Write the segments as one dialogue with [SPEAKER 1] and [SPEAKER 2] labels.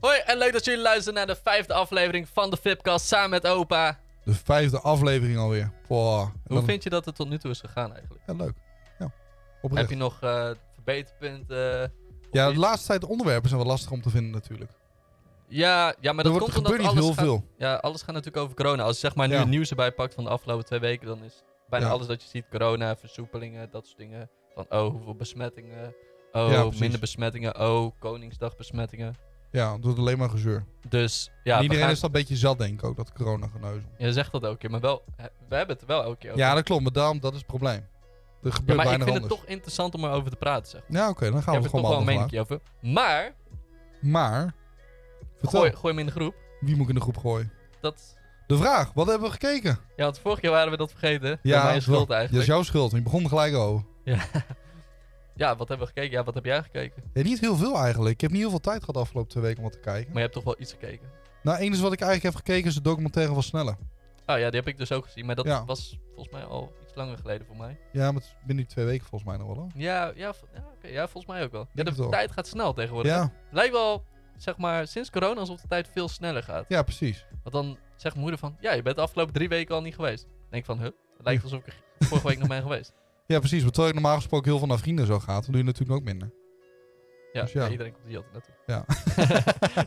[SPEAKER 1] Hoi en leuk dat jullie luisteren naar de vijfde aflevering van de Flipcast samen met opa.
[SPEAKER 2] De vijfde aflevering alweer. Boah. En
[SPEAKER 1] Hoe
[SPEAKER 2] dan-
[SPEAKER 1] vind je dat het tot nu toe is gegaan eigenlijk?
[SPEAKER 2] Ja, leuk. Ja,
[SPEAKER 1] Heb
[SPEAKER 2] oprecht.
[SPEAKER 1] je nog eh, verbeterpunten? eh, of
[SPEAKER 2] Ja, de
[SPEAKER 1] iets?
[SPEAKER 2] laatste tijd onderwerpen zijn wel lastig om te vinden natuurlijk.
[SPEAKER 1] ja, ja, maar
[SPEAKER 2] er
[SPEAKER 1] dat
[SPEAKER 2] wordt,
[SPEAKER 1] komt
[SPEAKER 2] er
[SPEAKER 1] omdat
[SPEAKER 2] gebeurt niet
[SPEAKER 1] alles
[SPEAKER 2] heel
[SPEAKER 1] gaat,
[SPEAKER 2] veel.
[SPEAKER 1] Ja, alles gaat natuurlijk over corona. Als je zeg maar nu
[SPEAKER 2] Ja.
[SPEAKER 1] het nieuws erbij pakt van de afgelopen twee weken, dan is bijna
[SPEAKER 2] Ja.
[SPEAKER 1] alles dat je ziet corona, versoepelingen, dat soort dingen. Van oh, hoeveel besmettingen. Oh,
[SPEAKER 2] Ja, precies.
[SPEAKER 1] minder besmettingen. Oh, Koningsdag besmettingen.
[SPEAKER 2] Ja, het wordt alleen maar gezeur.
[SPEAKER 1] Dus
[SPEAKER 2] En
[SPEAKER 1] ja, we
[SPEAKER 2] iedereen
[SPEAKER 1] gaan-
[SPEAKER 2] is dat een beetje zat, denk ik ook, dat corona geneuzel.
[SPEAKER 1] je zegt dat elke keer, maar wel, eh, we hebben het er wel elke keer over.
[SPEAKER 2] Ja, dat klopt, maar daarom, dat is het probleem. Er
[SPEAKER 1] Ja,
[SPEAKER 2] gebeurt
[SPEAKER 1] maar ik vind
[SPEAKER 2] weinig
[SPEAKER 1] het
[SPEAKER 2] anders.
[SPEAKER 1] toch interessant om erover te praten, zeg.
[SPEAKER 2] Ja, oké, dan gaan
[SPEAKER 1] Ik
[SPEAKER 2] we
[SPEAKER 1] heb
[SPEAKER 2] het
[SPEAKER 1] er toch
[SPEAKER 2] gewoon
[SPEAKER 1] wel een
[SPEAKER 2] behandelen.
[SPEAKER 1] mening over. Maar,
[SPEAKER 2] Maar, vertel,
[SPEAKER 1] gooi, gooi hem in de groep.
[SPEAKER 2] wie moet ik in de groep gooien?
[SPEAKER 1] Dat,
[SPEAKER 2] De vraag, wat hebben we gekeken?
[SPEAKER 1] ja, want vorige keer waren we dat vergeten. Ja,
[SPEAKER 2] Ja,
[SPEAKER 1] mijn schuld
[SPEAKER 2] Dat is
[SPEAKER 1] eigenlijk. Ja,
[SPEAKER 2] jouw schuld, want je begon er gelijk over.
[SPEAKER 1] wat hebben we gekeken? Ja, wat heb jij gekeken?
[SPEAKER 2] Ja, niet heel veel eigenlijk. Ik heb niet heel veel tijd gehad de afgelopen twee weken om wat te kijken.
[SPEAKER 1] Maar je hebt toch wel iets gekeken?
[SPEAKER 2] Nou, één is wat ik eigenlijk heb gekeken is de documentaire van Snelle.
[SPEAKER 1] Oh ja, die heb ik dus ook gezien. Maar dat
[SPEAKER 2] Ja.
[SPEAKER 1] was volgens mij al iets langer geleden voor mij.
[SPEAKER 2] Ja, maar het is binnen die twee weken volgens mij nog wel hoor.
[SPEAKER 1] Ja, ja, v- ja, oké, ja volgens mij ook wel. Ja,
[SPEAKER 2] Denk
[SPEAKER 1] de
[SPEAKER 2] het wel.
[SPEAKER 1] tijd gaat snel tegenwoordig. hè?
[SPEAKER 2] Ja,
[SPEAKER 1] Het Lijkt wel, zeg maar, sinds corona alsof de tijd veel sneller gaat.
[SPEAKER 2] ja, precies.
[SPEAKER 1] Want dan zegt mijn moeder van... Ja, je bent de afgelopen drie weken al niet geweest. Dan denk ik van, huh? Het lijkt alsof ik er vorige week nog ben geweest.
[SPEAKER 2] Ja, precies. Maar terwijl ik normaal gesproken heel veel naar vrienden zo gaat, dan doe je natuurlijk ook minder.
[SPEAKER 1] Ja,
[SPEAKER 2] Dus ja.
[SPEAKER 1] ja, iedereen komt hier altijd naartoe.
[SPEAKER 2] Ja.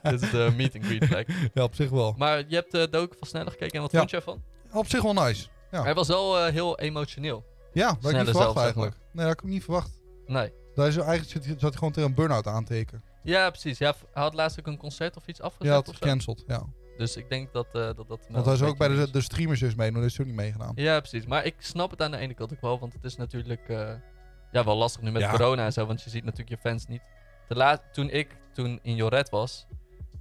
[SPEAKER 1] Dit is de meet and greet plek.
[SPEAKER 2] Ja, op zich wel.
[SPEAKER 1] Maar je hebt de docu van Sneller gekeken en wat
[SPEAKER 2] Ja.
[SPEAKER 1] vond je ervan?
[SPEAKER 2] Op zich wel nice. Ja.
[SPEAKER 1] Hij was wel eh, heel emotioneel.
[SPEAKER 2] Ja, dat had ik
[SPEAKER 1] Sneller
[SPEAKER 2] niet verwacht
[SPEAKER 1] zelf, zeg
[SPEAKER 2] eigenlijk. Nee, dat had ik ook niet verwacht.
[SPEAKER 1] Nee.
[SPEAKER 2] Daar is eigenlijk zit, zat hij gewoon tegen een burn-out aantekenen.
[SPEAKER 1] Ja, precies. Ja, v- hij had laatst ook een concert of iets
[SPEAKER 2] Ja,
[SPEAKER 1] afgezet
[SPEAKER 2] had
[SPEAKER 1] of
[SPEAKER 2] het
[SPEAKER 1] zo.
[SPEAKER 2] gecanceld. Ja.
[SPEAKER 1] Dus ik denk dat eh, dat... dat wel
[SPEAKER 2] Want hij is
[SPEAKER 1] een
[SPEAKER 2] ook bij
[SPEAKER 1] beetje
[SPEAKER 2] de, de streamers is mee, maar dat is hij ook niet meegedaan.
[SPEAKER 1] is. Ja, precies. Maar ik snap het aan de ene kant ook wel, want het is natuurlijk eh, ja, wel lastig nu met
[SPEAKER 2] Ja.
[SPEAKER 1] corona en zo, want je ziet natuurlijk je fans niet. De laat, toen ik toen in Joret was,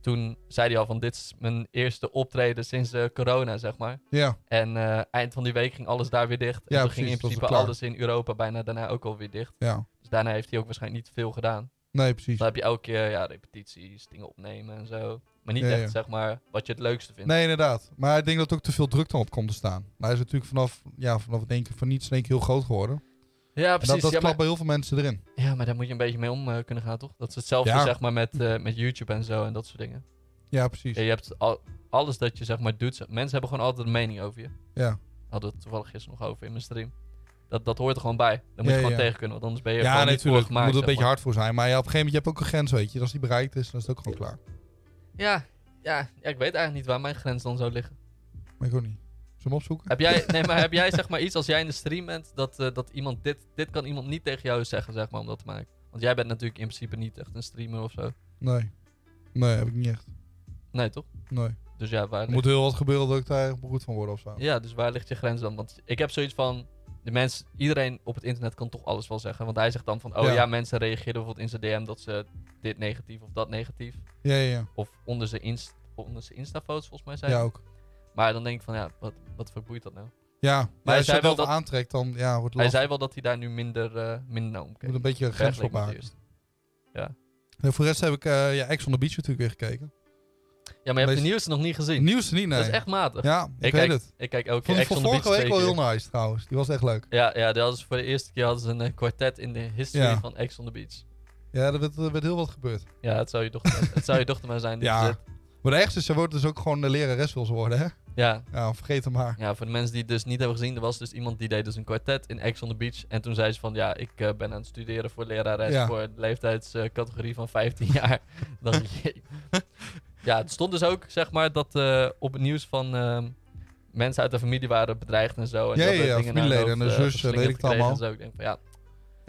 [SPEAKER 1] toen zei hij al van dit is mijn eerste optreden sinds eh, corona, zeg maar.
[SPEAKER 2] Ja,
[SPEAKER 1] En eh, eind van die week ging alles daar weer dicht. En
[SPEAKER 2] Ja,
[SPEAKER 1] toen ging in
[SPEAKER 2] precies, dat was
[SPEAKER 1] principe
[SPEAKER 2] klaar.
[SPEAKER 1] alles in Europa bijna daarna ook alweer dicht.
[SPEAKER 2] ja.
[SPEAKER 1] Dus daarna heeft hij ook waarschijnlijk niet veel gedaan.
[SPEAKER 2] Nee, precies.
[SPEAKER 1] Dan heb je elke keer ja, repetities, dingen opnemen en zo. Maar niet
[SPEAKER 2] Ja,
[SPEAKER 1] echt,
[SPEAKER 2] ja.
[SPEAKER 1] zeg maar, wat je het leukste vindt.
[SPEAKER 2] Nee, inderdaad. Maar ik denk dat er ook te veel druk dan op komt te staan. Maar hij is natuurlijk vanaf, ja, vanaf het één keer van niets in één keer heel groot geworden. En
[SPEAKER 1] Ja, precies.
[SPEAKER 2] dat dat
[SPEAKER 1] ja,
[SPEAKER 2] klapt
[SPEAKER 1] maar,
[SPEAKER 2] bij heel veel mensen erin.
[SPEAKER 1] ja, maar daar moet je een beetje mee om eh, kunnen gaan, toch? Dat is hetzelfde,
[SPEAKER 2] Ja.
[SPEAKER 1] zeg maar, met, eh, met YouTube en zo en dat soort dingen.
[SPEAKER 2] Ja, precies.
[SPEAKER 1] Ja, je hebt al, alles dat je, zeg maar, doet. ze- Mensen hebben gewoon altijd een mening over je.
[SPEAKER 2] Ja.
[SPEAKER 1] Hadden we het toevallig gisteren nog over in mijn stream. Dat, dat hoort er gewoon bij. Daar moet je
[SPEAKER 2] Ja,
[SPEAKER 1] gewoon
[SPEAKER 2] ja.
[SPEAKER 1] tegen kunnen, want anders ben je
[SPEAKER 2] Ja,
[SPEAKER 1] gewoon
[SPEAKER 2] nee,
[SPEAKER 1] niet voor
[SPEAKER 2] natuurlijk. Je
[SPEAKER 1] gemaakt.
[SPEAKER 2] moet er een
[SPEAKER 1] zeg maar.
[SPEAKER 2] beetje hard voor zijn. Maar ja, op een gegeven moment, je hebt ook een grens, weet je. Als die bereikt is, dan is het ook gewoon klaar.
[SPEAKER 1] Ja, ja, ja, ik weet eigenlijk niet waar mijn grens dan zou liggen.
[SPEAKER 2] Maar ik ook niet. Zullen we hem opzoeken?
[SPEAKER 1] Heb jij, nee, maar heb jij zeg maar iets als jij in de stream bent dat, eh, dat iemand dit, dit kan iemand niet tegen jou zeggen, zeg maar, om dat te maken? Want jij bent natuurlijk in principe niet echt een streamer of zo.
[SPEAKER 2] Nee. Nee, heb ik niet echt.
[SPEAKER 1] Nee, toch?
[SPEAKER 2] Nee.
[SPEAKER 1] Dus ja, waar,
[SPEAKER 2] Er
[SPEAKER 1] ligt,
[SPEAKER 2] moet heel wat gebeuren dat ik daar goed van word of zo.
[SPEAKER 1] ja, dus waar ligt je grens dan? Want ik heb zoiets van, de mens, iedereen op het internet kan toch alles wel zeggen. Want hij zegt dan van, oh ja,
[SPEAKER 2] Ja.
[SPEAKER 1] mensen reageerden bijvoorbeeld in zijn DM dat ze dit negatief of dat negatief.
[SPEAKER 2] Ja, ja, ja.
[SPEAKER 1] Of onder zijn, inst onder zijn Insta-foto's volgens mij zijn.
[SPEAKER 2] Ja, ook.
[SPEAKER 1] Maar dan denk ik van, ja, wat, wat verboeit dat nou?
[SPEAKER 2] Ja, maar
[SPEAKER 1] hij
[SPEAKER 2] als je
[SPEAKER 1] zei
[SPEAKER 2] er
[SPEAKER 1] wel
[SPEAKER 2] wel
[SPEAKER 1] dat-
[SPEAKER 2] aantrekt, dan ja, wordt
[SPEAKER 1] Hij
[SPEAKER 2] lastig.
[SPEAKER 1] zei wel dat hij daar nu minder, eh, minder naar
[SPEAKER 2] Je
[SPEAKER 1] omkeek.
[SPEAKER 2] moet een beetje een grens voor
[SPEAKER 1] Vergeleken met eerst.
[SPEAKER 2] maken. En voor de rest heb ik eh ja, Ex on the Beach natuurlijk weer gekeken.
[SPEAKER 1] Ja, maar je hebt de
[SPEAKER 2] Meest-
[SPEAKER 1] nieuwste nog niet gezien.
[SPEAKER 2] Nieuws niet, nee.
[SPEAKER 1] Dat is echt matig.
[SPEAKER 2] Ja, ik, weet
[SPEAKER 1] kijk,
[SPEAKER 2] het.
[SPEAKER 1] Ik kijk elke keer Ex
[SPEAKER 2] Vond ik voor
[SPEAKER 1] on the Beach
[SPEAKER 2] vorige week wel
[SPEAKER 1] zeker.
[SPEAKER 2] heel nice trouwens. Die was echt leuk.
[SPEAKER 1] Ja, ja dat was voor de eerste keer hadden ze een eh, kwartet in de history
[SPEAKER 2] Ja.
[SPEAKER 1] van Ex on the Beach.
[SPEAKER 2] Ja, er werd, er werd heel wat gebeurd.
[SPEAKER 1] Ja, het zou je dochter, het zou je dochter maar zijn. die
[SPEAKER 2] Ja.
[SPEAKER 1] dit-
[SPEAKER 2] Maar de echte is, ze wordt dus ook gewoon de lerares wil ze worden, hè?
[SPEAKER 1] ja.
[SPEAKER 2] Ja, vergeet hem maar.
[SPEAKER 1] Ja, voor de mensen die het dus niet hebben gezien, er was dus iemand die deed dus een kwartet in Ex on the Beach. En toen zei ze van, ja, ik eh, ben aan het studeren voor lerares
[SPEAKER 2] Ja.
[SPEAKER 1] voor de leeftijdscategorie van 15 jaar. Dan dacht ik, jee. ja, het stond dus ook, zeg maar, dat eh, op het nieuws van ehm, mensen uit de familie waren bedreigd en zo. En
[SPEAKER 2] Ja,
[SPEAKER 1] dat
[SPEAKER 2] ja,
[SPEAKER 1] er
[SPEAKER 2] ja,
[SPEAKER 1] dingen naar hun
[SPEAKER 2] familieleden en
[SPEAKER 1] hoofd,
[SPEAKER 2] de
[SPEAKER 1] eh,
[SPEAKER 2] zus en
[SPEAKER 1] geslingerd
[SPEAKER 2] weet ik het allemaal.
[SPEAKER 1] gekregen En zo. Ik denk van, ja,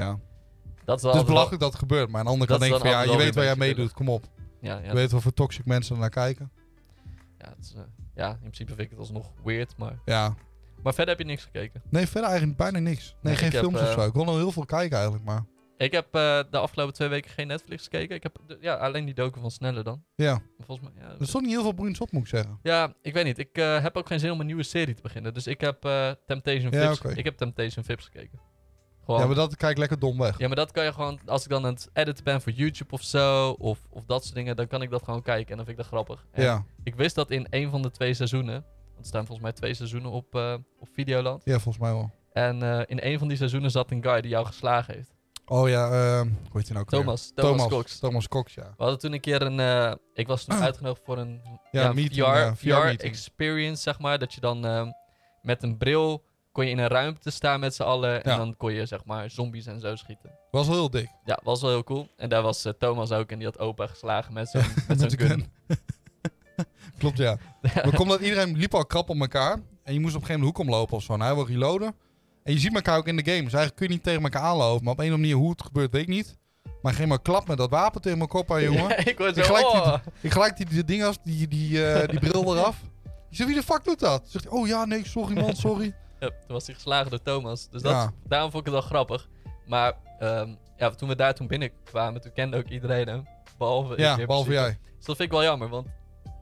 [SPEAKER 2] Ja.
[SPEAKER 1] dat is wel
[SPEAKER 2] Het is
[SPEAKER 1] altijd wel-
[SPEAKER 2] belachelijk dat het gebeurt, maar aan de andere
[SPEAKER 1] Dat
[SPEAKER 2] kant
[SPEAKER 1] is
[SPEAKER 2] denk ik van
[SPEAKER 1] dan
[SPEAKER 2] ja, je
[SPEAKER 1] altijd
[SPEAKER 2] weet
[SPEAKER 1] wel
[SPEAKER 2] waar jij
[SPEAKER 1] weer een
[SPEAKER 2] meedoet, kom op.
[SPEAKER 1] Ja, ja,
[SPEAKER 2] Je weet wel voor toxic mensen er naar kijken.
[SPEAKER 1] ja, het is, eh, ja, in principe vind ik het alsnog weird, maar...
[SPEAKER 2] Ja.
[SPEAKER 1] Maar verder heb je niks gekeken.
[SPEAKER 2] Nee, verder eigenlijk bijna niks. Nee,
[SPEAKER 1] Nee,
[SPEAKER 2] geen
[SPEAKER 1] ik heb,
[SPEAKER 2] films of
[SPEAKER 1] eh,
[SPEAKER 2] zo. Ik wil nog heel veel kijken eigenlijk, maar
[SPEAKER 1] Ik heb eh, de afgelopen twee weken geen Netflix gekeken. Ik heb de- ja, alleen die docu van Sneller dan.
[SPEAKER 2] ja.
[SPEAKER 1] Volgens mij, ja,
[SPEAKER 2] Er stond niet heel veel boeiends op, moet ik zeggen.
[SPEAKER 1] Ja, ik weet niet. Ik eh, heb ook geen zin om een nieuwe serie te beginnen. Dus ik heb eh, Temptation
[SPEAKER 2] Ja,
[SPEAKER 1] Vips.
[SPEAKER 2] oké.
[SPEAKER 1] Ik heb Temptation Vips gekeken. Gewoon.
[SPEAKER 2] Ja, maar dat kijk ik lekker dom weg.
[SPEAKER 1] ja, maar dat kan je gewoon. Als ik dan aan het editen ben voor YouTube of zo. Of, of dat soort dingen. Dan kan ik dat gewoon kijken. En dan vind ik dat grappig. En
[SPEAKER 2] Ja,
[SPEAKER 1] Ik wist dat in een van de twee seizoenen. Want er staan volgens mij twee seizoenen op, eh, op Videoland.
[SPEAKER 2] ja volgens mij wel.
[SPEAKER 1] En eh, in een van die seizoenen zat een guy die jou geslagen heeft.
[SPEAKER 2] Oh ja, ehm, hoe heet hij nou ook alweer?
[SPEAKER 1] Thomas, Thomas, Cox.
[SPEAKER 2] Thomas Cox, ja.
[SPEAKER 1] We hadden toen een keer een... eh, ik was toen uitgenodigd voor een
[SPEAKER 2] Ah. Ja,
[SPEAKER 1] ja,
[SPEAKER 2] een meeting,
[SPEAKER 1] VR,
[SPEAKER 2] ja,
[SPEAKER 1] VR
[SPEAKER 2] VR-meeting.
[SPEAKER 1] experience, zeg maar. Dat je dan ehm, met een bril kon je in een ruimte staan met z'n allen.
[SPEAKER 2] Ja.
[SPEAKER 1] En dan kon je, zeg maar, zombies en zo schieten.
[SPEAKER 2] Was wel heel dik.
[SPEAKER 1] Ja, was wel heel cool. En daar was eh, Thomas ook en die had opa geslagen met zo'n met
[SPEAKER 2] Met
[SPEAKER 1] zo'n
[SPEAKER 2] een
[SPEAKER 1] gun.
[SPEAKER 2] gun. Klopt, ja. Maar komt dat iedereen liep al krap op elkaar. En je moest op een gegeven moment de hoek omlopen of zo. Nou, hij wil reloaden. En je ziet elkaar ook in de game. Dus eigenlijk kun je niet tegen elkaar aanlopen. Maar op een of andere manier hoe het gebeurt, weet ik niet. Maar geen maar klap met dat wapen tegen mijn kop aan, Oh, jongen.
[SPEAKER 1] Ja, ik was
[SPEAKER 2] Ik
[SPEAKER 1] zo,
[SPEAKER 2] gelijk
[SPEAKER 1] oh.
[SPEAKER 2] Ik gelijk die, die ding als die, die, eh, die bril eraf. Ik zeg, wie de fuck doet dat? Zegt hij, oh ja, nee, sorry man, sorry.
[SPEAKER 1] Ja, toen was hij geslagen door Thomas. Dus dat,
[SPEAKER 2] Ja.
[SPEAKER 1] daarom vond ik het wel grappig. Maar ehm, ja, toen we daar toen binnenkwamen, toen kende ook iedereen hem. Behalve ik in
[SPEAKER 2] ja,
[SPEAKER 1] principe.
[SPEAKER 2] behalve jij.
[SPEAKER 1] Dus dat vind ik wel jammer, want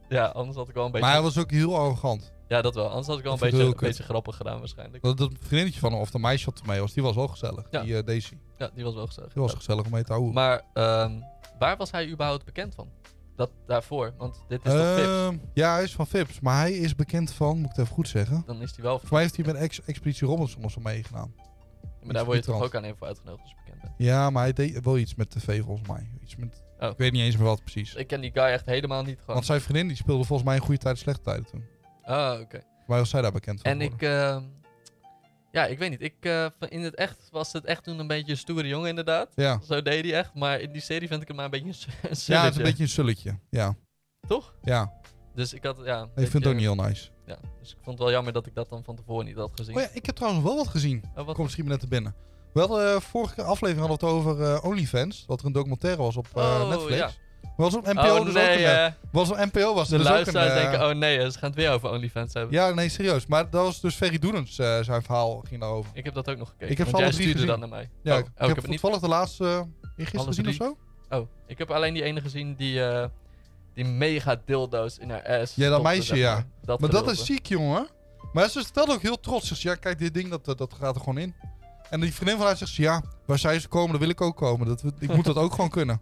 [SPEAKER 1] ja, anders had ik wel een beetje...
[SPEAKER 2] Maar hij was ook heel arrogant.
[SPEAKER 1] Ja, dat wel. Anders had ik wel
[SPEAKER 2] Dat
[SPEAKER 1] een
[SPEAKER 2] vond ik
[SPEAKER 1] beetje,
[SPEAKER 2] heel
[SPEAKER 1] een
[SPEAKER 2] kut.
[SPEAKER 1] beetje grappig gedaan waarschijnlijk.
[SPEAKER 2] Dat, dat vriendinnetje van hem, of de meisje wat ermee was, die was wel gezellig.
[SPEAKER 1] Ja.
[SPEAKER 2] Die eh, Daisy.
[SPEAKER 1] Ja, die was wel gezellig.
[SPEAKER 2] Die was gezellig om mee te houden.
[SPEAKER 1] Maar ehm, waar was hij überhaupt bekend van? Dat daarvoor, want dit is toch Fips?
[SPEAKER 2] Ehm, ja, hij is van Fips. Maar hij is bekend van, moet ik het even goed zeggen.
[SPEAKER 1] Dan is hij wel...
[SPEAKER 2] Voor mij heeft hij met Ex Expeditie Robinson of zo meegedaan.
[SPEAKER 1] Maar daar word je
[SPEAKER 2] die
[SPEAKER 1] toch
[SPEAKER 2] trant.
[SPEAKER 1] ook aan even uitgenodigd als je bekend bent.
[SPEAKER 2] Ja, maar hij deed wel iets met tv volgens mij. Iets met,
[SPEAKER 1] Oh.
[SPEAKER 2] Ik weet niet eens meer wat precies.
[SPEAKER 1] Dus ik ken die guy echt helemaal niet gewoon.
[SPEAKER 2] Want zijn vriendin die speelde volgens mij een goede tijd, slechte tijden toen.
[SPEAKER 1] Ah, oké.
[SPEAKER 2] Waar was zij daar bekend van?
[SPEAKER 1] En ik,
[SPEAKER 2] geworden?
[SPEAKER 1] ehm, ja, ik weet niet. Ik, eh, van- in het echt was het echt toen een beetje een stoere jongen, inderdaad.
[SPEAKER 2] Ja.
[SPEAKER 1] Zo deed hij echt. Maar in die serie vind ik hem maar een beetje een su- een
[SPEAKER 2] ja, het is
[SPEAKER 1] sulletje.
[SPEAKER 2] een beetje een sulletje. Ja.
[SPEAKER 1] Toch?
[SPEAKER 2] Ja,
[SPEAKER 1] Dus ik had, ja.
[SPEAKER 2] ik vind het ook niet heel nice.
[SPEAKER 1] Ja, dus ik vond het wel jammer dat ik dat dan van tevoren niet had gezien.
[SPEAKER 2] Oh ja, ik heb trouwens wel wat gezien.
[SPEAKER 1] Oh, wat?
[SPEAKER 2] Komt misschien net te binnen. Wel, eh vorige aflevering hadden we het over eh, OnlyFans. Dat er een documentaire was op eh,
[SPEAKER 1] Oh,
[SPEAKER 2] Netflix.
[SPEAKER 1] ja.
[SPEAKER 2] Maar was op NPO
[SPEAKER 1] Oh,
[SPEAKER 2] dus ook
[SPEAKER 1] nee,
[SPEAKER 2] een...
[SPEAKER 1] eh,
[SPEAKER 2] was op NPO was
[SPEAKER 1] de
[SPEAKER 2] er dus ook een...
[SPEAKER 1] luisteraars
[SPEAKER 2] eh,
[SPEAKER 1] denken, oh nee, ze gaan het weer over OnlyFans hebben.
[SPEAKER 2] Ja, nee, serieus. Maar dat was dus Ferry Doenens, eh, zijn verhaal ging daarover.
[SPEAKER 1] Ik heb dat ook nog gekeken.
[SPEAKER 2] Ik heb ze
[SPEAKER 1] want
[SPEAKER 2] alle
[SPEAKER 1] jij
[SPEAKER 2] drie
[SPEAKER 1] stuurde dat
[SPEAKER 2] gezien.
[SPEAKER 1] naar mij.
[SPEAKER 2] Ja,
[SPEAKER 1] oh,
[SPEAKER 2] ik,
[SPEAKER 1] oh,
[SPEAKER 2] ik heb
[SPEAKER 1] het niet.
[SPEAKER 2] toevallig de laatste eh eergisteren
[SPEAKER 1] Alle
[SPEAKER 2] gezien of
[SPEAKER 1] drie.
[SPEAKER 2] zo.
[SPEAKER 1] Oh, ik heb alleen die ene gezien die, eh, die mega dildo's in haar ass.
[SPEAKER 2] Ja, dat
[SPEAKER 1] stopte,
[SPEAKER 2] meisje,
[SPEAKER 1] zeg
[SPEAKER 2] ja.
[SPEAKER 1] maar. Dat
[SPEAKER 2] Maar dat
[SPEAKER 1] gedeelte.
[SPEAKER 2] is ziek, jongen. Maar ze stelde ook heel trots. Ze zegt, ja, kijk, dit ding, dat, dat, dat gaat er gewoon in. En die vriendin van haar zegt, ja, waar zij ze komen, daar wil ik ook komen. Dat, we- ik moet dat ook gewoon kunnen.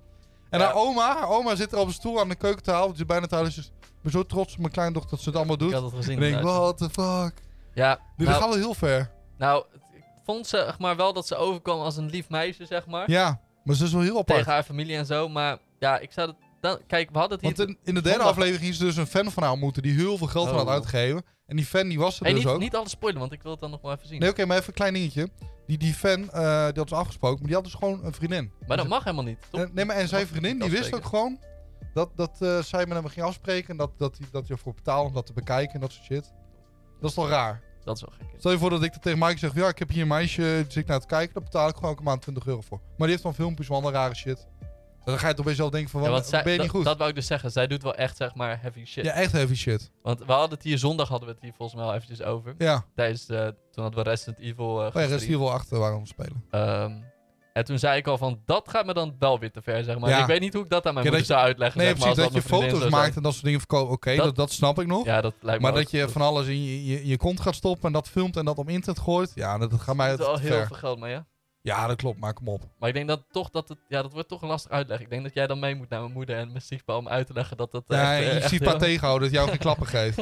[SPEAKER 2] En
[SPEAKER 1] Ja.
[SPEAKER 2] haar oma, haar oma zit er op een stoel aan de keukentafel. want Ze is bijna thuis. Ze is, ik ben zo trots op mijn kleindochter dat ze het allemaal
[SPEAKER 1] Ik
[SPEAKER 2] doet.
[SPEAKER 1] had het gezien.
[SPEAKER 2] En ik denk,
[SPEAKER 1] inderdaad.
[SPEAKER 2] what the fuck.
[SPEAKER 1] Ja,
[SPEAKER 2] Dit
[SPEAKER 1] nou,
[SPEAKER 2] gaat wel heel ver.
[SPEAKER 1] Nou, ik vond ze zeg maar, wel dat ze overkwam als een lief meisje, zeg maar.
[SPEAKER 2] Ja, maar ze is wel heel apart.
[SPEAKER 1] tegen haar familie en zo. Maar ja, ik zou dat... Dan, kijk, we hadden het
[SPEAKER 2] Want
[SPEAKER 1] hier...
[SPEAKER 2] in, in de derde
[SPEAKER 1] zondag-
[SPEAKER 2] aflevering ging ze dus een fan van haar ontmoeten die heel veel geld van had
[SPEAKER 1] Oh.
[SPEAKER 2] uitgegeven. En die fan die was er
[SPEAKER 1] Hey,
[SPEAKER 2] dus
[SPEAKER 1] niet,
[SPEAKER 2] ook.
[SPEAKER 1] niet alles spoilen, want ik wil het dan nog wel even zien.
[SPEAKER 2] Nee, oké, maar even een klein dingetje. Die, die fan, eh, die had ze afgesproken, maar die had dus gewoon een vriendin.
[SPEAKER 1] maar dat mag helemaal niet, toch?
[SPEAKER 2] En, nee, maar en zijn
[SPEAKER 1] mag
[SPEAKER 2] vriendin,
[SPEAKER 1] niet
[SPEAKER 2] die wist ook
[SPEAKER 1] afspreken.
[SPEAKER 2] gewoon dat, dat eh, zij met hem ging afspreken. En dat, dat, die, dat je ervoor betaalde om dat te bekijken en dat soort shit. Dat is toch raar?
[SPEAKER 1] Dat is wel gek.
[SPEAKER 2] Stel je voor dat ik dat tegen Mike zeg, ja, ik heb hier een meisje, die zit naar het kijken. Daar betaal ik gewoon elke maand 20 euro voor. Maar die heeft dan filmpjes van andere rare shit. Dan ga je toch bij jezelf denken van,
[SPEAKER 1] Ja,
[SPEAKER 2] wat,
[SPEAKER 1] want zij,
[SPEAKER 2] ben je
[SPEAKER 1] dat-
[SPEAKER 2] niet goed?
[SPEAKER 1] Dat wou ik dus zeggen. Zij doet wel echt, zeg maar, heavy shit.
[SPEAKER 2] ja, echt heavy shit.
[SPEAKER 1] Want we hadden het hier zondag, hadden we het hier volgens mij al eventjes over.
[SPEAKER 2] Ja,
[SPEAKER 1] Tijdens, de- toen hadden we Resident Evil eh
[SPEAKER 2] maar Oh ja,
[SPEAKER 1] gestreamd.
[SPEAKER 2] rest hier wel achter waar we aan het spelen.
[SPEAKER 1] Ehm, en toen zei ik al van, dat gaat me dan wel weer te ver, zeg maar.
[SPEAKER 2] Ja.
[SPEAKER 1] Ik weet niet hoe ik dat aan mijn
[SPEAKER 2] Ja, dat
[SPEAKER 1] moeder zou uitleggen,
[SPEAKER 2] Nee,
[SPEAKER 1] zeg maar,
[SPEAKER 2] precies. Dat
[SPEAKER 1] als
[SPEAKER 2] je
[SPEAKER 1] mijn vriendin
[SPEAKER 2] foto's
[SPEAKER 1] zou
[SPEAKER 2] maakt en dat soort dingen verkoopt. Oké,
[SPEAKER 1] Dat-
[SPEAKER 2] dat, dat, snap ik nog.
[SPEAKER 1] zijn. Ja, dat lijkt me
[SPEAKER 2] maar dat
[SPEAKER 1] wel-
[SPEAKER 2] je van alles in je, je, je kont gaat stoppen en dat filmt en dat op internet gooit. Ja, dat, dat gaat mij
[SPEAKER 1] Er zit wel
[SPEAKER 2] te
[SPEAKER 1] heel
[SPEAKER 2] ver.
[SPEAKER 1] veel geld mee, ja.
[SPEAKER 2] Ja, dat klopt. Maar kom op.
[SPEAKER 1] Maar ik denk dat toch dat het... Ja, dat wordt toch een lastig uitleg. Ik denk dat jij dan mee moet naar mijn moeder en mijn stiefpa om uit te leggen dat dat...
[SPEAKER 2] Ja,
[SPEAKER 1] echt, eh,
[SPEAKER 2] je
[SPEAKER 1] echt
[SPEAKER 2] ziet
[SPEAKER 1] heel-
[SPEAKER 2] maar tegenhouden dat jou geen klappen geeft.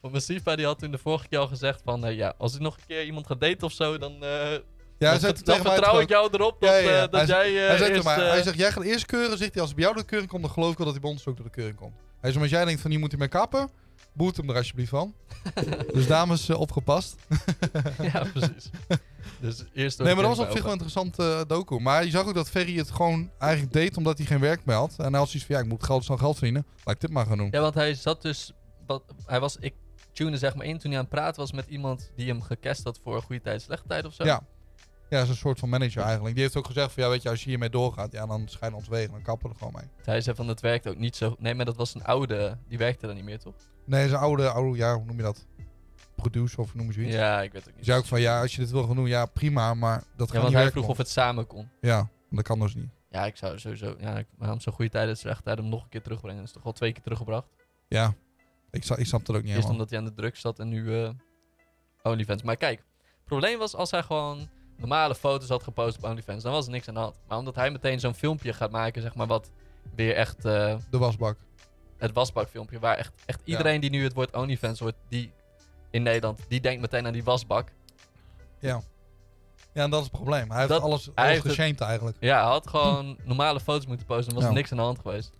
[SPEAKER 1] Want mijn stiefpa die had toen de vorige keer al gezegd van... eh, ja, als ik nog een keer iemand ga daten of zo, dan... eh,
[SPEAKER 2] Ja, hij
[SPEAKER 1] dan,
[SPEAKER 2] zei
[SPEAKER 1] dan
[SPEAKER 2] toen tegen mij...
[SPEAKER 1] vertrouw ik
[SPEAKER 2] het ook.
[SPEAKER 1] jou erop dat,
[SPEAKER 2] Ja, ja, ja.
[SPEAKER 1] eh, dat
[SPEAKER 2] Hij
[SPEAKER 1] jij eh,
[SPEAKER 2] Hij zei tegen
[SPEAKER 1] eerst...
[SPEAKER 2] mij,
[SPEAKER 1] eh,
[SPEAKER 2] hij zegt, jij gaat eerst keuren. Zegt hij, als het bij jou door de keuring komt, dan geloof ik wel dat hij bij ons ook door de keuring komt. Hij zegt, als jij denkt van, hier moet hij mee kappen, boet hem er alsjeblieft van. dus dames, eh, opgepast.
[SPEAKER 1] eh, ja, precies. Dus eerst... door
[SPEAKER 2] Nee,
[SPEAKER 1] de
[SPEAKER 2] maar dat was
[SPEAKER 1] keuken
[SPEAKER 2] op zich wel
[SPEAKER 1] open.
[SPEAKER 2] interessant eh docu. Maar je zag ook dat Ferry het gewoon eigenlijk deed omdat hij geen werk meer had. En hij had zoiets van, ja, ik moet geld snel geld verdienen. Laat ik dit maar gaan doen.
[SPEAKER 1] Ja, want hij zat dus... Wat, hij was... Ik tune zeg maar in toen hij aan het praten was met iemand die hem gecast had voor een goede tijd, slechte tijd of zo.
[SPEAKER 2] Ja. Ja, dat is een soort van manager eigenlijk. Die heeft ook gezegd van, ja, weet je, als je hiermee doorgaat, ja, dan schijnen ons wegen. Dan kappen we er gewoon mee.
[SPEAKER 1] Hij zei van, dat werkt ook niet zo... Nee, maar dat was een oude... Die werkte daar niet meer, toch?
[SPEAKER 2] Nee, zijn oude, oude, ja, hoe noem je dat? Producer of noem je zoiets.
[SPEAKER 1] Ja, ik weet het ook
[SPEAKER 2] Die
[SPEAKER 1] niet.
[SPEAKER 2] zei ook van, ja, als je dit wil gaan doen, ja, prima, maar dat
[SPEAKER 1] Ja,
[SPEAKER 2] gaat niet
[SPEAKER 1] want hij
[SPEAKER 2] werken,
[SPEAKER 1] vroeg of
[SPEAKER 2] man.
[SPEAKER 1] het samen kon.
[SPEAKER 2] Ja, dat kan dus niet.
[SPEAKER 1] Ja, ik zou sowieso... Ja, ik, waarom zo'n goede tijd en slechte tijd hem nog een keer terugbrengen? Dat is toch al twee keer teruggebracht?
[SPEAKER 2] Ja, ik, sna- ik snap dat ook niet
[SPEAKER 1] Eerst
[SPEAKER 2] helemaal.
[SPEAKER 1] omdat hij aan de druk zat en nu eh OnlyFans. Maar kijk, het probleem was als hij gewoon normale foto's had gepost op OnlyFans, dan was er niks aan de hand. Maar omdat hij meteen zo'n filmpje gaat maken, zeg maar, wat weer echt... eh,
[SPEAKER 2] De wasbak.
[SPEAKER 1] het wasbakfilmpje, waar echt, echt iedereen die nu het woord OnlyFans hoort, die in Nederland, die denkt meteen aan die wasbak.
[SPEAKER 2] Ja. Ja, en dat is het probleem. Hij heeft
[SPEAKER 1] Dat-
[SPEAKER 2] alles,
[SPEAKER 1] hij
[SPEAKER 2] alles
[SPEAKER 1] heeft het-
[SPEAKER 2] geshamed eigenlijk.
[SPEAKER 1] Ja, hij had gewoon normale foto's moeten posten. Dan was
[SPEAKER 2] Ja.
[SPEAKER 1] er niks aan de hand geweest. Oh,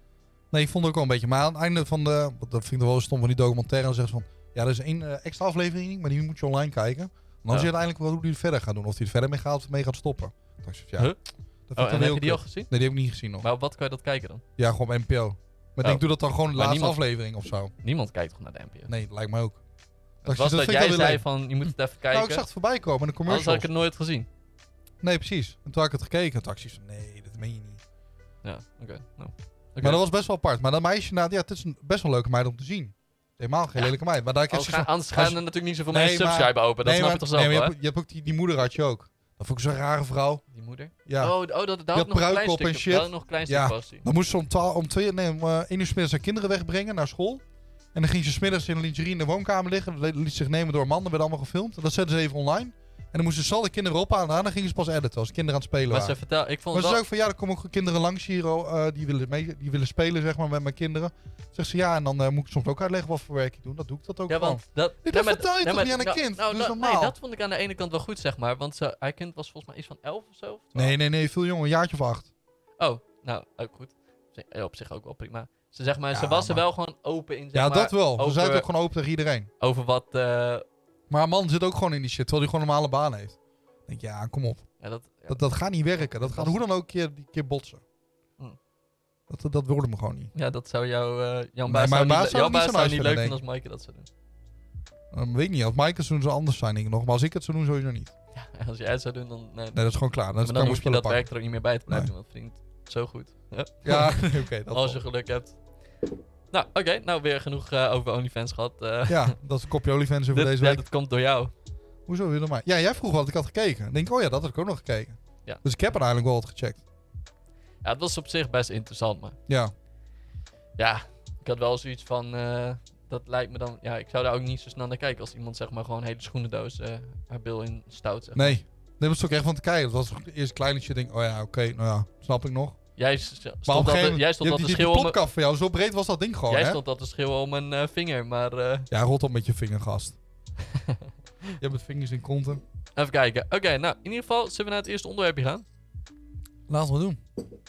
[SPEAKER 2] Nee, ik vond het ook wel een beetje. Maar aan het einde van de... want Dat vind ik dan wel stom van die documentaire. Dan zegt ze van... Ja, er is één eh, extra aflevering, maar die moet je online kijken. En dan
[SPEAKER 1] Ja.
[SPEAKER 2] zie je uiteindelijk wel hoe hij het verder gaat doen. Of hij het verder mee gaat of mee gaat stoppen. Toen dacht ik, ja,
[SPEAKER 1] Huh?
[SPEAKER 2] dat
[SPEAKER 1] Oh,
[SPEAKER 2] vind ik
[SPEAKER 1] en
[SPEAKER 2] dan
[SPEAKER 1] heb
[SPEAKER 2] heel
[SPEAKER 1] je die
[SPEAKER 2] kut.
[SPEAKER 1] al gezien?
[SPEAKER 2] Nee, die heb ik niet gezien nog.
[SPEAKER 1] Maar op wat kan je dat kijken dan?
[SPEAKER 2] Ja, gewoon op NPO. Maar ik
[SPEAKER 1] Oh.
[SPEAKER 2] denk, doe dat dan gewoon de
[SPEAKER 1] Maar
[SPEAKER 2] laatste
[SPEAKER 1] niemand-
[SPEAKER 2] aflevering of zo.
[SPEAKER 1] Niemand kijkt toch naar de NPO?
[SPEAKER 2] Nee, dat lijkt mij ook.
[SPEAKER 1] het
[SPEAKER 2] Dacht je,
[SPEAKER 1] was dat,
[SPEAKER 2] dat vind Nou, ik
[SPEAKER 1] jij
[SPEAKER 2] wel
[SPEAKER 1] zei
[SPEAKER 2] weer
[SPEAKER 1] van,
[SPEAKER 2] leuk.
[SPEAKER 1] je moet het even
[SPEAKER 2] Nou, ik
[SPEAKER 1] kijken.
[SPEAKER 2] zag het voorbij komen in
[SPEAKER 1] anders
[SPEAKER 2] de
[SPEAKER 1] had
[SPEAKER 2] commercials.
[SPEAKER 1] ik het nooit gezien.
[SPEAKER 2] Nee, precies. En toen had ik het gekeken. Toen dacht ik, nee, dat meen je niet.
[SPEAKER 1] Ja, oké. nou. Oké.
[SPEAKER 2] Maar dat was best wel apart. Maar dat meisje, nou, ja, het is een best wel leuke meid om te zien. Helemaal geen
[SPEAKER 1] Ja. Oh,
[SPEAKER 2] lelijke meid. Maar daar heb
[SPEAKER 1] Anders
[SPEAKER 2] je
[SPEAKER 1] gaan,
[SPEAKER 2] zoiets
[SPEAKER 1] anders
[SPEAKER 2] als-
[SPEAKER 1] gaan er natuurlijk niet zoveel
[SPEAKER 2] Nee,
[SPEAKER 1] mensen
[SPEAKER 2] maar-
[SPEAKER 1] subscribe open. Dat
[SPEAKER 2] nee,
[SPEAKER 1] snap
[SPEAKER 2] maar,
[SPEAKER 1] je toch zelf
[SPEAKER 2] nee, maar
[SPEAKER 1] wel,
[SPEAKER 2] je,
[SPEAKER 1] hè?
[SPEAKER 2] hebt, je hebt ook die, die moeder had je ook. Dat vond ik zo'n rare vrouw.
[SPEAKER 1] Die moeder?
[SPEAKER 2] Ja.
[SPEAKER 1] Oh, d- oh, dat, daar
[SPEAKER 2] Ja,
[SPEAKER 1] had nog een klein
[SPEAKER 2] pruik op en
[SPEAKER 1] stukje,
[SPEAKER 2] shit.
[SPEAKER 1] daar had nog een klein stukje
[SPEAKER 2] Ja.
[SPEAKER 1] vast.
[SPEAKER 2] Dan moest ze om, twa- om twee, nee, om eh, één uur 's middags haar kinderen wegbrengen naar school. En dan ging ze 's middags in een lingerie in de woonkamer liggen. Dat liet zich nemen door een man. Dat werd allemaal gefilmd. En dat zetten ze even online. En dan moesten ze al de kinderen ophalen. En dan gingen ze pas editen als de kinderen aan het spelen
[SPEAKER 1] Maar
[SPEAKER 2] waren.
[SPEAKER 1] ze vertel, ik vond
[SPEAKER 2] Maar
[SPEAKER 1] het
[SPEAKER 2] ze zei
[SPEAKER 1] wel...
[SPEAKER 2] ook van ja, er komen ook kinderen langs hier oh, eh, die, willen mee, die willen spelen zeg maar, met mijn kinderen. Zegt ze ja, en dan eh, moet ik soms ook uitleggen wat voor werk ik doe. Dat doe ik dat ook
[SPEAKER 1] Ja,
[SPEAKER 2] gewoon.
[SPEAKER 1] want dat...
[SPEAKER 2] Dit
[SPEAKER 1] nee, maar-
[SPEAKER 2] vertel je
[SPEAKER 1] nee,
[SPEAKER 2] toch
[SPEAKER 1] maar-
[SPEAKER 2] niet aan een
[SPEAKER 1] nou-
[SPEAKER 2] kind?
[SPEAKER 1] nou,
[SPEAKER 2] Doe eens
[SPEAKER 1] dat- Nee,
[SPEAKER 2] normaal.
[SPEAKER 1] dat vond ik aan de ene kant wel goed, zeg maar. Want ze, haar kind was volgens mij iets van 11 of zo. of 12.
[SPEAKER 2] Nee, nee, nee, veel jonger, een jaartje of acht.
[SPEAKER 1] Oh, nou, ook goed. Ze- eh, Op zich ook wel prima. Ze, zeg maar, ze
[SPEAKER 2] Ja,
[SPEAKER 1] was er
[SPEAKER 2] maar-
[SPEAKER 1] wel gewoon open in, zeg
[SPEAKER 2] ja,
[SPEAKER 1] maar,
[SPEAKER 2] dat wel. Ze
[SPEAKER 1] over-
[SPEAKER 2] zijn ook gewoon open tegen iedereen.
[SPEAKER 1] over wat... eh,
[SPEAKER 2] Maar een man zit ook gewoon in die shit, terwijl hij gewoon een normale baan heeft. Ik denk ja, kom op.
[SPEAKER 1] ja, dat, ja,
[SPEAKER 2] Dat, dat gaat niet werken. Dat gaat hoe dan ook een keer, een keer botsen.
[SPEAKER 1] Hm.
[SPEAKER 2] Dat, dat, dat wilde me gewoon niet.
[SPEAKER 1] ja, dat zou jou... eh Jan
[SPEAKER 2] Nee,
[SPEAKER 1] Baas
[SPEAKER 2] maar
[SPEAKER 1] zou
[SPEAKER 2] Baas
[SPEAKER 1] niet,
[SPEAKER 2] zou
[SPEAKER 1] Jan
[SPEAKER 2] het niet
[SPEAKER 1] Baas
[SPEAKER 2] zo
[SPEAKER 1] zou
[SPEAKER 2] nice
[SPEAKER 1] niet
[SPEAKER 2] vinden,
[SPEAKER 1] leuk
[SPEAKER 2] denk
[SPEAKER 1] vinden als Maaike dat zou doen.
[SPEAKER 2] Eh, weet ik niet. Als Mike het zou doen, ze anders zijn denk ik nog. Maar als ik het zou doen, sowieso niet.
[SPEAKER 1] Ja, als jij het zou doen, dan... Nee,
[SPEAKER 2] Nee, dat is gewoon klaar. Dan
[SPEAKER 1] maar
[SPEAKER 2] kan
[SPEAKER 1] dan
[SPEAKER 2] ik mijn
[SPEAKER 1] hoef je
[SPEAKER 2] spullen
[SPEAKER 1] dat
[SPEAKER 2] pakken.
[SPEAKER 1] werk er ook niet meer bij te blijven, want vriend. Zo goed. Ja.
[SPEAKER 2] Ja, oké. dat
[SPEAKER 1] als je
[SPEAKER 2] wel.
[SPEAKER 1] geluk hebt. Nou, oké. Nou, weer genoeg eh, over OnlyFans gehad. eh.
[SPEAKER 2] Ja, dat is een kopje olifants over
[SPEAKER 1] dit,
[SPEAKER 2] deze
[SPEAKER 1] ja,
[SPEAKER 2] week.
[SPEAKER 1] dit komt door jou.
[SPEAKER 2] Hoezo weer normaal? Ja, jij vroeg wat ik had gekeken. Ik denk, oh ja, dat had ik ook nog gekeken.
[SPEAKER 1] Ja.
[SPEAKER 2] Dus ik heb uiteindelijk wel wat gecheckt.
[SPEAKER 1] Ja, het was op zich best interessant, maar...
[SPEAKER 2] Ja.
[SPEAKER 1] Ja, ik had wel zoiets van... eh, dat lijkt me dan... Ja, ik zou daar ook niet zo snel naar kijken als iemand, zeg maar, gewoon een hele schoenendoos... eh, haar bil in stout, zeg maar.
[SPEAKER 2] Nee. Nee, dat is ook echt van te kijken. Dat was eerst een kleinetje. Ik denk, oh ja, oké, nou ja, snap ik nog.
[SPEAKER 1] Jij s- stond
[SPEAKER 2] Maar op
[SPEAKER 1] dat
[SPEAKER 2] een gegeven
[SPEAKER 1] te-
[SPEAKER 2] moment,
[SPEAKER 1] jij
[SPEAKER 2] je
[SPEAKER 1] stond
[SPEAKER 2] hebt
[SPEAKER 1] dat te
[SPEAKER 2] die, die,
[SPEAKER 1] schreeuwen om-
[SPEAKER 2] plopkap van jou. Zo breed was dat ding gewoon,
[SPEAKER 1] jij
[SPEAKER 2] hè?
[SPEAKER 1] stond dat te schreeuwen om een eh, vinger, maar... eh,
[SPEAKER 2] Ja, rot op met je vingergast. je hebt met vingers in konten.
[SPEAKER 1] even kijken. Oké, nou, in ieder geval zullen we naar het eerste onderwerpje gaan.
[SPEAKER 2] Laten we doen.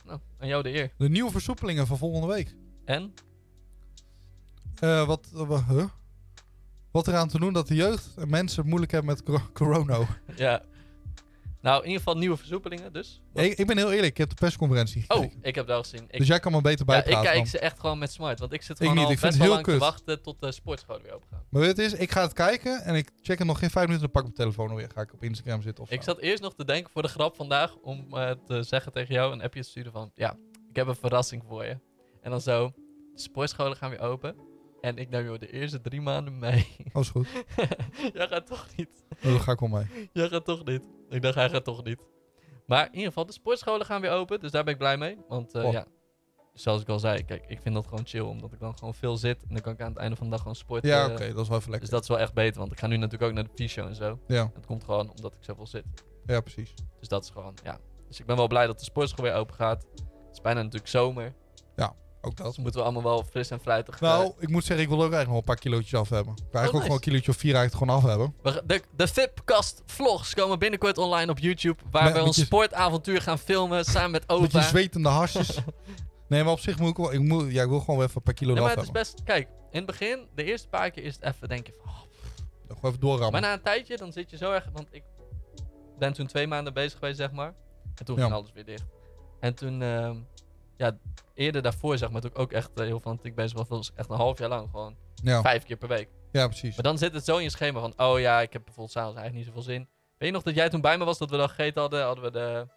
[SPEAKER 1] Nou, aan jou de eer.
[SPEAKER 2] De nieuwe versoepelingen van volgende week.
[SPEAKER 1] En?
[SPEAKER 2] Eh, wat, eh, wa- huh? wat eraan te doen dat de jeugd en mensen het moeilijk hebben met cor- corona.
[SPEAKER 1] Ja. Nou, in ieder geval nieuwe versoepelingen, dus.
[SPEAKER 2] ik, ik ben heel eerlijk, ik heb de persconferentie
[SPEAKER 1] Oh,
[SPEAKER 2] gekeken.
[SPEAKER 1] ik heb daar gezien. Ik,
[SPEAKER 2] dus jij kan me beter
[SPEAKER 1] ja,
[SPEAKER 2] bijpraten
[SPEAKER 1] ik
[SPEAKER 2] dan.
[SPEAKER 1] kijk ze echt gewoon met smart. Want ik zit
[SPEAKER 2] Ik
[SPEAKER 1] gewoon
[SPEAKER 2] niet,
[SPEAKER 1] al
[SPEAKER 2] ik vind
[SPEAKER 1] best
[SPEAKER 2] het
[SPEAKER 1] wel
[SPEAKER 2] heel
[SPEAKER 1] lang te
[SPEAKER 2] kut.
[SPEAKER 1] wachten tot de sportschool weer open gaat.
[SPEAKER 2] Maar weet je wat het is, ik ga het kijken en ik check het nog geen vijf minuten. Dan pak ik mijn telefoon alweer. Ga ik op Instagram zitten of
[SPEAKER 1] Ik
[SPEAKER 2] zo.
[SPEAKER 1] zat eerst nog te denken voor de grap vandaag om eh, te zeggen tegen jou een appje te sturen van... Ja, ik heb een verrassing voor je. En dan zo, de sportscholen gaan weer open. En ik neem jou de eerste drie maanden mee.
[SPEAKER 2] Oh, is goed.
[SPEAKER 1] Jij gaat toch niet.
[SPEAKER 2] Nou, Daar ga ik wel mee.
[SPEAKER 1] Jij gaat toch niet. Ik dacht, hij gaat toch niet. Maar in ieder geval, de sportscholen gaan weer open. Dus daar ben ik blij mee. Want eh,
[SPEAKER 2] Oh.
[SPEAKER 1] ja, zoals ik al zei, kijk, ik vind dat gewoon chill. Omdat ik dan gewoon veel zit. En dan kan ik aan het einde van de dag gewoon sporten.
[SPEAKER 2] Ja,
[SPEAKER 1] eh,
[SPEAKER 2] oké, dat is wel even
[SPEAKER 1] Dus
[SPEAKER 2] lekker.
[SPEAKER 1] dat is wel echt beter, want ik ga nu natuurlijk ook naar de P-show en zo.
[SPEAKER 2] Ja,
[SPEAKER 1] Dat komt gewoon omdat ik zoveel zit.
[SPEAKER 2] ja, precies.
[SPEAKER 1] Dus dat is gewoon, ja. Dus ik ben wel blij dat de sportschool weer open gaat. Het is bijna natuurlijk zomer.
[SPEAKER 2] Ook
[SPEAKER 1] Dus
[SPEAKER 2] dat.
[SPEAKER 1] moeten we allemaal wel fris en fruitig... eh, Oh,
[SPEAKER 2] Nou, ik moet zeggen, ik wil ook eigenlijk nog een paar kilootjes af hebben. Ik wil eigenlijk
[SPEAKER 1] nice.
[SPEAKER 2] ook gewoon een kilootje of vier eigenlijk gewoon af hebben.
[SPEAKER 1] we ga- de, de Fipcast vlogs komen binnenkort online op YouTube. Waar
[SPEAKER 2] Met-
[SPEAKER 1] we
[SPEAKER 2] met
[SPEAKER 1] ons
[SPEAKER 2] je-
[SPEAKER 1] sportavontuur gaan filmen samen met
[SPEAKER 2] Met je
[SPEAKER 1] opa.
[SPEAKER 2] zwetende harsjes. nee, maar op zich moet ik wel... Ik, moet, ja, ik wil gewoon weer even een paar kilo
[SPEAKER 1] Nee,
[SPEAKER 2] af
[SPEAKER 1] maar het
[SPEAKER 2] hebben.
[SPEAKER 1] is best... Kijk, in het begin, de eerste paar keer is het even denken van... oh,
[SPEAKER 2] Gewoon even doorrammen.
[SPEAKER 1] Maar na een tijdje, dan zit je zo erg... Want ik ben toen twee maanden bezig geweest, zeg maar. En toen
[SPEAKER 2] Ja.
[SPEAKER 1] ging alles weer dicht. En toen... ehm, ja, eerder daarvoor, zeg maar, toen ik ook echt eh, heel fanatiek bezig was... was ik echt een half jaar lang gewoon
[SPEAKER 2] ja.
[SPEAKER 1] vijf keer per week.
[SPEAKER 2] ja, precies.
[SPEAKER 1] Maar dan zit het zo in je schema van... Oh ja, ik heb bijvoorbeeld s'avonds eigenlijk niet zoveel zin. Weet je nog dat jij toen bij me was dat we dan gegeten hadden? Hadden we de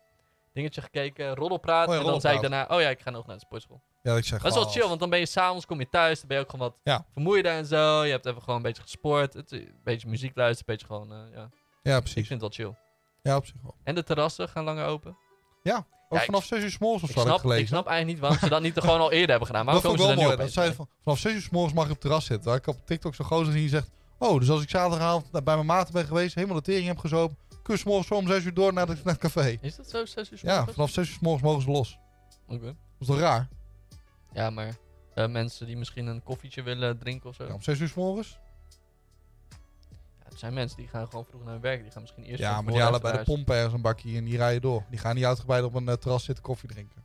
[SPEAKER 1] dingetje gekeken, roddelpraat.
[SPEAKER 2] Oh ja,
[SPEAKER 1] en dan zei ik
[SPEAKER 2] roddelpraat.
[SPEAKER 1] daarna... Oh ja, ik ga nog naar de sportschool.
[SPEAKER 2] Ja, ik zeg
[SPEAKER 1] Dat is wel
[SPEAKER 2] oh,
[SPEAKER 1] chill, want dan ben je s'avonds, kom je thuis, dan ben je ook gewoon wat
[SPEAKER 2] Ja.
[SPEAKER 1] vermoeider en zo. Je hebt even gewoon een beetje gesport, het- eh, een beetje muziek luisteren, een beetje gewoon, eh, ja.
[SPEAKER 2] Ja,
[SPEAKER 1] Ik
[SPEAKER 2] precies.
[SPEAKER 1] vind het wel chill.
[SPEAKER 2] Ja, op zich wel.
[SPEAKER 1] En de terrassen gaan langer open.
[SPEAKER 2] Ook
[SPEAKER 1] Ja, ik-
[SPEAKER 2] vanaf 6 uur 's morgens of
[SPEAKER 1] Ik
[SPEAKER 2] zo had ik
[SPEAKER 1] snap, ik
[SPEAKER 2] gelezen.
[SPEAKER 1] snap eigenlijk niet waarom ze dat niet er gewoon al eerder hebben gedaan.
[SPEAKER 2] dat
[SPEAKER 1] Waarom
[SPEAKER 2] vond ik
[SPEAKER 1] komen
[SPEAKER 2] wel
[SPEAKER 1] ze
[SPEAKER 2] mooi.
[SPEAKER 1] er nu
[SPEAKER 2] Dat
[SPEAKER 1] opeens
[SPEAKER 2] zei
[SPEAKER 1] mee?
[SPEAKER 2] van, vanaf 6 uur 's morgens mag je op het terras zitten. Daar heb Ik op TikTok zo'n gozer zien die zegt... Oh, dus als ik zaterdagavond bij mijn maten ben geweest... helemaal de tering heb gezopen... kun je 's morgens zo om 6 uur door naar, de, naar het café.
[SPEAKER 1] Is dat zo, zes uur 's
[SPEAKER 2] Ja,
[SPEAKER 1] morgens?
[SPEAKER 2] vanaf 6 uur 's morgens mogen ze los.
[SPEAKER 1] Oké.
[SPEAKER 2] Dat is toch raar?
[SPEAKER 1] Ja, maar eh, mensen die misschien een koffietje willen drinken of zo.
[SPEAKER 2] Ja,
[SPEAKER 1] Ja.
[SPEAKER 2] om 6 uur 's morgens?
[SPEAKER 1] het zijn mensen die gaan gewoon vroeg naar hun werk. Die gaan misschien eerst... van
[SPEAKER 2] Ja, maar die
[SPEAKER 1] tevoren even
[SPEAKER 2] halen bij de
[SPEAKER 1] naar huis.
[SPEAKER 2] pomp ergens een bakje en die rijden door. Die gaan niet uitgebreid op een eh, terras zitten koffie drinken.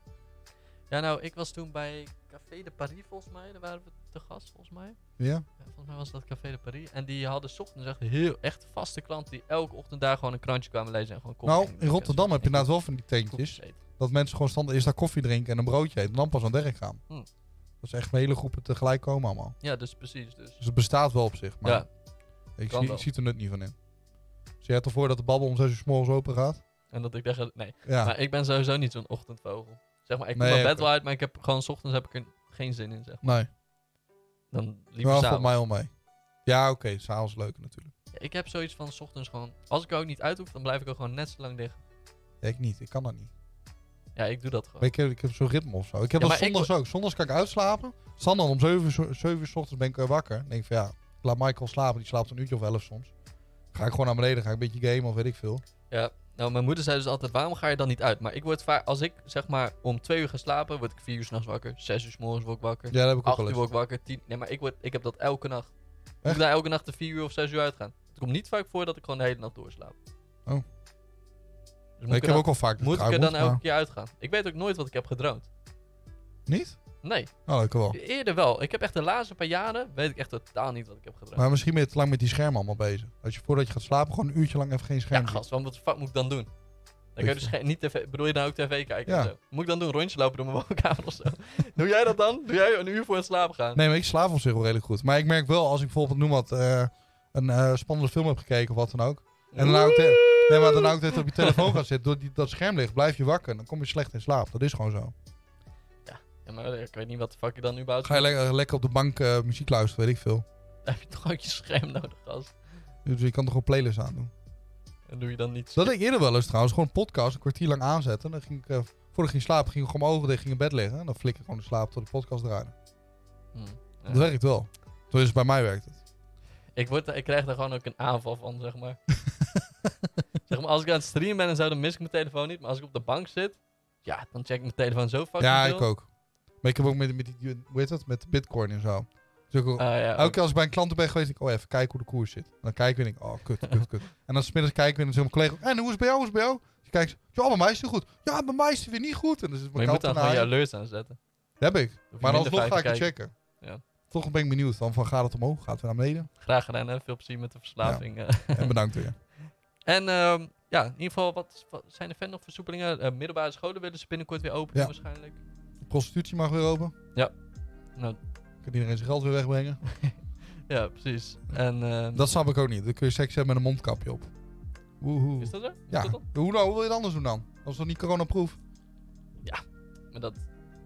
[SPEAKER 1] Ja, nou, ik was toen bij Café de Paris volgens mij. Daar waren we te gast volgens mij.
[SPEAKER 2] Ja?
[SPEAKER 1] Ja, volgens mij was dat Café de Paris. En die hadden 's ochtends echt heel echt vaste klanten die elke ochtend daar gewoon een krantje kwamen lezen en gewoon koffie
[SPEAKER 2] Nou,
[SPEAKER 1] gingen
[SPEAKER 2] in
[SPEAKER 1] drinken.
[SPEAKER 2] Rotterdam heb je inderdaad wel van die
[SPEAKER 1] Koffie
[SPEAKER 2] tentjes.
[SPEAKER 1] eten.
[SPEAKER 2] Dat mensen gewoon standaard eerst daar koffie drinken en een broodje eten. En dan pas aan het werk gaan.
[SPEAKER 1] Hm.
[SPEAKER 2] Dat is echt een hele groepen tegelijk komen allemaal.
[SPEAKER 1] Ja, dus precies. Dus.
[SPEAKER 2] Dus het bestaat wel op zich. Maar
[SPEAKER 1] ja,
[SPEAKER 2] ik,
[SPEAKER 1] kan
[SPEAKER 2] zie,
[SPEAKER 1] wel.
[SPEAKER 2] ik zie er nut niet van in. Dus jij hebt ervoor dat de babbel om 6 uur s morgens open gaat?
[SPEAKER 1] en dat ik dacht, nee.
[SPEAKER 2] Ja.
[SPEAKER 1] Maar ik ben sowieso niet zo'n ochtendvogel. Zeg maar, ik kom
[SPEAKER 2] Nee,
[SPEAKER 1] naar bed
[SPEAKER 2] oké.
[SPEAKER 1] wel uit, maar ik heb gewoon 's ochtends heb ik er geen zin in, zeg.
[SPEAKER 2] nee.
[SPEAKER 1] Dan liever
[SPEAKER 2] Nou, volgens
[SPEAKER 1] s'avonds.
[SPEAKER 2] mij wel mee. Ja, oké. S'avonds leuker natuurlijk.
[SPEAKER 1] Ja, ik heb zoiets van 's ochtends gewoon, als ik er ook niet uit hoef, dan blijf ik er gewoon net zo lang liggen.
[SPEAKER 2] Ja, ik niet. Ik kan dat niet.
[SPEAKER 1] Ja, ik doe dat gewoon.
[SPEAKER 2] Maar ik heb, ik heb zo'n ritme of zo. Ik heb
[SPEAKER 1] Ja,
[SPEAKER 2] dat
[SPEAKER 1] maar ik-
[SPEAKER 2] zondags ook. Zondags kan ik uitslapen. Standaard om 7 uur, zo- 7 uur 's ochtends ben ik eh, wakker. Dan denk ik van ja, ik laat Michael slapen. Die slaapt een uurtje of 11 soms. Ga ik gewoon naar beneden. Ga ik een beetje gamen of weet ik veel.
[SPEAKER 1] Ja, nou, mijn moeder zei dus altijd, waarom ga je dan niet uit? Maar ik word vaak, als ik zeg maar om twee uur ga slapen, word ik vier uur s'nachts wakker. Zes uur s morgens word ik wakker.
[SPEAKER 2] Ja, dat heb ik ook
[SPEAKER 1] Acht
[SPEAKER 2] wel
[SPEAKER 1] uur
[SPEAKER 2] eens.
[SPEAKER 1] word ik wakker, tien... Nee, maar ik, word, ik heb dat elke nacht. Ik
[SPEAKER 2] Echt?
[SPEAKER 1] moet daar elke nacht de vier uur of zes uur uitgaan. Het komt niet vaak voor dat ik gewoon de hele nacht doorslaap.
[SPEAKER 2] Oh.
[SPEAKER 1] Dus moet
[SPEAKER 2] Nee,
[SPEAKER 1] ik, er
[SPEAKER 2] ik heb
[SPEAKER 1] dan,
[SPEAKER 2] ook wel vaak dat
[SPEAKER 1] moet ik er
[SPEAKER 2] uit
[SPEAKER 1] dan
[SPEAKER 2] moet,
[SPEAKER 1] elke
[SPEAKER 2] maar-
[SPEAKER 1] keer uitgaan? Ik weet ook nooit wat ik heb gedroomd.
[SPEAKER 2] Niet?
[SPEAKER 1] Nee,
[SPEAKER 2] Nou, lekker wel.
[SPEAKER 1] eerder wel. Ik heb echt de laatste paar jaren, weet ik echt totaal niet wat ik heb gedroomd.
[SPEAKER 2] Maar misschien ben je te lang met die schermen allemaal bezig. Als je voordat je gaat slapen gewoon een uurtje lang even geen
[SPEAKER 1] Ja,
[SPEAKER 2] scherm ziet.
[SPEAKER 1] gast, want wat de fuck moet ik dan doen? Dan kun je dus geen- niet tv, bedoel je nou ook tv kijken
[SPEAKER 2] Ja.
[SPEAKER 1] en zo? Moet ik dan doen, rondje lopen door mijn woonkamer of zo? Doe jij dat dan? Doe jij een uur voor het slapen gaan?
[SPEAKER 2] Nee, maar ik slaap op zich wel redelijk goed. Maar ik merk wel, als ik bijvoorbeeld, noem wat, eh, een eh, spannende film heb gekeken of wat dan ook. En dan hou ik de- Nee, maar dan ook dat op je telefoon gaat zitten. Door die, dat schermlicht blijf je wakker. en Dan kom je slecht in slaap. Dat is gewoon zo.
[SPEAKER 1] Ja, maar ik weet niet wat de fuck je dan nu bouwt.
[SPEAKER 2] Ga je le- lekker op de bank eh, muziek luisteren, weet ik veel.
[SPEAKER 1] heb je toch ook je scherm nodig, gast?
[SPEAKER 2] Dus je kan toch gewoon playlist aandoen.
[SPEAKER 1] En doe je dan niet
[SPEAKER 2] Dat deed ik eerder wel eens trouwens. Gewoon een podcast een kwartier lang aanzetten. Dan ging ik, eh, voordat ik ging slapen, ging ik gewoon mijn ogen dicht, ging in bed liggen. En dan flik ik gewoon de slaap tot de podcast draaide.
[SPEAKER 1] Hm.
[SPEAKER 2] Dat werkt wel. Tenminste, bij mij werkt het.
[SPEAKER 1] Ik, word, ik krijg daar gewoon ook een aanval van, zeg maar. zeg maar, als ik aan het streamen ben en zo, dan mis ik mijn telefoon niet. Maar als ik op de bank zit, ja, dan check ik mijn telefoon zo fucking
[SPEAKER 2] ja,
[SPEAKER 1] veel.
[SPEAKER 2] ik ook. Maar ik heb ook met, met, die, hoe heet dat? Met bitcoin en zo. Dus ik ook-
[SPEAKER 1] Ah, ja,
[SPEAKER 2] elke keer als ik bij een klant ben geweest, denk ik, oh even kijken hoe de koers zit. En dan kijk ik en denk ik, oh kut, kut, kut. En dan smiddags kijk ik weer en dan zegt mijn collega, en hoe is het bij jou, hoe is het bij jou? Dus ik kijk, ze, ja, bij mij is het goed. Ja, bij mij is het weer niet goed. En dan zit
[SPEAKER 1] maar
[SPEAKER 2] mijn
[SPEAKER 1] je moet
[SPEAKER 2] kant
[SPEAKER 1] dan
[SPEAKER 2] aan
[SPEAKER 1] gewoon je
[SPEAKER 2] haar.
[SPEAKER 1] alerts aanzetten.
[SPEAKER 2] Heb ik.
[SPEAKER 1] Dan hoef je
[SPEAKER 2] Maar
[SPEAKER 1] minder
[SPEAKER 2] alsnog
[SPEAKER 1] vaak
[SPEAKER 2] ga
[SPEAKER 1] te
[SPEAKER 2] ik het
[SPEAKER 1] kijken.
[SPEAKER 2] checken.
[SPEAKER 1] Ja.
[SPEAKER 2] Toch ben ik benieuwd dan van gaat het omhoog, gaat het naar beneden?
[SPEAKER 1] Graag gedaan, hè. Veel plezier met de verslaving. eh.
[SPEAKER 2] en bedankt weer.
[SPEAKER 1] En ehm, ja, in ieder geval, wat, wat zijn er verder nog versoepelingen? Eh, middelbare scholen willen ze binnenkort weer openen
[SPEAKER 2] Ja.
[SPEAKER 1] waarschijnlijk.
[SPEAKER 2] De prostitutie mag weer open.
[SPEAKER 1] Ja. Nou.
[SPEAKER 2] Kan iedereen zijn geld weer wegbrengen.
[SPEAKER 1] Ja, precies. En ehm,
[SPEAKER 2] Dat snap ik ook niet. Dan kun je seks hebben met een mondkapje op. Woehoe.
[SPEAKER 1] is dat er? Is
[SPEAKER 2] Ja,
[SPEAKER 1] dat dan?
[SPEAKER 2] hoe, nou, hoe wil je het anders doen dan? Dat is toch niet coronaproof?
[SPEAKER 1] Maar dat,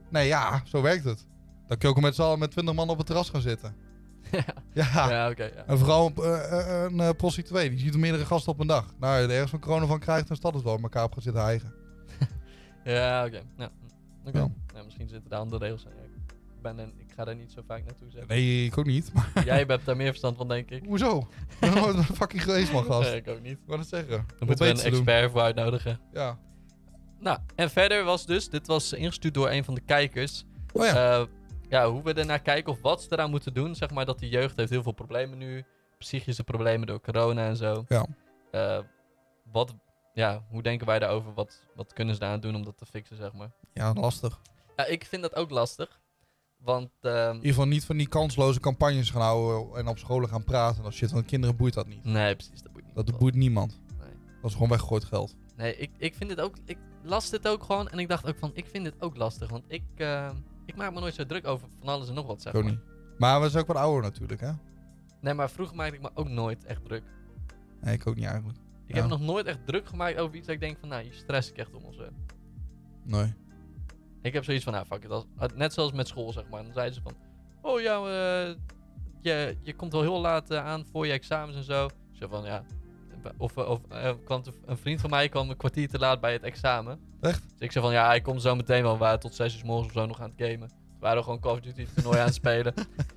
[SPEAKER 2] Nee, ja, zo werkt het. Dan kun je ook met z'n allen met 20 man op het terras gaan zitten. Ja.
[SPEAKER 1] ja, oké. ja.
[SPEAKER 2] En vooral een, eh, eh, een eh, prostituee, die ziet er meerdere gasten op een dag. Nou, als je ergens van corona van krijgt, dan staat het wel met elkaar op gaat zitten hijgen.
[SPEAKER 1] Ja, oké. Nou, oké.
[SPEAKER 2] Ja.
[SPEAKER 1] Nou, misschien zitten daar andere regels aan. Ja, ik, ben er- ik ga daar niet zo vaak naartoe zeggen.
[SPEAKER 2] Nee, ik ook niet. Maar
[SPEAKER 1] Jij hebt daar meer verstand van, denk ik.
[SPEAKER 2] hoezo? Ik ben nooit fucking geweest, man, gast.
[SPEAKER 1] Nee, ik ook niet.
[SPEAKER 2] Ik wou het zeggen. Wat
[SPEAKER 1] Dan moeten we een
[SPEAKER 2] beter te doen.
[SPEAKER 1] expert voor uitnodigen.
[SPEAKER 2] Ja.
[SPEAKER 1] Nou, en verder was dus, dit was ingestuurd door een van de kijkers.
[SPEAKER 2] Oh ja.
[SPEAKER 1] Eh, ja, hoe we ernaar kijken of wat ze eraan moeten doen. Zeg maar dat de jeugd heeft heel veel problemen nu. Psychische problemen door corona en zo.
[SPEAKER 2] Ja.
[SPEAKER 1] Eh, wat, ja, hoe denken wij daarover? Wat, wat kunnen ze daaraan doen om dat te fixen, zeg maar?
[SPEAKER 2] ja, lastig. In
[SPEAKER 1] Ja, ik vind dat ook lastig. Want ehm,
[SPEAKER 2] ieder geval niet van die kansloze campagnes gaan houden en op scholen gaan praten. Dat shit, want kinderen boeit dat niet.
[SPEAKER 1] Nee, precies. Dat moet niet.
[SPEAKER 2] Dat
[SPEAKER 1] kloppen.
[SPEAKER 2] boeit niemand.
[SPEAKER 1] Nee.
[SPEAKER 2] Dat is gewoon weggegooid geld.
[SPEAKER 1] Nee, ik, ik vind dit ook. Ik las dit ook gewoon en ik dacht ook van, ik vind dit ook lastig. Want ik, eh, ik maak me nooit zo druk over van alles en nog wat, zeg
[SPEAKER 2] Ik ook
[SPEAKER 1] maar.
[SPEAKER 2] niet. Maar we zijn ook wat ouder natuurlijk, hè?
[SPEAKER 1] Nee, maar vroeger maakte ik me ook nooit echt druk.
[SPEAKER 2] Nee, ik ook niet eigenlijk.
[SPEAKER 1] Ik
[SPEAKER 2] Ja.
[SPEAKER 1] heb me nog nooit echt druk gemaakt over iets dat ik denk van, nou, hier stress ik echt om of zo.
[SPEAKER 2] Nee.
[SPEAKER 1] Ik heb zoiets van, nou, fuck it. Als, eh, net zoals met school, zeg maar. Dan zeiden ze van, oh ja, eh, je, je komt wel heel laat eh, aan voor je examens en zo. Zo van, ja. Of, eh, of eh, kwam te- een vriend van mij kwam een kwartier te laat bij het examen.
[SPEAKER 2] Echt?
[SPEAKER 1] Dus ik zei van, ja, hij komt zo meteen wel. We waren tot zes uur 's morgens of zo nog aan het gamen. We waren gewoon Call of Duty toernooi aan het spelen.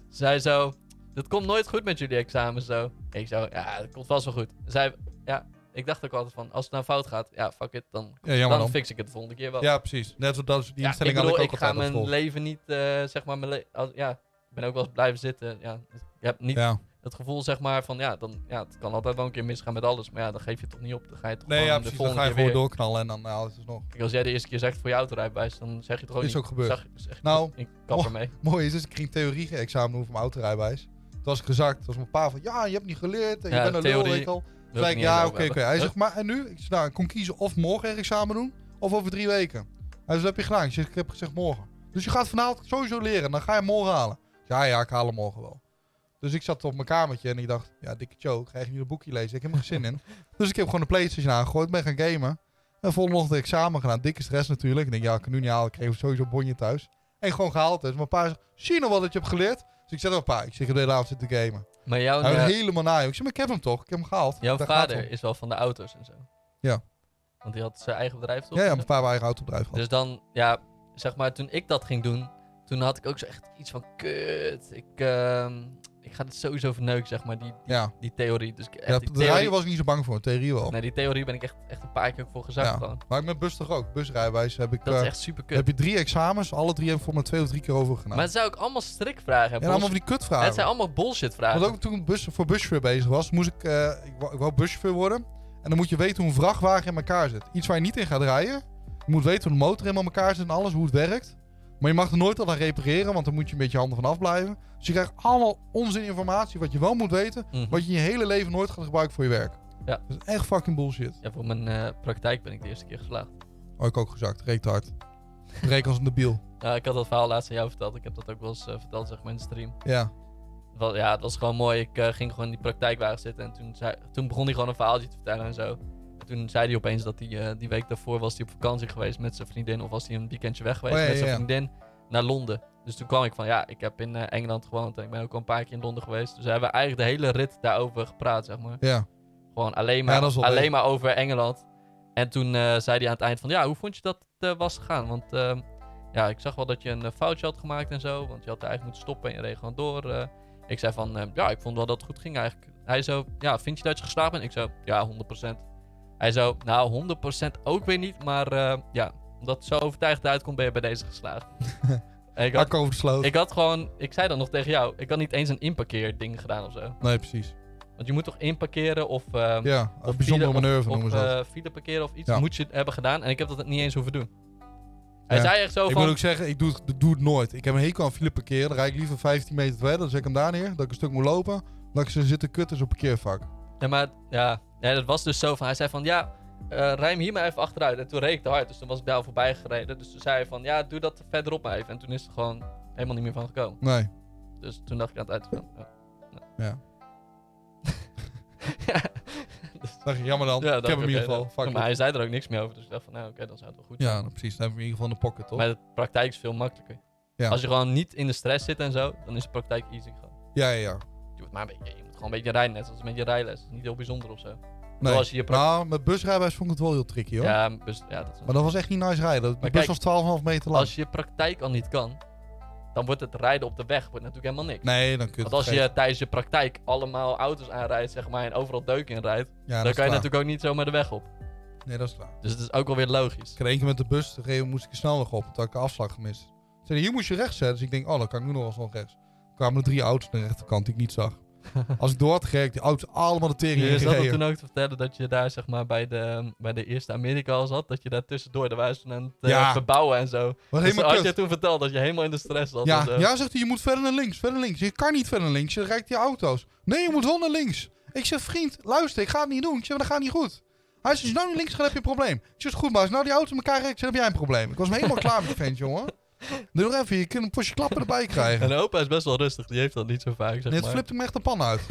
[SPEAKER 1] Zij zo, dat komt nooit goed met jullie examens zo. Ik zo, ja, dat komt vast wel goed. Zij, ja, ik dacht ook altijd van, als het nou fout gaat, ja, fuck it, dan,
[SPEAKER 2] Ja, jammer
[SPEAKER 1] dan,
[SPEAKER 2] dan.
[SPEAKER 1] fix ik het de volgende keer wel.
[SPEAKER 2] Ja, precies. Net zoals dat, die
[SPEAKER 1] Ja,
[SPEAKER 2] instelling
[SPEAKER 1] ik
[SPEAKER 2] had
[SPEAKER 1] bedoel,
[SPEAKER 2] ik ook
[SPEAKER 1] ga
[SPEAKER 2] altijd
[SPEAKER 1] mijn
[SPEAKER 2] op school.
[SPEAKER 1] leven niet, eh, zeg maar, mijn le- als, ja, ik ben ook wel eens blijven zitten. Ja, Dus je hebt niet,
[SPEAKER 2] Ja.
[SPEAKER 1] het gevoel zeg maar van ja, dan, ja, het kan altijd wel een keer misgaan met alles. Maar ja, dan geef je het toch niet op. Dan ga je toch
[SPEAKER 2] Nee,
[SPEAKER 1] gewoon
[SPEAKER 2] ja,
[SPEAKER 1] de
[SPEAKER 2] precies. Dan
[SPEAKER 1] volgende
[SPEAKER 2] ga je
[SPEAKER 1] keer
[SPEAKER 2] gewoon
[SPEAKER 1] weer.
[SPEAKER 2] doorknallen en dan nou, het is nog.
[SPEAKER 1] Kijk, als jij de eerste keer zegt voor je autorijbewijs, dan zeg je het gewoon
[SPEAKER 2] Is
[SPEAKER 1] niet.
[SPEAKER 2] ook gebeurd.
[SPEAKER 1] Zeg- zeg je
[SPEAKER 2] Nou,
[SPEAKER 1] toch, ik kap
[SPEAKER 2] oh.
[SPEAKER 1] ermee.
[SPEAKER 2] Mooi is dus, ik ging theorie-examen doen voor mijn autorijbewijs. Toen was ik gezakt. Toen was mijn pa van, ja, je hebt niet geleerd. En
[SPEAKER 1] Ja,
[SPEAKER 2] je bent een lul,
[SPEAKER 1] theorie
[SPEAKER 2] weet ik al.
[SPEAKER 1] Wil
[SPEAKER 2] Toen zei
[SPEAKER 1] ik
[SPEAKER 2] ik,
[SPEAKER 1] niet eens
[SPEAKER 2] ja,
[SPEAKER 1] over
[SPEAKER 2] oké, oké.
[SPEAKER 1] hebben.
[SPEAKER 2] Hij zegt, maar en nu? Ik zei, nou, ik kon kiezen of morgen er examen doen, of over drie weken. Hij zei, dat heb je gedaan. Ik zeg, ik heb gezegd morgen. Dus je gaat vanavond sowieso leren, dan ga je hem morgen halen. Ik zei, Ja, ja, ik haal hem morgen wel. Dus ik zat op mijn kamertje en ik dacht, ja, dikke joke, ga je nu een boekje lezen? Ik heb er geen zin in. Dus ik heb gewoon de Playstation aangegooid, ben gaan gamen. En volgende ochtend examen gedaan, dikke stress natuurlijk. Ik denk, ja, ik kan nu niet halen, ik kreeg sowieso een bonje thuis. En gewoon gehaald dus. Mijn pa zegt, zie je nog wel dat je hebt geleerd? Dus ik zei, oh pa, ik zeg, de hele avond zitten gamen.
[SPEAKER 1] Maar jouw,
[SPEAKER 2] Hij
[SPEAKER 1] eh,
[SPEAKER 2] was helemaal na. joh. Ik zei, maar ik heb hem toch? Ik heb hem gehaald.
[SPEAKER 1] jouw
[SPEAKER 2] Daar gaat
[SPEAKER 1] vader
[SPEAKER 2] het
[SPEAKER 1] is wel van de auto's en zo.
[SPEAKER 2] Ja.
[SPEAKER 1] Want die had zijn eigen bedrijf
[SPEAKER 2] om.
[SPEAKER 1] toch?
[SPEAKER 2] Ja, ja, mijn pa heeft eigen autobedrijf gehad.
[SPEAKER 1] Dus dan, ja, zeg maar, toen ik dat ging doen, toen had ik ook zo echt iets van, kut, ik, ehm, ik ga dit sowieso verneuken, zeg maar, die,
[SPEAKER 2] ja.
[SPEAKER 1] die theorie. Dus ik- echt
[SPEAKER 2] ja
[SPEAKER 1] die
[SPEAKER 2] de
[SPEAKER 1] theorie,
[SPEAKER 2] rijden was ik niet zo bang voor, theorie wel.
[SPEAKER 1] nee, die theorie ben ik echt, echt een paar keer voor gezakt
[SPEAKER 2] Ja.
[SPEAKER 1] gewoon.
[SPEAKER 2] Maar ik met bus toch ook. Busrijbewijs heb ik...
[SPEAKER 1] Dat is
[SPEAKER 2] eh,
[SPEAKER 1] echt super kut.
[SPEAKER 2] heb je drie examens, alle drie heb ik voor me twee of drie keer overgenomen.
[SPEAKER 1] Maar het zijn ook allemaal strikvragen. hè,
[SPEAKER 2] en allemaal
[SPEAKER 1] bullshit-
[SPEAKER 2] van die
[SPEAKER 1] het
[SPEAKER 2] kutvragen.
[SPEAKER 1] zijn allemaal bullshit vragen.
[SPEAKER 2] Want ook toen ik bus, voor buschauffeur bezig was, moest ik, eh, ik, wou, ik wou buschauffeur worden. En dan moet je weten hoe een vrachtwagen in elkaar zit. Iets waar je niet in gaat rijden. Je moet weten hoe de motor in elkaar zit en alles, hoe het werkt. Maar je mag er nooit al aan repareren, want dan moet je een beetje handen van afblijven. Dus je krijgt allemaal onzin informatie wat je wel moet weten,
[SPEAKER 1] Mhm.
[SPEAKER 2] wat je in je hele leven nooit gaat gebruiken voor je werk.
[SPEAKER 1] Ja.
[SPEAKER 2] Dat is echt fucking bullshit.
[SPEAKER 1] Ja, voor mijn eh, praktijk ben ik de eerste keer geslaagd.
[SPEAKER 2] Oh, ik ook gezakt. Reek te hard. Reek als een debiel.
[SPEAKER 1] Nou, ik had dat verhaal laatst aan jou verteld. Ik heb dat ook wel eens eh, verteld, zeg maar, in de stream.
[SPEAKER 2] Ja.
[SPEAKER 1] Het was- ja, het was gewoon mooi. Ik eh, ging gewoon in die praktijkwagen zitten. En toen, zei, toen begon hij gewoon een verhaaltje te vertellen en zo. En toen zei hij opeens dat hij eh, die week daarvoor was hij op vakantie geweest met zijn vriendin. Of was hij een weekendje weg geweest
[SPEAKER 2] Oh, ja,
[SPEAKER 1] met
[SPEAKER 2] ja,
[SPEAKER 1] zijn
[SPEAKER 2] ja.
[SPEAKER 1] vriendin naar Londen. Dus toen kwam ik van, ja, ik heb in eh, Engeland gewoond. En ik ben ook al een paar keer in Londen geweest. Dus we hebben eigenlijk de hele rit daarover gepraat, zeg maar.
[SPEAKER 2] Ja.
[SPEAKER 1] Gewoon alleen maar,
[SPEAKER 2] dat is wel leuk.
[SPEAKER 1] alleen maar over Engeland. En toen eh, zei hij aan het eind van... Ja, hoe vond je dat het eh, was gegaan? Want ehm, ja, ik zag wel dat je een eh, foutje had gemaakt en zo. Want je had eigenlijk moeten stoppen en je reed gewoon door. eh. ik zei van... eh, ja, ik vond wel dat het goed ging eigenlijk. Hij zo... Ja, vind je dat je geslaagd bent? Ik zo... Ja, 100%. Hij zo... Nou, 100% ook weer niet. Maar eh, ja, omdat het zo overtuigd uitkomt... ben je bij deze geslaagd. En ik, had,
[SPEAKER 2] Hak over de sloot.
[SPEAKER 1] ik had gewoon... Ik zei dat nog tegen jou. Ik had niet eens een inparkeerding gedaan of zo.
[SPEAKER 2] Nee, precies.
[SPEAKER 1] Want je moet toch inparkeren of... ehm,
[SPEAKER 2] Ja. Een bijzondere
[SPEAKER 1] file-
[SPEAKER 2] manoeuvre
[SPEAKER 1] of-
[SPEAKER 2] noemen ze
[SPEAKER 1] of,
[SPEAKER 2] dat.
[SPEAKER 1] eh, file parkeren of iets
[SPEAKER 2] Ja.
[SPEAKER 1] moet je hebben gedaan. En ik heb dat niet eens hoeven doen. Hij
[SPEAKER 2] Ja.
[SPEAKER 1] zei echt zo
[SPEAKER 2] Ik
[SPEAKER 1] van...
[SPEAKER 2] moet ook zeggen, ik doe het, doe het nooit. Ik heb een hekel aan file parkeren. Dan rijd ik liever 15 meter verder. Dan zet ik hem daar neer. Dat ik een stuk moet lopen. Dat ik ze zitten kutten op parkeervak.
[SPEAKER 1] Ja, maar ja. ja, dat was dus zo van... Hij zei van, ja, eh rij hem hier maar even achteruit. En toen reed ik te hard, dus toen was ik daar al voorbij gereden. Dus toen zei hij van, ja, doe dat verderop maar even. En toen is er gewoon helemaal niet meer van gekomen.
[SPEAKER 2] Nee.
[SPEAKER 1] Dus toen dacht ik aan het uitgaan. Ja.
[SPEAKER 2] Ja.
[SPEAKER 1] ja,
[SPEAKER 2] Dacht ik, jammer dan.
[SPEAKER 1] ja,
[SPEAKER 2] ik heb hem in ieder geval. Fuck
[SPEAKER 1] Maar
[SPEAKER 2] it.
[SPEAKER 1] hij zei er ook niks meer over, dus ik dacht van, nou oké, dan zou het wel goed zijn.
[SPEAKER 2] Ja, nou, precies. Dan heb ik hem in ieder geval in de pocket, toch?
[SPEAKER 1] maar de praktijk is veel makkelijker.
[SPEAKER 2] Ja.
[SPEAKER 1] Als je gewoon niet in de stress zit en zo, dan is de praktijk easy gewoon.
[SPEAKER 2] Ja, ja, ja.
[SPEAKER 1] Je moet, maar een beetje, je moet gewoon een beetje rijden, net als met je rijles. Het is niet heel bijzonder of zo.
[SPEAKER 2] Nee.
[SPEAKER 1] als je je pra-
[SPEAKER 2] Nou, met busrijbewijs vond ik het wel heel tricky, hoor.
[SPEAKER 1] Ja, dus- ja, dat is
[SPEAKER 2] Maar dat was echt niet nice rijden. De
[SPEAKER 1] Maar
[SPEAKER 2] bus
[SPEAKER 1] kijk,
[SPEAKER 2] was 12,5 meter lang.
[SPEAKER 1] Als je je praktijk al niet kan, dan wordt het rijden op de weg wordt natuurlijk helemaal niks.
[SPEAKER 2] Nee, dan kun je
[SPEAKER 1] Want
[SPEAKER 2] het
[SPEAKER 1] als
[SPEAKER 2] vergeten.
[SPEAKER 1] je tijdens je praktijk allemaal auto's aanrijdt, zeg maar, en overal deuk in rijdt,
[SPEAKER 2] Ja,
[SPEAKER 1] dan
[SPEAKER 2] dat
[SPEAKER 1] kan
[SPEAKER 2] is
[SPEAKER 1] je
[SPEAKER 2] waar.
[SPEAKER 1] natuurlijk ook niet zomaar de weg op.
[SPEAKER 2] Nee, dat is waar.
[SPEAKER 1] Dus het is ook wel weer logisch.
[SPEAKER 2] Ik had één keer met de bus, toen reed- moest ik een snelweg op, toen had ik een afslag gemist. Ze zeiden, hier moest je rechts zetten. Dus ik denk, oh, dan kan ik nu nog wel snel rechts. Er kwamen er drie auto's aan de rechterkant die ik niet zag. Als ik door had gereden, die auto's allemaal de tering
[SPEAKER 1] Je zat er
[SPEAKER 2] ingereden.
[SPEAKER 1] toen ook te vertellen dat je daar zeg maar, bij, de, bij de eerste Amerika al zat. Dat je daar tussendoor, daar waren ze toen aan het eh,
[SPEAKER 2] Ja.
[SPEAKER 1] verbouwen en zo.
[SPEAKER 2] Wat
[SPEAKER 1] Dus
[SPEAKER 2] helemaal
[SPEAKER 1] had
[SPEAKER 2] kut.
[SPEAKER 1] je toen verteld dat je helemaal in de stress zat. en
[SPEAKER 2] Ja,
[SPEAKER 1] zo.
[SPEAKER 2] ja, zegt hij, je moet verder naar links, verder naar links. Je kan niet verder naar links, je rijdt die auto's. Nee, je moet wel naar links. Ik zeg, vriend, luister, ik ga het niet doen. Ik zeg, maar dat gaat niet goed. Hij zegt, als je nou naar links gaat, heb je een probleem. Ik zeg, is goed, maar als nou die auto's in elkaar rijden, dan heb jij een probleem. Ik was me helemaal klaar met die vent, jongen. Doe nog even, je kunt een postje klappen erbij krijgen.
[SPEAKER 1] En de opa is best wel rustig, die heeft dat niet zo vaak. Zeg
[SPEAKER 2] Dit
[SPEAKER 1] maar.
[SPEAKER 2] flipt hem echt de pan uit.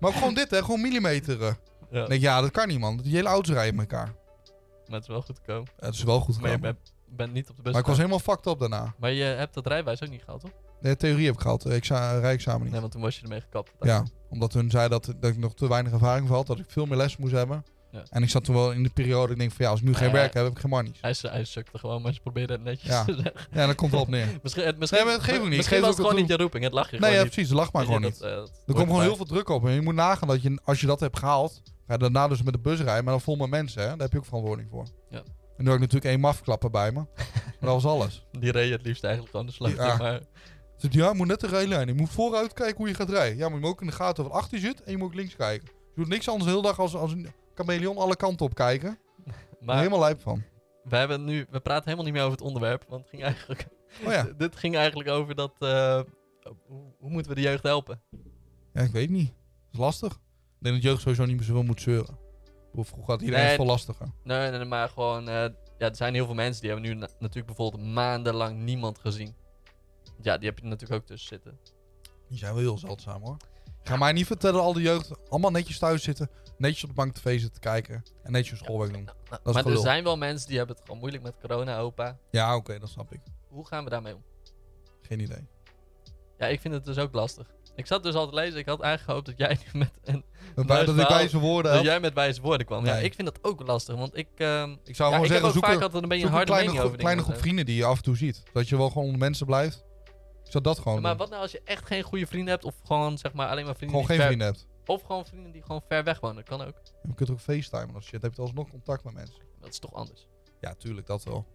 [SPEAKER 2] maar ook gewoon dit, hè? Gewoon millimeteren.
[SPEAKER 1] Ja.
[SPEAKER 2] Ik denk, ja, dat kan niet, man. Die hele auto's rijden met elkaar.
[SPEAKER 1] Maar het is wel goed te komen.
[SPEAKER 2] Ja, het is wel goed
[SPEAKER 1] Maar je
[SPEAKER 2] gekomen. Maar,
[SPEAKER 1] bent, bent niet op de bus.
[SPEAKER 2] ik was helemaal fucked up daarna.
[SPEAKER 1] Maar je hebt dat rijbewijs ook niet gehad, toch?
[SPEAKER 2] De theorie heb ik gehad, eh, exa- rijexamen niet.
[SPEAKER 1] Nee, want toen was je ermee gekapt.
[SPEAKER 2] ja, omdat hun zei dat, dat ik nog te weinig ervaring had, dat ik veel meer les moest hebben.
[SPEAKER 1] Ja.
[SPEAKER 2] En ik zat toen wel in de periode, ik denk van ja, als ik nu geen
[SPEAKER 1] Ja.
[SPEAKER 2] werk heb, heb ik geen money's.
[SPEAKER 1] Hij, su- hij sukte gewoon, maar ze probeerde het netjes
[SPEAKER 2] Ja.
[SPEAKER 1] te zeggen.
[SPEAKER 2] Ja, dat komt erop neer.
[SPEAKER 1] Misschien, het, misschien,
[SPEAKER 2] Nee, maar dat geeft ook niet.
[SPEAKER 1] Misschien
[SPEAKER 2] Geef
[SPEAKER 1] was het
[SPEAKER 2] ook
[SPEAKER 1] gewoon
[SPEAKER 2] wat
[SPEAKER 1] niet je roeping, het lag je
[SPEAKER 2] Nee,
[SPEAKER 1] gewoon
[SPEAKER 2] ja,
[SPEAKER 1] niet.
[SPEAKER 2] precies, dat lag maar gewoon
[SPEAKER 1] Weet
[SPEAKER 2] niet.
[SPEAKER 1] je, dat, eh, dat
[SPEAKER 2] Er
[SPEAKER 1] hoort
[SPEAKER 2] komt gewoon heel
[SPEAKER 1] erbij.
[SPEAKER 2] veel druk op. En je moet nagaan dat je, als je dat hebt gehaald, ga je daarna dus met de bus rijden, maar dan vol met mensen, hè? daar heb je ook verantwoording voor.
[SPEAKER 1] Ja.
[SPEAKER 2] En nu had ik natuurlijk één mafklapper bij me. maar dat was alles.
[SPEAKER 1] Die reed het liefst eigenlijk gewoon de sleutel,
[SPEAKER 2] Ja.
[SPEAKER 1] maar...
[SPEAKER 2] Zegt hij, ja, je moet net de rijlijn. Je moet vooruit kijken hoe je gaat rijden. Ja, maar je moet ook in de gaten wat achter je zit en je moet ook links kijken. Je doet niks anders de hele dag als, als een chameleon alle kanten op kijken.
[SPEAKER 1] Maar
[SPEAKER 2] Helemaal lijp van.
[SPEAKER 1] we, hebben nu, we praten helemaal niet meer over het onderwerp. Want het ging eigenlijk,
[SPEAKER 2] Oh ja.
[SPEAKER 1] dit ging eigenlijk over dat. eh, hoe, hoe moeten we de jeugd helpen?
[SPEAKER 2] ja, ik weet niet. Dat is lastig. Ik denk dat jeugd sowieso niet meer zoveel moet zeuren. Ik bedoel, Vroeger had iedereen
[SPEAKER 1] Nee.
[SPEAKER 2] het veel lastiger.
[SPEAKER 1] Nee, nee, nee, maar gewoon. eh, ja, er zijn heel veel mensen die hebben nu na- natuurlijk bijvoorbeeld maandenlang niemand gezien. Ja, die heb je er natuurlijk ook tussen zitten.
[SPEAKER 2] Die zijn wel heel zeldzaam hoor. Ga mij niet vertellen dat al die jeugd allemaal netjes thuis zitten, netjes op de bank tv zitten kijken en netjes hun schoolwerk doen.
[SPEAKER 1] Maar,
[SPEAKER 2] is
[SPEAKER 1] maar er
[SPEAKER 2] gelul.
[SPEAKER 1] zijn wel mensen die hebben het gewoon moeilijk met corona, opa.
[SPEAKER 2] Ja, oké, dat snap ik.
[SPEAKER 1] Hoe gaan we daarmee om?
[SPEAKER 2] Geen idee.
[SPEAKER 1] Ja, ik vind het dus ook lastig. Ik zat dus al te lezen. Ik had eigenlijk gehoopt dat jij nu met een,
[SPEAKER 2] Maar bij- dat ik
[SPEAKER 1] verhaal.
[SPEAKER 2] wijze woorden
[SPEAKER 1] dat
[SPEAKER 2] heb.
[SPEAKER 1] jij met wijze woorden kwam. Ja,
[SPEAKER 2] Nee.
[SPEAKER 1] ik vind dat ook lastig, want ik. ehm,
[SPEAKER 2] Ik
[SPEAKER 1] ja,
[SPEAKER 2] zou gewoon
[SPEAKER 1] ik heb
[SPEAKER 2] zeggen,
[SPEAKER 1] ook
[SPEAKER 2] zoek,
[SPEAKER 1] vaak
[SPEAKER 2] een,
[SPEAKER 1] altijd een beetje
[SPEAKER 2] zoek
[SPEAKER 1] een harde
[SPEAKER 2] een kleine,
[SPEAKER 1] mening
[SPEAKER 2] groep,
[SPEAKER 1] over dingen. eh.
[SPEAKER 2] kleine groep vrienden die je af en toe ziet. Dat je wel gewoon onder mensen blijft. Ik zou dat gewoon
[SPEAKER 1] Ja, maar
[SPEAKER 2] doen.
[SPEAKER 1] wat nou als je echt geen goede vrienden hebt, of gewoon zeg maar alleen maar vrienden
[SPEAKER 2] Gewoon
[SPEAKER 1] die
[SPEAKER 2] geen
[SPEAKER 1] ver-
[SPEAKER 2] vrienden hebt.
[SPEAKER 1] Of gewoon vrienden die gewoon ver weg wonen, dat kan ook.
[SPEAKER 2] Je kunt ook facetimen of shit. Heb je alsnog contact met mensen.
[SPEAKER 1] Dat is toch anders.
[SPEAKER 2] Ja, tuurlijk, dat wel.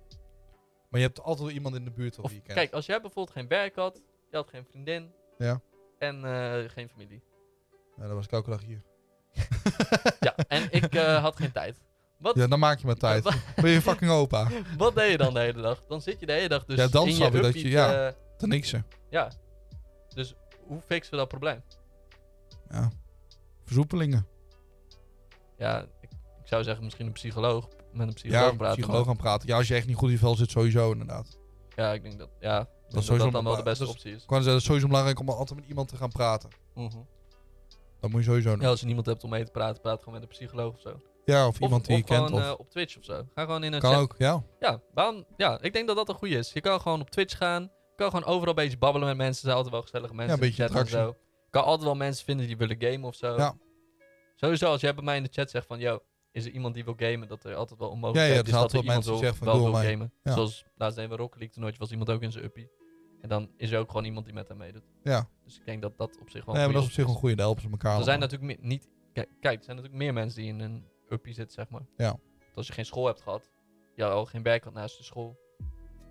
[SPEAKER 2] Maar je hebt altijd wel iemand in de buurt of
[SPEAKER 1] Of,
[SPEAKER 2] die je kent.
[SPEAKER 1] kijk, als jij bijvoorbeeld geen werk had, je had geen vriendin.
[SPEAKER 2] Ja.
[SPEAKER 1] En eh, geen familie.
[SPEAKER 2] Ja, dan was ik elke dag hier.
[SPEAKER 1] Ja, en ik eh, had geen tijd. Wat,
[SPEAKER 2] Ja, dan maak je maar tijd.
[SPEAKER 1] wa-
[SPEAKER 2] Ben je fucking opa?
[SPEAKER 1] wat deed je dan de hele dag? Dan zit je de hele dag dus
[SPEAKER 2] Ja, dan
[SPEAKER 1] in je
[SPEAKER 2] snap ik dat je-
[SPEAKER 1] uppie te-
[SPEAKER 2] ja. Ten nikse.
[SPEAKER 1] ja. Dus hoe fixen we dat probleem?
[SPEAKER 2] Ja. Versoepelingen.
[SPEAKER 1] Ja, ik, ik zou zeggen misschien een psycholoog. Met een
[SPEAKER 2] Ja,
[SPEAKER 1] psycholoog
[SPEAKER 2] met
[SPEAKER 1] praten.
[SPEAKER 2] psycholoog
[SPEAKER 1] maar-
[SPEAKER 2] gaan praten. Ja, als je echt niet goed in je vel zit, sowieso inderdaad.
[SPEAKER 1] Ja, ik denk dat ja, ik denk dat,
[SPEAKER 2] sowieso
[SPEAKER 1] dat dan wel de
[SPEAKER 2] een-
[SPEAKER 1] beste
[SPEAKER 2] dat is-
[SPEAKER 1] optie is.
[SPEAKER 2] Ik kan zeggen, het is sowieso belangrijk om altijd met iemand te gaan praten.
[SPEAKER 1] Mhm.
[SPEAKER 2] Dat moet je sowieso doen.
[SPEAKER 1] Ja,
[SPEAKER 2] Ja,
[SPEAKER 1] als je niemand hebt om mee te praten, praat gewoon met een psycholoog of zo.
[SPEAKER 2] of iemand die je
[SPEAKER 1] gewoon,
[SPEAKER 2] kent. Of,
[SPEAKER 1] eh, op Twitch of zo. Ga gewoon in een
[SPEAKER 2] kan
[SPEAKER 1] chat.
[SPEAKER 2] ook, ja.
[SPEAKER 1] Ja, waarom? ja, ik denk dat dat een goede is. Je kan gewoon op Twitch gaan. Je kan gewoon overal een beetje babbelen met mensen. Er zijn altijd wel gezellige mensen.
[SPEAKER 2] Ja, een
[SPEAKER 1] in de
[SPEAKER 2] beetje
[SPEAKER 1] chat en zo. Je kan altijd wel mensen vinden die willen gamen of zo.
[SPEAKER 2] Ja.
[SPEAKER 1] Sowieso, als jij bij mij in de chat zegt van... Yo, is er iemand die wil gamen? Dat er altijd wel
[SPEAKER 2] Ja,
[SPEAKER 1] onmogelijk
[SPEAKER 2] ja,
[SPEAKER 1] is
[SPEAKER 2] er zijn
[SPEAKER 1] dat er
[SPEAKER 2] altijd wel
[SPEAKER 1] iemand
[SPEAKER 2] mensen
[SPEAKER 1] wil,
[SPEAKER 2] die zeggen van,
[SPEAKER 1] wel
[SPEAKER 2] doe
[SPEAKER 1] wil
[SPEAKER 2] maar.
[SPEAKER 1] gamen.
[SPEAKER 2] Ja.
[SPEAKER 1] Zoals laatst deden we Rocket League toernooitje. Was iemand ook in zijn uppie. En dan is er ook gewoon iemand die met hem meedoet.
[SPEAKER 2] Ja.
[SPEAKER 1] Dus ik denk dat dat op zich wel
[SPEAKER 2] Nee, maar
[SPEAKER 1] een
[SPEAKER 2] dat is
[SPEAKER 1] goede
[SPEAKER 2] op zich een
[SPEAKER 1] optie
[SPEAKER 2] goede. Daar helpen ze elkaar.
[SPEAKER 1] er zijn
[SPEAKER 2] allemaal.
[SPEAKER 1] natuurlijk meer, niet. Kijk, kijk, er zijn natuurlijk meer mensen die in een uppie zitten, zeg maar.
[SPEAKER 2] Ja.
[SPEAKER 1] Want als je geen school hebt gehad, ja, al geen werk had naast je school,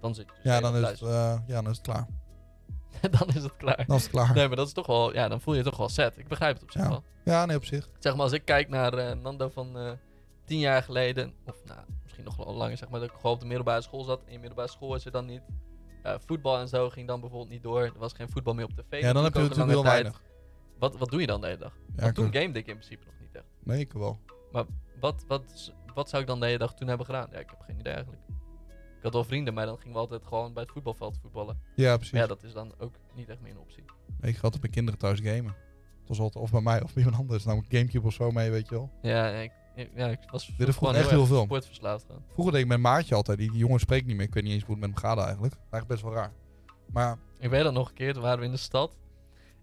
[SPEAKER 1] dan zit je. dus
[SPEAKER 2] ja,
[SPEAKER 1] de
[SPEAKER 2] dan
[SPEAKER 1] hele
[SPEAKER 2] is
[SPEAKER 1] dag
[SPEAKER 2] het, eh, ja, dan is het klaar.
[SPEAKER 1] thuis. dan is het klaar.
[SPEAKER 2] Dan is het klaar.
[SPEAKER 1] Nee, maar dat is toch wel. Ja, dan voel je je toch wel set. Ik begrijp het op zich
[SPEAKER 2] Ja.
[SPEAKER 1] wel.
[SPEAKER 2] Ja, nee, op zich.
[SPEAKER 1] Zeg maar, als ik kijk naar eh, Nando van eh, tien jaar geleden, of nou, misschien nog wel langer, zeg maar, dat ik gewoon op de middelbare school zat. En je middelbare school is er dan niet. Eh, voetbal en zo ging dan bijvoorbeeld niet door. Er was geen voetbal meer op tv.
[SPEAKER 2] Ja, dan heb je
[SPEAKER 1] ook een
[SPEAKER 2] natuurlijk heel
[SPEAKER 1] lange tijd.
[SPEAKER 2] weinig.
[SPEAKER 1] Wat, wat doe je dan de hele dag?
[SPEAKER 2] Ja,
[SPEAKER 1] Want toen
[SPEAKER 2] ik,
[SPEAKER 1] gamede ik in principe nog niet echt.
[SPEAKER 2] nee, ik wel.
[SPEAKER 1] Wat, wat, wat zou ik dan de hele dag toen hebben gedaan? Ja, ik heb geen idee eigenlijk. Ik had wel vrienden, maar dan gingen we altijd gewoon bij het voetbalveld voetballen.
[SPEAKER 2] Ja, precies.
[SPEAKER 1] Maar ja, dat is dan ook niet echt meer een optie.
[SPEAKER 2] Nee, ik ga altijd bij kinderen thuis gamen. Het was altijd of bij mij of bij iemand anders. Namelijk Gamecube of zo mee, weet je wel.
[SPEAKER 1] Ja, ik, ik- ja, ik was
[SPEAKER 2] Dit vroeger echt
[SPEAKER 1] erg
[SPEAKER 2] heel veel.
[SPEAKER 1] sportverslaafd gewoon.
[SPEAKER 2] Vroeger deed ik met Maatje altijd. Die, die jongen spreekt niet meer. Ik weet niet eens hoe het met hem gaat eigenlijk. Eigenlijk best wel raar. Maar
[SPEAKER 1] Ik weet dat nog een keer, toen waren we in de stad.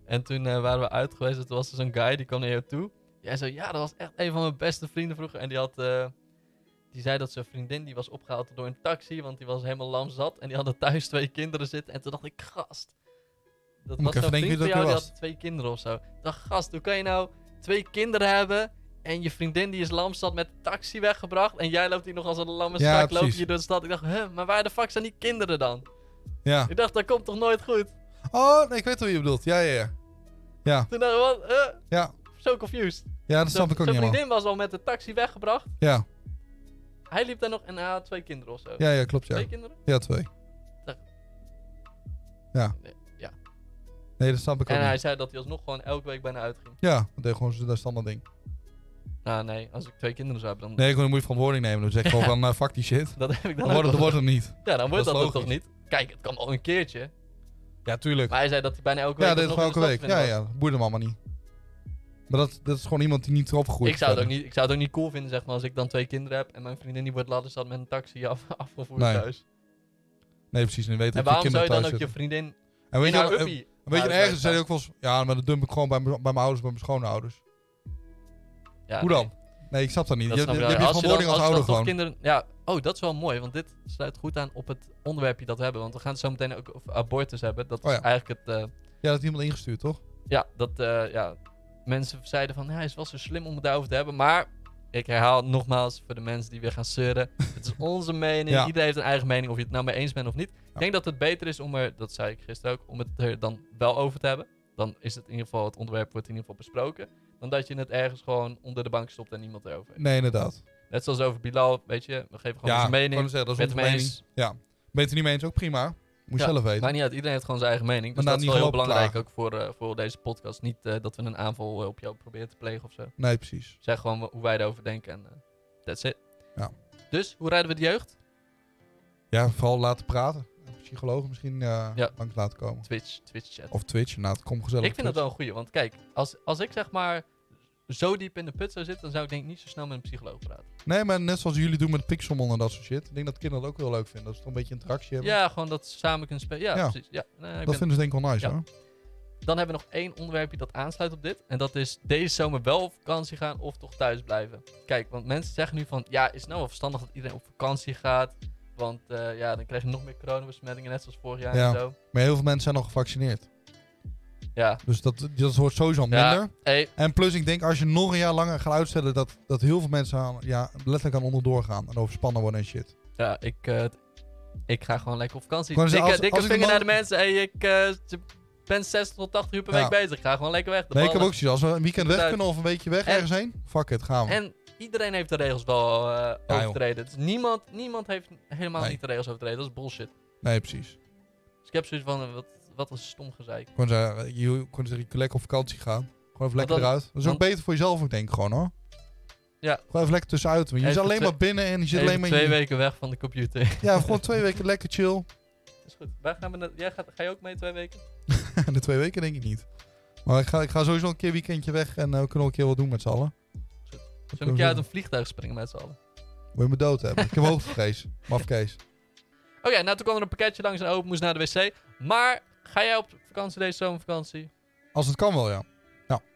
[SPEAKER 1] En toen eh, waren we uit geweest en toen was er zo'n guy, die kwam naar jou toe. Jij zei, ja, dat was echt een van mijn beste vrienden vroeger. En die had... eh, die zei dat zijn vriendin die was opgehaald door een taxi, want die was helemaal lam zat. En die hadden thuis twee kinderen zitten. En toen dacht ik, gast. Dat
[SPEAKER 2] Moet
[SPEAKER 1] was zo'n
[SPEAKER 2] ik even denken
[SPEAKER 1] vriend
[SPEAKER 2] wie
[SPEAKER 1] van
[SPEAKER 2] dat
[SPEAKER 1] jou,
[SPEAKER 2] weer
[SPEAKER 1] die
[SPEAKER 2] was.
[SPEAKER 1] had twee kinderen of zo. Ik dacht, gast, hoe kan je nou twee kinderen hebben en je vriendin die is lam zat met de taxi weggebracht. En jij loopt hier nog als een lamme
[SPEAKER 2] Ja,
[SPEAKER 1] stak, loop
[SPEAKER 2] precies.
[SPEAKER 1] je door de stad. Ik dacht, huh, maar waar de fuck zijn die kinderen dan?
[SPEAKER 2] ja.
[SPEAKER 1] Ik dacht, dat komt toch nooit goed?
[SPEAKER 2] Oh, nee, ik weet wat je bedoelt. Ja, ja, ja.
[SPEAKER 1] Toen dacht ik, wat? Eh,
[SPEAKER 2] Ja,
[SPEAKER 1] zo confused.
[SPEAKER 2] ja dat snap ik ook niet
[SPEAKER 1] Zijn
[SPEAKER 2] helemaal.
[SPEAKER 1] vriendin was al met de taxi weggebracht.
[SPEAKER 2] Ja.
[SPEAKER 1] Hij liep daar nog en hij had twee kinderen of zo.
[SPEAKER 2] ja, ja, klopt ja.
[SPEAKER 1] Twee kinderen?
[SPEAKER 2] Ja, twee. Nee, dat snap ik ook
[SPEAKER 1] En hij
[SPEAKER 2] niet.
[SPEAKER 1] zei dat hij alsnog gewoon elke week bijna uitging.
[SPEAKER 2] Ja, dat deed gewoon zo'n standaard ding.
[SPEAKER 1] Nou nee, als ik twee kinderen zou hebben, dan...
[SPEAKER 2] Nee, gewoon moet je verantwoording nemen. Dan zeg je gewoon van, nou, fuck die shit.
[SPEAKER 1] Dat heb ik dan
[SPEAKER 2] Dan
[SPEAKER 1] ook
[SPEAKER 2] wordt het,
[SPEAKER 1] wel
[SPEAKER 2] dan wordt het niet.
[SPEAKER 1] gedaan. Ja, dan wordt
[SPEAKER 2] dat
[SPEAKER 1] dat,
[SPEAKER 2] is
[SPEAKER 1] ook toch niet. Kijk, het kan al een keertje.
[SPEAKER 2] Ja, tuurlijk.
[SPEAKER 1] Maar hij zei dat hij bijna elke week
[SPEAKER 2] Ja, dit is
[SPEAKER 1] alsnog
[SPEAKER 2] gewoon elke
[SPEAKER 1] in de
[SPEAKER 2] week.
[SPEAKER 1] stad
[SPEAKER 2] Ja,
[SPEAKER 1] vinden
[SPEAKER 2] ja, dat boeit hem allemaal niet. Maar dat, dat is gewoon iemand die niet erop
[SPEAKER 1] was.
[SPEAKER 2] groeit.
[SPEAKER 1] Ik zou, het ook
[SPEAKER 2] verder.
[SPEAKER 1] niet, ik zou het ook niet cool vinden, zeg maar, als ik dan twee kinderen heb en mijn vriendin die wordt later zat met een taxi af, afgevoerd
[SPEAKER 2] Nee.
[SPEAKER 1] thuis.
[SPEAKER 2] Nee, precies. En weet
[SPEAKER 1] En
[SPEAKER 2] dat
[SPEAKER 1] waarom
[SPEAKER 2] je
[SPEAKER 1] zou
[SPEAKER 2] kinderen
[SPEAKER 1] je dan
[SPEAKER 2] thuis
[SPEAKER 1] ook je
[SPEAKER 2] zitten.
[SPEAKER 1] vriendin
[SPEAKER 2] En
[SPEAKER 1] in
[SPEAKER 2] weet je
[SPEAKER 1] haar
[SPEAKER 2] wat- en-
[SPEAKER 1] uppie...
[SPEAKER 2] en Weet je,
[SPEAKER 1] thuis
[SPEAKER 2] ergens zei
[SPEAKER 1] laten
[SPEAKER 2] hij ook wel eens... Ja, maar dat dump ik gewoon bij, mijn- bij mijn ouders, bij mijn schoonouders.
[SPEAKER 1] staan? Ja,
[SPEAKER 2] Hoe
[SPEAKER 1] nee.
[SPEAKER 2] dan? Nee, ik snap dat niet.
[SPEAKER 1] Dat
[SPEAKER 2] je
[SPEAKER 1] snap
[SPEAKER 2] je,
[SPEAKER 1] ik
[SPEAKER 2] je
[SPEAKER 1] wel.
[SPEAKER 2] hebt je
[SPEAKER 1] Als je dan-
[SPEAKER 2] verantwoording
[SPEAKER 1] als
[SPEAKER 2] als,
[SPEAKER 1] je
[SPEAKER 2] ouder
[SPEAKER 1] dan toch
[SPEAKER 2] gewoon.
[SPEAKER 1] kinderen, ja, oh, dat is wel mooi, want dit sluit goed aan op het onderwerpje dat we hebben. Want we gaan het zo meteen ook over abortus hebben. Dat
[SPEAKER 2] Oh ja.
[SPEAKER 1] is eigenlijk het, eh,
[SPEAKER 2] Ja, dat heeft iemand ingestuurd, toch?
[SPEAKER 1] ja, dat, eh, ja, mensen zeiden van, ja, hij is wel zo slim om het daarover te hebben. Maar, ik herhaal nogmaals voor de mensen die weer gaan zeuren. het is onze mening,
[SPEAKER 2] Ja.
[SPEAKER 1] iedereen heeft een eigen mening, of je het nou mee eens bent of niet. Ik denk dat het beter is om er, dat zei ik gisteren ook, om het er dan wel over te hebben. Dan is het in ieder geval, het onderwerp wordt in ieder geval besproken. Dan dat je het ergens gewoon onder de bank stopt en niemand erover heeft.
[SPEAKER 2] Nee, inderdaad.
[SPEAKER 1] Net zoals over Bilal, weet je, we geven gewoon
[SPEAKER 2] ja,
[SPEAKER 1] onze mening.
[SPEAKER 2] gewoon zeggen, dat is
[SPEAKER 1] Met
[SPEAKER 2] onze
[SPEAKER 1] hem
[SPEAKER 2] mening.
[SPEAKER 1] eens.
[SPEAKER 2] Ja. Ben je het er niet mee eens? Ook prima. Moet je
[SPEAKER 1] Ja,
[SPEAKER 2] zelf weten.
[SPEAKER 1] Maar niet uit, iedereen heeft gewoon zijn eigen mening. Dus
[SPEAKER 2] Maar
[SPEAKER 1] dat is
[SPEAKER 2] nou
[SPEAKER 1] wel heel
[SPEAKER 2] niet gelopen
[SPEAKER 1] belangrijk ook voor, eh, voor deze podcast. Niet eh, dat we een aanval eh, op jou proberen te plegen of zo.
[SPEAKER 2] Nee, precies.
[SPEAKER 1] Zeg gewoon wa- hoe wij erover denken en eh, that's it.
[SPEAKER 2] Ja.
[SPEAKER 1] Dus, hoe rijden we de jeugd?
[SPEAKER 2] Ja, vooral laten praten. En Psychologen misschien eh
[SPEAKER 1] Ja.
[SPEAKER 2] langs laten komen.
[SPEAKER 1] Twitch, Twitch chat.
[SPEAKER 2] Of Twitch, inderdaad. Kom gezellig
[SPEAKER 1] ik vind dat
[SPEAKER 2] eh, op
[SPEAKER 1] wel een goeie, want kijk, als, als ik zeg maar zo diep in de put zou zitten, dan zou ik denk ik niet zo snel met een psycholoog praten.
[SPEAKER 2] Twitch. Nee, maar net zoals jullie doen met Pixelmon en dat soort shit. Ik denk dat kinderen dat ook heel leuk vinden. Dat ze toch een beetje interactie hebben.
[SPEAKER 1] Ja, gewoon dat ze samen kunnen spelen. Ja,
[SPEAKER 2] Ja.
[SPEAKER 1] precies. Ja, nee, ik
[SPEAKER 2] dat
[SPEAKER 1] ben-
[SPEAKER 2] vinden ze denk ik wel nice,
[SPEAKER 1] Ja.
[SPEAKER 2] hoor.
[SPEAKER 1] Dan hebben we nog één onderwerpje dat aansluit op dit. En dat is deze zomer wel op vakantie gaan of toch thuis blijven. Kijk, want mensen zeggen nu van... Ja, is het nou wel verstandig dat iedereen op vakantie gaat? Want eh, ja, dan krijg je nog meer coronabesmettingen, net zoals vorig jaar en
[SPEAKER 2] Ja.
[SPEAKER 1] zo.
[SPEAKER 2] Maar heel veel mensen zijn al gevaccineerd.
[SPEAKER 1] Ja.
[SPEAKER 2] Dus dat, dat wordt sowieso al
[SPEAKER 1] Ja.
[SPEAKER 2] minder.
[SPEAKER 1] Hey,
[SPEAKER 2] En plus, ik denk als je nog een jaar langer gaat uitstellen, dat, dat heel veel mensen aan, ja, letterlijk aan onderdoor gaan. En overspannen worden en shit.
[SPEAKER 1] ja, ik, eh, ik ga gewoon lekker op vakantie.
[SPEAKER 2] Gewoon
[SPEAKER 1] dikke
[SPEAKER 2] zeggen, als-
[SPEAKER 1] dikke
[SPEAKER 2] als ik de
[SPEAKER 1] vinger naar de
[SPEAKER 2] man-
[SPEAKER 1] mensen. Hey, ik eh, ben 60 tot 80 uur per
[SPEAKER 2] Ja.
[SPEAKER 1] week bezig. Ik ga gewoon lekker weg. De
[SPEAKER 2] nee, ik heb
[SPEAKER 1] ballen-
[SPEAKER 2] ook zoiets. Als we een weekend weg
[SPEAKER 1] Tuin.
[SPEAKER 2] kunnen of een weekje weg
[SPEAKER 1] En-
[SPEAKER 2] ergens heen, fuck it, gaan we.
[SPEAKER 1] En iedereen heeft de regels wel eh,
[SPEAKER 2] joh.
[SPEAKER 1] overtreden. Dus niemand, niemand heeft helemaal
[SPEAKER 2] Nee.
[SPEAKER 1] niet de regels overtreden. Dat is bullshit.
[SPEAKER 2] Nee, precies.
[SPEAKER 1] Dus ik heb zoiets van, eh, wat, wat een stom gezeik.
[SPEAKER 2] Gewoon zeggen, je kon lekker lekker op vakantie gaan. Gewoon even lekker
[SPEAKER 1] dan-
[SPEAKER 2] eruit. Dat is ook
[SPEAKER 1] want-
[SPEAKER 2] beter voor jezelf, ik denk gewoon hoor.
[SPEAKER 1] Ja.
[SPEAKER 2] Gewoon even lekker tussenuit. Want je
[SPEAKER 1] Even
[SPEAKER 2] zit alleen
[SPEAKER 1] twee-
[SPEAKER 2] maar binnen en je zit
[SPEAKER 1] Even
[SPEAKER 2] alleen maar in
[SPEAKER 1] twee
[SPEAKER 2] je-
[SPEAKER 1] weken weg van de computer.
[SPEAKER 2] Ja, gewoon twee weken lekker chill.
[SPEAKER 1] is goed. Waar gaan we na- Jij gaat, ga je ook mee twee weken?
[SPEAKER 2] En de twee weken denk ik niet. Maar ik ga, ik ga sowieso een keer weekendje weg en eh, we kunnen wel een keer wat doen met z'n allen.
[SPEAKER 1] Zullen we een keer uit een vliegtuig springen met z'n allen?
[SPEAKER 2] Wil je me dood hebben? Ik heb hoogvrees. Mafkees.
[SPEAKER 1] Oké, nou toen kwam er een pakketje langs en open moest naar de wc. Maar ga jij op vakantie deze zomervakantie?
[SPEAKER 2] Als het kan wel, ja.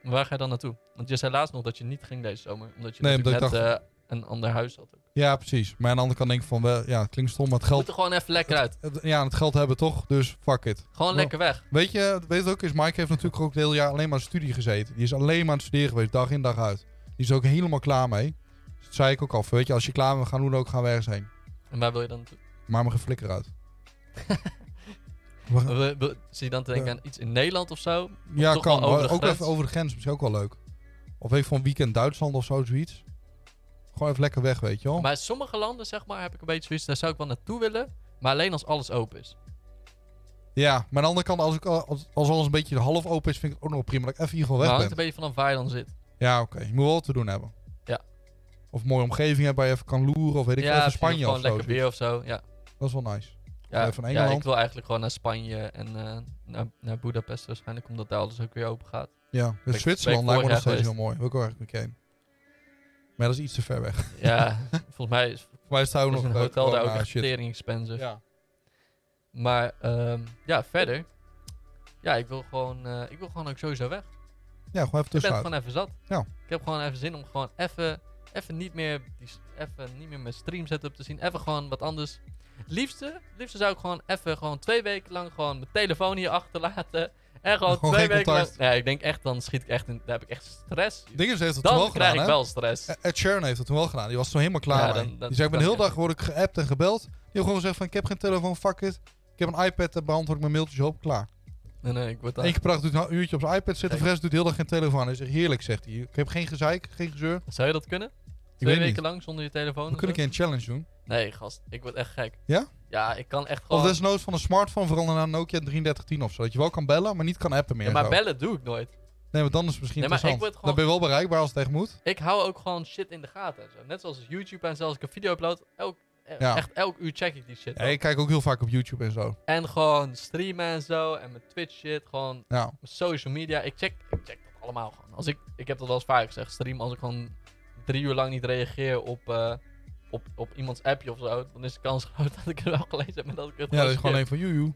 [SPEAKER 1] Waar ga je dan naartoe? Want je zei laatst nog dat je niet ging deze zomer. Omdat je
[SPEAKER 2] Nee,
[SPEAKER 1] natuurlijk
[SPEAKER 2] omdat ik
[SPEAKER 1] net eh, een ander huis had. ook.
[SPEAKER 2] Ja, precies. Maar aan de andere kant denk ik van, wel, ja, het klinkt stom, maar het
[SPEAKER 1] Moet
[SPEAKER 2] geld,
[SPEAKER 1] er gewoon even lekker uit.
[SPEAKER 2] het- ja, het geld hebben we toch, dus fuck it.
[SPEAKER 1] Gewoon
[SPEAKER 2] Wel-
[SPEAKER 1] lekker weg.
[SPEAKER 2] Weet je, weet het ook is, Mike heeft natuurlijk ook het hele jaar alleen maar aan studie gezeten. Die is alleen maar aan het studeren geweest, dag in dag uit. Die is er ook helemaal klaar mee. Dus dat zei ik ook al, van, weet je, als je klaar bent, gaan hoe dan ook, gaan we ergens heen.
[SPEAKER 1] En waar wil je dan naartoe?
[SPEAKER 2] Maar me geflikker uit. We gaan-
[SPEAKER 1] We- we- Zie je dan te denken aan iets in Nederland of zo?
[SPEAKER 2] ja,
[SPEAKER 1] toch
[SPEAKER 2] kan.
[SPEAKER 1] wel over de
[SPEAKER 2] ook
[SPEAKER 1] grens?
[SPEAKER 2] even over de grens, misschien ook wel leuk. Of even van weekend Duitsland of zo, zoiets. Gewoon even lekker weg, weet je wel.
[SPEAKER 1] Maar sommige landen, zeg maar, heb ik een beetje zoiets. Daar zou ik wel naartoe willen. Maar alleen als alles open is.
[SPEAKER 2] Ja, maar aan de andere kant, als, ik, al- als, als alles een beetje half open is, vind ik het ook nog wel prima dat ik even hier gewoon
[SPEAKER 1] Maar
[SPEAKER 2] weg
[SPEAKER 1] hangt
[SPEAKER 2] ben.
[SPEAKER 1] een beetje vanaf waar je dan zit.
[SPEAKER 2] Ja, oké. Je moet wel wat te doen hebben.
[SPEAKER 1] Ja.
[SPEAKER 2] Of een mooie omgeving hebben waar je even kan loeren. Of weet ik veel, even
[SPEAKER 1] precies, of
[SPEAKER 2] Spanje
[SPEAKER 1] gewoon
[SPEAKER 2] of zo.
[SPEAKER 1] lekker weer of zo. Ja.
[SPEAKER 2] Dat is wel nice.
[SPEAKER 1] Ja,
[SPEAKER 2] Van
[SPEAKER 1] ja,
[SPEAKER 2] Engeland.
[SPEAKER 1] ik wil eigenlijk gewoon naar Spanje en eh, naar, naar Budapest waarschijnlijk, omdat daar alles ook weer open gaat.
[SPEAKER 2] Ja. Dus
[SPEAKER 1] ik
[SPEAKER 2] Zwitserland
[SPEAKER 1] vorig
[SPEAKER 2] lijkt me nog
[SPEAKER 1] jaar
[SPEAKER 2] steeds heel mooi. Wil ik ook eigenlijk een keer heen. Maar dat is iets te ver weg.
[SPEAKER 1] Ja, volgens mij is,
[SPEAKER 2] Voor mij is het ook
[SPEAKER 1] is
[SPEAKER 2] nog
[SPEAKER 1] een
[SPEAKER 2] eh,
[SPEAKER 1] hotel daar ook
[SPEAKER 2] corona,
[SPEAKER 1] echt dus.
[SPEAKER 2] shit.
[SPEAKER 1] tering expensive.
[SPEAKER 2] Ja.
[SPEAKER 1] Maar ehm, ja, verder. Ja, ik wil, gewoon, eh, ik wil gewoon ook sowieso weg.
[SPEAKER 2] ja, gewoon even
[SPEAKER 1] Ik ben het
[SPEAKER 2] tussenuit.
[SPEAKER 1] gewoon even zat.
[SPEAKER 2] Ja.
[SPEAKER 1] Ik heb gewoon even zin om gewoon even, even, niet, meer die, s- even niet meer mijn stream setup te zien. Even gewoon wat anders. Het Liefste, het liefste zou ik gewoon even gewoon twee weken lang gewoon mijn telefoon hier achterlaten. En gewoon,
[SPEAKER 2] Gewoon
[SPEAKER 1] twee
[SPEAKER 2] geen
[SPEAKER 1] weken
[SPEAKER 2] contact.
[SPEAKER 1] lang. Nee, ik denk echt, dan schiet ik echt in. Daar heb ik echt stress.
[SPEAKER 2] Dingens heeft het toen wel
[SPEAKER 1] Dan krijg
[SPEAKER 2] gedaan,
[SPEAKER 1] ik
[SPEAKER 2] hè?
[SPEAKER 1] wel stress.
[SPEAKER 2] Eh, Ed Sheeran heeft het toen wel gedaan. Die was toen helemaal klaar
[SPEAKER 1] Ja,
[SPEAKER 2] mee.
[SPEAKER 1] dan- dat-
[SPEAKER 2] die zei, ik ben de
[SPEAKER 1] dat
[SPEAKER 2] hele
[SPEAKER 1] kan.
[SPEAKER 2] dag word ik geappt en gebeld. Die heeft gewoon gezegd van, ik heb geen telefoon, fuck it. Ik heb een iPad, daar beantwoord ik mijn mailtjes op, klaar.
[SPEAKER 1] Nee, nee, ik word
[SPEAKER 2] Eén
[SPEAKER 1] daar.
[SPEAKER 2] keer per dag doet hij een uurtje op zijn iPad zitten.
[SPEAKER 1] Kijk.
[SPEAKER 2] Fres doet heel dag geen telefoon. Hij zegt heerlijk, zegt hij. Ik heb geen gezeik, geen gezeur.
[SPEAKER 1] Zou je dat kunnen?
[SPEAKER 2] Ik
[SPEAKER 1] Twee
[SPEAKER 2] weet
[SPEAKER 1] weken
[SPEAKER 2] niet.
[SPEAKER 1] lang zonder je telefoon?
[SPEAKER 2] We
[SPEAKER 1] en
[SPEAKER 2] kunnen een
[SPEAKER 1] zo?
[SPEAKER 2] keer een challenge doen.
[SPEAKER 1] Nee, gast, ik word echt gek.
[SPEAKER 2] Ja?
[SPEAKER 1] Ja, ik kan echt gewoon.
[SPEAKER 2] Of dus desnoods van een smartphone veranderen naar een Nokia 3310 of zo. Dat je wel kan bellen, maar niet kan appen meer.
[SPEAKER 1] Ja, maar
[SPEAKER 2] en zo.
[SPEAKER 1] bellen doe ik nooit.
[SPEAKER 2] Nee, maar dan is het misschien
[SPEAKER 1] Nee, maar
[SPEAKER 2] interessant.
[SPEAKER 1] ik word gewoon-
[SPEAKER 2] Dan ben je wel bereikbaar als het echt moet.
[SPEAKER 1] ik hou ook gewoon shit in de gaten. en zo. Net zoals YouTube en zelfs als ik een video upload, elk, eh,
[SPEAKER 2] Ja.
[SPEAKER 1] echt elk uur check ik die shit.
[SPEAKER 2] Ja, ik kijk ook heel vaak op YouTube en zo.
[SPEAKER 1] En gewoon streamen en zo, en mijn Twitch shit, gewoon
[SPEAKER 2] Ja,
[SPEAKER 1] mijn social media. Ik check, ik check dat allemaal gewoon. Als ik, ik heb dat wel eens vaak gezegd, stream als ik gewoon drie uur lang niet reageer op, eh, op, op iemands appje of zo, dan is de kans groot dat ik het wel gelezen heb en dat ik het
[SPEAKER 2] ja dat is gewoon
[SPEAKER 1] skip.
[SPEAKER 2] een van joejoe.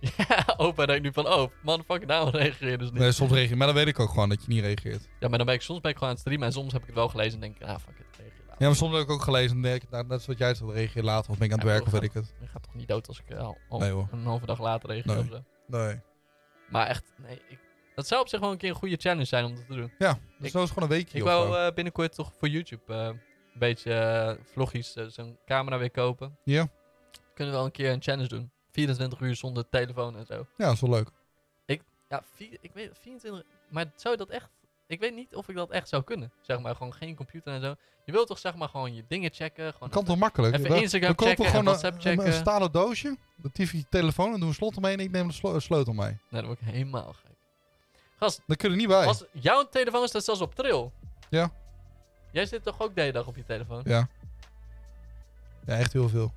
[SPEAKER 1] Ja, opa denkt nu van, oh, motherfucker, nou reageer dus niet.
[SPEAKER 2] Nee, soms reageer Maar dan weet ik ook gewoon dat je niet reageert.
[SPEAKER 1] Ja, maar dan ben ik soms ben ik gewoon aan het streamen en soms heb ik het wel gelezen en denk ik, ah, fuck it, reageer later.
[SPEAKER 2] Ja, maar soms heb ik ook gelezen. en denk ik, nou, net zoals jij zegt, reageer later. Of ben ik aan het
[SPEAKER 1] Ja,
[SPEAKER 2] werk of
[SPEAKER 1] goed.
[SPEAKER 2] weet ik het.
[SPEAKER 1] Ik ga toch niet dood als ik eh, al, al
[SPEAKER 2] Nee hoor.
[SPEAKER 1] een halve dag later reageer
[SPEAKER 2] Nee.
[SPEAKER 1] of zo.
[SPEAKER 2] Nee.
[SPEAKER 1] Maar echt, nee, ik, dat zou op zich wel een keer een goede challenge zijn om dat te doen.
[SPEAKER 2] Ja, dus
[SPEAKER 1] Ik-
[SPEAKER 2] zo is gewoon een weekje
[SPEAKER 1] Ik
[SPEAKER 2] of
[SPEAKER 1] wou
[SPEAKER 2] zo.
[SPEAKER 1] eh, binnenkort toch voor YouTube eh, een beetje eh, vloggies, eh, zo'n camera weer kopen.
[SPEAKER 2] Ja.
[SPEAKER 1] Kunnen we wel een keer een challenge doen. 24 uur zonder telefoon en zo.
[SPEAKER 2] Ja, dat is wel leuk.
[SPEAKER 1] Ja, vier- ik weet 24. Maar zou je dat echt. Ik weet niet of ik dat echt zou kunnen. Zeg maar, gewoon geen computer en zo. Je wilt toch zeg maar gewoon je dingen checken. Gewoon
[SPEAKER 2] Dat kan toch makkelijk?
[SPEAKER 1] Even
[SPEAKER 2] We-
[SPEAKER 1] Instagram
[SPEAKER 2] we kopen
[SPEAKER 1] checken en
[SPEAKER 2] gewoon een-
[SPEAKER 1] WhatsApp
[SPEAKER 2] een,
[SPEAKER 1] checken.
[SPEAKER 2] een stalen doosje. Dat tief je je telefoon en doen een slot omheen. En ik neem de slo- eh, sleutel mee.
[SPEAKER 1] Nou, dan word ik helemaal gek. Gast,
[SPEAKER 2] Dan kun je er niet bij.
[SPEAKER 1] als jouw telefoon staat zelfs op trail.
[SPEAKER 2] Ja.
[SPEAKER 1] Jij zit toch ook de hele dag op je telefoon?
[SPEAKER 2] Ja. Ja, echt heel veel.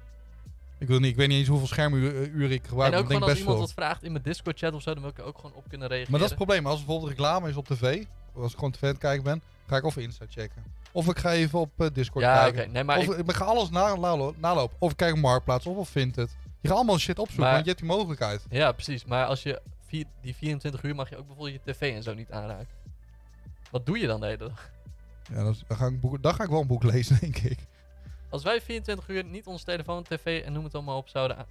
[SPEAKER 2] Ik, wil niet, ik weet niet eens hoeveel schermuren ik gebruik.
[SPEAKER 1] en
[SPEAKER 2] maar
[SPEAKER 1] ook
[SPEAKER 2] ik
[SPEAKER 1] gewoon
[SPEAKER 2] denk
[SPEAKER 1] als
[SPEAKER 2] best
[SPEAKER 1] iemand
[SPEAKER 2] veel.
[SPEAKER 1] wat vraagt in mijn Discord-chat of zo, dan wil ik er ook gewoon op kunnen reageren.
[SPEAKER 2] Maar dat is het probleem. Als er bijvoorbeeld reclame is op tv, of als ik gewoon tv aan het kijken ben, ga ik of Insta checken. Of ik ga even op eh, Discord
[SPEAKER 1] Ja,
[SPEAKER 2] kijken.
[SPEAKER 1] oké. Nee, maar
[SPEAKER 2] of
[SPEAKER 1] ik,
[SPEAKER 2] ik... ga alles na, nalo- nalopen. Of ik kijk op Marktplaats of op Vinted. Je gaat allemaal shit opzoeken,
[SPEAKER 1] Maar-
[SPEAKER 2] want je hebt die mogelijkheid.
[SPEAKER 1] ja, precies. Maar als je vier- die 24 uur mag je ook bijvoorbeeld je tv en zo niet aanraken. Wat doe je dan de hele dag?
[SPEAKER 2] Ja, dat is- dan, ga ik boek, dan ga ik wel een boek lezen, denk ik.
[SPEAKER 1] Als wij 24 uur niet onze telefoon, tv en noem het allemaal op zouden aan...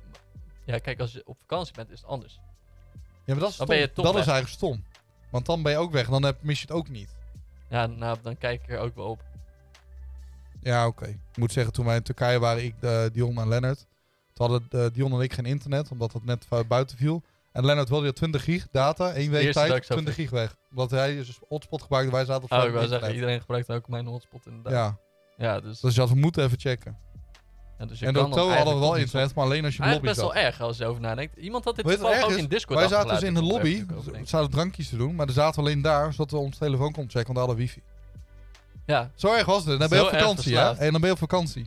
[SPEAKER 1] Ja, kijk, als je op vakantie bent is het anders.
[SPEAKER 2] Ja, maar dat is
[SPEAKER 1] Dan
[SPEAKER 2] stom.
[SPEAKER 1] ben je top
[SPEAKER 2] dat
[SPEAKER 1] weg.
[SPEAKER 2] is eigenlijk stom. Want dan ben je ook weg en dan heb, mis je het ook niet.
[SPEAKER 1] Ja, nou, dan kijk ik er ook wel op.
[SPEAKER 2] Ja, oké. Ik moet zeggen, toen wij in Turkije waren, ik, eh, Dion en Lennart. Toen hadden eh, Dion en ik geen internet, omdat dat net vu- buiten viel. En Lennart wilde weer 20 gig data, één week
[SPEAKER 1] Eerste dat ik
[SPEAKER 2] tijd,
[SPEAKER 1] zo
[SPEAKER 2] 20 gig weg. Omdat hij dus hotspot gebruikte, wij zaten op
[SPEAKER 1] Oh, ik
[SPEAKER 2] fucking
[SPEAKER 1] wou zeggen,
[SPEAKER 2] internet.
[SPEAKER 1] iedereen gebruikt ook mijn hotspot inderdaad. Ja,
[SPEAKER 2] Ja,
[SPEAKER 1] dus,
[SPEAKER 2] dus je had, we moeten even checken.
[SPEAKER 1] ja, dus je
[SPEAKER 2] En
[SPEAKER 1] kan dat
[SPEAKER 2] door Toe hadden we
[SPEAKER 1] eigenlijk
[SPEAKER 2] wel
[SPEAKER 1] toch niet
[SPEAKER 2] internet, maar alleen als je in de
[SPEAKER 1] Eigenlijk
[SPEAKER 2] lobby
[SPEAKER 1] best
[SPEAKER 2] zat.
[SPEAKER 1] wel erg als je over nadenkt. Iemand had dit
[SPEAKER 2] Weet je wat
[SPEAKER 1] toevallig ook
[SPEAKER 2] erg
[SPEAKER 1] in
[SPEAKER 2] is?
[SPEAKER 1] Discord
[SPEAKER 2] Wij zaten dus
[SPEAKER 1] afgelaten,
[SPEAKER 2] in de
[SPEAKER 1] toen ik er
[SPEAKER 2] lobby,
[SPEAKER 1] even over denk.
[SPEAKER 2] zaten drankjes te doen, maar er zaten we alleen daar, zodat we ons telefoon konden checken, want we hadden wifi.
[SPEAKER 1] Ja,
[SPEAKER 2] Zo erg was het. En Dan ben je
[SPEAKER 1] Zo
[SPEAKER 2] op
[SPEAKER 1] erg
[SPEAKER 2] vakantie, hè?
[SPEAKER 1] verslaafd.
[SPEAKER 2] En dan ben je op vakantie.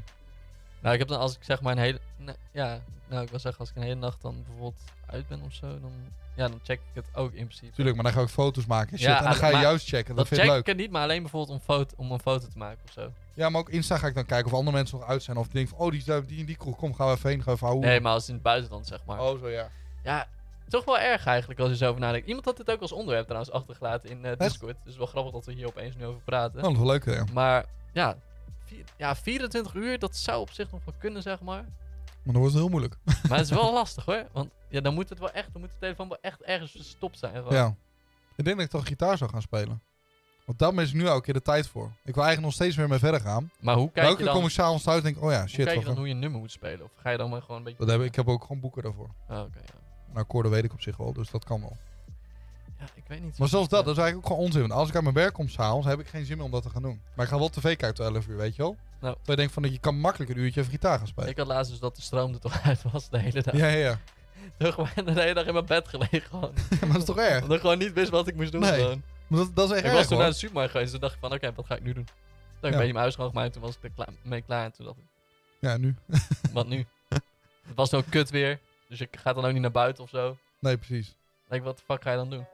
[SPEAKER 1] nou ik heb dan als ik zeg maar een hele... nee, ja, nou ik wil zeggen als ik een hele nacht dan bijvoorbeeld uit ben of zo, dan, ja, dan check ik het ook in principe.
[SPEAKER 2] Tuurlijk, maar dan ga ik foto's maken en shit.
[SPEAKER 1] Ja, ah,
[SPEAKER 2] en dan ga je
[SPEAKER 1] maar-
[SPEAKER 2] juist checken. Dat,
[SPEAKER 1] dat
[SPEAKER 2] vind
[SPEAKER 1] check
[SPEAKER 2] ik
[SPEAKER 1] ik
[SPEAKER 2] leuk.
[SPEAKER 1] het niet, maar alleen bijvoorbeeld om, foto, om een foto te maken of zo.
[SPEAKER 2] Ja, maar ook Insta ga ik dan kijken of andere mensen nog uit zijn. Of die denken van, oh, die is daar- die in die kroeg. Kom, gaan we even heen, gaan we even houden.
[SPEAKER 1] Nee, maar als in het buitenland zeg maar.
[SPEAKER 2] Oh, zo ja.
[SPEAKER 1] Ja, toch wel erg eigenlijk als je zo over nadenkt. Iemand had dit ook als onderwerp trouwens achtergelaten in eh, Discord. Dus wel grappig dat we hier opeens nu over praten.
[SPEAKER 2] Oh, dat is wel leuk, hè.
[SPEAKER 1] Maar ja, vier- ja, 24 uur, dat zou op zich nog wel kunnen zeg maar.
[SPEAKER 2] Maar dan wordt het heel moeilijk.
[SPEAKER 1] Maar het is wel lastig hoor. Want ja, dan moet het wel echt, dan moet de telefoon wel echt ergens verstopt zijn. Gewoon.
[SPEAKER 2] Ja. Ik denk dat ik toch gitaar zou gaan spelen. Want daar is nu elke keer de tijd voor. Ik wil eigenlijk nog steeds weer mee verder gaan.
[SPEAKER 1] Maar hoe
[SPEAKER 2] Maar
[SPEAKER 1] kijk
[SPEAKER 2] elke
[SPEAKER 1] je
[SPEAKER 2] keer kom
[SPEAKER 1] dan,
[SPEAKER 2] ik s'avonds thuis en denk, oh ja,
[SPEAKER 1] hoe,
[SPEAKER 2] shit.
[SPEAKER 1] kijk je
[SPEAKER 2] Toch,
[SPEAKER 1] dan hoe je een nummer moet spelen? Of ga je dan maar gewoon een beetje...
[SPEAKER 2] dat heb, ik ik heb ook gewoon boeken daarvoor.
[SPEAKER 1] Ah, oké, ja.
[SPEAKER 2] En Nou, akkoorden weet ik op zich wel, dus dat kan wel.
[SPEAKER 1] ja, ik weet niet.
[SPEAKER 2] Maar zelfs dat, dat is eigenlijk ook gewoon onzin. Want als ik uit mijn werk kom s'avonds, heb ik geen zin meer om dat te gaan doen. Maar ik ga wel tv kijken tot 11 uur, weet je wel?
[SPEAKER 1] Nou.
[SPEAKER 2] Terwijl je denkt van, je kan makkelijk een uurtje even gitaar gaan spelen.
[SPEAKER 1] Ik had laatst dus dat de stroom er toch uit was de hele dag.
[SPEAKER 2] Ja, ja, ja.
[SPEAKER 1] Toen gewoon de hele dag in mijn bed gelegen gewoon.
[SPEAKER 2] maar dat is toch erg?
[SPEAKER 1] Omdat ik gewoon niet wist wat ik moest doen
[SPEAKER 2] Nee,
[SPEAKER 1] gewoon.
[SPEAKER 2] Maar Dat, dat is echt
[SPEAKER 1] Ik
[SPEAKER 2] erg,
[SPEAKER 1] was toen
[SPEAKER 2] hoor.
[SPEAKER 1] naar de supermarkt geweest toen dacht ik van oké, wat ga ik nu doen? Toen heb ik een
[SPEAKER 2] Ja.
[SPEAKER 1] beetje mijn huis schoongemaakt toen was ik er klaar, mee klaar. En toen dacht ik,
[SPEAKER 2] Ja, nu.
[SPEAKER 1] wat nu? het was zo kut weer. Dus ik ga dan ook niet naar buiten of zo.
[SPEAKER 2] Nee, precies.
[SPEAKER 1] Denk wat de fuck ga je dan doen?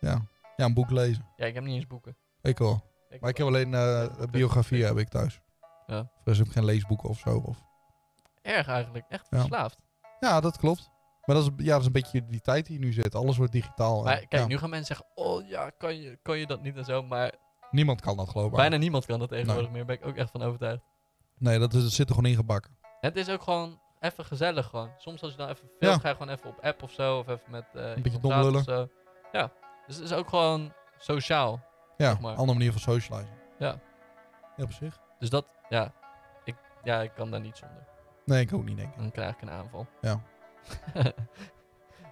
[SPEAKER 2] Ja. Ja, een boek lezen.
[SPEAKER 1] Ja, ik heb niet eens boeken.
[SPEAKER 2] Ik wel. Maar ik heb alleen eh biografieën heb ik thuis.
[SPEAKER 1] Ja.
[SPEAKER 2] Dus heb ik geen leesboeken of zo. Of...
[SPEAKER 1] Erg eigenlijk. Echt
[SPEAKER 2] Ja.
[SPEAKER 1] verslaafd.
[SPEAKER 2] Ja, dat klopt. Maar dat is, ja, dat is een beetje die tijd die nu zit. Alles wordt digitaal. en-
[SPEAKER 1] Maar kijk,
[SPEAKER 2] ja,
[SPEAKER 1] nu gaan mensen zeggen, oh ja, kan je, kan je dat niet en zo. Maar
[SPEAKER 2] Niemand kan dat geloof ik.
[SPEAKER 1] bijna niemand kan dat tegenwoordig meer. Daar ben ik ook echt van overtuigd.
[SPEAKER 2] Nee, dat, is, dat zit er gewoon ingebakken.
[SPEAKER 1] Het is ook gewoon even gezellig gewoon. Soms als je dan even veel
[SPEAKER 2] Ja.
[SPEAKER 1] ga je gewoon even op app of zo. Of even met eh iemand
[SPEAKER 2] beetje dom
[SPEAKER 1] praten of zo. Ja, dus het is ook gewoon sociaal.
[SPEAKER 2] Ja,
[SPEAKER 1] Zeg maar.
[SPEAKER 2] andere manier van socializen.
[SPEAKER 1] Ja.
[SPEAKER 2] Ja, op zich.
[SPEAKER 1] Dus dat, ja. Ik, ja, ik kan daar niet zonder.
[SPEAKER 2] Nee, ik ook niet, denk ik.
[SPEAKER 1] Dan krijg ik een aanval.
[SPEAKER 2] Ja.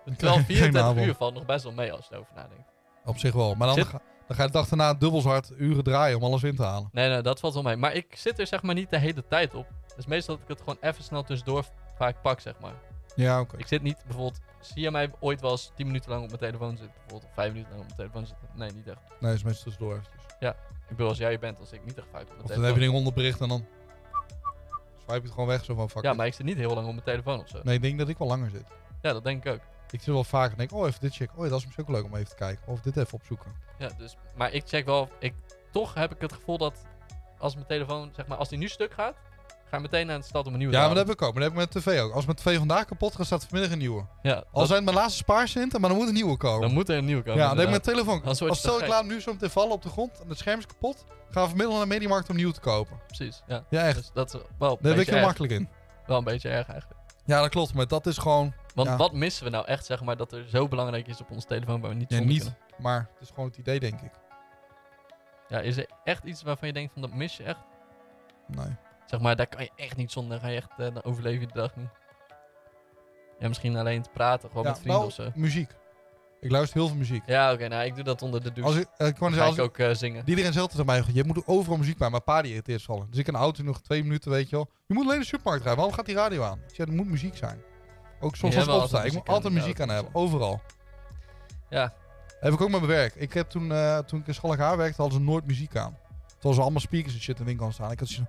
[SPEAKER 1] Terwijl
[SPEAKER 2] Geen
[SPEAKER 1] 24
[SPEAKER 2] aanval.
[SPEAKER 1] uur valt nog best wel mee als je erover nadenkt.
[SPEAKER 2] Op zich wel. Maar dan
[SPEAKER 1] Zit-
[SPEAKER 2] ga, dan ga je de dag daarna dubbel zo hard uren draaien om alles in te halen.
[SPEAKER 1] Nee, nee, dat valt wel mee. Maar ik zit er zeg maar niet de hele tijd op. Dus meestal dat ik het gewoon even snel tussendoor vaak pak, zeg maar.
[SPEAKER 2] Ja, oké.
[SPEAKER 1] Ik zit niet bijvoorbeeld. Zie je mij ooit wel eens 10 minuten lang op mijn telefoon zitten? Bijvoorbeeld of 5 minuten lang op mijn telefoon zitten? Nee, niet echt.
[SPEAKER 2] Nee, is mensen tussendoor eventjes.
[SPEAKER 1] Ik bedoel, als jij bent, als ik niet echt 5 op mijn
[SPEAKER 2] Of dan heb je
[SPEAKER 1] telefoon.
[SPEAKER 2] een onderbericht en dan... Swipe je het gewoon weg, zo van fuck
[SPEAKER 1] Ja,
[SPEAKER 2] it.
[SPEAKER 1] maar ik zit niet heel lang op mijn telefoon of zo.
[SPEAKER 2] Nee, ik denk dat ik wel langer zit.
[SPEAKER 1] Ja, dat denk ik ook.
[SPEAKER 2] Ik zit wel vaker en denk, oh, even dit checken. Oh, ja, dat is misschien ook leuk om even te kijken. Of dit even opzoeken.
[SPEAKER 1] Ja, dus, maar ik check wel. Ik, toch heb ik het gevoel dat als mijn telefoon, zeg maar, als die nu stuk gaat, ga ik meteen naar de stad om een nieuwe
[SPEAKER 2] Ja,
[SPEAKER 1] te
[SPEAKER 2] maar dat
[SPEAKER 1] halen.
[SPEAKER 2] heb ik ook. Maar dat heb ik met tv ook. Als mijn tv vandaag kapot gaat, staat er vanmiddag een nieuwe.
[SPEAKER 1] Ja,
[SPEAKER 2] Al
[SPEAKER 1] dat-
[SPEAKER 2] zijn het mijn laatste spaarcenten, maar dan moet een nieuwe komen.
[SPEAKER 1] dan moet er een nieuwe komen.
[SPEAKER 2] ja, dan heb ik
[SPEAKER 1] inderdaad.
[SPEAKER 2] mijn telefoon.
[SPEAKER 1] Anders
[SPEAKER 2] Als,
[SPEAKER 1] word je
[SPEAKER 2] stel
[SPEAKER 1] te
[SPEAKER 2] ik
[SPEAKER 1] gek.
[SPEAKER 2] laat hem nu zo meteen vallen op de grond en het scherm is kapot, gaan we vanmiddag naar de Mediamarkt om nieuw te kopen.
[SPEAKER 1] Precies, ja.
[SPEAKER 2] Ja, echt.
[SPEAKER 1] Dus dat is wel een,
[SPEAKER 2] Daar ben ik
[SPEAKER 1] beetje
[SPEAKER 2] heel
[SPEAKER 1] erg,
[SPEAKER 2] makkelijk in.
[SPEAKER 1] wel een beetje erg eigenlijk.
[SPEAKER 2] Ja, dat klopt. Maar dat is gewoon...
[SPEAKER 1] Want
[SPEAKER 2] Ja.
[SPEAKER 1] wat missen we nou echt, zeg maar, dat er zo belangrijk is op onze telefoon waar we niet
[SPEAKER 2] Ja,
[SPEAKER 1] zonder
[SPEAKER 2] niet.
[SPEAKER 1] kunnen?
[SPEAKER 2] Maar het is gewoon het idee, denk ik.
[SPEAKER 1] Ja, is er echt iets waarvan je denkt van, dat mis je echt?
[SPEAKER 2] Nee.
[SPEAKER 1] Zeg maar, daar kan je echt niet zonder. Dan, ga je echt, eh, dan overleef je de dag niet. Ja, misschien alleen te praten, gewoon
[SPEAKER 2] Ja,
[SPEAKER 1] met vrienden
[SPEAKER 2] nou,
[SPEAKER 1] of zo.
[SPEAKER 2] muziek. Ik luister heel veel muziek.
[SPEAKER 1] Ja, oké, nou, ik doe dat onder de douche.
[SPEAKER 2] Als ik, eh, ik
[SPEAKER 1] Dan
[SPEAKER 2] wou net
[SPEAKER 1] ga
[SPEAKER 2] zeggen,
[SPEAKER 1] ik
[SPEAKER 2] als
[SPEAKER 1] ook eh, zingen.
[SPEAKER 2] ik- iedereen zegt tegen mij, je moet overal muziek bij. Mijn pa die irriteert vallen. Dus ik in de auto nog twee minuten, weet je wel. Je moet alleen de supermarkt rijden. Waarom gaat die radio aan? Ik zeg, er moet muziek zijn. Ook soms
[SPEAKER 1] Ja,
[SPEAKER 2] als ik
[SPEAKER 1] wel altijd
[SPEAKER 2] opsta. Ik moet
[SPEAKER 1] muziek aan
[SPEAKER 2] altijd
[SPEAKER 1] de
[SPEAKER 2] muziek aan
[SPEAKER 1] auto,
[SPEAKER 2] hebben. Overal.
[SPEAKER 1] Ja.
[SPEAKER 2] Heb ik ook met mijn werk. Ik heb toen, eh, toen ik in Schalkhaar werkte, hadden ze nooit muziek aan. Terwijl ze allemaal speakers en shit in de winkel aan staan. Ik had zo'n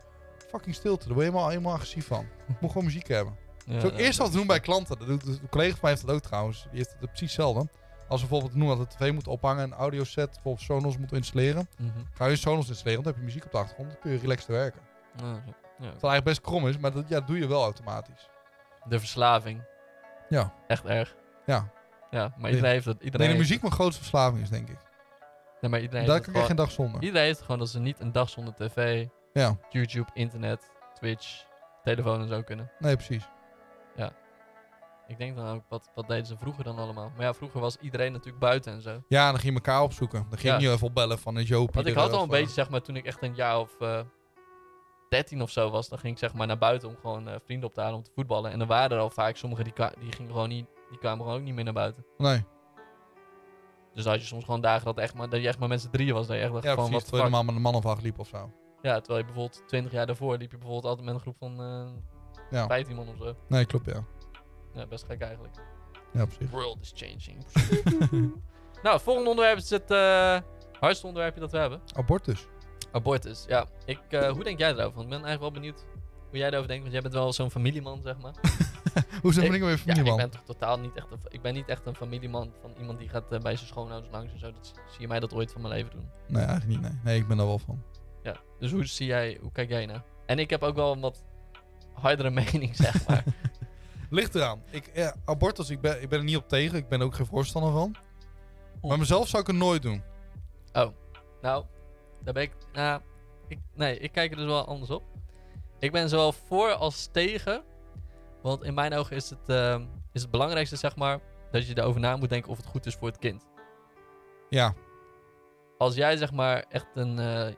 [SPEAKER 2] fucking stilte. Daar word je helemaal, helemaal agressief van. Ik moet gewoon muziek hebben.
[SPEAKER 1] Ja,
[SPEAKER 2] Zo, ik
[SPEAKER 1] ja,
[SPEAKER 2] eerst
[SPEAKER 1] dat
[SPEAKER 2] wat doen bij klanten. Dat doet, een collega van mij heeft dat ook trouwens. Die heeft het precies hetzelfde. Als we bijvoorbeeld noemen dat de tv moet ophangen, een audioset, bijvoorbeeld Sonos moet installeren.
[SPEAKER 1] Mhm.
[SPEAKER 2] Ga je Sonos installeren, dan heb je muziek op de achtergrond. Dan kun je relaxed werken.
[SPEAKER 1] Ja, zo. Ja.
[SPEAKER 2] Wat eigenlijk best krom is, maar dat, ja, dat doe je wel automatisch.
[SPEAKER 1] De verslaving.
[SPEAKER 2] Ja.
[SPEAKER 1] Echt erg.
[SPEAKER 2] Ja.
[SPEAKER 1] Ja, maar iedereen heeft dat. Iedereen
[SPEAKER 2] Nee, de
[SPEAKER 1] heeft-
[SPEAKER 2] muziek mijn grootste verslaving is, denk ik.
[SPEAKER 1] Nee, maar iedereen
[SPEAKER 2] Daar
[SPEAKER 1] heeft
[SPEAKER 2] kan
[SPEAKER 1] dat
[SPEAKER 2] ik echt geen
[SPEAKER 1] gewoon-
[SPEAKER 2] dag zonder.
[SPEAKER 1] Iedereen heeft gewoon dat ze niet een dag zonder tv,
[SPEAKER 2] Ja,
[SPEAKER 1] YouTube, internet, Twitch, telefoon en zo kunnen.
[SPEAKER 2] nee, precies.
[SPEAKER 1] Ik denk dan ook, wat, wat deden ze vroeger dan allemaal? Maar ja, vroeger was iedereen natuurlijk buiten en zo.
[SPEAKER 2] Ja, dan ging je elkaar opzoeken. Dan ging
[SPEAKER 1] Ja.
[SPEAKER 2] je even opbellen van een Joopie.
[SPEAKER 1] Want ik
[SPEAKER 2] er,
[SPEAKER 1] had
[SPEAKER 2] eh,
[SPEAKER 1] al een
[SPEAKER 2] of, eh,
[SPEAKER 1] beetje, zeg maar, toen ik echt een jaar of eh 13 of zo was, dan ging ik zeg maar naar buiten om gewoon eh, vrienden op te halen om te voetballen. En dan waren er al vaak sommigen die, kwa- die, gingen gewoon niet, die kwamen gewoon ook niet meer naar buiten.
[SPEAKER 2] Nee,
[SPEAKER 1] Dus dan had je soms gewoon dagen dat, echt maar, dat je echt maar met z'n drieën was. Dat je echt dacht
[SPEAKER 2] ja,
[SPEAKER 1] van,
[SPEAKER 2] precies.
[SPEAKER 1] wat
[SPEAKER 2] Wat
[SPEAKER 1] de
[SPEAKER 2] je
[SPEAKER 1] fuck?
[SPEAKER 2] normaal met een man of acht liep of zo.
[SPEAKER 1] Ja, terwijl je bijvoorbeeld 20 jaar daarvoor liep je bijvoorbeeld altijd met een groep van eh
[SPEAKER 2] Ja.
[SPEAKER 1] 15 man of zo.
[SPEAKER 2] Nee, klopt, ja.
[SPEAKER 1] Ja, best gek eigenlijk.
[SPEAKER 2] Ja, precies.
[SPEAKER 1] World is changing. nou, het volgende onderwerp is het eh hardste onderwerpje dat we hebben.
[SPEAKER 2] Abortus.
[SPEAKER 1] Abortus, ja. Ik, eh, hoe denk jij erover? Want ik ben eigenlijk wel benieuwd hoe jij erover denkt. Want jij bent wel zo'n familieman, zeg maar.
[SPEAKER 2] Hoe zijn
[SPEAKER 1] Ik-
[SPEAKER 2] we dingen weer
[SPEAKER 1] Ja,
[SPEAKER 2] familie,
[SPEAKER 1] ik
[SPEAKER 2] man?
[SPEAKER 1] ben toch totaal niet echt een, ik ben niet echt een familieman van iemand die gaat eh, bij zijn schoonouders langs en zo. Dat, zie je mij dat ooit van mijn leven doen.
[SPEAKER 2] Nee, eigenlijk niet. Nee, nee ik ben daar wel van.
[SPEAKER 1] Ja, dus hoe zie jij, hoe kijk jij naar? En ik heb ook wel een wat hardere mening, zeg maar.
[SPEAKER 2] Ligt eraan. Ik, eh, abortus, ik ben, ik ben er niet op tegen. Ik ben er ook geen voorstander van.
[SPEAKER 1] Oh.
[SPEAKER 2] Maar mezelf zou ik het nooit doen.
[SPEAKER 1] Nou, daar ben ik. nou, ik, nee, ik kijk er dus wel anders op. Ik ben zowel voor als tegen. Want in mijn ogen is het, ehm, is het belangrijkste, zeg maar, dat je erover na moet denken of het goed is voor het kind.
[SPEAKER 2] Ja,
[SPEAKER 1] Als jij, zeg maar, echt een, eh,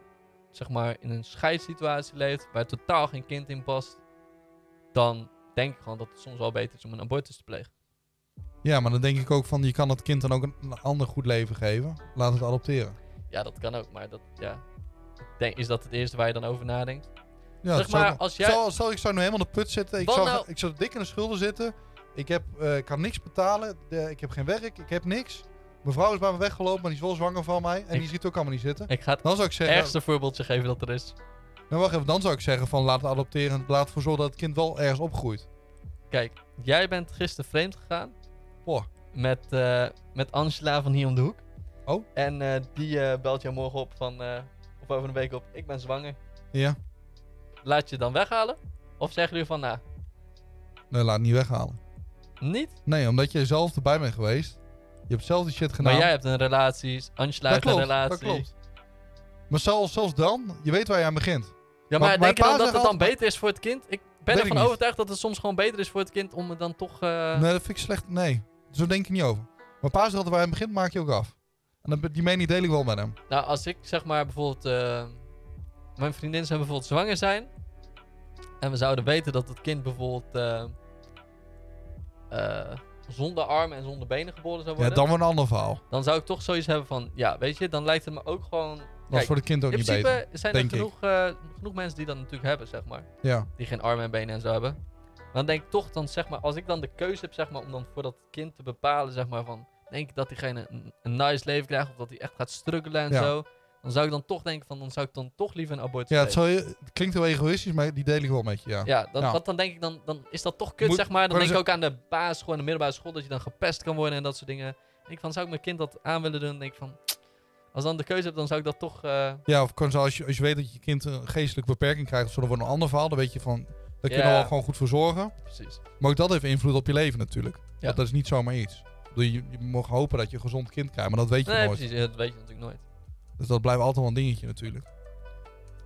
[SPEAKER 1] zeg maar, in een scheidssituatie leeft waar totaal geen kind in past, dan denk ik gewoon dat het soms wel beter is om een abortus te plegen.
[SPEAKER 2] ja maar dan denk ik ook van... je kan het kind dan ook een, een ander goed leven geven. Laat het adopteren.
[SPEAKER 1] Ja, dat kan ook, maar dat, ja. Ik Denk, is dat het eerste waar je dan over nadenkt?
[SPEAKER 2] Ja,
[SPEAKER 1] Zeg
[SPEAKER 2] zou
[SPEAKER 1] maar,
[SPEAKER 2] ik-
[SPEAKER 1] als jij-
[SPEAKER 2] Stel, stel, ik zou nu helemaal in de put zitten. Ik
[SPEAKER 1] Wat
[SPEAKER 2] zou,
[SPEAKER 1] nou-
[SPEAKER 2] ik zou dik in de schulden zitten. Ik heb, eh, ik kan niks betalen. De- ik heb geen werk. Ik heb niks. Mijn vrouw is bij me weggelopen, maar die is wel zwanger van mij. En
[SPEAKER 1] Ik-
[SPEAKER 2] die ziet ook allemaal niet zitten.
[SPEAKER 1] Ik ga het
[SPEAKER 2] Dan zou ik zeggen...
[SPEAKER 1] ergste voorbeeldje geven dat er is.
[SPEAKER 2] Nou, wacht even. Dan zou ik zeggen van laat het adopteren. en Laat ervoor zorgen dat het kind wel ergens opgroeit.
[SPEAKER 1] Kijk, jij bent gisteren vreemd gegaan.
[SPEAKER 2] Boah.
[SPEAKER 1] Met, eh, met Angela van hier om de hoek.
[SPEAKER 2] Oh.
[SPEAKER 1] En eh, die eh, belt jou morgen op van, eh, of over een week op, ik ben zwanger.
[SPEAKER 2] Ja.
[SPEAKER 1] Laat je dan weghalen? Of zeggen jullie van, nou,
[SPEAKER 2] Nee, laat het niet weghalen.
[SPEAKER 1] niet?
[SPEAKER 2] Nee, omdat je zelf erbij bent geweest. Je hebt zelf die shit gedaan.
[SPEAKER 1] Maar jij hebt een relatie, Angela
[SPEAKER 2] dat
[SPEAKER 1] heeft een
[SPEAKER 2] klopt,
[SPEAKER 1] relatie.
[SPEAKER 2] dat klopt. Maar zelfs, zelfs dan, je weet waar je aan begint.
[SPEAKER 1] Ja,
[SPEAKER 2] Maar-
[SPEAKER 1] maar,
[SPEAKER 2] maar
[SPEAKER 1] denk je dan
[SPEAKER 2] pa
[SPEAKER 1] dat
[SPEAKER 2] zegt
[SPEAKER 1] het dan
[SPEAKER 2] altijd-
[SPEAKER 1] beter is voor het kind? Ik ben
[SPEAKER 2] Weet ik
[SPEAKER 1] ervan
[SPEAKER 2] niet.
[SPEAKER 1] overtuigd dat het soms gewoon beter is voor het kind om het dan toch... eh,
[SPEAKER 2] Nee, dat vind ik slecht. Nee, zo denk ik niet over. Maar pa zegt altijd waar je aan begint, maak je ook af. En dat, die mening deel ik wel met hem.
[SPEAKER 1] Nou, als ik zeg maar bijvoorbeeld. eh, mijn vriendin zou bijvoorbeeld zwanger zijn. En we zouden weten dat het kind bijvoorbeeld. eh, eh, zonder armen en zonder benen geboren zou
[SPEAKER 2] Ja,
[SPEAKER 1] worden.
[SPEAKER 2] dan weer een ander verhaal.
[SPEAKER 1] Dan zou ik toch zoiets hebben van. Ja, weet je, dan lijkt het me ook gewoon.
[SPEAKER 2] Dat
[SPEAKER 1] Kijk,
[SPEAKER 2] is voor het kind ook
[SPEAKER 1] in
[SPEAKER 2] niet
[SPEAKER 1] principe
[SPEAKER 2] beter.
[SPEAKER 1] zijn er
[SPEAKER 2] denk ik.
[SPEAKER 1] genoeg, eh, genoeg mensen die dat natuurlijk hebben, zeg maar.
[SPEAKER 2] Ja,
[SPEAKER 1] Die geen armen en benen en zo hebben. Maar dan denk ik toch dan, zeg maar, als ik dan de keuze heb, zeg maar, om dan voor dat kind te bepalen, zeg maar, van, denk ik dat diegene een, een nice leven krijgt of dat hij echt gaat struggelen en
[SPEAKER 2] Ja.
[SPEAKER 1] zo. Dan zou ik dan toch denken van, dan zou ik dan toch liever een abortus
[SPEAKER 2] ja het,
[SPEAKER 1] plegen.
[SPEAKER 2] zal je, het klinkt heel egoïstisch, maar die deel ik wel met je, ja.
[SPEAKER 1] Ja, dan,
[SPEAKER 2] Ja.
[SPEAKER 1] want dan denk ik, dan, dan is dat toch kut,
[SPEAKER 2] Moet-
[SPEAKER 1] zeg maar. Dan
[SPEAKER 2] maar
[SPEAKER 1] denk ik
[SPEAKER 2] dus-
[SPEAKER 1] ook aan de baas, gewoon de middelbare school, dat je dan gepest kan worden en dat soort dingen. Ik denk van, zou ik mijn kind dat aan willen doen? Dan denk ik van, als ik dan de keuze heb, dan zou ik dat toch... eh,
[SPEAKER 2] Ja, of kan zo, als, je, als je weet dat je kind een geestelijke beperking krijgt, of zo, dan wordt een ander verhaal. Dan weet je van, daar kun je
[SPEAKER 1] Ja.
[SPEAKER 2] wel gewoon goed voor zorgen.
[SPEAKER 1] precies.
[SPEAKER 2] Maar ook dat heeft invloed op je leven natuurlijk.
[SPEAKER 1] Ja.
[SPEAKER 2] Want dat is niet zomaar iets. Ik bedoel, Je, je mag hopen dat je een gezond kind krijgt, maar dat weet je
[SPEAKER 1] Nee,
[SPEAKER 2] nooit.
[SPEAKER 1] precies. ja, Dat weet je natuurlijk nooit.
[SPEAKER 2] Dus dat blijft altijd wel een dingetje natuurlijk.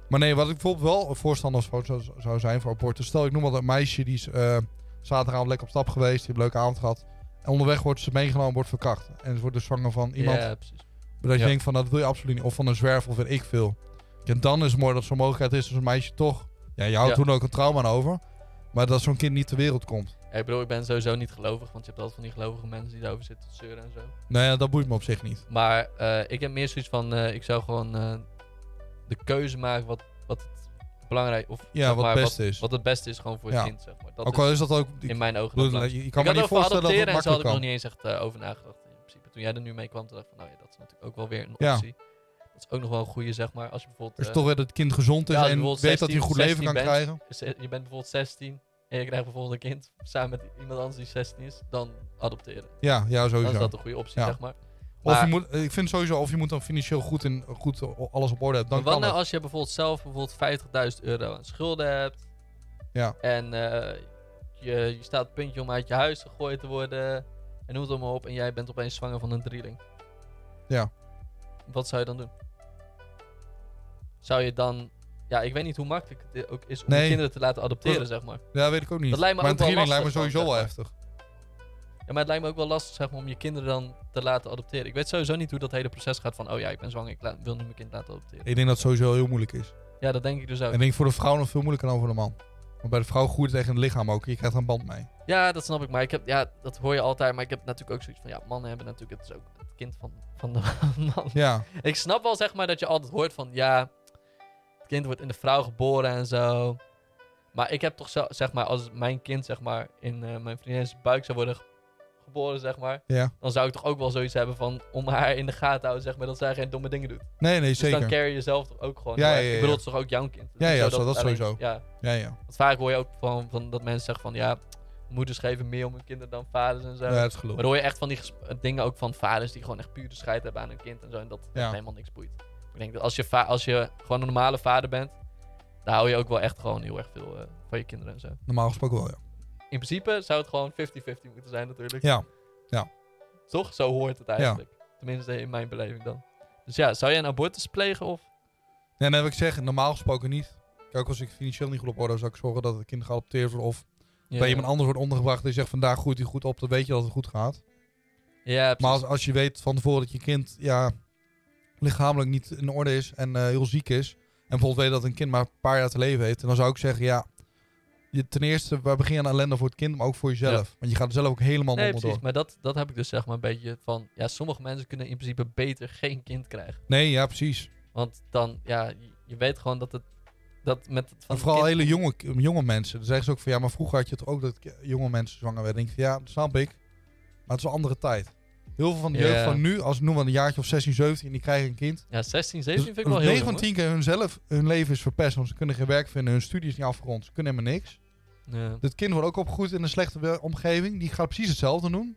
[SPEAKER 2] Maar nee, wat ik bijvoorbeeld wel een voorstander zou, zou, zou zijn voor abortus. Stel, ik noem maar dat meisje die is eh, zaterdagavond lekker op stap geweest. Die heeft een leuke avond gehad. En onderweg wordt ze meegenomen, wordt verkracht. En ze wordt dus zwanger van iemand.
[SPEAKER 1] Ja, precies.
[SPEAKER 2] Dat je
[SPEAKER 1] Ja.
[SPEAKER 2] denkt van, nou, dat wil je absoluut niet. Of van een zwerver of weet ik veel. En dan is het mooi dat zo'n mogelijkheid is. Dus een meisje toch... Ja, je houdt
[SPEAKER 1] Ja.
[SPEAKER 2] toen ook een trauma aan over. Maar Maar dat zo'n kind niet ter wereld komt.
[SPEAKER 1] Ja, ik bedoel, ik ben sowieso niet gelovig, want je hebt altijd van die gelovige mensen die daarover zitten te zeuren en zo.
[SPEAKER 2] Nou ja, dat boeit me op zich niet.
[SPEAKER 1] Maar eh, ik heb meer zoiets van, eh, ik zou gewoon eh, de keuze maken wat, wat het belangrijk of
[SPEAKER 2] Ja,
[SPEAKER 1] zeg
[SPEAKER 2] wat
[SPEAKER 1] maar,
[SPEAKER 2] het beste is.
[SPEAKER 1] wat het beste is gewoon voor het
[SPEAKER 2] Ja.
[SPEAKER 1] kind, zeg maar. Dat
[SPEAKER 2] ook al is dat ook...
[SPEAKER 1] is
[SPEAKER 2] Ik,
[SPEAKER 1] in mijn ogen.
[SPEAKER 2] bedoel,
[SPEAKER 1] dat belangrijk.
[SPEAKER 2] je kan
[SPEAKER 1] ik had
[SPEAKER 2] me niet
[SPEAKER 1] over
[SPEAKER 2] voorstellen dat
[SPEAKER 1] adopteren
[SPEAKER 2] het
[SPEAKER 1] en zo had
[SPEAKER 2] makkelijk
[SPEAKER 1] ik nog
[SPEAKER 2] kan.
[SPEAKER 1] niet eens echt eh, over nagedacht in principe. Toen jij er nu mee kwam, toen dacht ik van, nou ja, dat is natuurlijk ook wel weer een
[SPEAKER 2] Ja.
[SPEAKER 1] optie. Dat is ook nog wel een goede, zeg maar, als je bijvoorbeeld...
[SPEAKER 2] Als je
[SPEAKER 1] eh,
[SPEAKER 2] Dus toch weer dat het kind gezond is
[SPEAKER 1] Ja, als je
[SPEAKER 2] en weet
[SPEAKER 1] bijvoorbeeld
[SPEAKER 2] dat hij een goed
[SPEAKER 1] 16
[SPEAKER 2] leven kan
[SPEAKER 1] bent.
[SPEAKER 2] krijgen.
[SPEAKER 1] Dus, eh, je bent bijvoorbeeld 16 en je krijgt bijvoorbeeld een kind samen met iemand anders die 16 is, dan adopteren.
[SPEAKER 2] Ja, ja,
[SPEAKER 1] Dan is
[SPEAKER 2] sowieso.
[SPEAKER 1] dat een goede optie,
[SPEAKER 2] Ja.
[SPEAKER 1] zeg maar.
[SPEAKER 2] Of je
[SPEAKER 1] Maar-
[SPEAKER 2] moet, ik vind sowieso, of je moet dan financieel goed, in, goed alles op orde hebben, dan
[SPEAKER 1] Maar wat
[SPEAKER 2] kan
[SPEAKER 1] nou
[SPEAKER 2] het.
[SPEAKER 1] als je bijvoorbeeld zelf bijvoorbeeld 50.000 euro aan schulden hebt
[SPEAKER 2] Ja.
[SPEAKER 1] en eh, je, je staat het puntje om uit je huis gegooid te worden en noem het maar op en jij bent opeens zwanger van een drieling.
[SPEAKER 2] Ja.
[SPEAKER 1] Wat zou je dan doen? Zou je dan... Ja, ik weet niet hoe makkelijk het ook is om
[SPEAKER 2] Nee.
[SPEAKER 1] je kinderen te laten adopteren, zeg maar.
[SPEAKER 2] Ja, weet ik ook niet.
[SPEAKER 1] Dat lijkt me
[SPEAKER 2] maar
[SPEAKER 1] ook
[SPEAKER 2] een
[SPEAKER 1] wel
[SPEAKER 2] drieling lijkt
[SPEAKER 1] lastig
[SPEAKER 2] me sowieso
[SPEAKER 1] dan,
[SPEAKER 2] wel
[SPEAKER 1] zeg
[SPEAKER 2] heftig.
[SPEAKER 1] Ja, maar het lijkt me ook wel lastig zeg maar, om je kinderen dan te laten adopteren. Ik weet sowieso niet hoe dat hele proces gaat van... oh ja, ik ben zwanger, ik la- wil nu mijn kind laten adopteren.
[SPEAKER 2] Ik denk dat het sowieso heel moeilijk is.
[SPEAKER 1] Ja, dat denk ik dus ook.
[SPEAKER 2] En ik denk voor de vrouw nog veel moeilijker dan voor de man. Want bij de vrouw groeit het echt in het lichaam ook. Je krijgt er een band mee.
[SPEAKER 1] Ja, dat snap ik. Maar ik heb, ja, dat hoor je altijd. Maar ik heb natuurlijk ook zoiets van, ja, mannen hebben natuurlijk, het is ook het kind van, van de man.
[SPEAKER 2] Ja,
[SPEAKER 1] Ik snap wel, zeg maar, dat je altijd hoort van, ja, het kind wordt in de vrouw geboren en zo. Maar ik heb toch, zo, zeg maar, als mijn kind, zeg maar, in eh, mijn vriendin's buik zou worden ge- geboren, zeg maar.
[SPEAKER 2] ja.
[SPEAKER 1] Dan zou ik toch ook wel zoiets hebben van, om haar in de gaten te houden, zeg maar, dat zij geen domme dingen doet.
[SPEAKER 2] Nee, nee,
[SPEAKER 1] Dus dan
[SPEAKER 2] zeker.
[SPEAKER 1] carry jezelf toch ook gewoon.
[SPEAKER 2] Ja,
[SPEAKER 1] heel
[SPEAKER 2] ja,
[SPEAKER 1] erg.
[SPEAKER 2] ja,
[SPEAKER 1] Ik
[SPEAKER 2] ja.
[SPEAKER 1] bedoel, het is toch ook jouw kind. Het is
[SPEAKER 2] Ja,
[SPEAKER 1] niet
[SPEAKER 2] ja,
[SPEAKER 1] zo
[SPEAKER 2] zo, dat
[SPEAKER 1] het alleen-
[SPEAKER 2] sowieso.
[SPEAKER 1] Ja,
[SPEAKER 2] Ja, ja.
[SPEAKER 1] want vaak hoor je ook van, van dat mensen zeggen van ja, moeders geven meer om hun kinderen dan vaders en zo.
[SPEAKER 2] Ja,
[SPEAKER 1] Maar
[SPEAKER 2] het is gelul.
[SPEAKER 1] dan hoor je echt van die gesp- eh, dingen ook van vaders die gewoon echt pure scheid hebben aan hun kind en zo. En dat echt
[SPEAKER 2] Ja.
[SPEAKER 1] helemaal niks boeit. Ik denk dat als je, va- als je gewoon een normale vader bent, dan hou je ook wel echt gewoon heel erg veel eh, van je kinderen en zo.
[SPEAKER 2] Normaal gesproken wel, ja.
[SPEAKER 1] In principe zou het gewoon 50-50 moeten zijn natuurlijk.
[SPEAKER 2] Ja,
[SPEAKER 1] Toch? Zo hoort het eigenlijk. Tenminste in mijn beleving dan. Dus ja, zou jij een abortus plegen of...
[SPEAKER 2] ja dan heb ik zeggen, normaal gesproken niet. Kijk, als ik financieel niet goed op orde heb, zou ik zorgen dat het kind geadopteerd wordt. Of
[SPEAKER 1] Ja,
[SPEAKER 2] bij iemand anders wordt ondergebracht en je zegt, vandaag groeit hij goed op, dan weet je dat het goed gaat.
[SPEAKER 1] Ja,
[SPEAKER 2] Maar
[SPEAKER 1] precies.
[SPEAKER 2] als, als je weet van tevoren dat je kind ja, lichamelijk niet in orde is en eh, heel ziek is. En bijvoorbeeld weet dat een kind maar een paar jaar te leven heeft. En dan zou ik zeggen, ja, je, ten eerste, waar begin je aan ellende voor het kind, maar ook voor jezelf. Want je gaat er zelf ook helemaal
[SPEAKER 1] Nee,
[SPEAKER 2] onderdoor.
[SPEAKER 1] precies. Maar dat, dat heb ik dus zeg maar een beetje van... Ja, sommige mensen kunnen in principe beter geen kind krijgen.
[SPEAKER 2] Nee, ja, precies.
[SPEAKER 1] Want dan, ja, je- je weet gewoon dat het. Dat met het
[SPEAKER 2] En
[SPEAKER 1] van
[SPEAKER 2] vooral
[SPEAKER 1] kind-
[SPEAKER 2] hele jonge, jonge mensen. Dan zeggen ze ook van, ja, maar vroeger had je toch ook dat ki- jonge mensen zwanger werden. Dan denk ik van, ja, dat snap ik. Maar het is een andere tijd. Heel veel van de
[SPEAKER 1] Ja.
[SPEAKER 2] jeugd van nu, als noem maar een jaartje of 16, 17, die krijgen een kind.
[SPEAKER 1] Ja, 16, 17
[SPEAKER 2] Dus
[SPEAKER 1] vind ik wel heel
[SPEAKER 2] 9
[SPEAKER 1] jong,
[SPEAKER 2] van 10 keer hunzelf, hun leven is verpest, want ze kunnen geen werk vinden, hun studie is niet afgerond, ze kunnen helemaal niks.
[SPEAKER 1] hoor. Ja.
[SPEAKER 2] Dit kind wordt ook opgegroeid in een slechte we- omgeving, die gaat precies hetzelfde doen.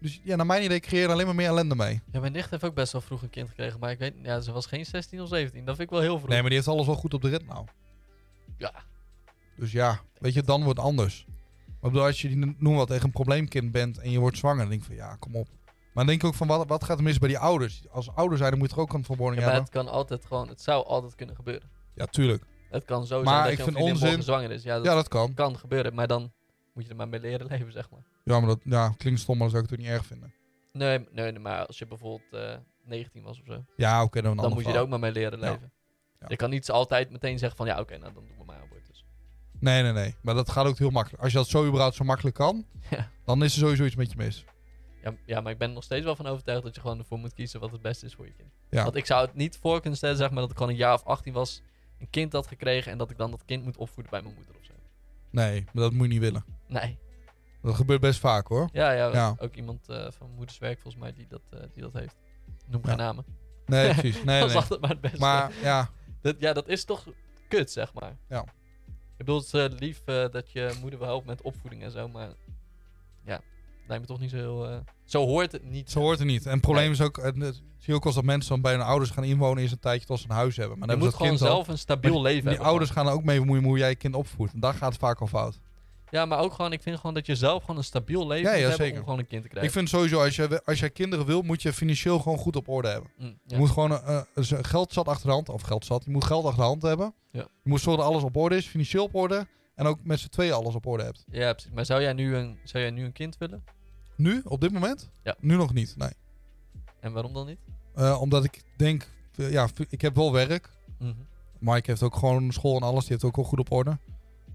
[SPEAKER 2] Dus ja, naar mijn idee creëer je alleen maar meer ellende mee.
[SPEAKER 1] Ja, mijn nicht heeft ook best wel vroeg een kind gekregen. Maar ik weet, ja, ze was geen 16 of 17. Dat vind ik wel heel vroeg.
[SPEAKER 2] Nee, maar die heeft alles wel goed op de rit nou.
[SPEAKER 1] Ja.
[SPEAKER 2] Dus ja, weet je, dan wordt het anders. Maar ik bedoel, als je, die- noem wat, echt een probleemkind bent en je wordt zwanger, dan denk ik van ja, kom op. Maar dan denk ik ook van, wat, wat gaat er mis bij die ouders? Als ouder zijn, dan moet je er ook een verantwoording
[SPEAKER 1] ja, maar
[SPEAKER 2] hebben.
[SPEAKER 1] het kan altijd gewoon, het zou altijd kunnen gebeuren.
[SPEAKER 2] Ja, tuurlijk.
[SPEAKER 1] Het kan zo
[SPEAKER 2] Maar
[SPEAKER 1] zijn dat
[SPEAKER 2] ik
[SPEAKER 1] je
[SPEAKER 2] vind
[SPEAKER 1] een vriendin morgen
[SPEAKER 2] onzin-
[SPEAKER 1] zwanger is. Ja, dat
[SPEAKER 2] Ja, dat kan.
[SPEAKER 1] kan gebeuren. Maar dan moet je er maar mee leren leven, zeg maar.
[SPEAKER 2] Ja, maar dat ja, klinkt stom, maar dat zou ik toch niet erg vinden.
[SPEAKER 1] Nee, nee, nee, maar als je bijvoorbeeld eh, 19 was of zo,
[SPEAKER 2] Ja, oké, dan een
[SPEAKER 1] dan
[SPEAKER 2] ander
[SPEAKER 1] moet je er
[SPEAKER 2] verhaal.
[SPEAKER 1] ook maar mee leren
[SPEAKER 2] Ja.
[SPEAKER 1] leven.
[SPEAKER 2] Ja.
[SPEAKER 1] Je kan niet altijd meteen zeggen van, ja, oké, nou dan doen we maar abortus.
[SPEAKER 2] Nee, nee, nee. Maar dat gaat ook heel makkelijk. Als je dat zo überhaupt zo makkelijk kan,
[SPEAKER 1] Ja.
[SPEAKER 2] dan is er sowieso iets met je mis.
[SPEAKER 1] Ja, ja, maar ik ben er nog steeds wel van overtuigd dat je gewoon ervoor moet kiezen wat het beste is voor je kind.
[SPEAKER 2] Ja.
[SPEAKER 1] Want ik zou het niet voor kunnen stellen, zeg maar, dat ik gewoon een jaar of 18 was, een kind had gekregen en dat ik dan dat kind moet opvoeden bij mijn moeder of zo.
[SPEAKER 2] Nee, maar dat moet je niet willen.
[SPEAKER 1] Nee.
[SPEAKER 2] Dat gebeurt best vaak hoor.
[SPEAKER 1] Ja, ja,
[SPEAKER 2] Ja.
[SPEAKER 1] ook iemand eh, van moederswerk volgens mij die dat, eh, die dat heeft. Noem geen
[SPEAKER 2] Ja.
[SPEAKER 1] namen.
[SPEAKER 2] Nee, precies. Nee,
[SPEAKER 1] dat is
[SPEAKER 2] nee.
[SPEAKER 1] altijd maar het beste.
[SPEAKER 2] Maar ja,
[SPEAKER 1] Dat, ja, dat is toch kut, zeg maar.
[SPEAKER 2] Ja.
[SPEAKER 1] Ik bedoel, het is eh, lief eh, dat je moeder wel helpt met opvoeding en zo, maar ja, lijkt me toch niet zo heel... eh, zo hoort het niet.
[SPEAKER 2] zo hoort het niet. En het probleem
[SPEAKER 1] Nee.
[SPEAKER 2] is ook, eh, dat zie je ook als dat mensen dan bij hun ouders gaan inwonen, is een tijdje tot ze een huis hebben. Maar
[SPEAKER 1] je
[SPEAKER 2] dan
[SPEAKER 1] moet
[SPEAKER 2] hebben
[SPEAKER 1] gewoon
[SPEAKER 2] ze dat kind al.
[SPEAKER 1] zelf een stabiel leven
[SPEAKER 2] En
[SPEAKER 1] hebben.
[SPEAKER 2] Die
[SPEAKER 1] gewoon.
[SPEAKER 2] ouders gaan er ook mee bemoeien hoe jij je kind opvoedt. En daar gaat het vaak al fout.
[SPEAKER 1] Ja, maar ook gewoon, ik vind gewoon dat je zelf gewoon een stabiel leven
[SPEAKER 2] Ja,
[SPEAKER 1] moet
[SPEAKER 2] ja,
[SPEAKER 1] hebben
[SPEAKER 2] zeker.
[SPEAKER 1] om gewoon een kind te
[SPEAKER 2] Ik
[SPEAKER 1] krijgen.
[SPEAKER 2] vind sowieso, als je, als je kinderen wil, moet je financieel gewoon goed op orde hebben.
[SPEAKER 1] Mm,
[SPEAKER 2] Je
[SPEAKER 1] ja.
[SPEAKER 2] moet gewoon eh, eh, z- geld zat achter de hand. Of geld zat. Je moet geld achter de hand hebben.
[SPEAKER 1] Ja.
[SPEAKER 2] Je moet zorgen dat alles op orde is. Financieel op orde. En ook met z'n tweeën alles op orde hebt.
[SPEAKER 1] Ja, precies. Maar zou jij, nu een, zou jij nu een kind willen?
[SPEAKER 2] Nu, op dit moment?
[SPEAKER 1] Ja.
[SPEAKER 2] Nu nog niet, nee.
[SPEAKER 1] En waarom dan niet?
[SPEAKER 2] Eh, omdat ik denk... eh, ja, v- ik heb wel werk.
[SPEAKER 1] Mhm.
[SPEAKER 2] Mike heeft ook gewoon school en alles. Die heeft ook wel goed op orde.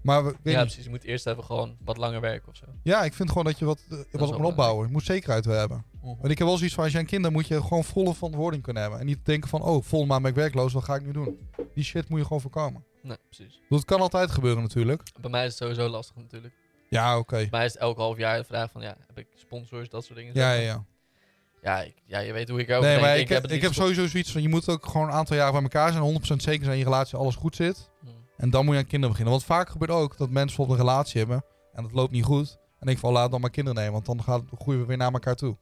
[SPEAKER 2] Maar we- ik weet
[SPEAKER 1] Ja,
[SPEAKER 2] niet.
[SPEAKER 1] precies. Je moet eerst even gewoon wat langer werken of zo.
[SPEAKER 2] ja, ik vind gewoon dat je wat, eh,
[SPEAKER 1] wel
[SPEAKER 2] wat op moet
[SPEAKER 1] belangrijk.
[SPEAKER 2] opbouwen. Je moet zekerheid willen hebben. Want ik heb wel zoiets van, als je een kind hebt, moet je gewoon volle verantwoording kunnen hebben. En niet denken van, oh, volgende maand ben ik werkloos, wat ga ik nu doen? Die shit moet je gewoon voorkomen.
[SPEAKER 1] Nee, precies.
[SPEAKER 2] Dus dat kan altijd gebeuren natuurlijk.
[SPEAKER 1] Bij mij is het sowieso lastig natuurlijk.
[SPEAKER 2] Ja, oké.
[SPEAKER 1] Bij mij is het elk half jaar de vraag van, ja, heb ik sponsors, dat soort dingen.
[SPEAKER 2] Ja, ja, ja.
[SPEAKER 1] Ja, ik- ja, je weet hoe ik over
[SPEAKER 2] Nee,
[SPEAKER 1] denk.
[SPEAKER 2] maar ik, heb,
[SPEAKER 1] het
[SPEAKER 2] ik heb
[SPEAKER 1] liefst
[SPEAKER 2] sowieso zoiets van, je moet ook gewoon een aantal jaar bij elkaar zijn. 100% zeker zijn je relatie alles goed zit.
[SPEAKER 1] op- Hm.
[SPEAKER 2] En dan moet je aan kinderen beginnen. Want vaak gebeurt ook dat mensen bijvoorbeeld een relatie hebben en dat loopt niet goed. En ik van laat dan maar kinderen nemen, want dan gaat, groeien we weer naar elkaar toe.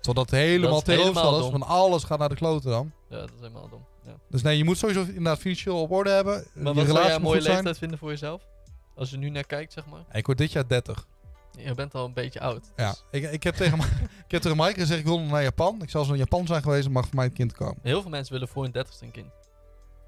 [SPEAKER 2] Totdat
[SPEAKER 1] Dat is
[SPEAKER 2] het helemaal
[SPEAKER 1] helemaal
[SPEAKER 2] tegenovergesteld is,
[SPEAKER 1] dom.
[SPEAKER 2] want alles gaat naar de kloten dan.
[SPEAKER 1] Ja, dat is helemaal dom. Ja.
[SPEAKER 2] Dus nee, je moet sowieso inderdaad financieel op orde hebben. eh,
[SPEAKER 1] Maar
[SPEAKER 2] je
[SPEAKER 1] wat zou
[SPEAKER 2] relatie
[SPEAKER 1] jij een
[SPEAKER 2] moet
[SPEAKER 1] mooie
[SPEAKER 2] goed zijn.
[SPEAKER 1] leeftijd vinden voor jezelf? Als je nu naar kijkt, zeg maar.
[SPEAKER 2] Ik word dit jaar 30.
[SPEAKER 1] Je bent al een beetje oud.
[SPEAKER 2] Ja.
[SPEAKER 1] dus
[SPEAKER 2] Ik, ik, heb tegen, Mi- ik heb tegen Mike gezegd, ik wil naar Japan. Ik zou zo naar Japan zijn geweest, dan mag voor mij een kind komen.
[SPEAKER 1] heel veel mensen willen voor hun dertigste een kind.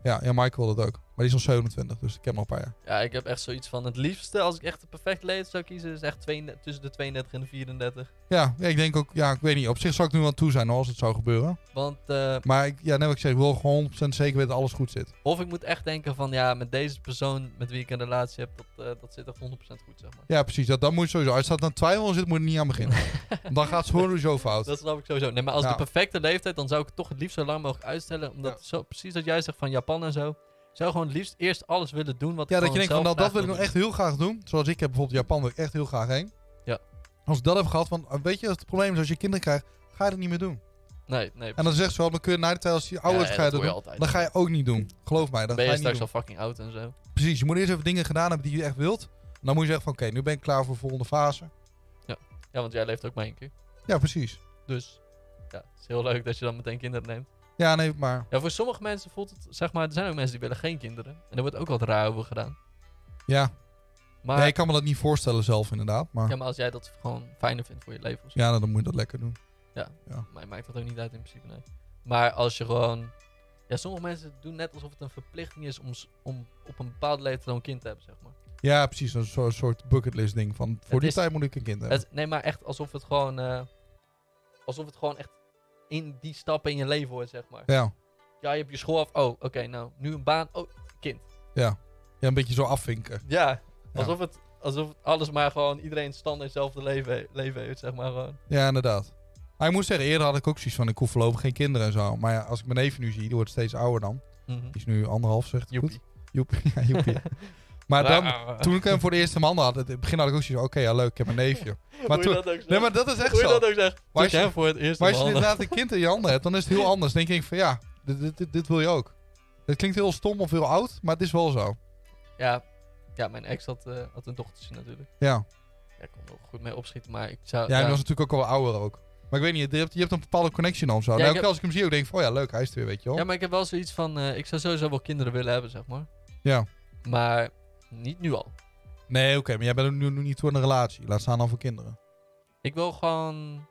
[SPEAKER 2] Ja, ja, Mike wil dat ook. Maar die is nog 27, dus ik heb nog een paar jaar.
[SPEAKER 1] Ja, ik heb echt zoiets van het liefste, als ik echt de perfecte leeftijd zou kiezen, is echt 32 tussen de 32 en de 34.
[SPEAKER 2] Ja, ja, ik denk ook, ja, ik weet niet. Op zich zou ik nu wel toe zijn hoor, als het zou gebeuren.
[SPEAKER 1] Want, eh,
[SPEAKER 2] Maar ik, ja, net wat ik zeg, ik wil gewoon 100% zeker weten dat alles goed zit.
[SPEAKER 1] of ik moet echt denken van, ja, met deze persoon met wie ik een relatie heb, dat, eh, dat zit echt 100% goed, zeg maar.
[SPEAKER 2] Ja, precies. Dat, dat moet je sowieso. Als dat aan twijfel zit, moet je er niet aan beginnen. dan gaat het sowieso fout.
[SPEAKER 1] Dat snap ik sowieso. Nee, maar als
[SPEAKER 2] Ja.
[SPEAKER 1] de perfecte leeftijd, dan zou ik het toch het liefst zo lang mogelijk uitstellen. Omdat, zo, precies dat jij zegt van Japan en zo, ik zou gewoon het liefst eerst alles willen doen wat
[SPEAKER 2] ja,
[SPEAKER 1] ik
[SPEAKER 2] dat je denkt van, nou, dat wil ik nog
[SPEAKER 1] nog
[SPEAKER 2] echt heel graag doen. Zoals ik heb bijvoorbeeld Japan, wil ik echt heel graag heen.
[SPEAKER 1] Ja.
[SPEAKER 2] Als ik dat heb gehad, want eh, weet je, wat het probleem is als je kinderen krijgt, ga je dat niet meer doen.
[SPEAKER 1] Nee, nee.
[SPEAKER 2] En dan zegt ze wel, dan kun je na de tijd als je ouder
[SPEAKER 1] Ja, ja,
[SPEAKER 2] is, ga je
[SPEAKER 1] dat
[SPEAKER 2] dat
[SPEAKER 1] hoor je
[SPEAKER 2] doen.
[SPEAKER 1] altijd.
[SPEAKER 2] Dat ga je ook niet doen. Geloof mij, dat
[SPEAKER 1] ben
[SPEAKER 2] ga
[SPEAKER 1] je
[SPEAKER 2] je niet
[SPEAKER 1] straks al
[SPEAKER 2] doen.
[SPEAKER 1] fucking oud en zo.
[SPEAKER 2] Precies, je moet eerst even dingen gedaan hebben die je echt wilt. En dan moet je zeggen van, oké, nu ben ik klaar voor de volgende fase.
[SPEAKER 1] Ja, want jij leeft ook maar één keer.
[SPEAKER 2] Ja, precies.
[SPEAKER 1] Dus ja, het is heel leuk dat je dan meteen kinderen neemt.
[SPEAKER 2] Ja, nee, maar...
[SPEAKER 1] Ja, voor sommige mensen voelt het, zeg maar, er zijn ook mensen die willen geen kinderen. En daar wordt ook wat raar over gedaan.
[SPEAKER 2] Ja,
[SPEAKER 1] Maar,
[SPEAKER 2] nee, ik kan me dat niet voorstellen zelf inderdaad. Maar
[SPEAKER 1] ja,
[SPEAKER 2] ja,
[SPEAKER 1] maar als jij dat gewoon fijner vindt voor je leven of zo.
[SPEAKER 2] nou, dan moet je dat lekker doen.
[SPEAKER 1] Mij maakt dat ook niet uit in principe, nee. Maar als je gewoon... Ja, sommige mensen doen net alsof het een verplichting is om, s- om op een bepaalde leeftijd al een kind te hebben, zeg maar.
[SPEAKER 2] Ja, precies. Een soort, soort bucketlist ding van, voor die
[SPEAKER 1] is-
[SPEAKER 2] tijd moet ik een kind hebben.
[SPEAKER 1] Het, nee, maar echt alsof het gewoon... eh, alsof het gewoon echt in die stappen in je leven hoort, zeg maar.
[SPEAKER 2] Ja.
[SPEAKER 1] Ja, je hebt je school af. Oh, oké, nou, nu een baan. Oh,
[SPEAKER 2] ja, een beetje zo afvinken.
[SPEAKER 1] ja.
[SPEAKER 2] Ja.
[SPEAKER 1] Alsof het... Alsof het alles maar gewoon iedereen standaard hetzelfde leven, leven heeft, zeg maar gewoon.
[SPEAKER 2] Ja, inderdaad. Maar ik moet zeggen, eerder had ik ook zoiets van, ik hoef voorlopig geen kinderen en zo. Maar ja, als ik mijn neef nu zie, die wordt steeds ouder dan.
[SPEAKER 1] Mhm.
[SPEAKER 2] Die is nu anderhalf, zegt hij goed.
[SPEAKER 1] Joepie.
[SPEAKER 2] Joepie. Ja, joepie. maar
[SPEAKER 1] Ah,
[SPEAKER 2] dan,
[SPEAKER 1] ah, ah.
[SPEAKER 2] toen ik hem voor de eerste man had, in het begin had ik ook zoiets van, oké, ja leuk, ik heb een neefje. Maar
[SPEAKER 1] Hoe
[SPEAKER 2] toen-
[SPEAKER 1] je dat ook zegt.
[SPEAKER 2] Nee, maar dat is echt
[SPEAKER 1] Hoe je
[SPEAKER 2] zo.
[SPEAKER 1] dat ook zegt. Toen
[SPEAKER 2] als
[SPEAKER 1] ik
[SPEAKER 2] je-
[SPEAKER 1] hem voor het eerst
[SPEAKER 2] Maar als je
[SPEAKER 1] behandelde.
[SPEAKER 2] inderdaad een kind in je handen hebt, dan is het heel anders. Dan denk ik van, ja, dit, dit, dit, dit wil je ook. Het klinkt heel stom of heel oud, maar het is wel zo.
[SPEAKER 1] Ja, ja mijn ex had, eh, had een dochtertje natuurlijk.
[SPEAKER 2] Ja,
[SPEAKER 1] Ja, ik kon er ook goed mee opschieten, maar ik zou...
[SPEAKER 2] ja,
[SPEAKER 1] ja,
[SPEAKER 2] hij was natuurlijk ook al wel ouder ook. Maar ik weet niet, je hebt, je hebt een bepaalde connectie dan of zo.
[SPEAKER 1] Ja,
[SPEAKER 2] nou,
[SPEAKER 1] ik
[SPEAKER 2] ook
[SPEAKER 1] heb-
[SPEAKER 2] als ik hem zie, ook denk ik van, oh ja, leuk, hij is er weer, weet je wel.
[SPEAKER 1] ja, maar ik heb wel zoiets van... eh, ik zou sowieso wel kinderen willen hebben, zeg maar.
[SPEAKER 2] ja.
[SPEAKER 1] Maar niet nu al.
[SPEAKER 2] Nee, oké, maar jij bent ook nu, nu niet toe aan een relatie. Laat staan dan voor kinderen.
[SPEAKER 1] Ik wil gewoon...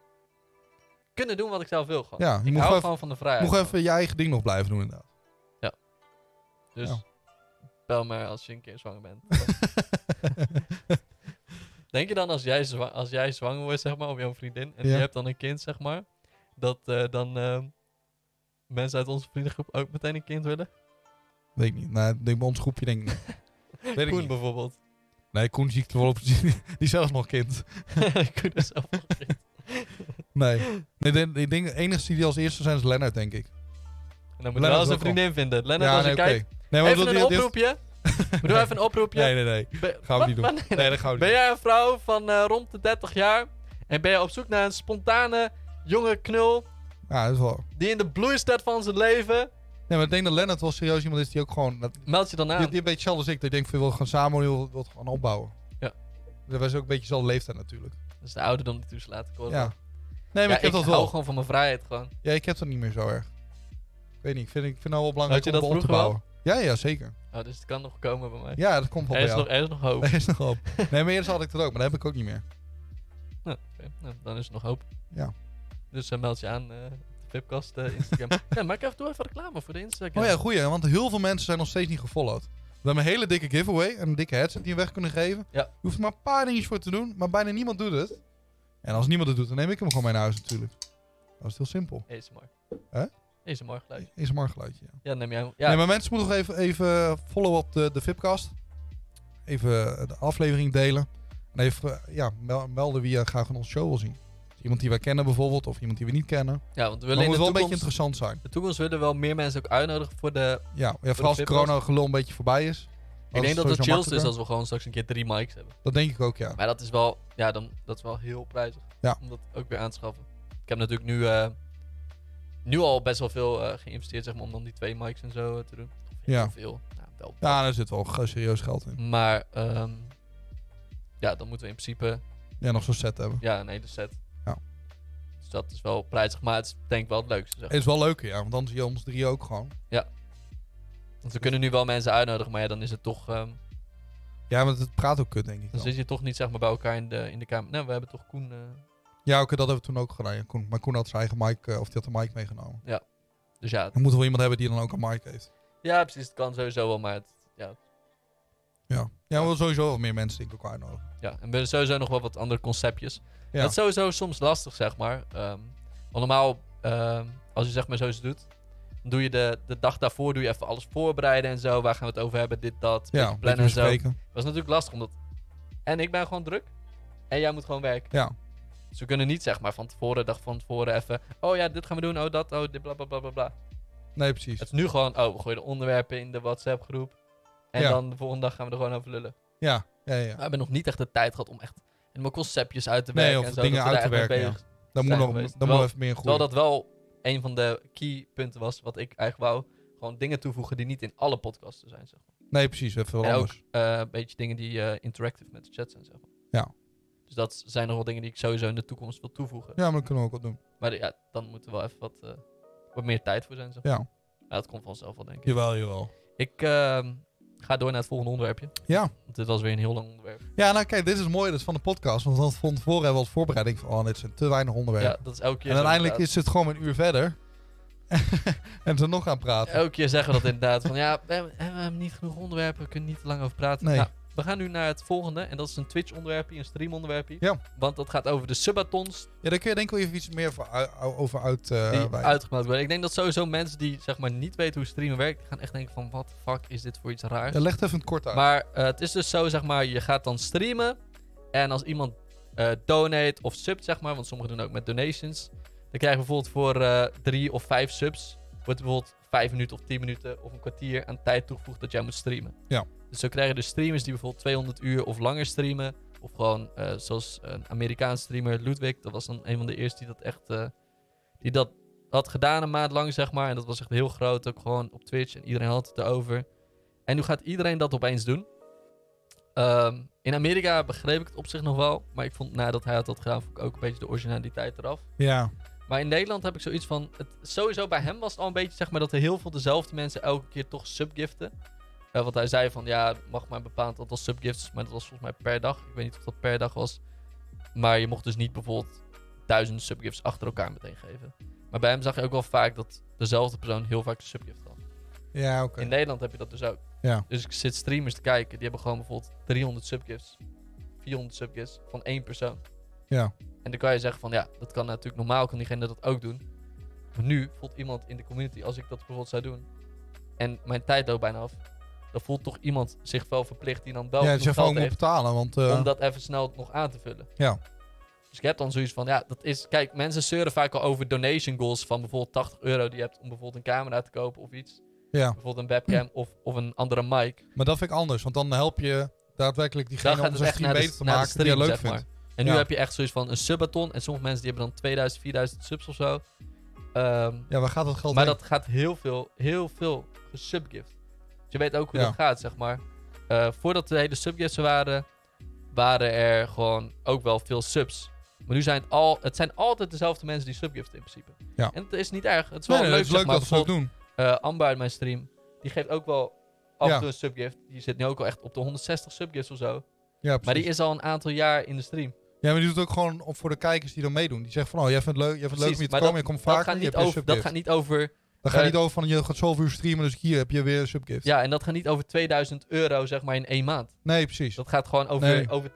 [SPEAKER 1] Kunnen doen wat ik zelf wil, gewoon.
[SPEAKER 2] Ja, je
[SPEAKER 1] Oh, ik
[SPEAKER 2] moet
[SPEAKER 1] hou
[SPEAKER 2] gewoon
[SPEAKER 1] gewoon van de vrijheid.
[SPEAKER 2] Moet gewoon even je eigen ding nog blijven doen inderdaad.
[SPEAKER 1] Dus
[SPEAKER 2] ja.
[SPEAKER 1] bel maar als je een keer zwanger bent. Denk je dan als jij, zwa- als jij zwanger wordt, zeg maar, of jouw vriendin... en
[SPEAKER 2] Ja.
[SPEAKER 1] je hebt dan een kind, zeg maar... dat eh, dan ehm, mensen uit onze vriendengroep ook meteen een kind willen?
[SPEAKER 2] Weet ik niet. Nee, ik denk bij ons groepje denk ik niet. Weet ik
[SPEAKER 1] Koen
[SPEAKER 2] niet.
[SPEAKER 1] bijvoorbeeld.
[SPEAKER 2] Nee, Koen zie ik er wel op. Die is zelfs nog kind.
[SPEAKER 1] ik doe dat zelf ook niet.
[SPEAKER 2] Nee. nee de, ik denk de enige die als eerste zijn is Lennart, denk ik.
[SPEAKER 1] En dan moet je
[SPEAKER 2] Lennart
[SPEAKER 1] wel eens
[SPEAKER 2] is
[SPEAKER 1] een
[SPEAKER 2] ook
[SPEAKER 1] vriendin vinden. Lennart, als je
[SPEAKER 2] nee, oké.
[SPEAKER 1] kijkt...
[SPEAKER 2] Nee, maar ik
[SPEAKER 1] even
[SPEAKER 2] bedoel,
[SPEAKER 1] een
[SPEAKER 2] die- die-
[SPEAKER 1] oproepje. We doen even een oproepje.
[SPEAKER 2] Nee, nee, nee.
[SPEAKER 1] Be-
[SPEAKER 2] Gaan we
[SPEAKER 1] wat?
[SPEAKER 2] niet doen.
[SPEAKER 1] Wat?
[SPEAKER 2] Nee, dat gaan we
[SPEAKER 1] Ben
[SPEAKER 2] niet
[SPEAKER 1] jij een vrouw van eh, rond de 30 jaar... en ben je op zoek naar een spontane, jonge knul...
[SPEAKER 2] doen. Ja, dat is wel...
[SPEAKER 1] die in de bloei staat van zijn leven...
[SPEAKER 2] Nee, maar ik denk dat Lennart wel serieus iemand is die ook gewoon... Dat, die,
[SPEAKER 1] meld je dan
[SPEAKER 2] die
[SPEAKER 1] aan.
[SPEAKER 2] een beetje hetzelfde als ik. Dat ik denk, van, je wil gewoon samen je wil het gewoon opbouwen.
[SPEAKER 1] Ja.
[SPEAKER 2] Dat was ook een beetje dezelfde leeftijd natuurlijk.
[SPEAKER 1] Dat is de ouderdom die toeslaat. Ik hoor
[SPEAKER 2] Ja.
[SPEAKER 1] het.
[SPEAKER 2] Nee, maar
[SPEAKER 1] Ja,
[SPEAKER 2] ik heb dat
[SPEAKER 1] hou
[SPEAKER 2] wel.
[SPEAKER 1] gewoon van mijn vrijheid. Gewoon.
[SPEAKER 2] Ja, ik heb dat niet meer zo erg. Ik weet niet, ik vind, ik vind het nou wel belangrijk
[SPEAKER 1] Had je
[SPEAKER 2] om
[SPEAKER 1] dat
[SPEAKER 2] op te
[SPEAKER 1] vroeger
[SPEAKER 2] bouwen. Ja, ja, zeker.
[SPEAKER 1] Oh, dus het kan nog komen bij mij.
[SPEAKER 2] Ja, dat komt wel
[SPEAKER 1] er,
[SPEAKER 2] bij
[SPEAKER 1] is
[SPEAKER 2] jou.
[SPEAKER 1] nog, er is nog hoop.
[SPEAKER 2] Er is nog hoop. Nee, maar eerst had ik dat ook, maar dat heb ik ook niet meer.
[SPEAKER 1] Nou, oké. Nou, dan is er nog hoop.
[SPEAKER 2] Ja.
[SPEAKER 1] Dus eh, meld je aan... eh, op de Webcast, eh, Instagram. ja, maak even, doe even reclame voor de Instagram.
[SPEAKER 2] Oh ja, goeie, want heel veel mensen zijn nog steeds niet gefollowed. We hebben een hele dikke giveaway, en een dikke headset die we weg kunnen geven.
[SPEAKER 1] Ja.
[SPEAKER 2] Je hoeft er maar een paar dingetjes voor te doen, maar bijna niemand doet het. En als niemand het doet, dan neem ik hem gewoon mee naar huis natuurlijk. Dat is heel simpel.
[SPEAKER 1] ASMR.
[SPEAKER 2] Hè?
[SPEAKER 1] ASMR geluid.
[SPEAKER 2] Is een maar geluidje. Ja.
[SPEAKER 1] Ja, neem jij... Ja,
[SPEAKER 2] Nee, maar mensen moeten nog even, even follow op de, de Vipcast. even eh, de aflevering delen. En even eh, ja, mel- melden wie je graag in onze show wil zien. Dus iemand die wij kennen bijvoorbeeld, of iemand die we niet kennen.
[SPEAKER 1] Ja, want we
[SPEAKER 2] Maar
[SPEAKER 1] willen
[SPEAKER 2] het
[SPEAKER 1] in
[SPEAKER 2] moet
[SPEAKER 1] de
[SPEAKER 2] wel een beetje
[SPEAKER 1] toekomst,
[SPEAKER 2] interessant zijn.
[SPEAKER 1] de toekomst willen we wel meer mensen ook uitnodigen voor de...
[SPEAKER 2] Ja, ja vooral als het
[SPEAKER 1] Flipboard.
[SPEAKER 2] corona-gelul een beetje voorbij is.
[SPEAKER 1] ik denk dat het
[SPEAKER 2] sowieso
[SPEAKER 1] chillst is
[SPEAKER 2] makkelijker.
[SPEAKER 1] als we gewoon straks een keer drie mics hebben.
[SPEAKER 2] Dat denk ik ook, ja.
[SPEAKER 1] Maar dat is wel, ja, dan, dat is wel heel prijzig.
[SPEAKER 2] Ja.
[SPEAKER 1] Om dat ook weer aan te schaffen. Ik heb natuurlijk nu, eh, nu al best wel veel eh, geïnvesteerd, zeg maar, om dan die twee mics en zo eh, te doen. Of
[SPEAKER 2] Ja.
[SPEAKER 1] heel veel. Nou, wel.
[SPEAKER 2] Ja, daar zit wel ge- serieus geld in.
[SPEAKER 1] Maar, ehm, ja, dan moeten we in principe,
[SPEAKER 2] Ja, nog zo'n set hebben.
[SPEAKER 1] ja, een hele set.
[SPEAKER 2] Ja.
[SPEAKER 1] Dus dat is wel prijzig, maar het is denk ik wel het leukste, zeg.
[SPEAKER 2] Het is wel leuker, ja. Want dan zie je ons drie ook gewoon.
[SPEAKER 1] Want we kunnen nu wel mensen uitnodigen, maar ja, dan is het toch, ehm,
[SPEAKER 2] Ja, want het praat ook kut, denk ik
[SPEAKER 1] dan
[SPEAKER 2] dan.
[SPEAKER 1] zit je toch niet, zeg maar, bij elkaar in de, in de kamer. Nou, we hebben toch Koen, eh,
[SPEAKER 2] Ja, oké, dat hebben we toen ook gedaan. ja. Koen, maar Koen had zijn eigen mic, eh, of die had de mic meegenomen.
[SPEAKER 1] dus ja. het-
[SPEAKER 2] Dan moeten we wel iemand hebben die dan ook een mic heeft.
[SPEAKER 1] Ja, precies, het kan sowieso wel, maar het,
[SPEAKER 2] Ja, ja we willen sowieso wel meer mensen denk ik ook uitnodigen.
[SPEAKER 1] ja. En we hebben sowieso nog wel wat andere conceptjes.
[SPEAKER 2] Ja.
[SPEAKER 1] Dat is sowieso soms lastig, zeg maar. Ehm, want normaal, ehm, als je zeg maar zoiets doet, dan doe je de, de dag daarvoor doe je even alles voorbereiden en zo. Waar gaan we het over hebben? Dit, dat.
[SPEAKER 2] Ja,
[SPEAKER 1] Ja,
[SPEAKER 2] een beetje
[SPEAKER 1] plannen en zo. Dat
[SPEAKER 2] bespreken.
[SPEAKER 1] is natuurlijk lastig, omdat... En ik ben gewoon druk. En jij moet gewoon werken.
[SPEAKER 2] Ja,
[SPEAKER 1] Dus we kunnen niet, zeg maar, van tevoren, dag van tevoren even... Oh ja, dit gaan we doen. Oh, dat. Oh, dit, bla, bla, bla, bla, bla.
[SPEAKER 2] nee, precies.
[SPEAKER 1] Het is nu gewoon... Oh, we gooien de onderwerpen in de WhatsApp-groep. En
[SPEAKER 2] Ja.
[SPEAKER 1] dan de volgende dag gaan we er gewoon over lullen.
[SPEAKER 2] Ja, ja, ja.
[SPEAKER 1] Maar we hebben nog niet echt de tijd gehad om echt helemaal conceptjes uit te
[SPEAKER 2] Nee,
[SPEAKER 1] werken.
[SPEAKER 2] of
[SPEAKER 1] en zo,
[SPEAKER 2] dingen
[SPEAKER 1] dat we
[SPEAKER 2] uit
[SPEAKER 1] daar
[SPEAKER 2] te
[SPEAKER 1] echt mee
[SPEAKER 2] werken,
[SPEAKER 1] bezig
[SPEAKER 2] Dan moet
[SPEAKER 1] zijn
[SPEAKER 2] nog
[SPEAKER 1] geweest.
[SPEAKER 2] dan moet
[SPEAKER 1] Wel-
[SPEAKER 2] we even meer in groeien.
[SPEAKER 1] Terwijl dat wel een van de key punten was wat ik eigenlijk wou. Gewoon dingen toevoegen die niet in alle podcasten zijn. Zeg maar.
[SPEAKER 2] Nee, precies. Even wat
[SPEAKER 1] En ook-
[SPEAKER 2] anders.
[SPEAKER 1] Eh, een beetje dingen die eh, interactive met de chat zijn. Zeg maar.
[SPEAKER 2] Ja.
[SPEAKER 1] Dus dat zijn nog wel dingen die ik sowieso in de toekomst wil toevoegen.
[SPEAKER 2] Ja, maar dat kunnen we ook wat doen.
[SPEAKER 1] Maar ja, dan moet er wel even wat, eh, wat meer tijd voor zijn. Zeg maar.
[SPEAKER 2] Ja,
[SPEAKER 1] Maar dat komt vanzelf wel, denk ik.
[SPEAKER 2] jawel, jawel.
[SPEAKER 1] Ik ehm, ga door naar het volgende onderwerpje.
[SPEAKER 2] Ja.
[SPEAKER 1] Want dit was weer een heel lang onderwerp.
[SPEAKER 2] Ja, nou kijk, dit is mooi. Dit is van de podcast. Want dan van tevoren hebben we als voorbereiding van... Oh, dit zijn te weinig onderwerpen.
[SPEAKER 1] Ja, dat is elke keer
[SPEAKER 2] en
[SPEAKER 1] zo
[SPEAKER 2] uiteindelijk
[SPEAKER 1] inderdaad.
[SPEAKER 2] is het gewoon een uur verder. en ze nog gaan praten.
[SPEAKER 1] Elke keer zeggen we dat inderdaad. Van ja, we hebben, we hebben niet genoeg onderwerpen. We kunnen niet te lang over praten.
[SPEAKER 2] Nee.
[SPEAKER 1] Nou, we gaan nu naar het volgende. En dat is een Twitch-onderwerpje, een stream-onderwerpje.
[SPEAKER 2] Ja.
[SPEAKER 1] Want dat gaat over de subatons
[SPEAKER 2] Ja, daar kun je denk ik wel even iets meer voor, u- u- over uit... eh,
[SPEAKER 1] die
[SPEAKER 2] wijden.
[SPEAKER 1] uitgemaakt worden. Ik denk dat sowieso mensen die zeg maar niet weten hoe streamen werkt, die gaan echt denken van wat fuck is dit voor iets raars.
[SPEAKER 2] Ja, leg het even kort uit.
[SPEAKER 1] Maar eh, het is dus zo, zeg maar, je gaat dan streamen. En als iemand eh, donate of subt, zeg maar, want sommigen doen ook met donations. Dan krijg je bijvoorbeeld voor eh, drie of vijf subs, wordt bijvoorbeeld vijf minuten of tien minuten of een kwartier aan tijd toegevoegd dat jij moet streamen.
[SPEAKER 2] Ja.
[SPEAKER 1] Dus zo krijgen dus streamers die bijvoorbeeld 200 uur of langer streamen. Of gewoon, eh, zoals een Amerikaans streamer, Ludwig, dat was dan een van de eerste die dat echt, eh, die dat had gedaan een maand lang, zeg maar. En dat was echt heel groot, ook gewoon op Twitch en iedereen had het erover. En nu gaat iedereen dat opeens doen. Ehm, in Amerika begreep ik het op zich nog wel. Maar ik vond nadat hij het had gedaan, vond ik ook een beetje de originaliteit eraf.
[SPEAKER 2] ja,
[SPEAKER 1] Maar in Nederland heb ik zoiets van. Het, sowieso bij hem was het al een beetje zeg maar dat er heel veel dezelfde mensen elke keer toch subgiften. Eh, want hij zei van ja, mag maar een bepaald aantal subgifts. Maar dat was volgens mij per dag. Ik weet niet of dat per dag was. Maar je mocht dus niet bijvoorbeeld duizend subgifts achter elkaar meteen geven. Maar bij hem zag je ook wel vaak dat dezelfde persoon heel vaak de subgift had.
[SPEAKER 2] ja oké.
[SPEAKER 1] In Nederland heb je dat dus ook.
[SPEAKER 2] Ja.
[SPEAKER 1] Dus ik zit streamers te kijken, die hebben gewoon bijvoorbeeld 300 subgifts, 400 subgifts van één persoon.
[SPEAKER 2] Ja.
[SPEAKER 1] En dan kan je zeggen van ja, dat kan natuurlijk normaal, kan diegene dat ook doen. Maar nu voelt iemand in de community, als ik dat bijvoorbeeld zou doen, en mijn tijd loopt bijna af, dan voelt toch iemand zich wel verplicht die dan wel
[SPEAKER 2] Ja,
[SPEAKER 1] genoeg
[SPEAKER 2] het is
[SPEAKER 1] geld
[SPEAKER 2] gewoon moet
[SPEAKER 1] heeft
[SPEAKER 2] betalen, want... eh,
[SPEAKER 1] om dat even snel nog aan te vullen.
[SPEAKER 2] Ja.
[SPEAKER 1] Dus ik heb dan zoiets van, ja, dat is... Kijk, mensen zeuren vaak al over donation goals van bijvoorbeeld 80 euro die je hebt om bijvoorbeeld een camera te kopen of iets.
[SPEAKER 2] ja,
[SPEAKER 1] Bijvoorbeeld een webcam of, of een andere mic.
[SPEAKER 2] maar dat vind ik anders. Want dan help je daadwerkelijk
[SPEAKER 1] Dan
[SPEAKER 2] diegene
[SPEAKER 1] gaat
[SPEAKER 2] om
[SPEAKER 1] het
[SPEAKER 2] zijn
[SPEAKER 1] echt
[SPEAKER 2] stream
[SPEAKER 1] naar de,
[SPEAKER 2] beter te
[SPEAKER 1] naar de
[SPEAKER 2] maken die
[SPEAKER 1] stream,
[SPEAKER 2] je leuk
[SPEAKER 1] zeg
[SPEAKER 2] vindt.
[SPEAKER 1] maar. En nu
[SPEAKER 2] Ja.
[SPEAKER 1] heb je echt zoiets van een subathon. En sommige mensen die hebben dan 2000, 4000 subs of zo. Ehm,
[SPEAKER 2] Ja, waar gaat dat geld
[SPEAKER 1] maar
[SPEAKER 2] heen?
[SPEAKER 1] dat gaat heel veel, heel veel gesubgift. Dus je weet ook hoe
[SPEAKER 2] Ja.
[SPEAKER 1] dat gaat, zeg maar. Eh, voordat de hele subgifts er waren, waren er gewoon ook wel veel subs. Maar nu zijn het al, het zijn altijd dezelfde mensen die subgiften in principe.
[SPEAKER 2] Ja.
[SPEAKER 1] En het is niet erg. Het is wel
[SPEAKER 2] Nee, nee,
[SPEAKER 1] leuk,
[SPEAKER 2] het is leuk
[SPEAKER 1] zeg maar.
[SPEAKER 2] dat ze dat doen.
[SPEAKER 1] Eh, Amber uit mijn stream, die geeft ook wel af
[SPEAKER 2] Ja.
[SPEAKER 1] en toe een subgift. Die zit nu ook al echt op de 160 subgifts of zo.
[SPEAKER 2] Ja,
[SPEAKER 1] Maar die
[SPEAKER 2] precies.
[SPEAKER 1] is al een aantal jaar in de stream.
[SPEAKER 2] Ja, maar die doet het ook gewoon om- voor de kijkers die dan meedoen. Die zegt van, oh, jij vindt het leuk, jij vindt het leuk om hier
[SPEAKER 1] Precies,
[SPEAKER 2] te komen, je komt
[SPEAKER 1] dat,
[SPEAKER 2] vaker,
[SPEAKER 1] gaat
[SPEAKER 2] je hebt
[SPEAKER 1] niet
[SPEAKER 2] je
[SPEAKER 1] over, dat
[SPEAKER 2] subgift.
[SPEAKER 1] gaat niet over.
[SPEAKER 2] Dan gaat
[SPEAKER 1] eh,
[SPEAKER 2] niet over van, je gaat zoveel uur streamen, dus hier heb je weer een subgift.
[SPEAKER 1] Ja, en dat gaat niet over 2000 euro, zeg maar, in één maand.
[SPEAKER 2] Nee, precies.
[SPEAKER 1] Dat gaat gewoon over,
[SPEAKER 2] Nee,
[SPEAKER 1] over,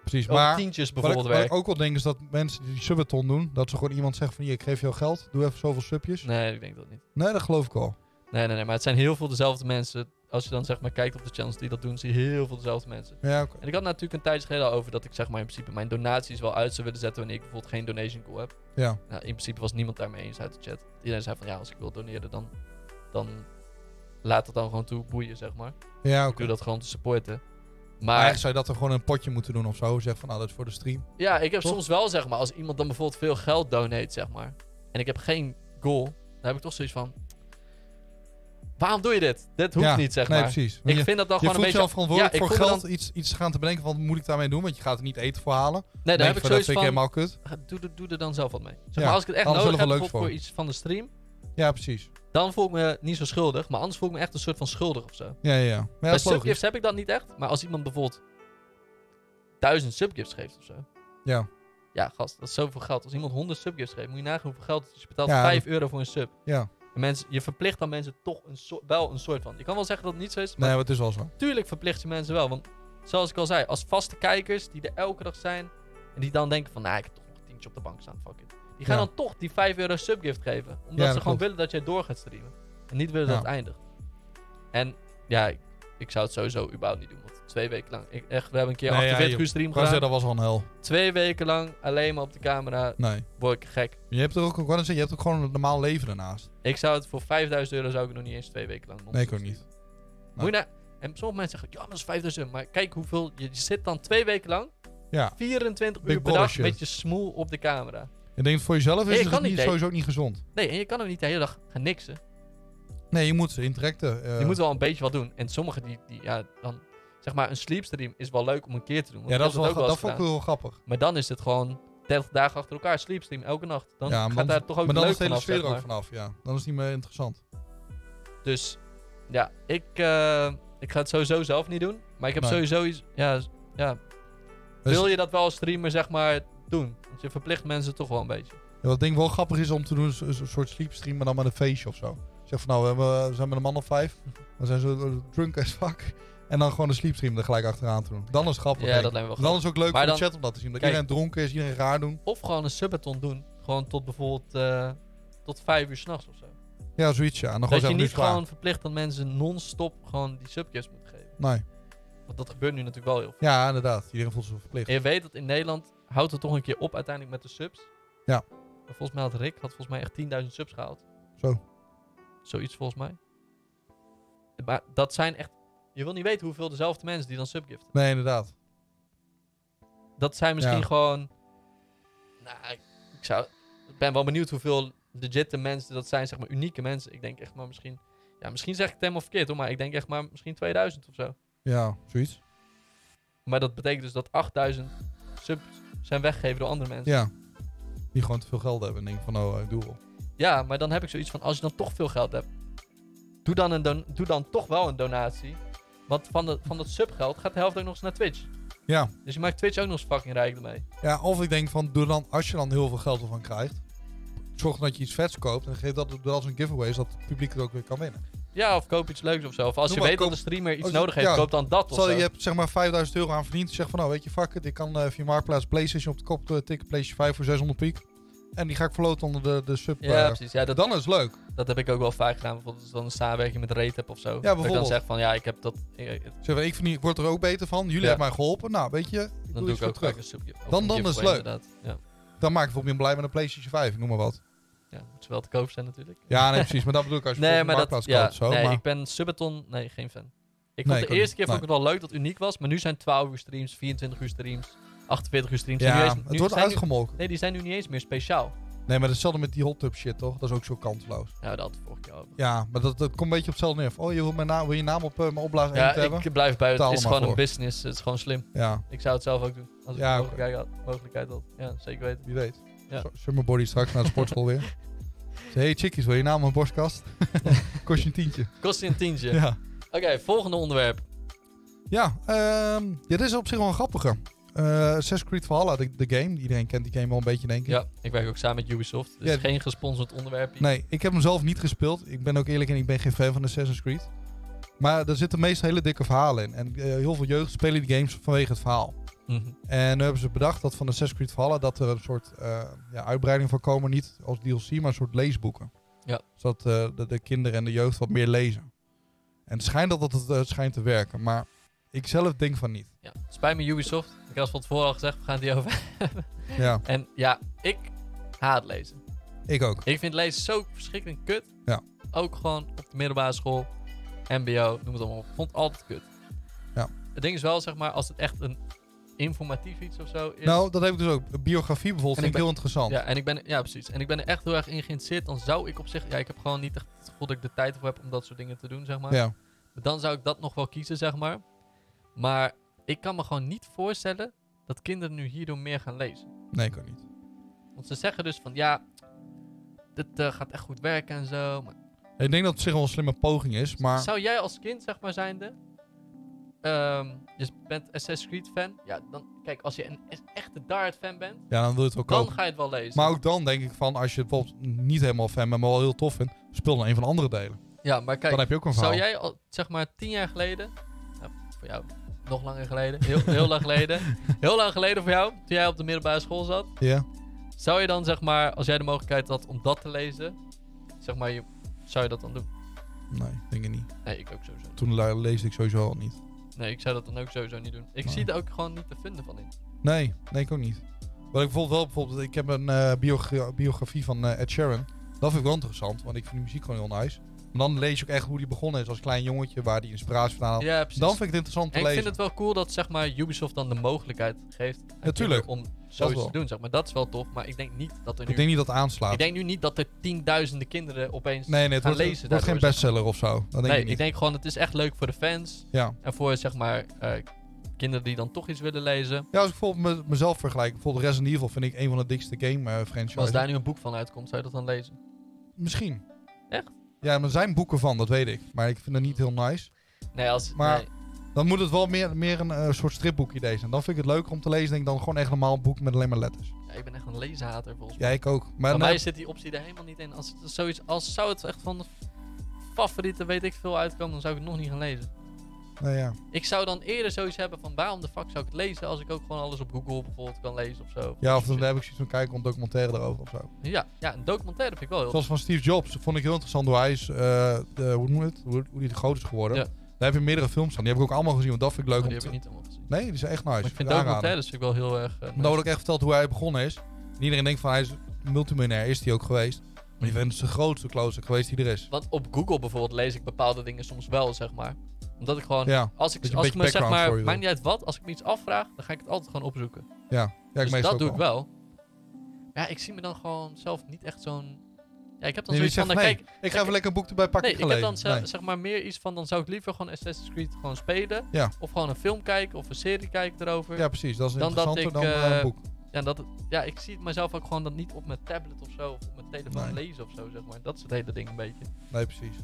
[SPEAKER 2] precies.
[SPEAKER 1] over
[SPEAKER 2] Maar
[SPEAKER 1] tientjes
[SPEAKER 2] wat ik,
[SPEAKER 1] bijvoorbeeld
[SPEAKER 2] wat ik
[SPEAKER 1] werken.
[SPEAKER 2] ook wel denk is dat mensen die subathon doen, dat ze gewoon iemand zeggen van, hier, ik geef jou geld, doe even zoveel subjes.
[SPEAKER 1] Nee, ik denk dat niet.
[SPEAKER 2] Nee, dat geloof ik al.
[SPEAKER 1] Nee, nee, nee. Maar het zijn heel veel dezelfde mensen als je dan zeg maar kijkt op de channels die dat doen, zie je heel veel dezelfde mensen.
[SPEAKER 2] Ja, oké.
[SPEAKER 1] En ik had natuurlijk een tijdje geleden al over dat ik zeg maar in principe mijn donaties wel uit zou willen zetten wanneer ik bijvoorbeeld geen donation goal heb.
[SPEAKER 2] ja.
[SPEAKER 1] Nou, in principe was niemand daarmee eens uit de chat. Iedereen zei van ja, als ik wil doneren, dan, dan laat het dan gewoon toe boeien, zeg maar.
[SPEAKER 2] ja
[SPEAKER 1] Ik
[SPEAKER 2] oké.
[SPEAKER 1] doe dat gewoon om te supporten.
[SPEAKER 2] Maar
[SPEAKER 1] Maar
[SPEAKER 2] eigenlijk zou je dat dan gewoon in een potje moeten doen of zo. Zeg van, nou, dat is voor de stream.
[SPEAKER 1] ja, ik heb
[SPEAKER 2] Toch?
[SPEAKER 1] soms wel zeg maar, als iemand dan bijvoorbeeld veel geld donate, zeg maar. En ik heb geen goal, dan heb ik toch zoiets van. Waarom doe je dit? Dit hoeft
[SPEAKER 2] Ja,
[SPEAKER 1] niet, zeg
[SPEAKER 2] nee,
[SPEAKER 1] maar.
[SPEAKER 2] precies. Want
[SPEAKER 1] Ik
[SPEAKER 2] je
[SPEAKER 1] vind dat dan
[SPEAKER 2] je
[SPEAKER 1] gewoon
[SPEAKER 2] voelt
[SPEAKER 1] een beetje.
[SPEAKER 2] jezelf verantwoordelijk
[SPEAKER 1] Ja, ik
[SPEAKER 2] voor
[SPEAKER 1] voel me
[SPEAKER 2] geld iets, iets gaan te bedenken van, wat moet ik daarmee doen? Want je gaat er niet eten voor halen.
[SPEAKER 1] Nee, daar heb
[SPEAKER 2] Denk
[SPEAKER 1] ik
[SPEAKER 2] je van, dat
[SPEAKER 1] zoiets
[SPEAKER 2] vind ik
[SPEAKER 1] van.
[SPEAKER 2] helemaal kut.
[SPEAKER 1] ga- Doe, doe, doe er dan zelf wat mee. Zeg
[SPEAKER 2] Ja,
[SPEAKER 1] maar, als ik het echt
[SPEAKER 2] anders
[SPEAKER 1] nodig
[SPEAKER 2] willen
[SPEAKER 1] heb
[SPEAKER 2] we
[SPEAKER 1] bijvoorbeeld
[SPEAKER 2] leuks
[SPEAKER 1] voor.
[SPEAKER 2] voor.
[SPEAKER 1] iets van de stream,
[SPEAKER 2] Ja, precies.
[SPEAKER 1] dan voel ik me niet zo schuldig. Maar anders voel ik me echt een soort van schuldig of zo.
[SPEAKER 2] Ja, ja, ja. Maar ja, dat
[SPEAKER 1] Bij
[SPEAKER 2] is logisch.
[SPEAKER 1] subgifts heb ik dat niet echt. Maar als iemand bijvoorbeeld duizend subgifts geeft of zo.
[SPEAKER 2] Ja.
[SPEAKER 1] Ja, gast, dat is zoveel geld. Als iemand 100 subgifts geeft, moet je nagaan hoeveel geld het is. Je betaalt
[SPEAKER 2] Ja,
[SPEAKER 1] 5 euro voor een sub.
[SPEAKER 2] Ja.
[SPEAKER 1] En mensen, je verplicht dan mensen toch een soort- wel een soort van. Je kan wel zeggen dat het niet zo is, maar
[SPEAKER 2] Nee, maar het is wel zo.
[SPEAKER 1] natuurlijk verplicht je mensen wel. Want zoals ik al zei, als vaste kijkers die er elke dag zijn. En die dan denken van, nou, ik heb toch nog een tientje op de bank staan, fuck it. Die gaan
[SPEAKER 2] Ja.
[SPEAKER 1] dan toch die 5 euro subgift geven. Omdat ze
[SPEAKER 2] dat
[SPEAKER 1] gewoon
[SPEAKER 2] klopt.
[SPEAKER 1] willen dat jij door gaat streamen. En niet willen dat
[SPEAKER 2] Ja.
[SPEAKER 1] het eindigt. En ja, ik, ik zou het sowieso überhaupt niet doen. Want twee weken lang, ik, echt, we hebben een keer
[SPEAKER 2] Nee, ja,
[SPEAKER 1] 48
[SPEAKER 2] joh.
[SPEAKER 1] uur stream
[SPEAKER 2] Ik wou zeggen,
[SPEAKER 1] gedaan.
[SPEAKER 2] dat was al een hel.
[SPEAKER 1] Twee weken lang alleen maar op de camera
[SPEAKER 2] Nee.
[SPEAKER 1] word ik gek.
[SPEAKER 2] Je hebt er ook, ik wou net zeggen, je hebt ook gewoon een normaal leven daarnaast.
[SPEAKER 1] Ik zou het voor 5000 euro zou ik nog niet eens twee weken lang
[SPEAKER 2] Nee, ik ook
[SPEAKER 1] non-stop
[SPEAKER 2] niet.
[SPEAKER 1] Moet je nou- en sommige mensen zeggen, ja, maar dat is 5000 euro. Maar kijk hoeveel, je, je zit dan twee weken lang,
[SPEAKER 2] Ja.
[SPEAKER 1] 24
[SPEAKER 2] Big
[SPEAKER 1] uur per
[SPEAKER 2] brother
[SPEAKER 1] dag
[SPEAKER 2] shit.
[SPEAKER 1] met je smoel op de camera.
[SPEAKER 2] Ik denk, voor jezelf
[SPEAKER 1] Nee,
[SPEAKER 2] is
[SPEAKER 1] je
[SPEAKER 2] het
[SPEAKER 1] kan
[SPEAKER 2] niet,
[SPEAKER 1] niet, hè?
[SPEAKER 2] sowieso ook niet gezond.
[SPEAKER 1] Nee, en je kan ook niet de hele dag gaan niksen.
[SPEAKER 2] Nee, je moet interacten. eh.
[SPEAKER 1] Je moet wel een beetje wat doen. En sommigen die, die ja, dan, zeg maar, een sleepstream is wel leuk om een keer te doen. want
[SPEAKER 2] ja,
[SPEAKER 1] ik
[SPEAKER 2] dat, is
[SPEAKER 1] heb
[SPEAKER 2] wel,
[SPEAKER 1] ook
[SPEAKER 2] gra- dat
[SPEAKER 1] eens
[SPEAKER 2] vond ik
[SPEAKER 1] gedaan.
[SPEAKER 2] wel grappig.
[SPEAKER 1] Maar dan is het gewoon 30 dagen achter elkaar sleepstream, elke nacht. Dan
[SPEAKER 2] ja, maar
[SPEAKER 1] gaat
[SPEAKER 2] dan-
[SPEAKER 1] daar toch ook
[SPEAKER 2] Maar dan
[SPEAKER 1] leuk
[SPEAKER 2] is de hele
[SPEAKER 1] vanaf,
[SPEAKER 2] sfeer
[SPEAKER 1] zeg
[SPEAKER 2] er ook
[SPEAKER 1] maar.
[SPEAKER 2] vanaf, ja. Dan is het niet meer interessant.
[SPEAKER 1] Dus ja, ik, eh, ik ga het sowieso zelf niet doen. Maar ik heb
[SPEAKER 2] Nee.
[SPEAKER 1] sowieso iets. Ja, s- ja.
[SPEAKER 2] Dus-
[SPEAKER 1] Wil je dat wel als streamer, zeg maar, doen? Want je verplicht mensen toch wel een beetje.
[SPEAKER 2] Ja, wat denk ik wel grappig is om te doen, is een soort sleepstream, maar dan met een feestje of zo. Zeg van, nou, we, hebben- we zijn met een man of vijf. Dan zijn ze eh, drunk as fuck. En dan gewoon een sleepstream er gelijk achteraan te doen. Dan is het grappig.
[SPEAKER 1] ja,
[SPEAKER 2] denk
[SPEAKER 1] dat
[SPEAKER 2] ik.
[SPEAKER 1] lijkt me wel
[SPEAKER 2] dan
[SPEAKER 1] grappig.
[SPEAKER 2] is het ook leuk
[SPEAKER 1] Maar
[SPEAKER 2] voor de
[SPEAKER 1] dan-
[SPEAKER 2] chat om dat te zien. Dat
[SPEAKER 1] Kijk.
[SPEAKER 2] iedereen dronken is, iedereen raar doen.
[SPEAKER 1] Of gewoon een subathon doen. Gewoon tot bijvoorbeeld eh, tot vijf uur s'nachts of zo.
[SPEAKER 2] Ja, zoiets, ja. En dan
[SPEAKER 1] Dat je
[SPEAKER 2] gewoon zeggen, nu
[SPEAKER 1] niet
[SPEAKER 2] is het klaar.
[SPEAKER 1] gewoon verplicht dat mensen non-stop gewoon die subgifts moeten geven.
[SPEAKER 2] Nee.
[SPEAKER 1] Want dat gebeurt nu natuurlijk wel heel veel.
[SPEAKER 2] Ja, inderdaad. Iedereen voelt zich verplicht.
[SPEAKER 1] En je weet dat in Nederland houdt het toch een keer op uiteindelijk met de subs.
[SPEAKER 2] Ja.
[SPEAKER 1] En volgens mij had Rick had volgens mij echt 10.000 subs gehaald.
[SPEAKER 2] Zo.
[SPEAKER 1] Zoiets volgens mij. Maar dat zijn echt... Je wil niet weten hoeveel dezelfde mensen die dan subgiften.
[SPEAKER 2] Nee, inderdaad.
[SPEAKER 1] Dat zijn misschien
[SPEAKER 2] Ja.
[SPEAKER 1] gewoon... Nou, ik, ik zou, ik ben wel benieuwd hoeveel legitte mensen dat zijn. Zeg maar unieke mensen. Ik denk echt maar misschien... Ja, misschien zeg ik het helemaal verkeerd hoor. Maar ik denk echt maar misschien 2000 of zo.
[SPEAKER 2] Ja, zoiets.
[SPEAKER 1] Maar dat betekent dus dat 8000 subs zijn weggegeven door andere mensen.
[SPEAKER 2] Ja. Die gewoon te veel geld hebben en denken van,
[SPEAKER 1] oh,
[SPEAKER 2] nou, ik doe wel.
[SPEAKER 1] Ja, maar dan heb ik zoiets van: als je dan toch veel geld hebt, doe dan, een don- doe dan toch wel een donatie. Want van, de, van dat subgeld gaat de helft ook nog eens naar Twitch.
[SPEAKER 2] Ja.
[SPEAKER 1] Dus je maakt Twitch ook nog eens fucking rijk ermee.
[SPEAKER 2] Ja, of ik denk van, doe dan, als je dan heel veel geld ervan krijgt, zorg dat je iets vets koopt en geef dat, doe dat als een giveaway, zodat het publiek het ook weer kan winnen.
[SPEAKER 1] Ja, of koop iets leuks of zo. Of als
[SPEAKER 2] Doe
[SPEAKER 1] je
[SPEAKER 2] maar,
[SPEAKER 1] weet
[SPEAKER 2] koop-
[SPEAKER 1] dat de streamer iets
[SPEAKER 2] als je-
[SPEAKER 1] nodig heeft,
[SPEAKER 2] ja.
[SPEAKER 1] koop dan dat of
[SPEAKER 2] Stel,
[SPEAKER 1] zo.
[SPEAKER 2] je hebt zeg maar 5000 euro aan verdiend, zeg van, nou, weet je, fuck it, ik kan eh, via Marktplaats PlayStation op de kop eh, tikken, PlayStation 5 voor 600 piek. En die ga ik verloten onder de, de sub.
[SPEAKER 1] Ja,
[SPEAKER 2] eh,
[SPEAKER 1] precies. Ja, dat,
[SPEAKER 2] dan is het leuk.
[SPEAKER 1] dat heb ik ook wel vaak gedaan. Bijvoorbeeld als dan een samenwerking met Retap of zo. Ja, Dat ik dan
[SPEAKER 2] bijvoorbeeld.
[SPEAKER 1] zeg van, ja, ik heb dat... ik- ik-
[SPEAKER 2] Zeg maar, ik, verdien, ik word er ook beter van, jullie
[SPEAKER 1] Ja.
[SPEAKER 2] hebben mij geholpen, nou, weet je, ik
[SPEAKER 1] dan
[SPEAKER 2] doe,
[SPEAKER 1] doe
[SPEAKER 2] iets
[SPEAKER 1] ik
[SPEAKER 2] voor
[SPEAKER 1] ook vaak
[SPEAKER 2] terug.
[SPEAKER 1] een subje. of
[SPEAKER 2] Dan-
[SPEAKER 1] een
[SPEAKER 2] dan is het
[SPEAKER 1] giveaway,
[SPEAKER 2] leuk.
[SPEAKER 1] Inderdaad. Ja.
[SPEAKER 2] Dan maak ik bijvoorbeeld blij met een PlayStation 5, ik noem maar wat.
[SPEAKER 1] ja, moet ze wel te koop zijn natuurlijk.
[SPEAKER 2] Ja, nee, precies, maar dat bedoel ik als je
[SPEAKER 1] Nee,
[SPEAKER 2] bijvoorbeeld
[SPEAKER 1] maar dat,
[SPEAKER 2] Dus Marktplaats
[SPEAKER 1] ja,
[SPEAKER 2] koopt. Zo,
[SPEAKER 1] nee,
[SPEAKER 2] maar,
[SPEAKER 1] ik ben Subathon, nee, geen fan. Ik
[SPEAKER 2] Nee,
[SPEAKER 1] vond
[SPEAKER 2] ik
[SPEAKER 1] de
[SPEAKER 2] ook
[SPEAKER 1] eerste
[SPEAKER 2] niet.
[SPEAKER 1] keer vond ik het wel leuk dat het uniek was, maar nu zijn 12 uur streams, 24 uur streams, 48 uur streams. en nu
[SPEAKER 2] ja,
[SPEAKER 1] eens- nu
[SPEAKER 2] het wordt
[SPEAKER 1] zijn nu-
[SPEAKER 2] uitgemolken.
[SPEAKER 1] Nee, die zijn nu niet eens meer speciaal.
[SPEAKER 2] Nee, maar dat is hetzelfde met die hot tub shit, toch? Dat is ook zo kansloos.
[SPEAKER 1] Nou, dat had ik vorige keer over.
[SPEAKER 2] Ja, maar dat, dat komt een beetje op hetzelfde neer. Van, Oh, je wil, mijn naam, wil je naam op eh, mijn opblaas
[SPEAKER 1] Ja,
[SPEAKER 2] hebben?
[SPEAKER 1] ik blijf bij het.
[SPEAKER 2] Betaal
[SPEAKER 1] Het is
[SPEAKER 2] maar
[SPEAKER 1] gewoon een
[SPEAKER 2] voor.
[SPEAKER 1] business, het is gewoon slim.
[SPEAKER 2] Ja,
[SPEAKER 1] Ik zou het zelf ook doen, als ik
[SPEAKER 2] Ja,
[SPEAKER 1] de
[SPEAKER 2] oké.
[SPEAKER 1] mogelijkheid had, mogelijkheid had. Ja, zeker weten.
[SPEAKER 2] wie weet.
[SPEAKER 1] Ja.
[SPEAKER 2] Zo- Summer body straks naar de sportschool weer. Zeg, hey chickies, wil je naam op mijn borstkast? Kost je een tientje.
[SPEAKER 1] Kost je een tientje.
[SPEAKER 2] Ja,
[SPEAKER 1] Oké, volgende onderwerp.
[SPEAKER 2] ja, ehm, ja dit is op zich wel een grappige. Eh Assassin's Creed Valhalla, de, de game. Iedereen kent die game wel een beetje, denk ik.
[SPEAKER 1] Ja, ik werk ook samen met Ubisoft. Dus
[SPEAKER 2] Ja.
[SPEAKER 1] geen gesponsord onderwerp.
[SPEAKER 2] Nee, ik heb hem zelf niet gespeeld. Ik ben ook eerlijk en ik ben geen fan van Assassin's Creed. Maar er zitten meest hele dikke verhalen in. En eh, heel veel jeugd spelen die games vanwege het verhaal.
[SPEAKER 1] Mhm.
[SPEAKER 2] En nu hebben ze bedacht dat van de Assassin's Creed Valhalla dat er een soort eh, ja, uitbreiding van komen. Niet als DLC, maar een soort leesboeken.
[SPEAKER 1] Ja.
[SPEAKER 2] Zodat eh, de, de kinderen en de jeugd wat meer lezen. En het schijnt dat het eh, schijnt te werken. Maar ik zelf denk van niet.
[SPEAKER 1] Ja. Spijt me Ubisoft. Ik had van tevoren al gezegd, we gaan het hier over hebben.
[SPEAKER 2] Ja,
[SPEAKER 1] En ja, ik haat lezen.
[SPEAKER 2] ik ook.
[SPEAKER 1] Ik vind lezen zo verschrikkelijk kut.
[SPEAKER 2] Ja.
[SPEAKER 1] Ook gewoon op de middelbare school, mbo, noem het allemaal op. Ik vond het altijd kut.
[SPEAKER 2] Ja.
[SPEAKER 1] Het ding is wel, zeg maar, als het echt een informatief iets of zo is.
[SPEAKER 2] Nou, dat heb ik dus ook. Biografie bijvoorbeeld
[SPEAKER 1] En
[SPEAKER 2] vind
[SPEAKER 1] ik
[SPEAKER 2] ik heel interessant.
[SPEAKER 1] Ja, en ik ben, ja, precies. En ik ben er echt heel erg in geïnteresseerd. Dan zou ik op zich... Ja, ik heb gewoon niet echt het gevoel dat ik de tijd voor heb om dat soort dingen te doen, zeg maar.
[SPEAKER 2] Ja.
[SPEAKER 1] Maar Dan zou ik dat nog wel kiezen, zeg maar. Maar ik kan me gewoon niet voorstellen dat kinderen nu hierdoor meer gaan lezen.
[SPEAKER 2] Nee, kan niet.
[SPEAKER 1] Want ze zeggen dus van, ja, dit eh, gaat echt goed werken en zo. Maar
[SPEAKER 2] Ik denk dat het op zich wel een slimme poging is, maar
[SPEAKER 1] Zou jij als kind, zeg maar, zijnde... ehm, je bent Assassin's Creed fan. Ja, dan... Kijk, als je een e- echte Dart fan bent,
[SPEAKER 2] ja, dan wil je het wel
[SPEAKER 1] dan
[SPEAKER 2] kopen.
[SPEAKER 1] ga je het wel lezen.
[SPEAKER 2] Maar ook dan denk ik van, als je het bijvoorbeeld niet helemaal fan bent, maar wel heel tof vindt, speel dan een van de andere delen.
[SPEAKER 1] ja, maar kijk...
[SPEAKER 2] dan heb je ook een verhaal.
[SPEAKER 1] Zou jij al, zeg maar, tien jaar geleden, nou, voor jou nog langer geleden, heel, heel lang geleden, heel lang geleden voor jou, toen jij op de middelbare school zat,
[SPEAKER 2] Ja.
[SPEAKER 1] zou je dan, zeg maar, als jij de mogelijkheid had om dat te lezen, zeg maar, je, zou je dat dan doen?
[SPEAKER 2] Nee, denk ik niet.
[SPEAKER 1] Nee, ik ook sowieso niet.
[SPEAKER 2] Toen le- leesde ik sowieso al niet.
[SPEAKER 1] Nee, ik zou dat dan ook sowieso niet doen. Ik
[SPEAKER 2] Nee.
[SPEAKER 1] zie er ook gewoon niet te vinden van in.
[SPEAKER 2] Nee, nee, ik ook niet. Wat ik bijvoorbeeld wel, bijvoorbeeld, ik heb een eh, biogra- biografie van eh, Ed Sheeran. Dat vind ik wel interessant, want ik vind die muziek gewoon heel nice. Maar dan lees je ook echt hoe die begonnen is als klein jongetje, waar die inspiratie vandaan had.
[SPEAKER 1] Ja, precies.
[SPEAKER 2] Nou, Dan vind ik het interessant te
[SPEAKER 1] en ik
[SPEAKER 2] lezen.
[SPEAKER 1] vind het wel cool dat, zeg maar, Ubisoft dan de mogelijkheid geeft aan
[SPEAKER 2] Ja, tuurlijk.
[SPEAKER 1] kinderen om zoiets
[SPEAKER 2] wel.
[SPEAKER 1] te doen, zeg maar. Dat is wel tof, maar ik denk niet dat er nu...
[SPEAKER 2] Ik denk niet dat het aanslaat.
[SPEAKER 1] ik denk nu niet dat er tienduizenden kinderen opeens...
[SPEAKER 2] nee, nee, het
[SPEAKER 1] gaan
[SPEAKER 2] wordt, het
[SPEAKER 1] lezen
[SPEAKER 2] wordt geen
[SPEAKER 1] daardoor, zeg
[SPEAKER 2] bestseller of zo. Dat denk
[SPEAKER 1] nee,
[SPEAKER 2] ik niet.
[SPEAKER 1] denk gewoon, het is echt leuk voor de fans.
[SPEAKER 2] Ja.
[SPEAKER 1] En voor, zeg maar, eh, kinderen die dan toch iets willen lezen.
[SPEAKER 2] ja, als ik bijvoorbeeld me- mezelf vergelijk, bijvoorbeeld Resident Evil vind ik een van de dikste game eh,
[SPEAKER 1] Maar als
[SPEAKER 2] franchises.
[SPEAKER 1] daar nu een boek van uitkomt, zou je dat dan lezen?
[SPEAKER 2] Misschien.
[SPEAKER 1] Echt?
[SPEAKER 2] Ja, maar er zijn boeken van, dat weet ik. Maar ik vind het niet heel nice.
[SPEAKER 1] Nee, als...
[SPEAKER 2] Maar-
[SPEAKER 1] nee.
[SPEAKER 2] Dan moet het wel meer, meer een eh, soort stripboek idee zijn. Dan vind ik het leuker om te lezen, denk ik, dan gewoon echt normaal een boek met alleen maar letters.
[SPEAKER 1] Ja, ik ben echt een leeshater, volgens mij.
[SPEAKER 2] Ja, ik ook. Maar, nou-
[SPEAKER 1] Bij
[SPEAKER 2] nee,
[SPEAKER 1] mij zit die optie er helemaal niet in. Als het zoiets... Als zou het echt van de favoriete, weet ik veel, uitkomen, dan zou ik het nog niet gaan lezen.
[SPEAKER 2] nou ja.
[SPEAKER 1] Ik zou dan eerder zoiets hebben van, waarom de fuck zou ik het lezen als ik ook gewoon alles op Google bijvoorbeeld kan lezen of zo.
[SPEAKER 2] ja, of dan heb ik zoiets van kijken om documentaire erover of zo.
[SPEAKER 1] Ja, ja een documentaire vind ik wel heel...
[SPEAKER 2] Zoals van Steve Jobs, vond ik heel interessant hoe hij is, eh, de, hoe noem je het, hoe, hoe hij groot is geworden.
[SPEAKER 1] Ja.
[SPEAKER 2] Daar heb je meerdere films van. Die heb ik ook allemaal gezien, want dat vind ik leuk
[SPEAKER 1] Oh, die
[SPEAKER 2] om
[SPEAKER 1] heb
[SPEAKER 2] te...
[SPEAKER 1] ik niet helemaal gezien.
[SPEAKER 2] Nee, die zijn echt nice.
[SPEAKER 1] Maar ik vind
[SPEAKER 2] Aanraden.
[SPEAKER 1] documentaires vind ik wel heel erg... eh,
[SPEAKER 2] Dan wordt ook echt verteld hoe hij begonnen is. En iedereen denkt van hij is multimiljonair, is hij ook geweest. Maar die vent is de grootste closer geweest die er is.
[SPEAKER 1] Want op Google bijvoorbeeld lees ik bepaalde dingen soms wel, zeg maar. Omdat ik gewoon...
[SPEAKER 2] Ja,
[SPEAKER 1] Als ik,
[SPEAKER 2] beetje
[SPEAKER 1] als ik
[SPEAKER 2] back-
[SPEAKER 1] me zeg
[SPEAKER 2] background
[SPEAKER 1] maar,
[SPEAKER 2] voor je
[SPEAKER 1] maakt niet uit wat, als ik me iets afvraag, dan ga ik het altijd gewoon opzoeken.
[SPEAKER 2] ja. ja ik
[SPEAKER 1] dus
[SPEAKER 2] meestal
[SPEAKER 1] dat
[SPEAKER 2] ook
[SPEAKER 1] doe ik wel. Ja, ik zie me dan gewoon zelf niet echt zo'n... Ja, ik heb dan
[SPEAKER 2] Nee, die
[SPEAKER 1] zoiets van,
[SPEAKER 2] zegt,
[SPEAKER 1] nou,
[SPEAKER 2] nee,
[SPEAKER 1] kijk...
[SPEAKER 2] ik ga even lekker een boek erbij pakken
[SPEAKER 1] Nee, ik heb dan
[SPEAKER 2] gelezen.
[SPEAKER 1] ze-
[SPEAKER 2] Nee.
[SPEAKER 1] zeg maar meer iets van, dan zou ik liever gewoon Assassin's Creed gewoon spelen.
[SPEAKER 2] Ja.
[SPEAKER 1] Of gewoon een film kijken, of een serie kijken erover.
[SPEAKER 2] Ja, precies. Dat is
[SPEAKER 1] Dan dat
[SPEAKER 2] interessanter
[SPEAKER 1] ik,
[SPEAKER 2] dan eh,
[SPEAKER 1] eh,
[SPEAKER 2] een boek.
[SPEAKER 1] Ja, dat, ja, ik zie het mezelf ook gewoon dan niet op mijn tablet of zo, of op mijn telefoon
[SPEAKER 2] Nee.
[SPEAKER 1] lezen of zo, zeg maar. Dat is het hele ding een beetje.
[SPEAKER 2] Nee, precies.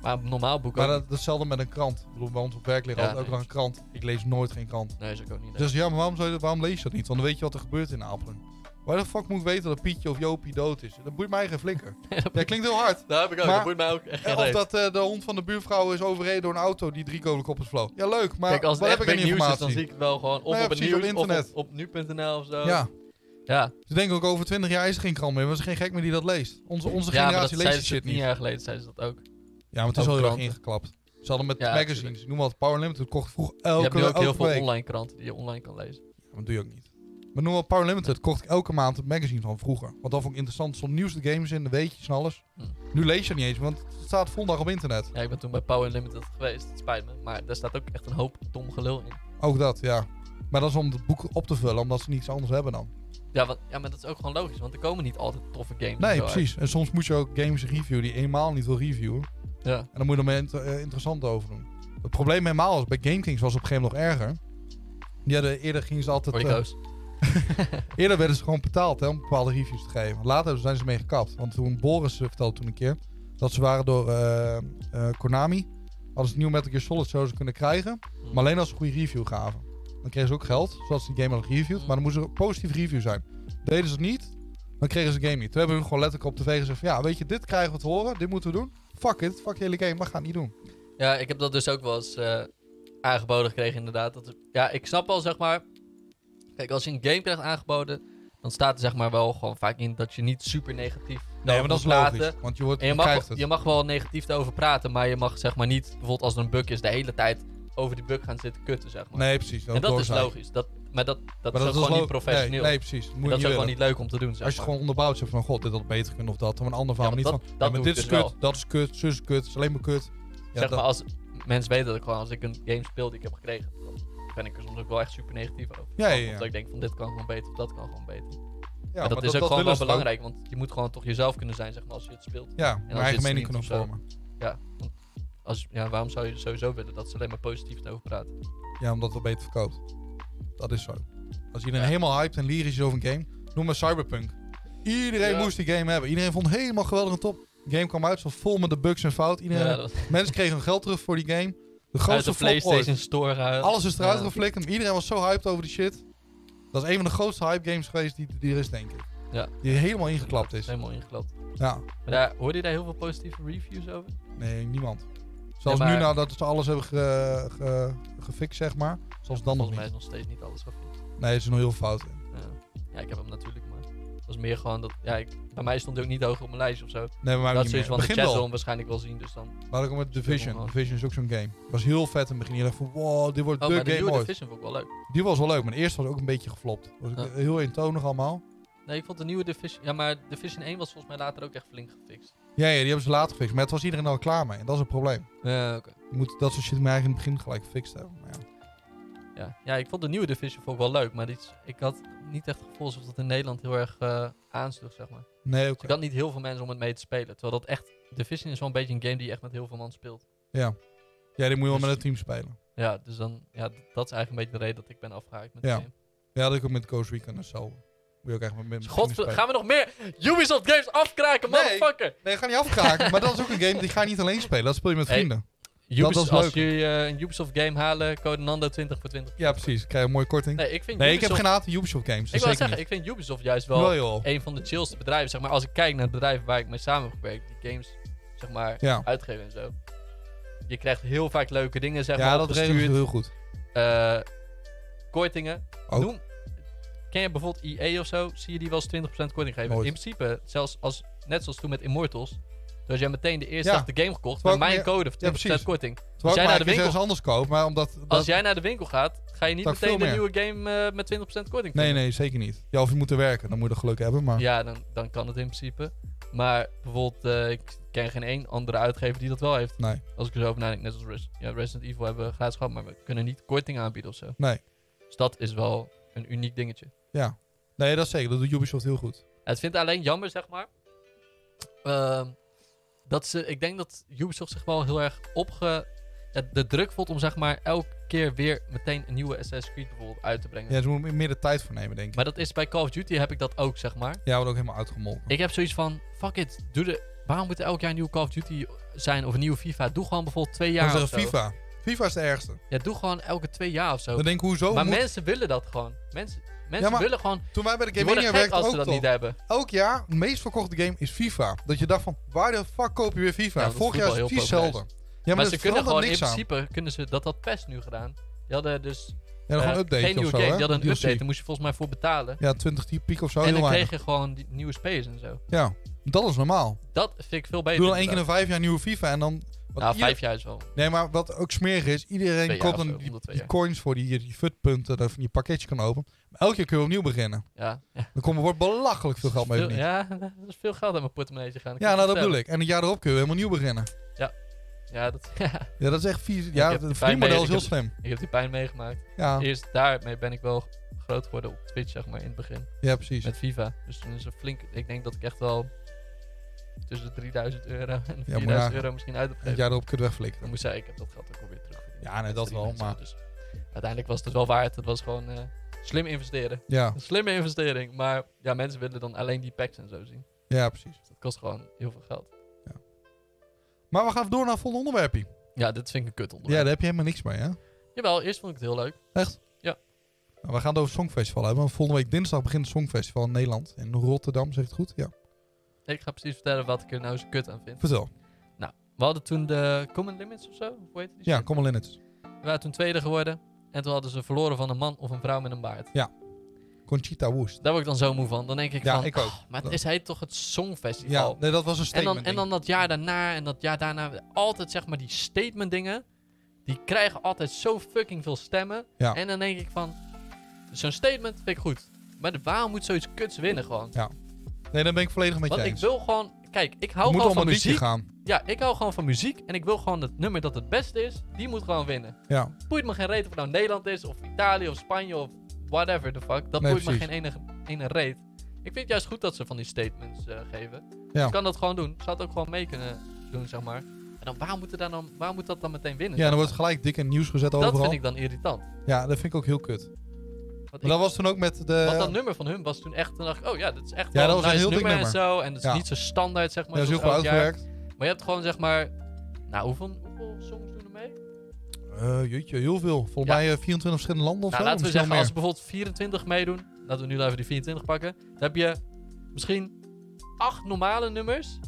[SPEAKER 1] Maar een normaal boek
[SPEAKER 2] Maar
[SPEAKER 1] ook
[SPEAKER 2] dat, dat is hetzelfde met een krant. Ik bedoel, bij ons op werk ligt
[SPEAKER 1] Ja,
[SPEAKER 2] altijd ook
[SPEAKER 1] nee.
[SPEAKER 2] nog een krant. Ik lees nooit geen krant.
[SPEAKER 1] niet. Nee, is ook ook niet.
[SPEAKER 2] Dus ja, maar waarom, zou je, dat- waarom lees je dat niet? Want dan weet je wat er gebeurt in Apeldoorn. Waar de fuck moet ik weten dat Pietje of Jopie dood is? Dat boeit mij geen flikker. ja, klinkt heel hard.
[SPEAKER 1] Daar heb ik ook,
[SPEAKER 2] Maar-
[SPEAKER 1] dat boeit mij ook echt geen
[SPEAKER 2] of
[SPEAKER 1] reet.
[SPEAKER 2] dat eh, de hond van de buurvrouw is overreden door een auto die drie kolenkoppers vloog. Ja, leuk, maar
[SPEAKER 1] Kijk, als het
[SPEAKER 2] waar
[SPEAKER 1] echt
[SPEAKER 2] heb ik
[SPEAKER 1] big
[SPEAKER 2] aan die
[SPEAKER 1] nieuws is, dan
[SPEAKER 2] informatie?
[SPEAKER 1] zie ik het wel gewoon of
[SPEAKER 2] Nee,
[SPEAKER 1] op het
[SPEAKER 2] precies, op
[SPEAKER 1] nieuws of op,
[SPEAKER 2] internet.
[SPEAKER 1] op nu.nl of zo.
[SPEAKER 2] Ja,
[SPEAKER 1] ja.
[SPEAKER 2] ze denken ook over 20 jaar is er geen krant meer. Want er is geen gek meer die dat leest. Onze, onze
[SPEAKER 1] ja maar dat
[SPEAKER 2] generatie leest
[SPEAKER 1] zeiden
[SPEAKER 2] die
[SPEAKER 1] ze
[SPEAKER 2] shit
[SPEAKER 1] tien
[SPEAKER 2] niet.
[SPEAKER 1] jaar geleden, zeiden ze dat ook.
[SPEAKER 2] Ja, maar het is
[SPEAKER 1] Ook
[SPEAKER 2] al heel erg
[SPEAKER 1] kranten.
[SPEAKER 2] ingeklapt. Ze hadden met
[SPEAKER 1] Ja,
[SPEAKER 2] magazines,
[SPEAKER 1] tuurlijk.
[SPEAKER 2] ik noem wat, Power Limited kocht vroeg
[SPEAKER 1] je
[SPEAKER 2] elke,
[SPEAKER 1] hebt nu ook
[SPEAKER 2] elke
[SPEAKER 1] heel veel
[SPEAKER 2] eh, week.
[SPEAKER 1] online kranten die je online kan lezen.
[SPEAKER 2] Ja, dat doe je ook niet. Maar noem maar Power Limited kocht ik elke maand een magazine van vroeger. Want dat vond ik interessant. Er stond nieuws de games in, de weetjes en alles.
[SPEAKER 1] Hm.
[SPEAKER 2] Nu lees je het niet eens, want het staat vol dag op internet.
[SPEAKER 1] Ja, ik ben toen bij Power Limited geweest, het spijt me. Maar daar staat ook echt een hoop dom gelul in.
[SPEAKER 2] Ook dat, ja. Maar dat is om het boek op te vullen, omdat ze niets anders hebben dan.
[SPEAKER 1] Ja, want, ja, maar dat is ook gewoon logisch, want er komen niet altijd toffe games. en
[SPEAKER 2] Nee,
[SPEAKER 1] zo uit.
[SPEAKER 2] precies. En soms moet je ook games reviewen die je eenmaal niet wil reviewen.
[SPEAKER 1] Ja.
[SPEAKER 2] En dan moet je er maar inter- eh, interessant over doen. Het probleem helemaal is, bij GameKings was het op een gegeven moment nog erger. Die hadden, eerder gingen ze altijd...
[SPEAKER 1] Voor Oh, die
[SPEAKER 2] eh,
[SPEAKER 1] goos.
[SPEAKER 2] Eerder werden ze gewoon betaald hè, om bepaalde reviews te geven. Later zijn ze mee gekapt. Want toen Boris eh, vertelde toen een keer dat ze waren door eh, eh, Konami. Hadden ze nieuw Metal Gear Solid zouden ze kunnen krijgen.
[SPEAKER 1] Hm.
[SPEAKER 2] Maar alleen als ze een goede review gaven. Dan kregen ze ook geld, zodat ze die game hadden gereviewd.
[SPEAKER 1] Mm.
[SPEAKER 2] Maar dan moest er een positieve review zijn. Deden ze het niet, dan kregen ze de game niet. Toen hebben we gewoon letterlijk op tv gezegd van... Ja, weet je, dit krijgen we te horen, dit moeten we doen. Fuck it, fuck de hele game, we gaan het niet doen.
[SPEAKER 1] Ja, ik heb dat dus ook wel eens eh, aangeboden gekregen, inderdaad. Dat, ja, ik snap wel, zeg maar. Kijk, als je een game krijgt aangeboden, dan dan staat er zeg maar wel gewoon vaak in dat je niet super negatief
[SPEAKER 2] Nee, maar dat is
[SPEAKER 1] moet praten.
[SPEAKER 2] logisch. Want je, wordt,
[SPEAKER 1] En je
[SPEAKER 2] je
[SPEAKER 1] mag,
[SPEAKER 2] krijgt het.
[SPEAKER 1] je mag wel negatief erover praten, maar je mag zeg maar niet, bijvoorbeeld als er een bug is, de hele tijd over die bug gaan zitten kutten, zeg maar.
[SPEAKER 2] Nee, precies.
[SPEAKER 1] en dat is
[SPEAKER 2] doorzaak.
[SPEAKER 1] logisch. Dat, maar dat, dat
[SPEAKER 2] Maar
[SPEAKER 1] is ook gewoon
[SPEAKER 2] lo-
[SPEAKER 1] niet professioneel.
[SPEAKER 2] Nee, nee, precies. Moet
[SPEAKER 1] En
[SPEAKER 2] je
[SPEAKER 1] dat
[SPEAKER 2] niet
[SPEAKER 1] is ook gewoon
[SPEAKER 2] willen.
[SPEAKER 1] niet leuk om te doen, zeg
[SPEAKER 2] Als je
[SPEAKER 1] maar.
[SPEAKER 2] gewoon onderbouwd hebt van, god, dit had beter kunnen of dat. Of een ander verhaal
[SPEAKER 1] Ja,
[SPEAKER 2] niet
[SPEAKER 1] want
[SPEAKER 2] van,
[SPEAKER 1] dat-
[SPEAKER 2] ja,
[SPEAKER 1] dat
[SPEAKER 2] maar
[SPEAKER 1] doe ik
[SPEAKER 2] dit is
[SPEAKER 1] dus
[SPEAKER 2] kut,
[SPEAKER 1] wel.
[SPEAKER 2] dat is kut, zus is kut, is alleen maar kut. Ja,
[SPEAKER 1] zeg
[SPEAKER 2] dat-
[SPEAKER 1] maar, als mensen weten dat ik gewoon, als ik een game speel die ik heb gekregen, dan ben ik er soms ook wel echt super negatief over.
[SPEAKER 2] Ja, ja, ja.
[SPEAKER 1] Omdat ik denk van dit kan gewoon beter, of dat kan gewoon beter.
[SPEAKER 2] ja,
[SPEAKER 1] en
[SPEAKER 2] maar
[SPEAKER 1] dat is ook gewoon
[SPEAKER 2] willen
[SPEAKER 1] wel
[SPEAKER 2] ze ook.
[SPEAKER 1] belangrijk, want je moet gewoon toch jezelf kunnen zijn, zeg maar, als je het speelt.
[SPEAKER 2] Ja, mijn
[SPEAKER 1] als je
[SPEAKER 2] eigen
[SPEAKER 1] het
[SPEAKER 2] mening
[SPEAKER 1] streamt
[SPEAKER 2] kunnen
[SPEAKER 1] of zo.
[SPEAKER 2] vormen.
[SPEAKER 1] Ja. want Als, ja, waarom zou je sowieso willen dat ze alleen maar positief over praten?
[SPEAKER 2] Ja, omdat het beter verkoopt. Dat is zo. Als iedereen
[SPEAKER 1] Ja.
[SPEAKER 2] helemaal hyped en lyrisch is over een game, noem maar Cyberpunk. Iedereen
[SPEAKER 1] Ja.
[SPEAKER 2] moest die game hebben. Iedereen vond het helemaal geweldig en top. De game kwam uit, zat vol met de bugs en fout. Iedereen,
[SPEAKER 1] Ja, dat,
[SPEAKER 2] Mensen kregen hun geld terug voor die game. De
[SPEAKER 1] uit de
[SPEAKER 2] grootste flop
[SPEAKER 1] PlayStation
[SPEAKER 2] ooit.
[SPEAKER 1] Store eh, gehaald.
[SPEAKER 2] Alles is eruit
[SPEAKER 1] Ja.
[SPEAKER 2] geflikt. en Iedereen was zo hyped over die shit. Dat is een van de grootste hype games geweest die, die er is, denk ik.
[SPEAKER 1] Ja.
[SPEAKER 2] Die helemaal ingeklapt is.
[SPEAKER 1] Helemaal ingeklapt.
[SPEAKER 2] Ja.
[SPEAKER 1] Maar daar, hoorde je daar heel veel positieve reviews over?
[SPEAKER 2] Nee, niemand. Zelfs
[SPEAKER 1] maar-
[SPEAKER 2] nu nadat ze alles hebben ge- ge- gefixt, zeg maar. Zelfs dan nog
[SPEAKER 1] Volgens mij
[SPEAKER 2] niet.
[SPEAKER 1] is nog steeds niet alles gefixt.
[SPEAKER 2] Nee, er is nog heel veel fout. in.
[SPEAKER 1] Ja. ja, ik heb hem natuurlijk, maar het was meer gewoon dat... Ja, ik, bij mij stond hij ook niet hoog op mijn lijst of zo.
[SPEAKER 2] Nee,
[SPEAKER 1] dat
[SPEAKER 2] maar dat
[SPEAKER 1] is
[SPEAKER 2] niet
[SPEAKER 1] zoiets
[SPEAKER 2] meer.
[SPEAKER 1] van de
[SPEAKER 2] Begin
[SPEAKER 1] chat zal
[SPEAKER 2] wel.
[SPEAKER 1] hem waarschijnlijk wel zien, dus dan...
[SPEAKER 2] Maar ook met Division.
[SPEAKER 1] Helemaal.
[SPEAKER 2] Division is ook zo'n game. Was heel vet in het begin. Je dacht van, wow, dit wordt
[SPEAKER 1] Oh,
[SPEAKER 2] de
[SPEAKER 1] maar de
[SPEAKER 2] game
[SPEAKER 1] nieuwe
[SPEAKER 2] ooit.
[SPEAKER 1] Division vond ik wel leuk.
[SPEAKER 2] Die was wel leuk, maar de eerste was ook een beetje geflopt. Was ook
[SPEAKER 1] Ja.
[SPEAKER 2] Heel eentonig allemaal.
[SPEAKER 1] Nee, ik vond de nieuwe Division... Ja, maar Division 1 was volgens mij later ook echt flink gefixt.
[SPEAKER 2] Ja, ja, die hebben ze later gefixt. Maar het was iedereen al klaar mee. En dat is een probleem.
[SPEAKER 1] Ja, oké.
[SPEAKER 2] Je moet dat soort shit maar eigenlijk in het begin gelijk gefixt hebben. Maar ja.
[SPEAKER 1] Ja. ja, ik vond de nieuwe Division vond ik wel leuk, maar die, is- ik had niet echt het gevoel alsof dat in Nederland heel erg eh aansloeg, zeg maar. Dus
[SPEAKER 2] Nee, oké.
[SPEAKER 1] Ik had niet heel veel mensen om het mee te spelen, terwijl dat echt... Division is wel een beetje een game die je echt met heel veel man speelt.
[SPEAKER 2] Ja. ja, die moet je wel
[SPEAKER 1] Dus-
[SPEAKER 2] met het team spelen.
[SPEAKER 1] Ja, dus dan, ja, d- dat is eigenlijk een beetje de reden dat ik ben afgehaakt met
[SPEAKER 2] Ja.
[SPEAKER 1] de game.
[SPEAKER 2] Ja, dat ik ook met Coast Recon en zo. Moet je ook echt met, met
[SPEAKER 1] God,
[SPEAKER 2] met teams
[SPEAKER 1] gaan we nog meer Ubisoft games afkraken,
[SPEAKER 2] Nee.
[SPEAKER 1] motherfucker!
[SPEAKER 2] spelen. Nee, ga niet afkraken. maar dat is ook een game die ga je niet alleen spelen. Dat speel je met
[SPEAKER 1] Hey.
[SPEAKER 2] vrienden.
[SPEAKER 1] Ubisoft,
[SPEAKER 2] was
[SPEAKER 1] als
[SPEAKER 2] leuk.
[SPEAKER 1] jullie eh, een Ubisoft game halen, code Nando 20 voor 20.
[SPEAKER 2] Ja, precies. Krijg je een mooie korting. Nee,
[SPEAKER 1] Nee, ik vind
[SPEAKER 2] ik heb
[SPEAKER 1] Ubisoft-
[SPEAKER 2] geen haat in Ubisoft games.
[SPEAKER 1] Ik
[SPEAKER 2] Dat
[SPEAKER 1] wil
[SPEAKER 2] zeker
[SPEAKER 1] zeggen, ik vind Ubisoft juist
[SPEAKER 2] niet.
[SPEAKER 1] wel
[SPEAKER 2] Wel joh.
[SPEAKER 1] een van de chillste bedrijven. Zeg maar, als ik kijk naar het bedrijf waar ik mee samen heb gewerkt, die games zeg maar,
[SPEAKER 2] Ja,
[SPEAKER 1] uitgeven en zo. Je krijgt heel vaak leuke dingen, zeg
[SPEAKER 2] ja
[SPEAKER 1] maar,
[SPEAKER 2] dat regelen ze
[SPEAKER 1] opgestuurd.
[SPEAKER 2] heel goed.
[SPEAKER 1] eh, kortingen.
[SPEAKER 2] Ook.
[SPEAKER 1] Noem, ken je bijvoorbeeld IE of zo? Zie je die wel eens 20% korting geven?
[SPEAKER 2] Nooit.
[SPEAKER 1] In principe, zelfs als, net zoals toen met Immortals. Toen had jij meteen de eerste
[SPEAKER 2] Ja.
[SPEAKER 1] dag de game gekocht
[SPEAKER 2] Terwijl
[SPEAKER 1] met
[SPEAKER 2] ik
[SPEAKER 1] mijn
[SPEAKER 2] meer-
[SPEAKER 1] code
[SPEAKER 2] Ja,
[SPEAKER 1] voor 20%
[SPEAKER 2] precies.
[SPEAKER 1] korting.
[SPEAKER 2] Terwijl
[SPEAKER 1] jij
[SPEAKER 2] ik
[SPEAKER 1] naar de
[SPEAKER 2] maar een keer
[SPEAKER 1] winkel-
[SPEAKER 2] ergens anders koop, maar omdat...
[SPEAKER 1] Als
[SPEAKER 2] Dat...
[SPEAKER 1] jij naar de winkel gaat, ga je niet
[SPEAKER 2] Dat ik
[SPEAKER 1] meteen de
[SPEAKER 2] veel
[SPEAKER 1] nieuwe game eh, met 20% korting
[SPEAKER 2] Nee,
[SPEAKER 1] kopen.
[SPEAKER 2] nee, zeker niet. Ja, of je moet er werken. Dan moet je er geluk hebben, maar...
[SPEAKER 1] Ja, dan, dan kan het in principe. Maar bijvoorbeeld, eh, ik ken geen één andere uitgever die dat wel heeft.
[SPEAKER 2] Nee.
[SPEAKER 1] Als ik er zo over nadenk, net als Res- ja, Resident Evil hebben we gratis gehad, maar we kunnen niet korting aanbieden of zo.
[SPEAKER 2] Nee.
[SPEAKER 1] Dus dat is wel een uniek dingetje.
[SPEAKER 2] Ja. Nee, dat zeker. Dat doet Ubisoft heel goed.
[SPEAKER 1] Het vindt alleen jammer, zeg maar. ehm, dat ze, ik denk dat Ubisoft zich wel heel erg opge. ja, de druk voelt om zeg maar elke keer weer meteen een nieuwe Assassin's Creed bijvoorbeeld uit te brengen.
[SPEAKER 2] Ja, ze moeten meer de tijd voor nemen, denk ik.
[SPEAKER 1] Maar dat is bij Call of Duty heb ik dat ook, zeg maar.
[SPEAKER 2] Ja, wordt ook helemaal uitgemolken.
[SPEAKER 1] Ik heb zoiets van: fuck it, doe de, waarom moet er elk jaar een nieuwe Call of Duty zijn of een nieuwe FIFA? Doe gewoon bijvoorbeeld twee
[SPEAKER 2] Dan
[SPEAKER 1] jaar. Of
[SPEAKER 2] zeggen
[SPEAKER 1] zo.
[SPEAKER 2] FIFA. FIFA is de ergste.
[SPEAKER 1] Ja, doe gewoon elke twee jaar of zo.
[SPEAKER 2] Dan denk ik, hoezo
[SPEAKER 1] maar
[SPEAKER 2] Oh, moet...
[SPEAKER 1] mensen willen dat gewoon. Mensen, mensen
[SPEAKER 2] maar
[SPEAKER 1] willen gewoon.
[SPEAKER 2] Toen wij bij de
[SPEAKER 1] Die
[SPEAKER 2] Game
[SPEAKER 1] worden
[SPEAKER 2] Mania
[SPEAKER 1] gek
[SPEAKER 2] werkten
[SPEAKER 1] als
[SPEAKER 2] ook
[SPEAKER 1] ze dat
[SPEAKER 2] toch.
[SPEAKER 1] niet hebben.
[SPEAKER 2] Elk jaar, het meest verkochte game is FIFA. Dat je dacht van, waar de fuck koop je weer FIFA?
[SPEAKER 1] Ja, dat is
[SPEAKER 2] Vorig jaar is het
[SPEAKER 1] voetbal heel
[SPEAKER 2] precies
[SPEAKER 1] populair.
[SPEAKER 2] hetzelfde. Ja,
[SPEAKER 1] maar
[SPEAKER 2] dat
[SPEAKER 1] ze kunnen
[SPEAKER 2] verandert
[SPEAKER 1] gewoon in
[SPEAKER 2] niks aan.
[SPEAKER 1] principe kunnen ze dat had PES nu gedaan. Die hadden dus
[SPEAKER 2] Ja,
[SPEAKER 1] eh,
[SPEAKER 2] dan gewoon een update
[SPEAKER 1] geen nieuwe
[SPEAKER 2] of zo,
[SPEAKER 1] game.
[SPEAKER 2] hè?
[SPEAKER 1] Die hadden een
[SPEAKER 2] DLC.
[SPEAKER 1] update, daar moest je volgens mij voor betalen.
[SPEAKER 2] Ja, 20 piek of zo,
[SPEAKER 1] en
[SPEAKER 2] heel
[SPEAKER 1] dan
[SPEAKER 2] weinig.
[SPEAKER 1] kreeg je gewoon die nieuwe spelers en zo.
[SPEAKER 2] Ja, dat is normaal.
[SPEAKER 1] Dat vind ik veel beter.
[SPEAKER 2] Doe dan één keer in
[SPEAKER 1] inderdaad.
[SPEAKER 2] vijf jaar nieuwe FIFA en dan... want
[SPEAKER 1] Nou,
[SPEAKER 2] ieder-
[SPEAKER 1] vijf jaar is wel.
[SPEAKER 2] Nee, maar wat ook smerig is,
[SPEAKER 1] Twee
[SPEAKER 2] iedereen
[SPEAKER 1] jaar
[SPEAKER 2] koopt
[SPEAKER 1] of
[SPEAKER 2] dan
[SPEAKER 1] zo,
[SPEAKER 2] die,
[SPEAKER 1] om de twee
[SPEAKER 2] die
[SPEAKER 1] jaar.
[SPEAKER 2] coins voor die, die futpunten, dat je je pakketje kan openen. Maar elke keer kun je opnieuw beginnen.
[SPEAKER 1] Ja. ja.
[SPEAKER 2] Dan komt er wordt belachelijk veel geld mee
[SPEAKER 1] Veel,
[SPEAKER 2] verdiend.
[SPEAKER 1] ja, dat is veel geld uit mijn portemonnee gegaan.
[SPEAKER 2] Ja, nou dat bedoel ik. En een jaar erop kun je helemaal nieuw beginnen.
[SPEAKER 1] Ja, dat, ja,
[SPEAKER 2] Ja, dat is echt vies.
[SPEAKER 1] heb
[SPEAKER 2] Ja,
[SPEAKER 1] die
[SPEAKER 2] het
[SPEAKER 1] pijn mee-
[SPEAKER 2] verdienmodel is
[SPEAKER 1] ik
[SPEAKER 2] heel
[SPEAKER 1] heb-
[SPEAKER 2] slim.
[SPEAKER 1] ik heb die pijn meegemaakt.
[SPEAKER 2] Ja,
[SPEAKER 1] Eerst daarmee ben ik wel groot geworden op Twitch, zeg maar, in het begin.
[SPEAKER 2] ja precies.
[SPEAKER 1] Met FIFA. Dus toen is een flink... Ik denk dat ik echt wel tussen de 3000 euro en
[SPEAKER 2] maar
[SPEAKER 1] 4000
[SPEAKER 2] ja.
[SPEAKER 1] euro misschien uit heb
[SPEAKER 2] Het
[SPEAKER 1] gegeven.
[SPEAKER 2] jaar erop kun je het
[SPEAKER 1] Dan
[SPEAKER 2] wegflikkeren.
[SPEAKER 1] moest zij, ik heb dat geld ook alweer terugverdiend.
[SPEAKER 2] Ja, nee,
[SPEAKER 1] Met
[SPEAKER 2] dat
[SPEAKER 1] drie
[SPEAKER 2] wel,
[SPEAKER 1] mensen.
[SPEAKER 2] maar-
[SPEAKER 1] Dus uiteindelijk was het dus wel waard. Het was gewoon eh, slim investeren.
[SPEAKER 2] Ja,
[SPEAKER 1] Een slimme investering. Maar ja, mensen willen dan alleen die packs en zo zien. Dus
[SPEAKER 2] ja, precies.
[SPEAKER 1] Dat kost gewoon heel veel geld.
[SPEAKER 2] Maar we gaan even door naar een vol onderwerpje.
[SPEAKER 1] Ja, dit vind ik een kut
[SPEAKER 2] Ja,
[SPEAKER 1] onderwerp.
[SPEAKER 2] daar heb je helemaal niks mee, hè?
[SPEAKER 1] Jawel, eerst vond ik het heel leuk.
[SPEAKER 2] Echt?
[SPEAKER 1] Ja.
[SPEAKER 2] Nou, we gaan het over het Songfestival hebben. want Volgende week dinsdag begint het Songfestival in Nederland. In Rotterdam, zeg ik het goed? Ja.
[SPEAKER 1] Ik ga precies vertellen wat ik er nou eens kut aan vind.
[SPEAKER 2] Vertel.
[SPEAKER 1] We hadden toen de Common Limits of zo. of Hoe heet die?
[SPEAKER 2] Ja,
[SPEAKER 1] shit?
[SPEAKER 2] kom maar in het.
[SPEAKER 1] We waren toen tweede geworden. En toen hadden ze verloren van een man of een vrouw met een baard.
[SPEAKER 2] Ja. Conchita Woest.
[SPEAKER 1] Daar word ik dan zo moe van. Dan denk ik
[SPEAKER 2] Ja,
[SPEAKER 1] van,
[SPEAKER 2] ik ook.
[SPEAKER 1] maar het is hij toch het Songfestival.
[SPEAKER 2] Ja, nee, dat was een
[SPEAKER 1] en,
[SPEAKER 2] statement.
[SPEAKER 1] dan, en dan dat jaar daarna en dat jaar daarna. Altijd zeg maar die statement dingen. Die krijgen altijd zo fucking veel stemmen.
[SPEAKER 2] Ja.
[SPEAKER 1] En dan denk ik van, zo'n statement vind ik goed. Maar de, waarom moet zoiets kuts winnen gewoon?
[SPEAKER 2] denk ik. Nee, dan ben ik volledig met je
[SPEAKER 1] Want ik
[SPEAKER 2] eens.
[SPEAKER 1] wil gewoon... Kijk, ik
[SPEAKER 2] Het
[SPEAKER 1] hou
[SPEAKER 2] moet
[SPEAKER 1] gewoon
[SPEAKER 2] om
[SPEAKER 1] van
[SPEAKER 2] een liedje
[SPEAKER 1] muziek.
[SPEAKER 2] gaan.
[SPEAKER 1] Ja, ik hou gewoon van muziek. En ik wil gewoon het nummer dat het beste is, die moet gewoon winnen.
[SPEAKER 2] Ja.
[SPEAKER 1] Boeit me geen reet of het nou Nederland is, of Italië, of Spanje, of whatever the fuck. Dat
[SPEAKER 2] Nee,
[SPEAKER 1] boeit
[SPEAKER 2] precies.
[SPEAKER 1] me geen enige, ene reet. Ik vind het juist goed dat ze van die statements eh, geven.
[SPEAKER 2] Ja.
[SPEAKER 1] Ze kan dat gewoon doen. Ze had ook gewoon mee kunnen doen, zeg maar. En dan, waarom moet, er dan, dan, waarom moet dat dan meteen winnen?
[SPEAKER 2] ja,
[SPEAKER 1] zeg
[SPEAKER 2] dan wordt
[SPEAKER 1] maar?
[SPEAKER 2] gelijk dik in het nieuws gezet
[SPEAKER 1] dat
[SPEAKER 2] overal.
[SPEAKER 1] vind ik dan irritant.
[SPEAKER 2] Ja, dat vind ik ook heel kut.
[SPEAKER 1] Want,
[SPEAKER 2] Maar
[SPEAKER 1] ik,
[SPEAKER 2] dat was toen ook met de...
[SPEAKER 1] want dat nummer van hun was toen echt, toen dacht ik, oh ja, dat is echt
[SPEAKER 2] eh,
[SPEAKER 1] wel
[SPEAKER 2] Ja, dat was een
[SPEAKER 1] nice
[SPEAKER 2] heel dik
[SPEAKER 1] nummer, en
[SPEAKER 2] nummer.
[SPEAKER 1] zo. En dat is
[SPEAKER 2] Ja.
[SPEAKER 1] niet zo standaard, zeg
[SPEAKER 2] Ja,
[SPEAKER 1] maar.
[SPEAKER 2] dat is heel
[SPEAKER 1] zoals
[SPEAKER 2] goed
[SPEAKER 1] elk jaar.
[SPEAKER 2] uitgewerkt.
[SPEAKER 1] Maar je hebt gewoon, zeg maar, nou, hoeveel, hoeveel songs doen er mee?
[SPEAKER 2] Eh, jeetje, heel veel. Volgens
[SPEAKER 1] Ja.
[SPEAKER 2] mij eh, 24 verschillende landen of
[SPEAKER 1] Nou,
[SPEAKER 2] zo.
[SPEAKER 1] laten we
[SPEAKER 2] misschien
[SPEAKER 1] zeggen,
[SPEAKER 2] wel
[SPEAKER 1] als we bijvoorbeeld 24 meedoen, laten we nu even die 24 pakken, dan heb je misschien acht normale nummers.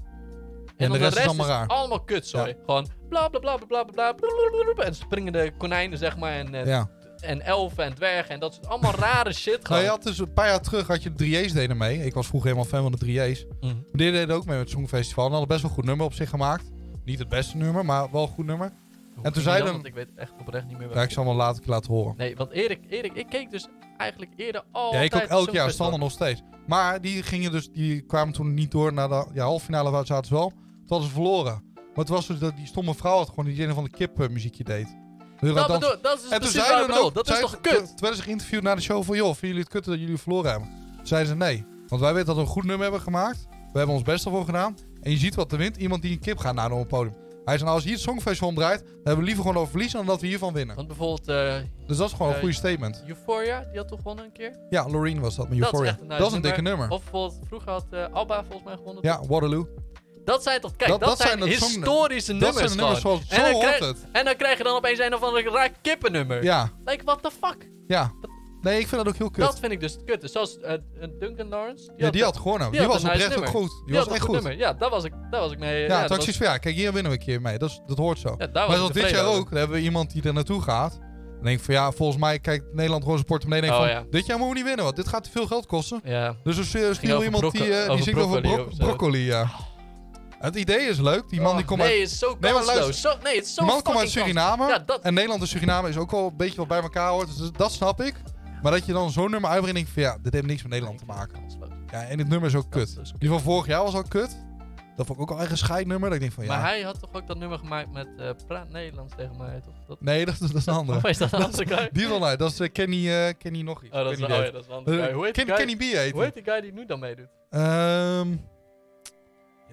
[SPEAKER 1] En,
[SPEAKER 2] de
[SPEAKER 1] dan
[SPEAKER 2] rest is allemaal raar.
[SPEAKER 1] allemaal kut, sorry. Gewoon bla bla bla bla bla bla bla bla, bla, bla, bla, en springende konijnen, zeg maar, en, eh,
[SPEAKER 2] meer. Ja.
[SPEAKER 1] en elfen en dwergen en dat soort allemaal rare shit.
[SPEAKER 2] Nou,
[SPEAKER 1] Gewoon.
[SPEAKER 2] je had dus een paar jaar terug had je de 3A's deden mee. Ik was vroeger helemaal fan van de 3A's.
[SPEAKER 1] Mhm.
[SPEAKER 2] Maar die deden ook mee met het Songfestival. En hadden best wel een goed nummer op zich gemaakt. Niet het beste nummer, maar wel een goed nummer.
[SPEAKER 1] Hoe
[SPEAKER 2] toen
[SPEAKER 1] ging
[SPEAKER 2] zei
[SPEAKER 1] die dan?
[SPEAKER 2] dan-
[SPEAKER 1] Want ik weet echt oprecht niet meer
[SPEAKER 2] Ja, ik zal hem wel later een keer laten horen.
[SPEAKER 1] Nee, want Erik, Erik, ik keek dus eigenlijk eerder al.
[SPEAKER 2] Ja, ik ook elk jaar standen nog steeds. Maar die, gingen dus, die kwamen toen niet door naar de ja, halve finale waar zaten ze wel. Toen hadden ze verloren. Maar het was dus dat die stomme vrouw had gewoon die een van de kip eh, muziekje deed. Heel
[SPEAKER 1] Dat,
[SPEAKER 2] raar dansen.
[SPEAKER 1] Nou, bedoel, dat is
[SPEAKER 2] En toen
[SPEAKER 1] precies
[SPEAKER 2] zeiden
[SPEAKER 1] waar ik
[SPEAKER 2] hun
[SPEAKER 1] bedoel.
[SPEAKER 2] ook-
[SPEAKER 1] Dat is
[SPEAKER 2] zeiden-
[SPEAKER 1] toch
[SPEAKER 2] Terwijl
[SPEAKER 1] kut?
[SPEAKER 2] terwijl ze geïnterviewd na de show van... joh, vinden jullie het kut dat jullie verloren hebben? Toen zeiden ze nee. Want wij weten dat we een goed nummer hebben gemaakt. We hebben ons best ervoor gedaan. En je ziet wat er wint. Iemand die een kip gaat naar op het podium. Hij zei, nou, als hier het Songfestival om draait... dan hebben we liever gewoon over verliezen dan dat we hiervan winnen.
[SPEAKER 1] Want bijvoorbeeld eh,
[SPEAKER 2] Dus dat is gewoon een
[SPEAKER 1] Eh,
[SPEAKER 2] goede statement.
[SPEAKER 1] Euphoria, die had toch gewonnen een keer?
[SPEAKER 2] Ja, Loreen was dat met
[SPEAKER 1] Dat is
[SPEAKER 2] Euphoria.
[SPEAKER 1] echt een nice
[SPEAKER 2] dikke nummer.
[SPEAKER 1] Of bijvoorbeeld, vroeger had eh, Alba volgens mij gewonnen.
[SPEAKER 2] Ja, Waterloo.
[SPEAKER 1] Dat zijn toch, kijk,
[SPEAKER 2] Dat-
[SPEAKER 1] dat,
[SPEAKER 2] dat zijn
[SPEAKER 1] zijn,
[SPEAKER 2] dat zong-
[SPEAKER 1] historische
[SPEAKER 2] Dat
[SPEAKER 1] nummers
[SPEAKER 2] zijn de nummers
[SPEAKER 1] gewoon.
[SPEAKER 2] zoals... Zo
[SPEAKER 1] en, dan
[SPEAKER 2] hoort
[SPEAKER 1] krijg-
[SPEAKER 2] het.
[SPEAKER 1] en dan krijg je dan opeens een of andere raar kippennummer.
[SPEAKER 2] Ja,
[SPEAKER 1] Like, what the fuck?
[SPEAKER 2] ja. Nee, ik vind dat ook heel kut.
[SPEAKER 1] Dat vind ik dus het kut. Dus zoals eh, eh, Duncan Lawrence. Die
[SPEAKER 2] ja, die had gewonnen. Die,
[SPEAKER 1] had
[SPEAKER 2] was
[SPEAKER 1] een nice
[SPEAKER 2] oprecht ook
[SPEAKER 1] nummer.
[SPEAKER 2] goed. Die,
[SPEAKER 1] die
[SPEAKER 2] was
[SPEAKER 1] had
[SPEAKER 2] echt
[SPEAKER 1] een
[SPEAKER 2] goed.
[SPEAKER 1] nummer. Ja, daar was ik, daar was ik mee...
[SPEAKER 2] Ja,
[SPEAKER 1] dat
[SPEAKER 2] taxis van ja, kijk, hier winnen we een keer mee. Dat, is, dat hoort zo.
[SPEAKER 1] ja, daar was
[SPEAKER 2] Maar
[SPEAKER 1] ik
[SPEAKER 2] zoals dit
[SPEAKER 1] tevreden
[SPEAKER 2] jaar
[SPEAKER 1] over.
[SPEAKER 2] ook, dan hebben we iemand die er naartoe gaat. Dan denk ik van ja, volgens mij kijkt Nederland gewoon zijn portemonnee. en Denk
[SPEAKER 1] Oh,
[SPEAKER 2] van, Dit jaar moeten we niet winnen, want dit gaat te veel geld kosten.
[SPEAKER 1] Ja.
[SPEAKER 2] Dus er is
[SPEAKER 1] over
[SPEAKER 2] iemand die,
[SPEAKER 1] brocco-
[SPEAKER 2] eh, die
[SPEAKER 1] over
[SPEAKER 2] zingt over
[SPEAKER 1] broccoli
[SPEAKER 2] bro-
[SPEAKER 1] of zo.
[SPEAKER 2] broccoli. Ja. Het idee is leuk. Die man die
[SPEAKER 1] Oh,
[SPEAKER 2] komt
[SPEAKER 1] nee,
[SPEAKER 2] uit,
[SPEAKER 1] het is zo
[SPEAKER 2] maar
[SPEAKER 1] kansloos.
[SPEAKER 2] luister.
[SPEAKER 1] Zo- nee, het is zo
[SPEAKER 2] die man komt uit
[SPEAKER 1] fucking
[SPEAKER 2] Suriname.
[SPEAKER 1] kans- Ja, dat-
[SPEAKER 2] En Nederland en Suriname is ook wel een beetje wat bij elkaar hoort. Dus dat snap ik. Maar dat je dan zo'n nummer uitbrengt, denk ik van ja, dit heeft niks met Nederland te maken.
[SPEAKER 1] Kansloos.
[SPEAKER 2] Ja, en dit nummer is ook kut.
[SPEAKER 1] Kansloos.
[SPEAKER 2] Die van vorig jaar was ook kut. Dat vond ik ook al echt een scheidnummer. Dat ik denk van
[SPEAKER 1] Maar
[SPEAKER 2] ja,
[SPEAKER 1] hij had toch ook dat nummer gemaakt met eh, Praat Nederlands tegen mij, toch? Dat,
[SPEAKER 2] nee, dat, dat is een andere.
[SPEAKER 1] Of is dat een andere guy?
[SPEAKER 2] Die van uit, dat is eh, Kenny, eh, Kenny nog iets.
[SPEAKER 1] Oh, dat
[SPEAKER 2] Ik
[SPEAKER 1] is,
[SPEAKER 2] weet
[SPEAKER 1] oh
[SPEAKER 2] niet
[SPEAKER 1] ja,
[SPEAKER 2] Eh,
[SPEAKER 1] dat is een andere guy. Hoe heet,
[SPEAKER 2] Ken,
[SPEAKER 1] die guy,
[SPEAKER 2] Kenny B heet
[SPEAKER 1] hoe
[SPEAKER 2] hij.
[SPEAKER 1] heet die guy die nu dan meedoet?
[SPEAKER 2] Ehm,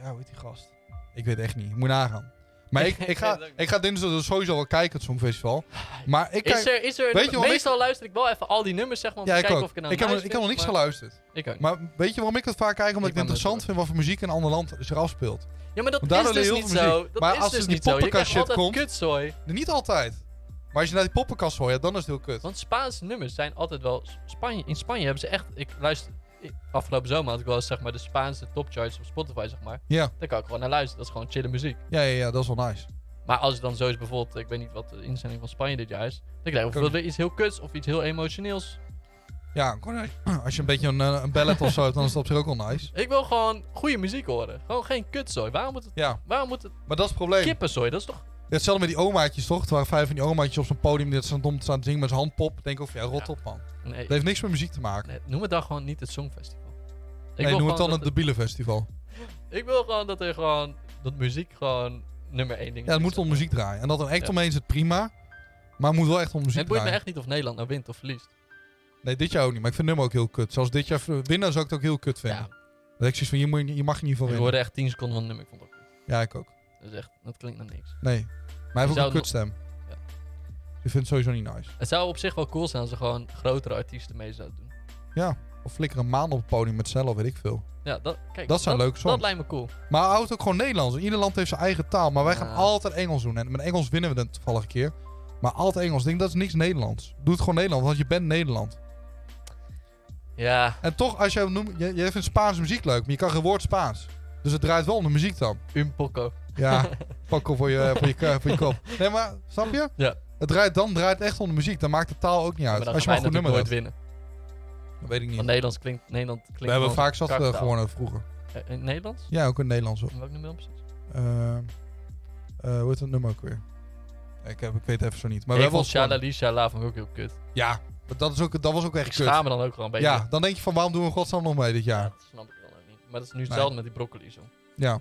[SPEAKER 2] ja, hoe heet die gast? Ik weet echt niet. Ik moet nagaan. Maar ik, ik, ga,
[SPEAKER 1] Ik weet het ook niet.
[SPEAKER 2] ik ga dinsdag dus sowieso wel kijken, het Songfestival. Maar ik kijk...
[SPEAKER 1] Ah, Is er, is er
[SPEAKER 2] Weet je wat
[SPEAKER 1] meestal luister ik wel even al die nummers, zeg maar, om
[SPEAKER 2] ja,
[SPEAKER 1] te
[SPEAKER 2] ik
[SPEAKER 1] kijken
[SPEAKER 2] ook.
[SPEAKER 1] of ik er nou
[SPEAKER 2] Ik heb, nog-
[SPEAKER 1] nice
[SPEAKER 2] ik heb nog
[SPEAKER 1] vind,
[SPEAKER 2] niks
[SPEAKER 1] maar-
[SPEAKER 2] geluisterd.
[SPEAKER 1] Ik ook.
[SPEAKER 2] Maar weet je waarom ik dat vaak kijk? Omdat ik
[SPEAKER 1] Ik
[SPEAKER 2] het
[SPEAKER 1] ben
[SPEAKER 2] interessant
[SPEAKER 1] met-
[SPEAKER 2] vind wat voor muziek in een ander land zich afspeelt.
[SPEAKER 1] ja, maar dat
[SPEAKER 2] Want daar
[SPEAKER 1] is
[SPEAKER 2] leren
[SPEAKER 1] dus
[SPEAKER 2] heel
[SPEAKER 1] niet
[SPEAKER 2] veel
[SPEAKER 1] zo.
[SPEAKER 2] muziek.
[SPEAKER 1] Dat
[SPEAKER 2] Maar
[SPEAKER 1] is
[SPEAKER 2] als
[SPEAKER 1] dus
[SPEAKER 2] dus die
[SPEAKER 1] niet zo. Je krijgt
[SPEAKER 2] poppenkast shit
[SPEAKER 1] altijd
[SPEAKER 2] komt-
[SPEAKER 1] kutzooi.
[SPEAKER 2] Niet altijd. Maar als je naar die poppenkast hoort, ja, dan is het heel kut.
[SPEAKER 1] Want Spaanse nummers zijn altijd wel... Spanje, in Spanje hebben ze echt... Ik luister... ik- Afgelopen zomer had ik wel eens, zeg maar, de Spaanse topcharts op Spotify, zeg maar.
[SPEAKER 2] Ja.
[SPEAKER 1] Daar kan ik gewoon naar luisteren. Dat is gewoon chille muziek.
[SPEAKER 2] Ja, ja, ja, dat is wel nice.
[SPEAKER 1] Maar als het dan zo is bijvoorbeeld, ik weet niet wat de inzending van Spanje dit jaar is. Dan krijg je bijvoorbeeld
[SPEAKER 2] niet.
[SPEAKER 1] weer iets heel kuts of iets heel emotioneels.
[SPEAKER 2] Ja, gewoon, eh, als je een beetje een, eh, een ballet of zo hebt, dan is dat op zich ook wel nice.
[SPEAKER 1] Ik wil gewoon goede muziek horen. Gewoon geen kutzooi. Waarom moet het,
[SPEAKER 2] Ja,
[SPEAKER 1] waarom moet het
[SPEAKER 2] maar dat is het probleem.
[SPEAKER 1] kippenzooi? Dat is toch...
[SPEAKER 2] Ja, hetzelfde met die omaatjes, toch? Er waren vijf van die omaatjes op zo'n podium die staan dom te staan te zingen met zijn handpop. Denk ik, van ja, rot op man.
[SPEAKER 1] Nee,
[SPEAKER 2] Dat heeft niks met muziek te maken.
[SPEAKER 1] nee, noem het dan gewoon niet het Songfestival. Ik wil
[SPEAKER 2] nee, noem
[SPEAKER 1] gewoon
[SPEAKER 2] het dan
[SPEAKER 1] dat
[SPEAKER 2] een debiele festival.
[SPEAKER 1] het- Ik wil gewoon dat er gewoon... Dat muziek gewoon nummer één ding
[SPEAKER 2] Ja, het
[SPEAKER 1] is.
[SPEAKER 2] moet om muziek draaien. En dat een act
[SPEAKER 1] Ja.
[SPEAKER 2] omheen zit prima, maar het moet wel echt om muziek
[SPEAKER 1] Het boeit me
[SPEAKER 2] draaien.
[SPEAKER 1] echt niet of Nederland nou wint of verliest.
[SPEAKER 2] Nee, dit jaar ook niet, maar ik vind het nummer ook heel kut. Zoals dit jaar v- winnen zou ik het ook heel kut vinden.
[SPEAKER 1] Ja,
[SPEAKER 2] Dat ik zoiets van, hier, moet je, niet- hier mag je niet van
[SPEAKER 1] ik
[SPEAKER 2] winnen.
[SPEAKER 1] hoorde echt 10 seconden van het nummer. Ik vond het ook niet.
[SPEAKER 2] Ja, ik ook.
[SPEAKER 1] Dat is echt... Dat klinkt naar niks.
[SPEAKER 2] Nee. Maar hij
[SPEAKER 1] Je
[SPEAKER 2] heeft ook
[SPEAKER 1] zou
[SPEAKER 2] een kutstem.
[SPEAKER 1] Ja.
[SPEAKER 2] Ik vind het sowieso niet nice.
[SPEAKER 1] Het zou op zich wel cool zijn als ze gewoon grotere artiesten mee zouden doen.
[SPEAKER 2] Of flikker een maan op het podium met cellen, weet ik veel.
[SPEAKER 1] Ja, dat... Kijk,
[SPEAKER 2] Dat zijn leuke
[SPEAKER 1] Dat
[SPEAKER 2] songs.
[SPEAKER 1] lijkt me cool.
[SPEAKER 2] Maar houdt ook gewoon Nederlands. Ieder land heeft zijn eigen taal. Maar wij gaan
[SPEAKER 1] Ja.
[SPEAKER 2] altijd Engels doen. En met Engels winnen we dan toevallig een keer. Maar altijd Engels. Ik denk dat is niks Nederlands. Doe het gewoon Nederland, want je bent Nederland.
[SPEAKER 1] Ja,
[SPEAKER 2] En toch, als jij noemt, jij, jij vindt Spaanse muziek leuk, maar je kan geen woord Spaans. Dus het draait wel om de muziek dan.
[SPEAKER 1] un poco.
[SPEAKER 2] Ja, pak op voor je, voor, je, ku- voor je kop. Nee, maar snap je?
[SPEAKER 1] Ja.
[SPEAKER 2] Het draait dan draait het echt om de muziek. Dan maakt de taal ook niet uit.
[SPEAKER 1] maar dan
[SPEAKER 2] als je
[SPEAKER 1] gaan
[SPEAKER 2] maar
[SPEAKER 1] wij
[SPEAKER 2] een goed nummer
[SPEAKER 1] natuurlijk nooit
[SPEAKER 2] hebt.
[SPEAKER 1] winnen.
[SPEAKER 2] Dat weet ik niet.
[SPEAKER 1] Want Nederlands klinkt... Nederland klinkt
[SPEAKER 2] We hebben
[SPEAKER 1] gewoon
[SPEAKER 2] vaak zat
[SPEAKER 1] kaktaal.
[SPEAKER 2] gewonnen vroeger.
[SPEAKER 1] Eh, In Nederlands?
[SPEAKER 2] Ja, ook in Nederlands. hoor.
[SPEAKER 1] In welk nummer precies?
[SPEAKER 2] Eh, eh, hoe heet dat nummer ook weer? Ik, heb, ik weet het even zo niet. Maar
[SPEAKER 1] ik
[SPEAKER 2] we hebben
[SPEAKER 1] vond
[SPEAKER 2] ons
[SPEAKER 1] Shalali
[SPEAKER 2] gewonnen.
[SPEAKER 1] Shala vond ik ook heel kut.
[SPEAKER 2] Ja, maar dat, is ook, dat was ook echt
[SPEAKER 1] Ik
[SPEAKER 2] kut.
[SPEAKER 1] schaam me dan ook gewoon een beetje.
[SPEAKER 2] Ja, dan denk je van waarom doen we in godsnaam nog mee dit jaar?
[SPEAKER 1] Dat snap ik dan ook niet. Maar dat is nu hetzelfde met die broccoli zo.
[SPEAKER 2] Ja.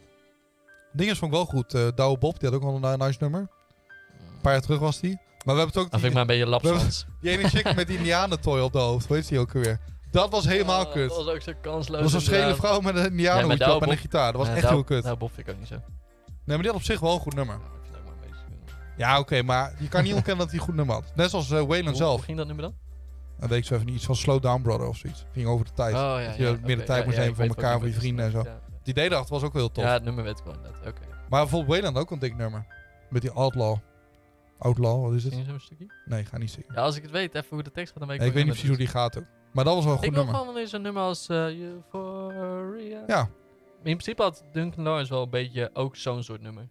[SPEAKER 2] Dingen vond ik wel goed. Eh Douwe Bob, die had ook wel een nice nummer. Een paar jaar terug was die. Maar we hebben het ook
[SPEAKER 1] Dat vind
[SPEAKER 2] die,
[SPEAKER 1] ik maar een beetje lapsans.
[SPEAKER 2] die ene chick met die indianentooi op de hoofd. Weet je die ook weer? Dat was helemaal
[SPEAKER 1] Oh,
[SPEAKER 2] kut.
[SPEAKER 1] Dat was ook zo kansloos.
[SPEAKER 2] Dat was een schele
[SPEAKER 1] inderdaad.
[SPEAKER 2] vrouw met een indianenhoedje
[SPEAKER 1] Douwe
[SPEAKER 2] op en een
[SPEAKER 1] Bob-
[SPEAKER 2] gitaar. Dat was
[SPEAKER 1] Ja,
[SPEAKER 2] echt
[SPEAKER 1] Douwe-
[SPEAKER 2] heel kut.
[SPEAKER 1] Douwe Bob vind ik ook niet zo.
[SPEAKER 2] Nee, maar die had op zich wel een goed nummer.
[SPEAKER 1] Ja, ik vind het ook maar een beetje kut.
[SPEAKER 2] Ja, oké, maar je kan niet ontkennen dat hij een goed nummer had. Net zoals eh, Waylon
[SPEAKER 1] Hoe- Hoe
[SPEAKER 2] zelf.
[SPEAKER 1] ging dat nummer dan?
[SPEAKER 2] Dan deed ik zo even iets van Slow Down Brother of zoiets. Ging over de tijd.
[SPEAKER 1] Oh ja,
[SPEAKER 2] dat je meer de
[SPEAKER 1] oké,
[SPEAKER 2] tijd
[SPEAKER 1] ja,
[SPEAKER 2] moest
[SPEAKER 1] ja,
[SPEAKER 2] nemen
[SPEAKER 1] ik
[SPEAKER 2] voor
[SPEAKER 1] weet
[SPEAKER 2] elkaar,
[SPEAKER 1] wat
[SPEAKER 2] voor je
[SPEAKER 1] je
[SPEAKER 2] vrienden en
[SPEAKER 1] bedoelt.
[SPEAKER 2] zo. Die idee daarachter was ook wel heel tof. Dus-
[SPEAKER 1] Ja, ja, het nummer weet ik wel inderdaad. Oké.
[SPEAKER 2] Maar bijvoorbeeld Wayland ook een dik nummer. Met die Outlaw. Outlaw, wat is het?
[SPEAKER 1] Zing je zo'n stukje?
[SPEAKER 2] Nee, ga niet zingen.
[SPEAKER 1] Ja, als ik het weet, even hoe de tekst gaat, dan weet
[SPEAKER 2] Nee, ik
[SPEAKER 1] wel
[SPEAKER 2] weet niet precies hoe
[SPEAKER 1] nummer
[SPEAKER 2] die gaat ook. Maar dat was wel een
[SPEAKER 1] het is.
[SPEAKER 2] goed
[SPEAKER 1] Ik wil
[SPEAKER 2] nummer.
[SPEAKER 1] gewoon wel eens een nummer als eh, Euphoria.
[SPEAKER 2] Ja.
[SPEAKER 1] In principe had Duncan Lawrence wel een beetje ook zo'n soort nummer.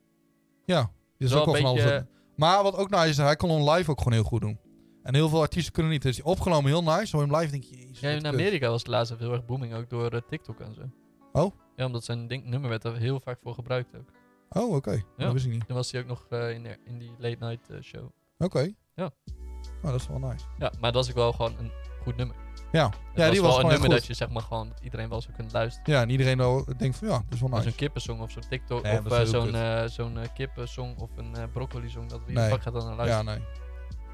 [SPEAKER 2] Ja, die is
[SPEAKER 1] Wel
[SPEAKER 2] ook wel
[SPEAKER 1] een
[SPEAKER 2] van alles.
[SPEAKER 1] beetje-
[SPEAKER 2] op. Maar wat ook nice is, hij kon hem live ook gewoon heel goed doen. En heel veel artiesten kunnen niet. Dus die opgenomen heel nice. Hoor je hem live denk je, jezus,
[SPEAKER 1] Ja,
[SPEAKER 2] wat
[SPEAKER 1] in
[SPEAKER 2] kut.
[SPEAKER 1] Amerika was het laatst even heel erg booming, ook door eh, TikTok en zo.
[SPEAKER 2] Oh?
[SPEAKER 1] Ja, omdat zijn ding, nummer werd daar heel vaak voor gebruikt ook.
[SPEAKER 2] Oh, oké. Dat wist ik niet.
[SPEAKER 1] Toen was hij ook nog eh, in, de- in die late night eh, show.
[SPEAKER 2] Oké.
[SPEAKER 1] Ja.
[SPEAKER 2] Nou, dat is wel nice.
[SPEAKER 1] Ja, maar dat was ook wel gewoon een goed nummer.
[SPEAKER 2] Ja.
[SPEAKER 1] Het
[SPEAKER 2] Ja, die was
[SPEAKER 1] wel
[SPEAKER 2] gewoon
[SPEAKER 1] een
[SPEAKER 2] echt
[SPEAKER 1] nummer
[SPEAKER 2] goed.
[SPEAKER 1] dat je zeg maar gewoon dat iedereen wel zo kunt luisteren.
[SPEAKER 2] Ja, en iedereen wel denkt van ja, dat is wel
[SPEAKER 1] Maar
[SPEAKER 2] nice.
[SPEAKER 1] Zo'n kippensong of zo'n TikTok
[SPEAKER 2] Nee,
[SPEAKER 1] of
[SPEAKER 2] dat is
[SPEAKER 1] eh,
[SPEAKER 2] heel
[SPEAKER 1] zo'n
[SPEAKER 2] kut.
[SPEAKER 1] eh zo'n eh, kippensong of een eh broccoli song. Dat wie de
[SPEAKER 2] Nee.
[SPEAKER 1] fuck gaat dan naar
[SPEAKER 2] Ja,
[SPEAKER 1] luisteren?
[SPEAKER 2] nee.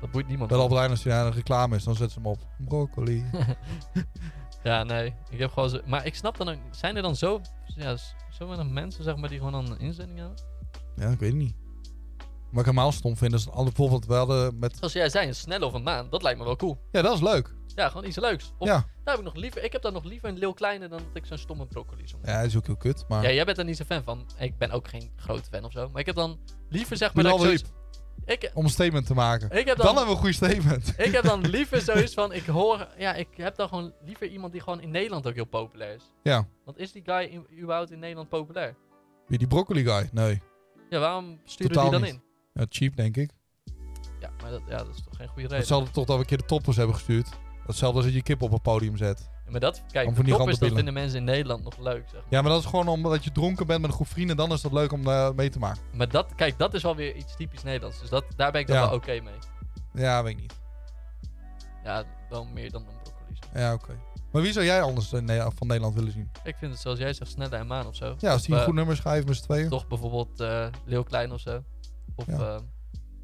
[SPEAKER 1] Dat boeit niemand.
[SPEAKER 2] Wel Albert Heijn, als er een reclame is, dan zet ze hem op. Broccoli.
[SPEAKER 1] Ja, nee. Ik heb gewoon zo... Maar ik snap dan ook... Zijn er dan zo... Ja, s- zo weinig mensen zeg maar die gewoon dan een inzending hebben?
[SPEAKER 2] Ja, ik weet het niet. Wat ik helemaal stom vind is dat alle- bijvoorbeeld we hadden met...
[SPEAKER 1] Zoals jij zei, een snelle of een maan. Dat lijkt me wel cool.
[SPEAKER 2] Ja, dat is leuk.
[SPEAKER 1] Ja, gewoon iets leuks. Of,
[SPEAKER 2] Ja.
[SPEAKER 1] daar heb ik, nog liever, ik heb daar nog liever een leeuw kleine dan dat ik zo'n stomme broccoli song
[SPEAKER 2] Ja, hij is ook heel kut, maar...
[SPEAKER 1] Ja, jij bent er niet zo'n fan van. Ik ben ook geen grote fan of zo. Maar ik heb dan liever zeg maar...
[SPEAKER 2] Bilal
[SPEAKER 1] dat ik
[SPEAKER 2] Weliep,
[SPEAKER 1] zoiets- ik,
[SPEAKER 2] om een statement te maken.
[SPEAKER 1] ik, heb dan,
[SPEAKER 2] Dan hebben we een goede statement.
[SPEAKER 1] ik heb dan liever zoiets van... Ik hoor... Ja, ik heb dan gewoon liever iemand die gewoon in Nederland ook heel populair is.
[SPEAKER 2] Ja.
[SPEAKER 1] Want is die guy in, überhaupt in Nederland populair?
[SPEAKER 2] Wie die broccoli guy? Nee.
[SPEAKER 1] Ja, waarom sturen
[SPEAKER 2] Totaal
[SPEAKER 1] die dan
[SPEAKER 2] niet.
[SPEAKER 1] in?
[SPEAKER 2] Ja, cheap, denk ik.
[SPEAKER 1] Ja, maar dat, ja, dat is toch geen goede reden.
[SPEAKER 2] Hetzelfde toch dat we een keer de toppers hebben gestuurd. Hetzelfde als dat je kip op een podium zet.
[SPEAKER 1] Maar dat...
[SPEAKER 2] Om
[SPEAKER 1] Kijk,
[SPEAKER 2] van
[SPEAKER 1] de
[SPEAKER 2] die
[SPEAKER 1] top is dat
[SPEAKER 2] randenbillen.
[SPEAKER 1] vinden mensen in Nederland nog leuk, zeg maar.
[SPEAKER 2] Ja, maar dat is gewoon omdat je dronken bent met een groep vrienden. Dan is dat leuk om eh, mee te maken.
[SPEAKER 1] Maar dat... Kijk, dat is wel weer iets typisch Nederlands. Dus dat, daar ben ik dan
[SPEAKER 2] Ja.
[SPEAKER 1] wel oké mee.
[SPEAKER 2] Ja, weet ik niet.
[SPEAKER 1] Ja, wel meer dan een broccoli. zeg.
[SPEAKER 2] Ja, oké. Maar wie zou jij anders eh, Ne- van Nederland willen zien?
[SPEAKER 1] Ik vind het zoals jij zegt, sneller en maan of zo.
[SPEAKER 2] Ja, als die een
[SPEAKER 1] Eh,
[SPEAKER 2] goed nummer schrijft met z'n tweeën.
[SPEAKER 1] Toch bijvoorbeeld eh Leeuw Klein of zo. Of
[SPEAKER 2] Ja.
[SPEAKER 1] eh,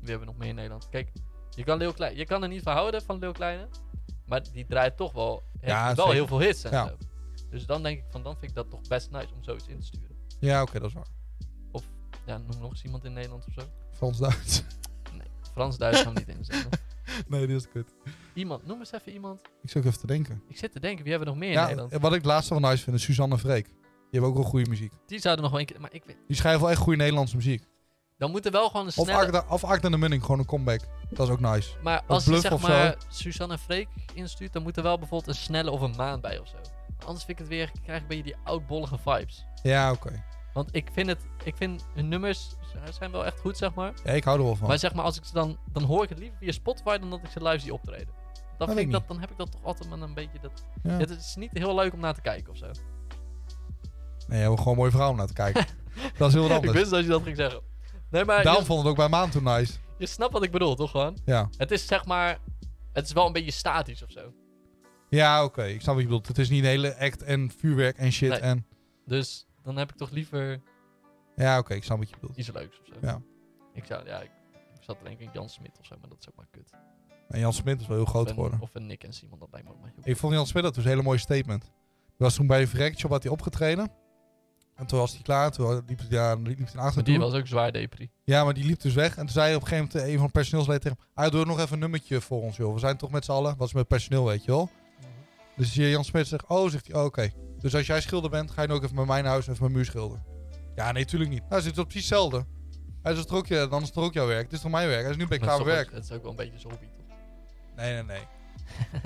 [SPEAKER 1] wie hebben we nog meer in Nederland? Kijk, je kan, Leeuw Klein, je kan er niet van houden van Leeuw Kleine. Maar die draait toch wel, heeft
[SPEAKER 2] Ja,
[SPEAKER 1] wel
[SPEAKER 2] zeker.
[SPEAKER 1] heel veel hits en
[SPEAKER 2] Ja.
[SPEAKER 1] zo. Dus dan denk ik van, dan vind ik dat toch best nice om zoiets in te sturen.
[SPEAKER 2] Ja, oké, dat is waar.
[SPEAKER 1] Ja, noem nog eens iemand in Nederland of zo.
[SPEAKER 2] Frans-Duits.
[SPEAKER 1] Frans-Duits gaan we niet inzetten.
[SPEAKER 2] nee, die is kut.
[SPEAKER 1] Iemand, noem eens even iemand.
[SPEAKER 2] Ik zit ook even te denken.
[SPEAKER 1] Ik zit te denken, wie hebben we nog meer in
[SPEAKER 2] Ja, eh,
[SPEAKER 1] Nederland?
[SPEAKER 2] en wat ik het laatste wel nice vind is Suzanne en Freek. Die hebben ook wel goede muziek.
[SPEAKER 1] Die zouden nog wel een keer... Maar ik weet...
[SPEAKER 2] Die schrijven wel echt goede Nederlandse muziek.
[SPEAKER 1] Dan moet er wel gewoon een
[SPEAKER 2] Of
[SPEAKER 1] snelle...
[SPEAKER 2] Akda, of Akda de Munning, gewoon een comeback. Dat is ook nice.
[SPEAKER 1] Maar als je
[SPEAKER 2] Bluff
[SPEAKER 1] zeg
[SPEAKER 2] of zo.
[SPEAKER 1] maar Suzanne en Freek instuurt, dan moet er wel bijvoorbeeld een snelle of een maan bij of zo. Anders vind ik het weer, krijg ik een beetje die oudbollige vibes.
[SPEAKER 2] Ja, oké.
[SPEAKER 1] Want ik vind het, ik vind hun nummers ze zijn wel echt goed, zeg maar.
[SPEAKER 2] Ja, ik hou er wel van.
[SPEAKER 1] Maar zeg maar, als ik ze dan, dan hoor ik het liever via Spotify dan dat ik ze live zie optreden. Dan,
[SPEAKER 2] weet
[SPEAKER 1] vind ik
[SPEAKER 2] ik
[SPEAKER 1] dat, dan heb ik dat toch altijd met een beetje dat...
[SPEAKER 2] Ja.
[SPEAKER 1] Het is niet heel leuk om naar te kijken of zo.
[SPEAKER 2] Nee, we hebben gewoon mooie vrouwen naar te kijken. dat is heel wat
[SPEAKER 1] ik
[SPEAKER 2] anders.
[SPEAKER 1] wist dat je dat ging zeggen. Nee, maar
[SPEAKER 2] Daarom
[SPEAKER 1] je,
[SPEAKER 2] vond het ook bij Maan toen nice.
[SPEAKER 1] je snapt wat ik bedoel, toch gewoon?
[SPEAKER 2] Ja,
[SPEAKER 1] Het is zeg maar... Het is wel een beetje statisch of zo.
[SPEAKER 2] ja oké. Ik snap wat je bedoelt. Het is niet een hele act en vuurwerk en shit.
[SPEAKER 1] Nee.
[SPEAKER 2] En...
[SPEAKER 1] Dus dan heb ik toch liever
[SPEAKER 2] Ja, oké. ik snap wat je bedoelt.
[SPEAKER 1] iets leuks of zo.
[SPEAKER 2] Ja.
[SPEAKER 1] Ik zou, ja, ik, ik zat denk ik Jan Smit of zo, maar dat is ook maar kut.
[SPEAKER 2] En Jan Smit is wel heel groot
[SPEAKER 1] of,
[SPEAKER 2] geworden.
[SPEAKER 1] een, of een Nick en Simon, dat lijkt me ook maar heel
[SPEAKER 2] Ik vond Jan Smit dat dus een hele mooie statement. Die was toen bij de Shop had hij opgetreden. En toen was hij klaar. Toen liep hij daar liep hij naar achter
[SPEAKER 1] Maar die
[SPEAKER 2] toe.
[SPEAKER 1] was ook zwaar depri.
[SPEAKER 2] Ja, maar die liep dus weg. En toen zei op een gegeven moment eh, een van de personeelsleden tegen hem... Ah, doe nog even een nummertje voor ons, joh. We zijn toch met z'n allen? Wat is met personeel, weet je wel? Dus hier Jan Smit zegt... Oh, zegt hij. Oh, oké. Dus als jij schilder bent, ga je nu ook even met mijn huis even mijn muur schilderen. Ja, nee, tuurlijk niet. Nou, is het is precies hetzelfde. Hij is het toch ook je, dan is het toch ook jouw werk. Het is toch mijn werk? Hij is nu ben ik
[SPEAKER 1] Maar
[SPEAKER 2] klaar
[SPEAKER 1] het
[SPEAKER 2] met
[SPEAKER 1] is toch ook-
[SPEAKER 2] werk.
[SPEAKER 1] Het is ook wel een beetje zo'n hobby, toch?
[SPEAKER 2] Nee, nee, nee.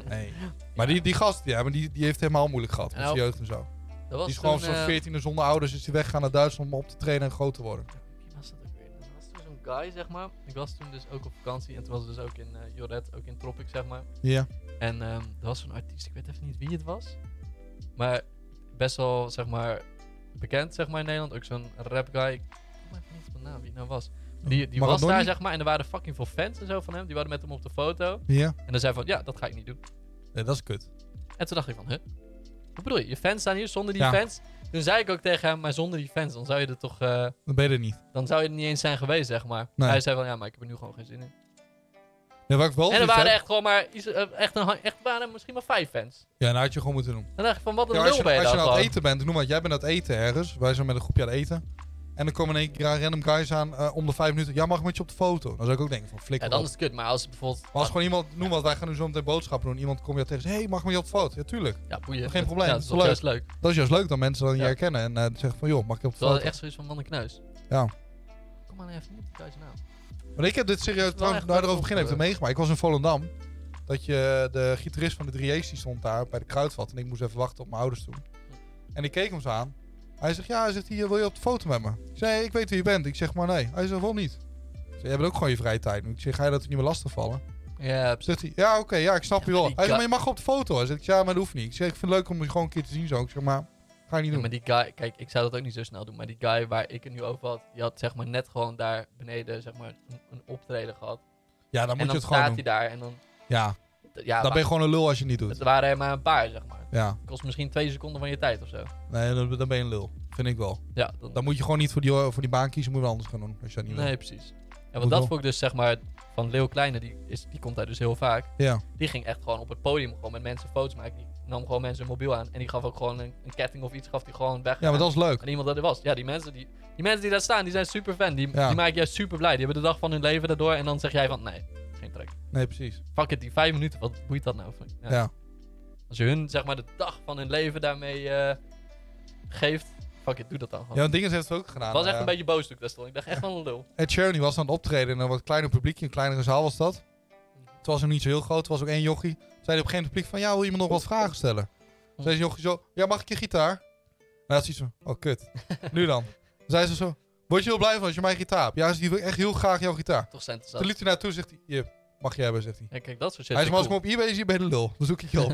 [SPEAKER 2] nee. Maar die, die gast, ja, maar die, die heeft het helemaal moeilijk gehad met
[SPEAKER 1] Nou,
[SPEAKER 2] zijn jeugd en zo.
[SPEAKER 1] Dat was
[SPEAKER 2] Die is gewoon
[SPEAKER 1] toen,
[SPEAKER 2] zo'n
[SPEAKER 1] eh,
[SPEAKER 2] 14e zonder ouders is hij weggegaan naar Duitsland om op te trainen en groot te worden.
[SPEAKER 1] Wie was dat ook weer? Dat was toen zo'n zo'n guy, zeg maar. Ik was toen dus ook op vakantie en toen was het dus ook in eh, Joret, ook in Tropic, zeg maar.
[SPEAKER 2] Ja.
[SPEAKER 1] En ehm er was zo'n artiest, ik weet even niet wie het was. Maar best wel, zeg maar, bekend, zeg maar, in Nederland. Ook zo'n rap guy. Ik weet even niet van naam wie het nou was. Die, die was
[SPEAKER 2] Maradoni?
[SPEAKER 1] daar, zeg maar, en er waren fucking veel fans en zo van hem. Die waren met hem op de foto.
[SPEAKER 2] Ja.
[SPEAKER 1] En dan zei hij van, ja, dat ga ik niet doen.
[SPEAKER 2] Ja, dat is kut.
[SPEAKER 1] En toen dacht ik van, huh? Wat bedoel je? Je fans staan hier zonder die
[SPEAKER 2] Ja.
[SPEAKER 1] fans? Toen zei ik ook tegen hem, maar zonder die fans, dan zou je er toch... eh,
[SPEAKER 2] Dan ben je er niet.
[SPEAKER 1] dan zou je er niet eens zijn geweest, zeg maar.
[SPEAKER 2] Nee.
[SPEAKER 1] Hij zei van, ja, maar ik heb er nu gewoon geen zin in.
[SPEAKER 2] Ja, waar ik wel
[SPEAKER 1] en er
[SPEAKER 2] zoiets
[SPEAKER 1] waren
[SPEAKER 2] heb-
[SPEAKER 1] echt gewoon maar, iets- eh, echt een, han- echt waren er misschien maar vijf fans.
[SPEAKER 2] Ja, nou had je gewoon moeten doen.
[SPEAKER 1] Dan dacht ik van, wat een
[SPEAKER 2] Ja, als
[SPEAKER 1] lul
[SPEAKER 2] je,
[SPEAKER 1] ben je
[SPEAKER 2] als je
[SPEAKER 1] dan
[SPEAKER 2] nou aan
[SPEAKER 1] gewoon.
[SPEAKER 2] het eten bent, noem maar, jij bent aan het eten ergens. Wij zijn met een groepje aan het eten. En dan komen in één keer random guys aan eh, om de vijf minuten. Ja, mag ik met je op de foto? Dan zou ik ook denken van
[SPEAKER 1] Ja,
[SPEAKER 2] flikker
[SPEAKER 1] dan
[SPEAKER 2] op.
[SPEAKER 1] is het kut, maar als het bijvoorbeeld... Ah,
[SPEAKER 2] Maar als gewoon iemand, noem wat, wij gaan nu zo meteen boodschappen doen. Iemand komt je tegen en zegt, hey, mag ik met je op de foto? Ja, tuurlijk.
[SPEAKER 1] ja, boeien.
[SPEAKER 2] Geen probleem,
[SPEAKER 1] Ja, dat is
[SPEAKER 2] dat
[SPEAKER 1] toch
[SPEAKER 2] is
[SPEAKER 1] juist leuk.
[SPEAKER 2] Dat is juist leuk dat mensen dan je
[SPEAKER 1] Ja.
[SPEAKER 2] herkennen. En eh, zeggen van, joh, mag ik je op de
[SPEAKER 1] Terwijl
[SPEAKER 2] foto?
[SPEAKER 1] het echt zoiets van, man een kneus.
[SPEAKER 2] Ja.
[SPEAKER 1] Kom maar even niet op die thuis naam.
[SPEAKER 2] Maar ik heb dit serieus,
[SPEAKER 1] Wel
[SPEAKER 2] trouwens,
[SPEAKER 1] echt
[SPEAKER 2] nou, daarover
[SPEAKER 1] leuk
[SPEAKER 2] begin even
[SPEAKER 1] om, eh,
[SPEAKER 2] meegemaakt. Ik was in Volendam. Dat je de gitarist van de 3A's die stond daar bij de kruidvat. En ik moest even wachten op mijn ouders toen. En ik keek hem zo aan. Hij zegt, ja, hij zegt, hier, wil je op de foto met me? Ik zei, ik weet wie je bent. Ik zeg maar nee. Hij zegt, wel niet? Ik zei, jij bent ook gewoon je vrije tijd. nu. Ik zeg, ga je dat niet meer lastig vallen?
[SPEAKER 1] Ja, precies.
[SPEAKER 2] Zegt hij, ja, oké, ja, ik snap je wel.
[SPEAKER 1] maar
[SPEAKER 2] Hij
[SPEAKER 1] die
[SPEAKER 2] zegt,
[SPEAKER 1] guy-
[SPEAKER 2] maar je mag op de foto. Hij zegt, ja, maar dat hoeft niet. Ik zeg, ik vind het leuk om je gewoon een keer te zien zo. Ik zeg, maar, ga je niet
[SPEAKER 1] Ja,
[SPEAKER 2] doen.
[SPEAKER 1] maar die guy, kijk, ik zou dat ook niet zo snel doen. Maar die guy waar ik het nu over had, die had zeg maar net gewoon daar beneden zeg maar een, een optreden gehad.
[SPEAKER 2] Ja, dan
[SPEAKER 1] en
[SPEAKER 2] moet je
[SPEAKER 1] dan
[SPEAKER 2] het gewoon
[SPEAKER 1] staat
[SPEAKER 2] doen.
[SPEAKER 1] hij daar en dan...
[SPEAKER 2] Ja,
[SPEAKER 1] Ja,
[SPEAKER 2] dan ben je gewoon een lul als je het niet
[SPEAKER 1] het
[SPEAKER 2] doet.
[SPEAKER 1] waren er maar een paar, zeg maar.
[SPEAKER 2] Ja,
[SPEAKER 1] kost misschien twee seconden van je tijd of zo.
[SPEAKER 2] nee, dan dan ben je een lul. Vind ik wel.
[SPEAKER 1] Ja, dan,
[SPEAKER 2] Dan moet je gewoon niet voor die, voor die baan kiezen, moet je wat anders gaan doen. Als je dat niet
[SPEAKER 1] Nee, precies. En
[SPEAKER 2] Moet
[SPEAKER 1] want dat
[SPEAKER 2] wel.
[SPEAKER 1] vond ik dus, zeg maar, van Leeuw Kleine, die, is, die komt daar dus heel vaak.
[SPEAKER 2] wil. Ja.
[SPEAKER 1] Die ging echt gewoon op het podium gewoon met mensen foto's maken. Die nam gewoon mensen hun mobiel aan. En die gaf ook gewoon een, een ketting of iets, gaf die gewoon weg.
[SPEAKER 2] ja, maar dat is leuk.
[SPEAKER 1] En iemand dat er was. Ja, die mensen die, die, mensen die daar staan, die zijn super fan. Die,
[SPEAKER 2] Ja.
[SPEAKER 1] die maken juist super blij. Die hebben de dag van hun leven daardoor. En dan zeg jij van, nee, geen trek.
[SPEAKER 2] Nee, precies.
[SPEAKER 1] Fuck it, die vijf minuten, wat boeit dat nou? Ja.
[SPEAKER 2] Ja.
[SPEAKER 1] Als je hun, zeg maar, de dag van hun leven daarmee eh, geeft. Fuck it, doe dat dan gewoon.
[SPEAKER 2] Ja, want Dingens heeft het ook gedaan.
[SPEAKER 1] Het was echt
[SPEAKER 2] Eh,
[SPEAKER 1] een beetje boos toen ik daar stond. Ik dacht echt van een lul.
[SPEAKER 2] Ed Sheeran die was aan het optreden in een wat kleiner publiekje, een kleinere zaal was dat. Het was hem niet zo heel groot, het was ook één jochie. Toen Zei hij op een gegeven moment publiek van, ja, wil iemand nog wat vragen stellen? Toen Zei die jochie zo, ja, mag ik je gitaar? Nou, dat is zo, oh kut, nu dan. Toen Zei ze zo, word je heel blij van als je mijn gitaar hebt? Ja, ze die wil echt heel graag jouw gitaar.
[SPEAKER 1] Toch zijn het zat.
[SPEAKER 2] Toen liep hij naartoe, zegt hij, je mag je hebben, zegt hij.
[SPEAKER 1] Ja, kijk, dat soort shit.
[SPEAKER 2] Hij is
[SPEAKER 1] vind
[SPEAKER 2] maar
[SPEAKER 1] ik
[SPEAKER 2] als ik me op eBay zie, ben je de lul. Dan zoek ik je op.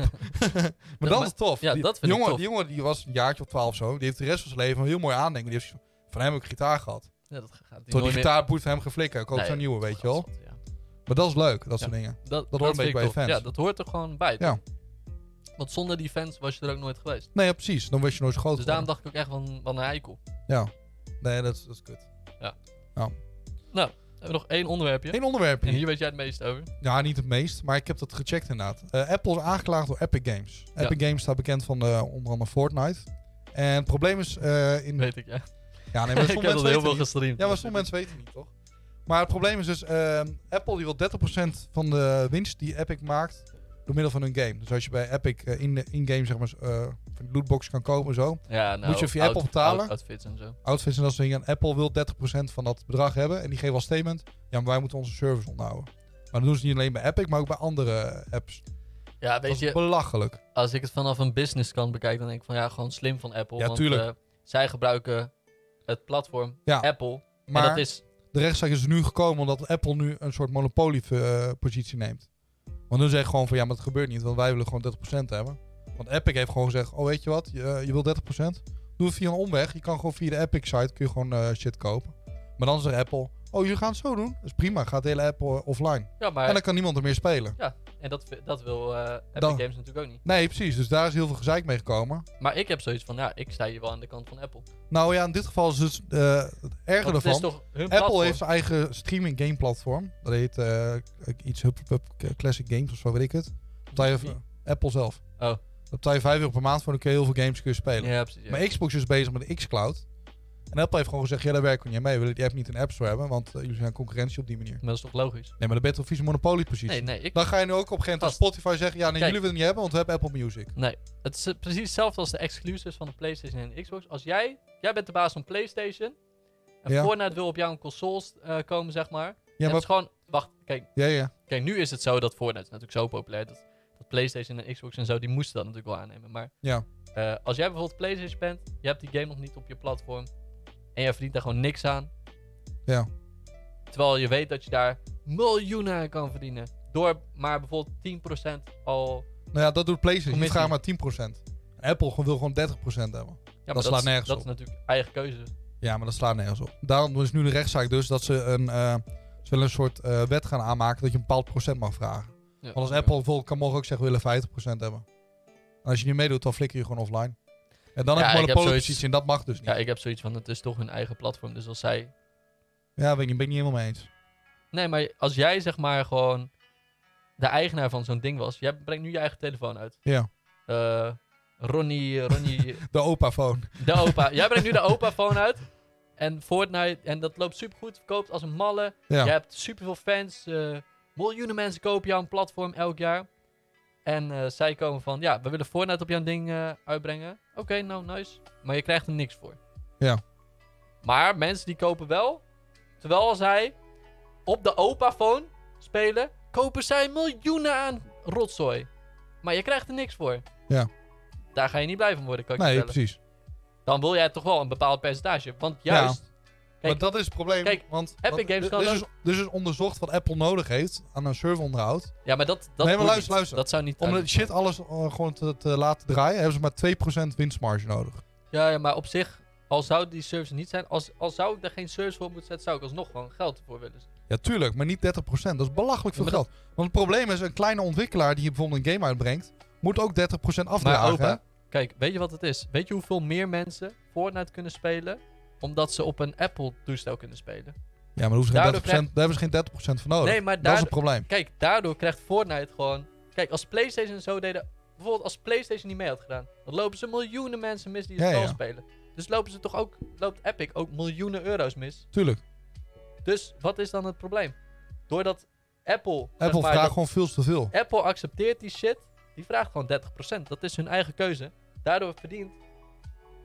[SPEAKER 2] maar dat
[SPEAKER 1] maar-
[SPEAKER 2] is tof.
[SPEAKER 1] ja,
[SPEAKER 2] Die-
[SPEAKER 1] dat vind ik
[SPEAKER 2] jongen,
[SPEAKER 1] tof.
[SPEAKER 2] Die jongen die was een jaartje of twaalf zo. Die heeft de rest van zijn leven een heel mooi aandenken. Die heeft zoiets van, van hem ook gitaar gehad.
[SPEAKER 1] Ja, dat gaat
[SPEAKER 2] Tot die
[SPEAKER 1] nooit meer-
[SPEAKER 2] gitaarpoet van hem geflikken. Ik hoop
[SPEAKER 1] Nee,
[SPEAKER 2] zo'n nieuwe, weet je wel.
[SPEAKER 1] Gast, ja.
[SPEAKER 2] Maar dat is leuk, dat
[SPEAKER 1] Ja.
[SPEAKER 2] soort dingen.
[SPEAKER 1] Dat,
[SPEAKER 2] hoort
[SPEAKER 1] dat
[SPEAKER 2] een beetje
[SPEAKER 1] vind ik
[SPEAKER 2] bij je
[SPEAKER 1] tof.
[SPEAKER 2] fans.
[SPEAKER 1] Ja, dat hoort er gewoon bij.
[SPEAKER 2] Ja.
[SPEAKER 1] toch? Want zonder die fans was je er ook nooit geweest.
[SPEAKER 2] Nee, ja, precies. Dan word je nooit zo groot
[SPEAKER 1] Dus daarom
[SPEAKER 2] geworden.
[SPEAKER 1] dacht ik ook echt van, van een eikel.
[SPEAKER 2] Nee, dat is, dat is kut.
[SPEAKER 1] We hebben nog één onderwerpje.
[SPEAKER 2] Eén
[SPEAKER 1] En
[SPEAKER 2] onderwerpje.
[SPEAKER 1] hier weet jij het meest over.
[SPEAKER 2] Ja, niet het meest, maar ik heb dat gecheckt inderdaad. Eh, Apple is aangeklaagd door Epic Games.
[SPEAKER 1] Ja.
[SPEAKER 2] Epic Games staat bekend van eh, onder andere Fortnite. En het probleem is... eh, in...
[SPEAKER 1] Weet ik, ja.
[SPEAKER 2] Ja, nee, maar
[SPEAKER 1] ik
[SPEAKER 2] sommige
[SPEAKER 1] heb dat
[SPEAKER 2] mensen
[SPEAKER 1] heel
[SPEAKER 2] weten
[SPEAKER 1] veel
[SPEAKER 2] niet.
[SPEAKER 1] gestreamd.
[SPEAKER 2] Ja, maar sommige mensen weten het niet, toch? Maar het probleem is dus, ehm, Apple die wil 30% van de winst die Epic maakt door middel van hun game. Dus als je bij Epic eh, in de in-game zeg maar eh, van die lootbox kan kopen en zo,
[SPEAKER 1] Ja, nou,
[SPEAKER 2] Moet je via Apple
[SPEAKER 1] out-
[SPEAKER 2] betalen?
[SPEAKER 1] out- outfits en zo.
[SPEAKER 2] outfits en dat soort dingen. En Apple wil 30% van dat bedrag hebben en die geven als statement, ja, maar wij moeten onze service onderhouden. Maar dat doen ze niet alleen bij Epic, maar ook bij andere eh, apps.
[SPEAKER 1] Ja,
[SPEAKER 2] Dat
[SPEAKER 1] weet
[SPEAKER 2] is
[SPEAKER 1] je,
[SPEAKER 2] belachelijk.
[SPEAKER 1] als ik het vanaf een businesskant bekijk, dan denk ik van ja, gewoon slim van Apple.
[SPEAKER 2] Ja,
[SPEAKER 1] want,
[SPEAKER 2] tuurlijk.
[SPEAKER 1] eh, zij gebruiken het platform
[SPEAKER 2] Ja,
[SPEAKER 1] Apple. Maar
[SPEAKER 2] Maar
[SPEAKER 1] dat is,
[SPEAKER 2] de rechtszaak is nu gekomen omdat Apple nu een soort monopoliepositie neemt. Want hun zeggen gewoon van ja, maar dat gebeurt niet, want wij willen gewoon 30% hebben. Want Epic heeft gewoon gezegd, oh weet je wat, je, eh, je wil 30%? Doe het via een omweg, je kan gewoon via de Epic site kun je gewoon eh, shit kopen. Maar dan zegt Apple, oh jullie gaan het zo doen? Dat is prima, gaat de hele Apple eh, offline.
[SPEAKER 1] ja, maar
[SPEAKER 2] En dan kan niemand er meer spelen.
[SPEAKER 1] ja, en dat, dat wil eh Epic
[SPEAKER 2] Dan-
[SPEAKER 1] Games natuurlijk ook niet.
[SPEAKER 2] Nee, precies, dus daar is heel veel gezeik mee gekomen.
[SPEAKER 1] Maar ik heb zoiets van, ja, ik sta hier wel aan de kant van Apple.
[SPEAKER 2] Nou ja, in dit geval is het, eh, het erger
[SPEAKER 1] Want het is
[SPEAKER 2] ervan.
[SPEAKER 1] toch hun
[SPEAKER 2] Apple
[SPEAKER 1] platform?
[SPEAKER 2] heeft zijn eigen streaming game platform. Dat heet eh, iets Hup, Hup, Hup, Classic Games of zo, weet ik het. Betaal je-
[SPEAKER 1] Wie?
[SPEAKER 2] eh, Apple zelf.
[SPEAKER 1] Oh.
[SPEAKER 2] Daar betaal je 5 euro per maand voor dan kun je heel veel games kun je spelen.
[SPEAKER 1] Ja, precies. ja.
[SPEAKER 2] Maar Xbox is bezig met de X-Cloud. En Apple heeft gewoon gezegd, ja daar werken we niet aan mee. We willen die app niet in de App Store hebben, want eh, jullie zijn concurrentie op die manier.
[SPEAKER 1] Maar dat is toch logisch?
[SPEAKER 2] Nee, maar de Battle Vision Monopoly precies.
[SPEAKER 1] Nee, nee. Ik,
[SPEAKER 2] Dan ga je nu ook op een gegeven moment
[SPEAKER 1] Gast.
[SPEAKER 2] als Spotify zeggen, ja nee,
[SPEAKER 1] Kijk.
[SPEAKER 2] jullie willen het niet hebben, want we hebben Apple Music.
[SPEAKER 1] het is eh, precies hetzelfde als de exclusives van de PlayStation en de Xbox. Als jij, jij bent de baas van PlayStation. En
[SPEAKER 2] Ja.
[SPEAKER 1] Fortnite wil op jouw consoles eh, komen, zeg maar. En
[SPEAKER 2] Ja,
[SPEAKER 1] het
[SPEAKER 2] maar,
[SPEAKER 1] is gewoon, wacht, kijk,
[SPEAKER 2] ja, ja.
[SPEAKER 1] kijk, nu is het zo dat Fortnite is natuurlijk zo populair dat, dat PlayStation en Xbox en zo, die moesten dat natuurlijk wel aannemen. Maar
[SPEAKER 2] Ja.
[SPEAKER 1] eh, als jij bijvoorbeeld PlayStation bent, je hebt die game nog niet op je platform en jij verdient daar gewoon niks aan.
[SPEAKER 2] Ja.
[SPEAKER 1] Tja, Terwijl je weet dat je daar miljoenen aan kan verdienen. Door maar bijvoorbeeld 10% al...
[SPEAKER 2] Nou ja, dat doet PlayStation. Je
[SPEAKER 1] Commissie.
[SPEAKER 2] vraagt maar 10%. Apple wil gewoon 30% hebben.
[SPEAKER 1] Ja, maar
[SPEAKER 2] slaat
[SPEAKER 1] is-
[SPEAKER 2] nergens
[SPEAKER 1] Dat
[SPEAKER 2] op.
[SPEAKER 1] is natuurlijk eigen keuze.
[SPEAKER 2] Ja, maar dat slaat nergens op. Daarom is nu de rechtszaak dus dat ze een, eh, ze willen een soort eh, wet gaan aanmaken dat je een bepaald procent mag vragen.
[SPEAKER 1] Ja.
[SPEAKER 2] Want als Apple bijvoorbeeld kan mogen ook zeggen we willen 50% hebben. En als je niet meedoet, dan flikker je gewoon offline. En dan
[SPEAKER 1] Ja, ik
[SPEAKER 2] heb je
[SPEAKER 1] heb
[SPEAKER 2] een monopoliepositie
[SPEAKER 1] zoiets-
[SPEAKER 2] en dat mag dus niet.
[SPEAKER 1] Ja,
[SPEAKER 2] Ja,
[SPEAKER 1] ik heb zoiets van, het is toch hun eigen platform. Dus als zij
[SPEAKER 2] daar ben ik, ben ik niet helemaal mee eens.
[SPEAKER 1] Nee, maar als jij zeg maar gewoon de eigenaar van zo'n ding was. Jij brengt nu je eigen telefoon uit.
[SPEAKER 2] Ja.
[SPEAKER 1] Eh, Ronnie, Ronnie,
[SPEAKER 2] De opa-phone.
[SPEAKER 1] de opa. Jij brengt nu de opa-phone uit. En Fortnite, en dat loopt supergoed. Verkoopt als een malle.
[SPEAKER 2] Ja.
[SPEAKER 1] Je hebt superveel fans. eh, miljoenen mensen kopen jouw platform elk jaar. En eh, zij komen van, ja, we willen Fortnite op jouw ding eh, uitbrengen. Oké, nou, nice. Maar je krijgt er niks voor.
[SPEAKER 2] Ja.
[SPEAKER 1] Maar mensen die kopen wel, terwijl zij op de opa-phone spelen, kopen zij miljoenen aan rotzooi. Maar je krijgt er niks voor.
[SPEAKER 2] Ja.
[SPEAKER 1] Daar ga je niet blij van worden, kan ik je
[SPEAKER 2] Nee,
[SPEAKER 1] vertellen.
[SPEAKER 2] precies.
[SPEAKER 1] Dan wil jij toch wel een bepaald percentage. Want juist, Kijk,
[SPEAKER 2] maar dat is het probleem.
[SPEAKER 1] kijk,
[SPEAKER 2] want,
[SPEAKER 1] Epic
[SPEAKER 2] want
[SPEAKER 1] Games
[SPEAKER 2] er-
[SPEAKER 1] kan
[SPEAKER 2] er is
[SPEAKER 1] ook-
[SPEAKER 2] dus, dus is onderzocht wat Apple nodig heeft aan een serveronderhoud.
[SPEAKER 1] ja, maar dat, dat
[SPEAKER 2] Nee, maar
[SPEAKER 1] moet
[SPEAKER 2] luister,
[SPEAKER 1] niet.
[SPEAKER 2] luister.
[SPEAKER 1] Dat zou niet...
[SPEAKER 2] Om dat shit alles eh, gewoon te, te laten draaien, hebben ze maar 2% winstmarge nodig.
[SPEAKER 1] Ja, ja, maar op zich, al zou die service niet zijn, als, al zou ik daar geen service voor moeten zetten, zou ik alsnog gewoon geld voor willen.
[SPEAKER 2] Ja, tuurlijk, maar niet 30%. Dat is belachelijk veel
[SPEAKER 1] Ja, maar
[SPEAKER 2] geld. Want het probleem is, een kleine ontwikkelaar die bijvoorbeeld een game uitbrengt, moet ook 30%
[SPEAKER 1] Maar
[SPEAKER 2] afdragen. hè?
[SPEAKER 1] opa, kijk, weet je wat het is? Weet je hoeveel meer mensen Fortnite kunnen spelen, omdat ze op een Apple-toestel kunnen spelen?
[SPEAKER 2] Ja, maar daar, hoeven ze geen
[SPEAKER 1] Daardoor
[SPEAKER 2] 30%, daar hebben ze geen 30% voor nodig.
[SPEAKER 1] Nee, maar
[SPEAKER 2] dat is
[SPEAKER 1] daar-
[SPEAKER 2] het probleem.
[SPEAKER 1] Kijk, daardoor krijgt Fortnite gewoon... Kijk, als PlayStation zo deden... Bijvoorbeeld als PlayStation niet mee had gedaan... dan lopen ze miljoenen mensen mis die het
[SPEAKER 2] Ja,
[SPEAKER 1] spel
[SPEAKER 2] ja.
[SPEAKER 1] spelen. Dus lopen ze toch ook... Loopt Epic ook miljoenen euro's mis.
[SPEAKER 2] Tuurlijk.
[SPEAKER 1] Dus wat is dan het probleem? Doordat Apple... zeg
[SPEAKER 2] Apple
[SPEAKER 1] maar,
[SPEAKER 2] vraagt
[SPEAKER 1] dat-
[SPEAKER 2] gewoon veel te veel.
[SPEAKER 1] Apple accepteert die shit. Die vraagt gewoon 30%. Dat is hun eigen keuze. Daardoor verdient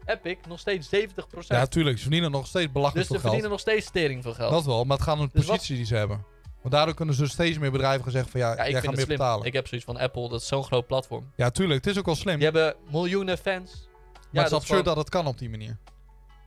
[SPEAKER 1] Epic nog steeds 70%.
[SPEAKER 2] Ja, tuurlijk. Ze verdienen nog steeds belachelijk
[SPEAKER 1] dus ze
[SPEAKER 2] veel geld.
[SPEAKER 1] verdienen nog steeds stering van geld.
[SPEAKER 2] Dat wel, maar het gaat om de
[SPEAKER 1] Dus wat-
[SPEAKER 2] positie die ze hebben. Want daardoor kunnen ze steeds meer bedrijven gaan zeggen van ja,
[SPEAKER 1] ja, ik
[SPEAKER 2] jij
[SPEAKER 1] vind
[SPEAKER 2] gaat
[SPEAKER 1] het
[SPEAKER 2] meer
[SPEAKER 1] slim.
[SPEAKER 2] betalen.
[SPEAKER 1] Ik heb zoiets van Apple, dat is zo'n groot platform.
[SPEAKER 2] Ja, tuurlijk. Het is ook wel slim.
[SPEAKER 1] Die hebben miljoenen fans.
[SPEAKER 2] maar het is
[SPEAKER 1] dat
[SPEAKER 2] absurd
[SPEAKER 1] gewoon-
[SPEAKER 2] dat het kan op die manier.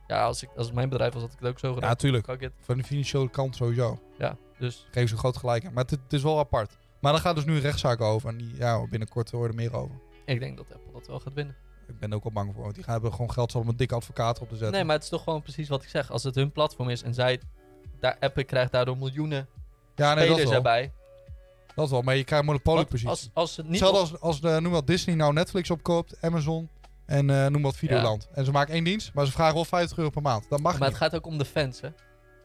[SPEAKER 1] Ja, als, ik, als het mijn bedrijf was, had ik het ook zo gedaan.
[SPEAKER 2] Ja, tuurlijk.
[SPEAKER 1] Fuck it.
[SPEAKER 2] Van de financiële kant sowieso.
[SPEAKER 1] Ja, dus
[SPEAKER 2] Geef ze een groot gelijk aan. Maar het, het is wel apart. Maar daar gaat dus nu een rechtszaak over. En die, ja, binnenkort hoor je er meer over.
[SPEAKER 1] ik denk dat Apple dat wel gaat winnen.
[SPEAKER 2] Ik ben er ook wel bang voor. Want die gaan hebben gewoon geld zal om een dikke advocaat op te zetten.
[SPEAKER 1] Nee, maar het is toch gewoon precies wat ik zeg. Als het hun platform is en zij... Daar, Epic krijgt daardoor miljoenen
[SPEAKER 2] ja, nee, dat
[SPEAKER 1] spelers
[SPEAKER 2] wel.
[SPEAKER 1] erbij.
[SPEAKER 2] Dat wel. Maar je krijgt
[SPEAKER 1] Want
[SPEAKER 2] monopoliepositie.
[SPEAKER 1] Als, als het niet...
[SPEAKER 2] Hetzelfde als, als de, noem wat Disney nou Netflix opkoopt, Amazon en eh, noem wat Videoland. En ze maken één dienst, maar ze vragen wel 50 euro per maand. Dat mag
[SPEAKER 1] maar het
[SPEAKER 2] niet.
[SPEAKER 1] gaat ook om de fans, hè.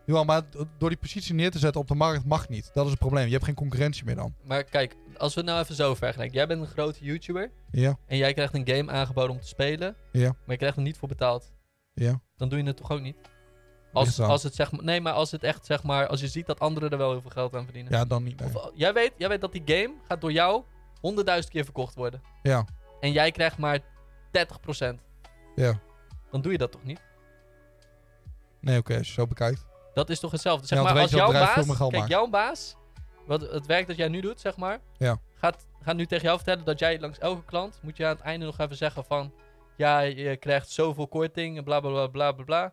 [SPEAKER 2] Jawel, maar do- door die positie neer te zetten op de markt mag niet. Dat is het probleem. Je hebt geen concurrentie meer dan.
[SPEAKER 1] Maar kijk, als we het nou even zo vergelijken. Jij bent een grote YouTuber
[SPEAKER 2] Ja,
[SPEAKER 1] en jij krijgt een game aangeboden om te spelen.
[SPEAKER 2] Ja.
[SPEAKER 1] Maar je krijgt er niet voor betaald.
[SPEAKER 2] ja.
[SPEAKER 1] Dan doe je het toch ook niet?
[SPEAKER 2] Ligt
[SPEAKER 1] Als,
[SPEAKER 2] eraan.
[SPEAKER 1] als het zeg maar... Nee, maar als het echt zeg maar... Als je ziet dat anderen er wel heel veel geld aan verdienen.
[SPEAKER 2] Ja, dan niet. nee.
[SPEAKER 1] Of, jij, weet, jij weet dat die game gaat door jou 100.000 keer verkocht worden.
[SPEAKER 2] Ja.
[SPEAKER 1] En jij krijgt maar 30%.
[SPEAKER 2] Ja.
[SPEAKER 1] Dan doe je dat toch niet?
[SPEAKER 2] Nee, oké, als je zo bekijkt.
[SPEAKER 1] Dat is toch hetzelfde. Zeg
[SPEAKER 2] Ja, want
[SPEAKER 1] maar, als
[SPEAKER 2] dan weet
[SPEAKER 1] jouw
[SPEAKER 2] je dat het bedrijf
[SPEAKER 1] baas,
[SPEAKER 2] veel meer geld
[SPEAKER 1] kijk,
[SPEAKER 2] maakt.
[SPEAKER 1] jouw baas, wat, het werk dat jij nu doet, zeg maar,
[SPEAKER 2] Ja.
[SPEAKER 1] gaat, gaat nu tegen jou vertellen dat jij langs elke klant, moet je aan het einde nog even zeggen van, ja, je krijgt zoveel korting, en bla bla bla bla bla bla.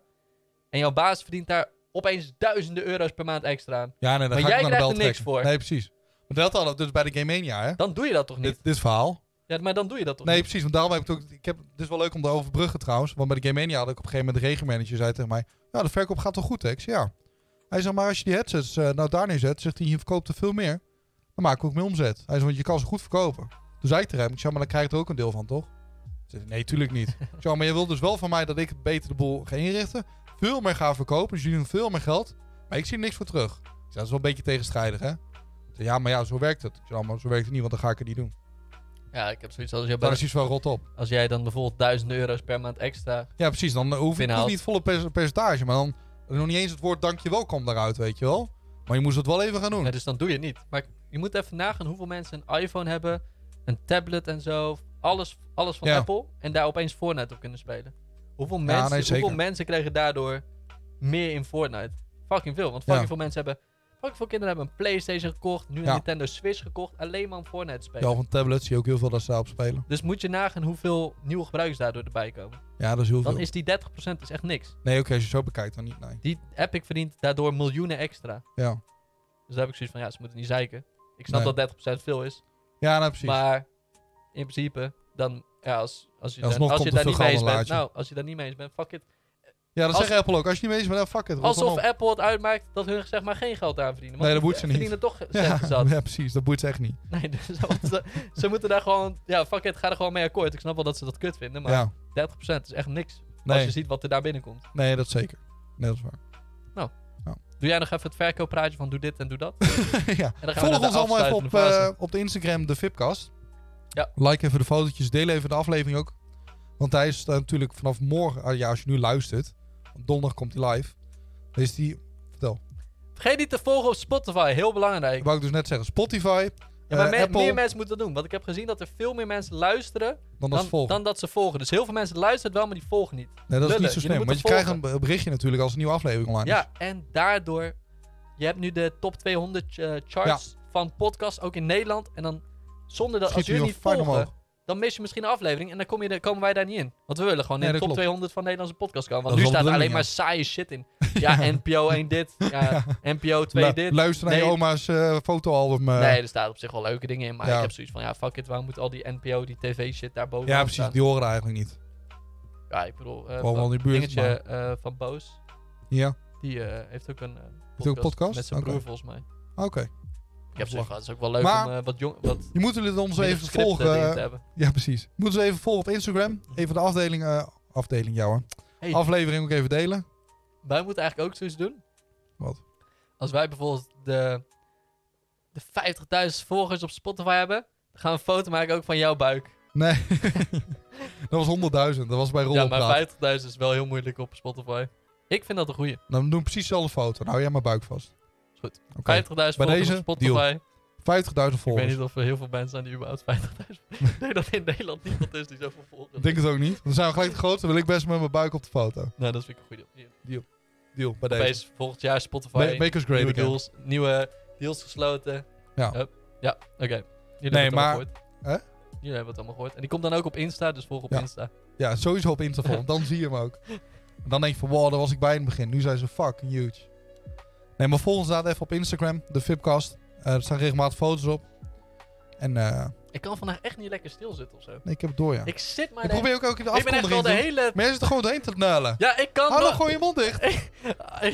[SPEAKER 1] En jouw baas verdient daar opeens duizenden euro's per maand extra aan.
[SPEAKER 2] Ja, nee, dan
[SPEAKER 1] Maar
[SPEAKER 2] ga
[SPEAKER 1] jij
[SPEAKER 2] ik naar de bel
[SPEAKER 1] krijgt er niks
[SPEAKER 2] trekken.
[SPEAKER 1] voor.
[SPEAKER 2] Nee, precies. Maar dat hadden we dus bij de Game Mania, hè?
[SPEAKER 1] Dan doe je dat toch niet?
[SPEAKER 2] Dit, dit verhaal.
[SPEAKER 1] Ja, maar dan doe je dat toch
[SPEAKER 2] nee,
[SPEAKER 1] niet?
[SPEAKER 2] precies. Want daarom heb ik het ook... Ik heb, het is wel leuk om te overbruggen trouwens. Want bij de Game Mania had ik op een gegeven moment de regenmanager zei tegen mij... Ja, de verkoop gaat toch goed, hè? Ik zei, ja. Hij zei, maar als je die headsets eh, nou daar neerzet... Zegt hij, je verkoopt er veel meer. Dan maak ik ook meer omzet. Hij zei, want je kan ze goed verkopen. Toen zei ik tegen hem, ik zei, maar dan krijg je er ook een deel van, toch? Hij zei, nee, tuurlijk niet. Ik zei, maar je wilt dus wel van mij dat ik het beter de boel ga inrichten. Veel meer ga verkopen. Dus jullie doen veel meer geld. Maar ik zie er niks voor terug. Ik zei, dat is wel een beetje tegenstrijdig, hè? Hij zei, ja, maar ja, zo werkt het. Ik zei, "Ja, maar zo werkt het niet, want dan ga ik het niet doen.
[SPEAKER 1] Ja, ik heb zoiets als, jij
[SPEAKER 2] Daar is
[SPEAKER 1] bij-
[SPEAKER 2] iets wel rot op.
[SPEAKER 1] als jij dan bijvoorbeeld duizenden euro's per maand extra...
[SPEAKER 2] Ja, precies. Dan eh, hoef ik
[SPEAKER 1] Binnenhaalt.
[SPEAKER 2] niet het volle per- percentage. Maar dan nog niet eens het woord dankjewel komt eruit, weet je wel. Maar je moest het wel even gaan doen.
[SPEAKER 1] Ja, dus dan doe je het niet. Maar je moet even nagaan hoeveel mensen een iPhone hebben, een tablet en zo. Alles, alles van
[SPEAKER 2] Ja.
[SPEAKER 1] Apple. En daar opeens Fortnite op kunnen spelen. Hoeveel,
[SPEAKER 2] nee,
[SPEAKER 1] mensen,
[SPEAKER 2] zeker. Hm.
[SPEAKER 1] hoeveel mensen kregen daardoor meer in Fortnite? Fucking veel. Want fucking
[SPEAKER 2] Ja.
[SPEAKER 1] veel mensen hebben... Fucking veel kinderen hebben een PlayStation gekocht, nu een
[SPEAKER 2] Ja.
[SPEAKER 1] Nintendo Switch gekocht, alleen maar om Fortnite te spelen.
[SPEAKER 2] Ja, van tablets zie je ook heel veel dat ze daarop spelen.
[SPEAKER 1] Dus moet je nagaan hoeveel nieuwe gebruikers daardoor erbij komen.
[SPEAKER 2] Ja, dat is heel
[SPEAKER 1] Dan
[SPEAKER 2] veel.
[SPEAKER 1] is die 30% is echt niks.
[SPEAKER 2] Nee, oké, als je het zo bekijkt, dan niet. Nee.
[SPEAKER 1] Die Epic verdient daardoor miljoenen extra.
[SPEAKER 2] Ja,
[SPEAKER 1] Dus daar heb ik zoiets van, ja, ze moeten niet zeiken. Ik snap
[SPEAKER 2] Nee.
[SPEAKER 1] dat 30% veel is,
[SPEAKER 2] ja nou, precies.
[SPEAKER 1] maar in principe, dan, ja, als, als je, dan,
[SPEAKER 2] Alsnog
[SPEAKER 1] als je
[SPEAKER 2] komt
[SPEAKER 1] daar
[SPEAKER 2] er
[SPEAKER 1] niet mee
[SPEAKER 2] veel geld
[SPEAKER 1] eens
[SPEAKER 2] een
[SPEAKER 1] bent,
[SPEAKER 2] laadje.
[SPEAKER 1] nou, als je daar niet mee eens bent, fuck it.
[SPEAKER 2] ja, dat
[SPEAKER 1] als-
[SPEAKER 2] zegt Apple ook. Als je niet mee eens bent, nou, fuck it. rot dan
[SPEAKER 1] Alsof
[SPEAKER 2] op.
[SPEAKER 1] Apple het uitmaakt dat hun zeg maar geen geld aan verdienen. Want
[SPEAKER 2] Nee, dat
[SPEAKER 1] die
[SPEAKER 2] moet ze niet.
[SPEAKER 1] verdienen toch
[SPEAKER 2] ja,
[SPEAKER 1] centen zat.
[SPEAKER 2] ja, precies. Dat boeit ze echt niet.
[SPEAKER 1] Nee, dus, want ze, ze moeten daar gewoon... Ja, fuck it, ga er gewoon mee akkoord. Ik snap wel dat ze dat kut vinden, maar
[SPEAKER 2] Ja,
[SPEAKER 1] 30% is echt niks. Als je
[SPEAKER 2] nee,
[SPEAKER 1] ziet wat er daar binnenkomt.
[SPEAKER 2] nee, dat zeker. Nee, dat is waar.
[SPEAKER 1] Doe jij nog even het verkooppraatje van doe dit en doe dat?
[SPEAKER 2] ja.
[SPEAKER 1] En dan gaan
[SPEAKER 2] Volg
[SPEAKER 1] we naar
[SPEAKER 2] ons
[SPEAKER 1] de
[SPEAKER 2] allemaal even
[SPEAKER 1] afsluitende
[SPEAKER 2] op,
[SPEAKER 1] fase.
[SPEAKER 2] eh, op de Instagram, de Vipcast.
[SPEAKER 1] Ja.
[SPEAKER 2] Like even de fotootjes, deel even de aflevering ook. Want hij is eh, natuurlijk vanaf morgen, ah, ja, als je nu luistert, want donderdag komt hij live. Dan is die, vertel,
[SPEAKER 1] Vergeet niet te volgen op Spotify, heel belangrijk.
[SPEAKER 2] dat wou ik dus net zeggen, Spotify,
[SPEAKER 1] Ja, maar
[SPEAKER 2] eh,
[SPEAKER 1] me-
[SPEAKER 2] Apple,
[SPEAKER 1] meer mensen moeten dat doen. Want ik heb gezien dat er veel meer mensen luisteren
[SPEAKER 2] dan dat
[SPEAKER 1] dan,
[SPEAKER 2] is volgen.
[SPEAKER 1] dan dat ze volgen. Dus heel veel mensen luisteren wel, maar die volgen niet.
[SPEAKER 2] nee, dat is
[SPEAKER 1] lullen,
[SPEAKER 2] niet zo
[SPEAKER 1] jullie
[SPEAKER 2] slim, want je
[SPEAKER 1] moeten
[SPEAKER 2] krijgt een be- berichtje natuurlijk als een nieuwe aflevering online Dus is.
[SPEAKER 1] Ja, en daardoor... Je hebt nu de top 200 eh, charts van podcasts, ook in Nederland. En dan zonder dat,
[SPEAKER 2] Schiet
[SPEAKER 1] als jullie
[SPEAKER 2] je
[SPEAKER 1] niet
[SPEAKER 2] fijn
[SPEAKER 1] volgen,
[SPEAKER 2] omhoog.
[SPEAKER 1] dan mis je misschien een aflevering en dan kom je er- komen wij daar niet in. Want we willen gewoon
[SPEAKER 2] Nee,
[SPEAKER 1] in de
[SPEAKER 2] dat
[SPEAKER 1] top
[SPEAKER 2] klopt.
[SPEAKER 1] 200 van Nederlandse podcast komen. Want
[SPEAKER 2] Dat
[SPEAKER 1] nu
[SPEAKER 2] is wel
[SPEAKER 1] staat
[SPEAKER 2] de
[SPEAKER 1] er alleen maar
[SPEAKER 2] bedoeling,
[SPEAKER 1] saaie shit in. Ja, NPO 1 dit, ja, NPO 2
[SPEAKER 2] Lu-
[SPEAKER 1] dit.
[SPEAKER 2] Luister naar
[SPEAKER 1] Nee.
[SPEAKER 2] je oma's eh, fotoalbum. eh.
[SPEAKER 1] Nee, er staan op zich wel leuke dingen in, maar
[SPEAKER 2] Ja.
[SPEAKER 1] ik heb zoiets van, ja, fuck it, waarom moet al die NPO, die tv-shit daarboven
[SPEAKER 2] ja, precies,
[SPEAKER 1] staan?
[SPEAKER 2] die horen er eigenlijk niet.
[SPEAKER 1] Ja, ik bedoel, eh
[SPEAKER 2] Gewoon wel
[SPEAKER 1] van,
[SPEAKER 2] in die buurt.
[SPEAKER 1] dingetje
[SPEAKER 2] maar-
[SPEAKER 1] eh, van Boos,
[SPEAKER 2] Ja,
[SPEAKER 1] die eh, heeft ook een eh, podcast,
[SPEAKER 2] ook een podcast?
[SPEAKER 1] met zijn broer
[SPEAKER 2] Oké.
[SPEAKER 1] volgens mij.
[SPEAKER 2] oké.
[SPEAKER 1] Ik heb zoiets van, het is ook wel leuk
[SPEAKER 2] Maar-
[SPEAKER 1] om eh, wat jong, wat
[SPEAKER 2] Je moet jullie ons
[SPEAKER 1] minder
[SPEAKER 2] even
[SPEAKER 1] gescripte dingen
[SPEAKER 2] volgen. eh,
[SPEAKER 1] te hebben.
[SPEAKER 2] Ja, precies. Moeten ze even volgen op Instagram. Even de afdeling, eh, afdeling jou hoor.
[SPEAKER 1] Hey.
[SPEAKER 2] Aflevering ook even delen.
[SPEAKER 1] Wij moeten eigenlijk ook zoiets doen.
[SPEAKER 2] Wat?
[SPEAKER 1] Als wij bijvoorbeeld de, de 50.000 volgers op Spotify hebben, dan gaan we een foto maken ook van jouw buik.
[SPEAKER 2] Nee. dat was 100.000. Dat was bij
[SPEAKER 1] ja,
[SPEAKER 2] rolpraat.
[SPEAKER 1] maar 50.000 is wel heel moeilijk op Spotify. Ik vind dat een goeie.
[SPEAKER 2] Dan doen Nou, we precies dezelfde foto. Nou, jij maar buik vast.
[SPEAKER 1] Is goed.
[SPEAKER 2] Oké.
[SPEAKER 1] 50.000 volgers
[SPEAKER 2] deze,
[SPEAKER 1] op Spotify.
[SPEAKER 2] 50.000
[SPEAKER 1] Ik weet
[SPEAKER 2] volgers.
[SPEAKER 1] niet of er heel veel mensen zijn die überhaupt 50.000... Ik denk dat in Nederland niemand is die zoveel volgen.
[SPEAKER 2] Ik denk het ook niet. Dan zijn we gelijk de grootste. Dan wil ik best met mijn buik op de foto.
[SPEAKER 1] Nou, dat vind ik een goede deal.
[SPEAKER 2] Deal, bij deze.
[SPEAKER 1] Opeens volgend jaar Spotify,
[SPEAKER 2] Ma- make us great
[SPEAKER 1] nieuwe,
[SPEAKER 2] again.
[SPEAKER 1] deals, nieuwe deals gesloten.
[SPEAKER 2] Ja.
[SPEAKER 1] Hup. Ja, oké. Jullie
[SPEAKER 2] Nee,
[SPEAKER 1] hebben het
[SPEAKER 2] maar-
[SPEAKER 1] allemaal gehoord.
[SPEAKER 2] Hè?
[SPEAKER 1] Jullie hebben het allemaal gehoord. En die komt dan ook op Insta, dus volg op
[SPEAKER 2] Ja.
[SPEAKER 1] Insta.
[SPEAKER 2] Ja, sowieso op Insta volgen. Dan zie je hem ook. En dan denk je van, wow, daar was ik bij in het begin. Nu zijn ze fucking huge. Nee, maar volg ons inderdaad even op Instagram. De Vipcast. Eh, er staan regelmatig foto's op. En eh,
[SPEAKER 1] Ik kan vandaag echt niet lekker stilzitten of zo.
[SPEAKER 2] nee, ik heb het door, ja.
[SPEAKER 1] Ik zit maar.
[SPEAKER 2] Ik
[SPEAKER 1] de-
[SPEAKER 2] probeer ook elke keer de
[SPEAKER 1] ik ben echt
[SPEAKER 2] afkondiging
[SPEAKER 1] wel
[SPEAKER 2] te
[SPEAKER 1] de
[SPEAKER 2] doen.
[SPEAKER 1] hele.
[SPEAKER 2] Maar jij zit er gewoon doorheen te knallen.
[SPEAKER 1] Ja, ik kan.
[SPEAKER 2] Hou dan
[SPEAKER 1] nooit-
[SPEAKER 2] gewoon je mond dicht.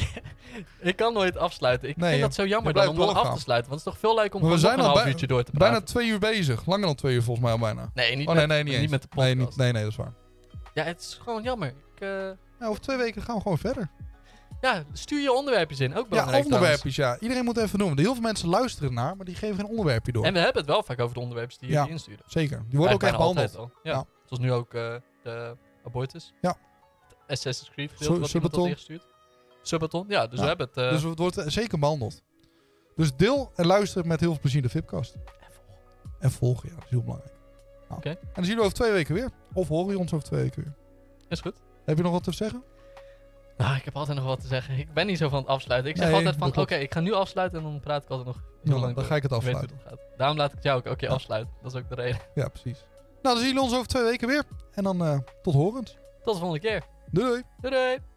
[SPEAKER 1] ik kan nooit afsluiten. Ik
[SPEAKER 2] Nee,
[SPEAKER 1] vind
[SPEAKER 2] joh.
[SPEAKER 1] dat zo jammer dan
[SPEAKER 2] Je blijft
[SPEAKER 1] om dan af
[SPEAKER 2] doorgaan.
[SPEAKER 1] te sluiten. Want het is toch veel leuker om
[SPEAKER 2] Maar we
[SPEAKER 1] gewoon nog
[SPEAKER 2] zijn
[SPEAKER 1] een half
[SPEAKER 2] al bij-
[SPEAKER 1] uurtje door te
[SPEAKER 2] Bijna
[SPEAKER 1] praten.
[SPEAKER 2] twee uur bezig. Langer dan twee uur volgens mij al bijna.
[SPEAKER 1] Nee, niet,
[SPEAKER 2] oh nee,
[SPEAKER 1] met,
[SPEAKER 2] nee, niet eens.
[SPEAKER 1] met de podcast.
[SPEAKER 2] nee, niet, nee, nee, dat is waar.
[SPEAKER 1] Ja, het is gewoon jammer. Ik, eh,
[SPEAKER 2] Ja, over twee weken gaan we gewoon verder.
[SPEAKER 1] ja, stuur je onderwerpjes in. Ook
[SPEAKER 2] Ja,
[SPEAKER 1] belangrijk trouwens.
[SPEAKER 2] onderwerpjes, ja. Iedereen moet even doen. Want heel veel mensen luisteren naar, maar die geven geen onderwerpje door.
[SPEAKER 1] En we hebben het wel vaak over de onderwerpen die
[SPEAKER 2] Ja.
[SPEAKER 1] jullie insturen.
[SPEAKER 2] Zeker. Die worden ook echt
[SPEAKER 1] Eigenlijk bijna
[SPEAKER 2] behandeld.
[SPEAKER 1] altijd al. Ja.
[SPEAKER 2] Ja.
[SPEAKER 1] Zoals nu ook eh, de abortus.
[SPEAKER 2] Ja.
[SPEAKER 1] Het Assassin's Creed gedeelte
[SPEAKER 2] Su-
[SPEAKER 1] wat iemand had
[SPEAKER 2] Subaton.
[SPEAKER 1] ingestuurd. Subaton, ja. Dus
[SPEAKER 2] Ja.
[SPEAKER 1] we hebben het... eh,
[SPEAKER 2] Dus het wordt eh, zeker behandeld. Dus deel en luister met heel veel plezier de Vipcast. En volg, ja. Dat is heel belangrijk. Nou.
[SPEAKER 1] Oké.
[SPEAKER 2] En dan zien we over twee weken weer. Of horen je ons over twee weken weer.
[SPEAKER 1] Is goed.
[SPEAKER 2] Heb je nog wat te zeggen?
[SPEAKER 1] Nou, ik heb altijd nog wat te zeggen. Ik ben niet zo van het afsluiten. Ik zeg
[SPEAKER 2] Nee,
[SPEAKER 1] altijd van,
[SPEAKER 2] dat
[SPEAKER 1] oké,
[SPEAKER 2] klopt.
[SPEAKER 1] ik ga nu afsluiten en dan praat ik altijd nog heel
[SPEAKER 2] Nou,
[SPEAKER 1] lang eh,
[SPEAKER 2] dan
[SPEAKER 1] door.
[SPEAKER 2] ga ik het
[SPEAKER 1] Ik weet hoe
[SPEAKER 2] afsluiten.
[SPEAKER 1] dat gaat. Daarom laat ik het jou ook elke keer
[SPEAKER 2] Ja.
[SPEAKER 1] afsluiten. Dat is ook de reden.
[SPEAKER 2] Ja, precies. Nou, dan zien jullie ons over twee weken weer. En dan eh, tot horens.
[SPEAKER 1] Tot de volgende keer.
[SPEAKER 2] Doei doei.
[SPEAKER 1] Doei doei!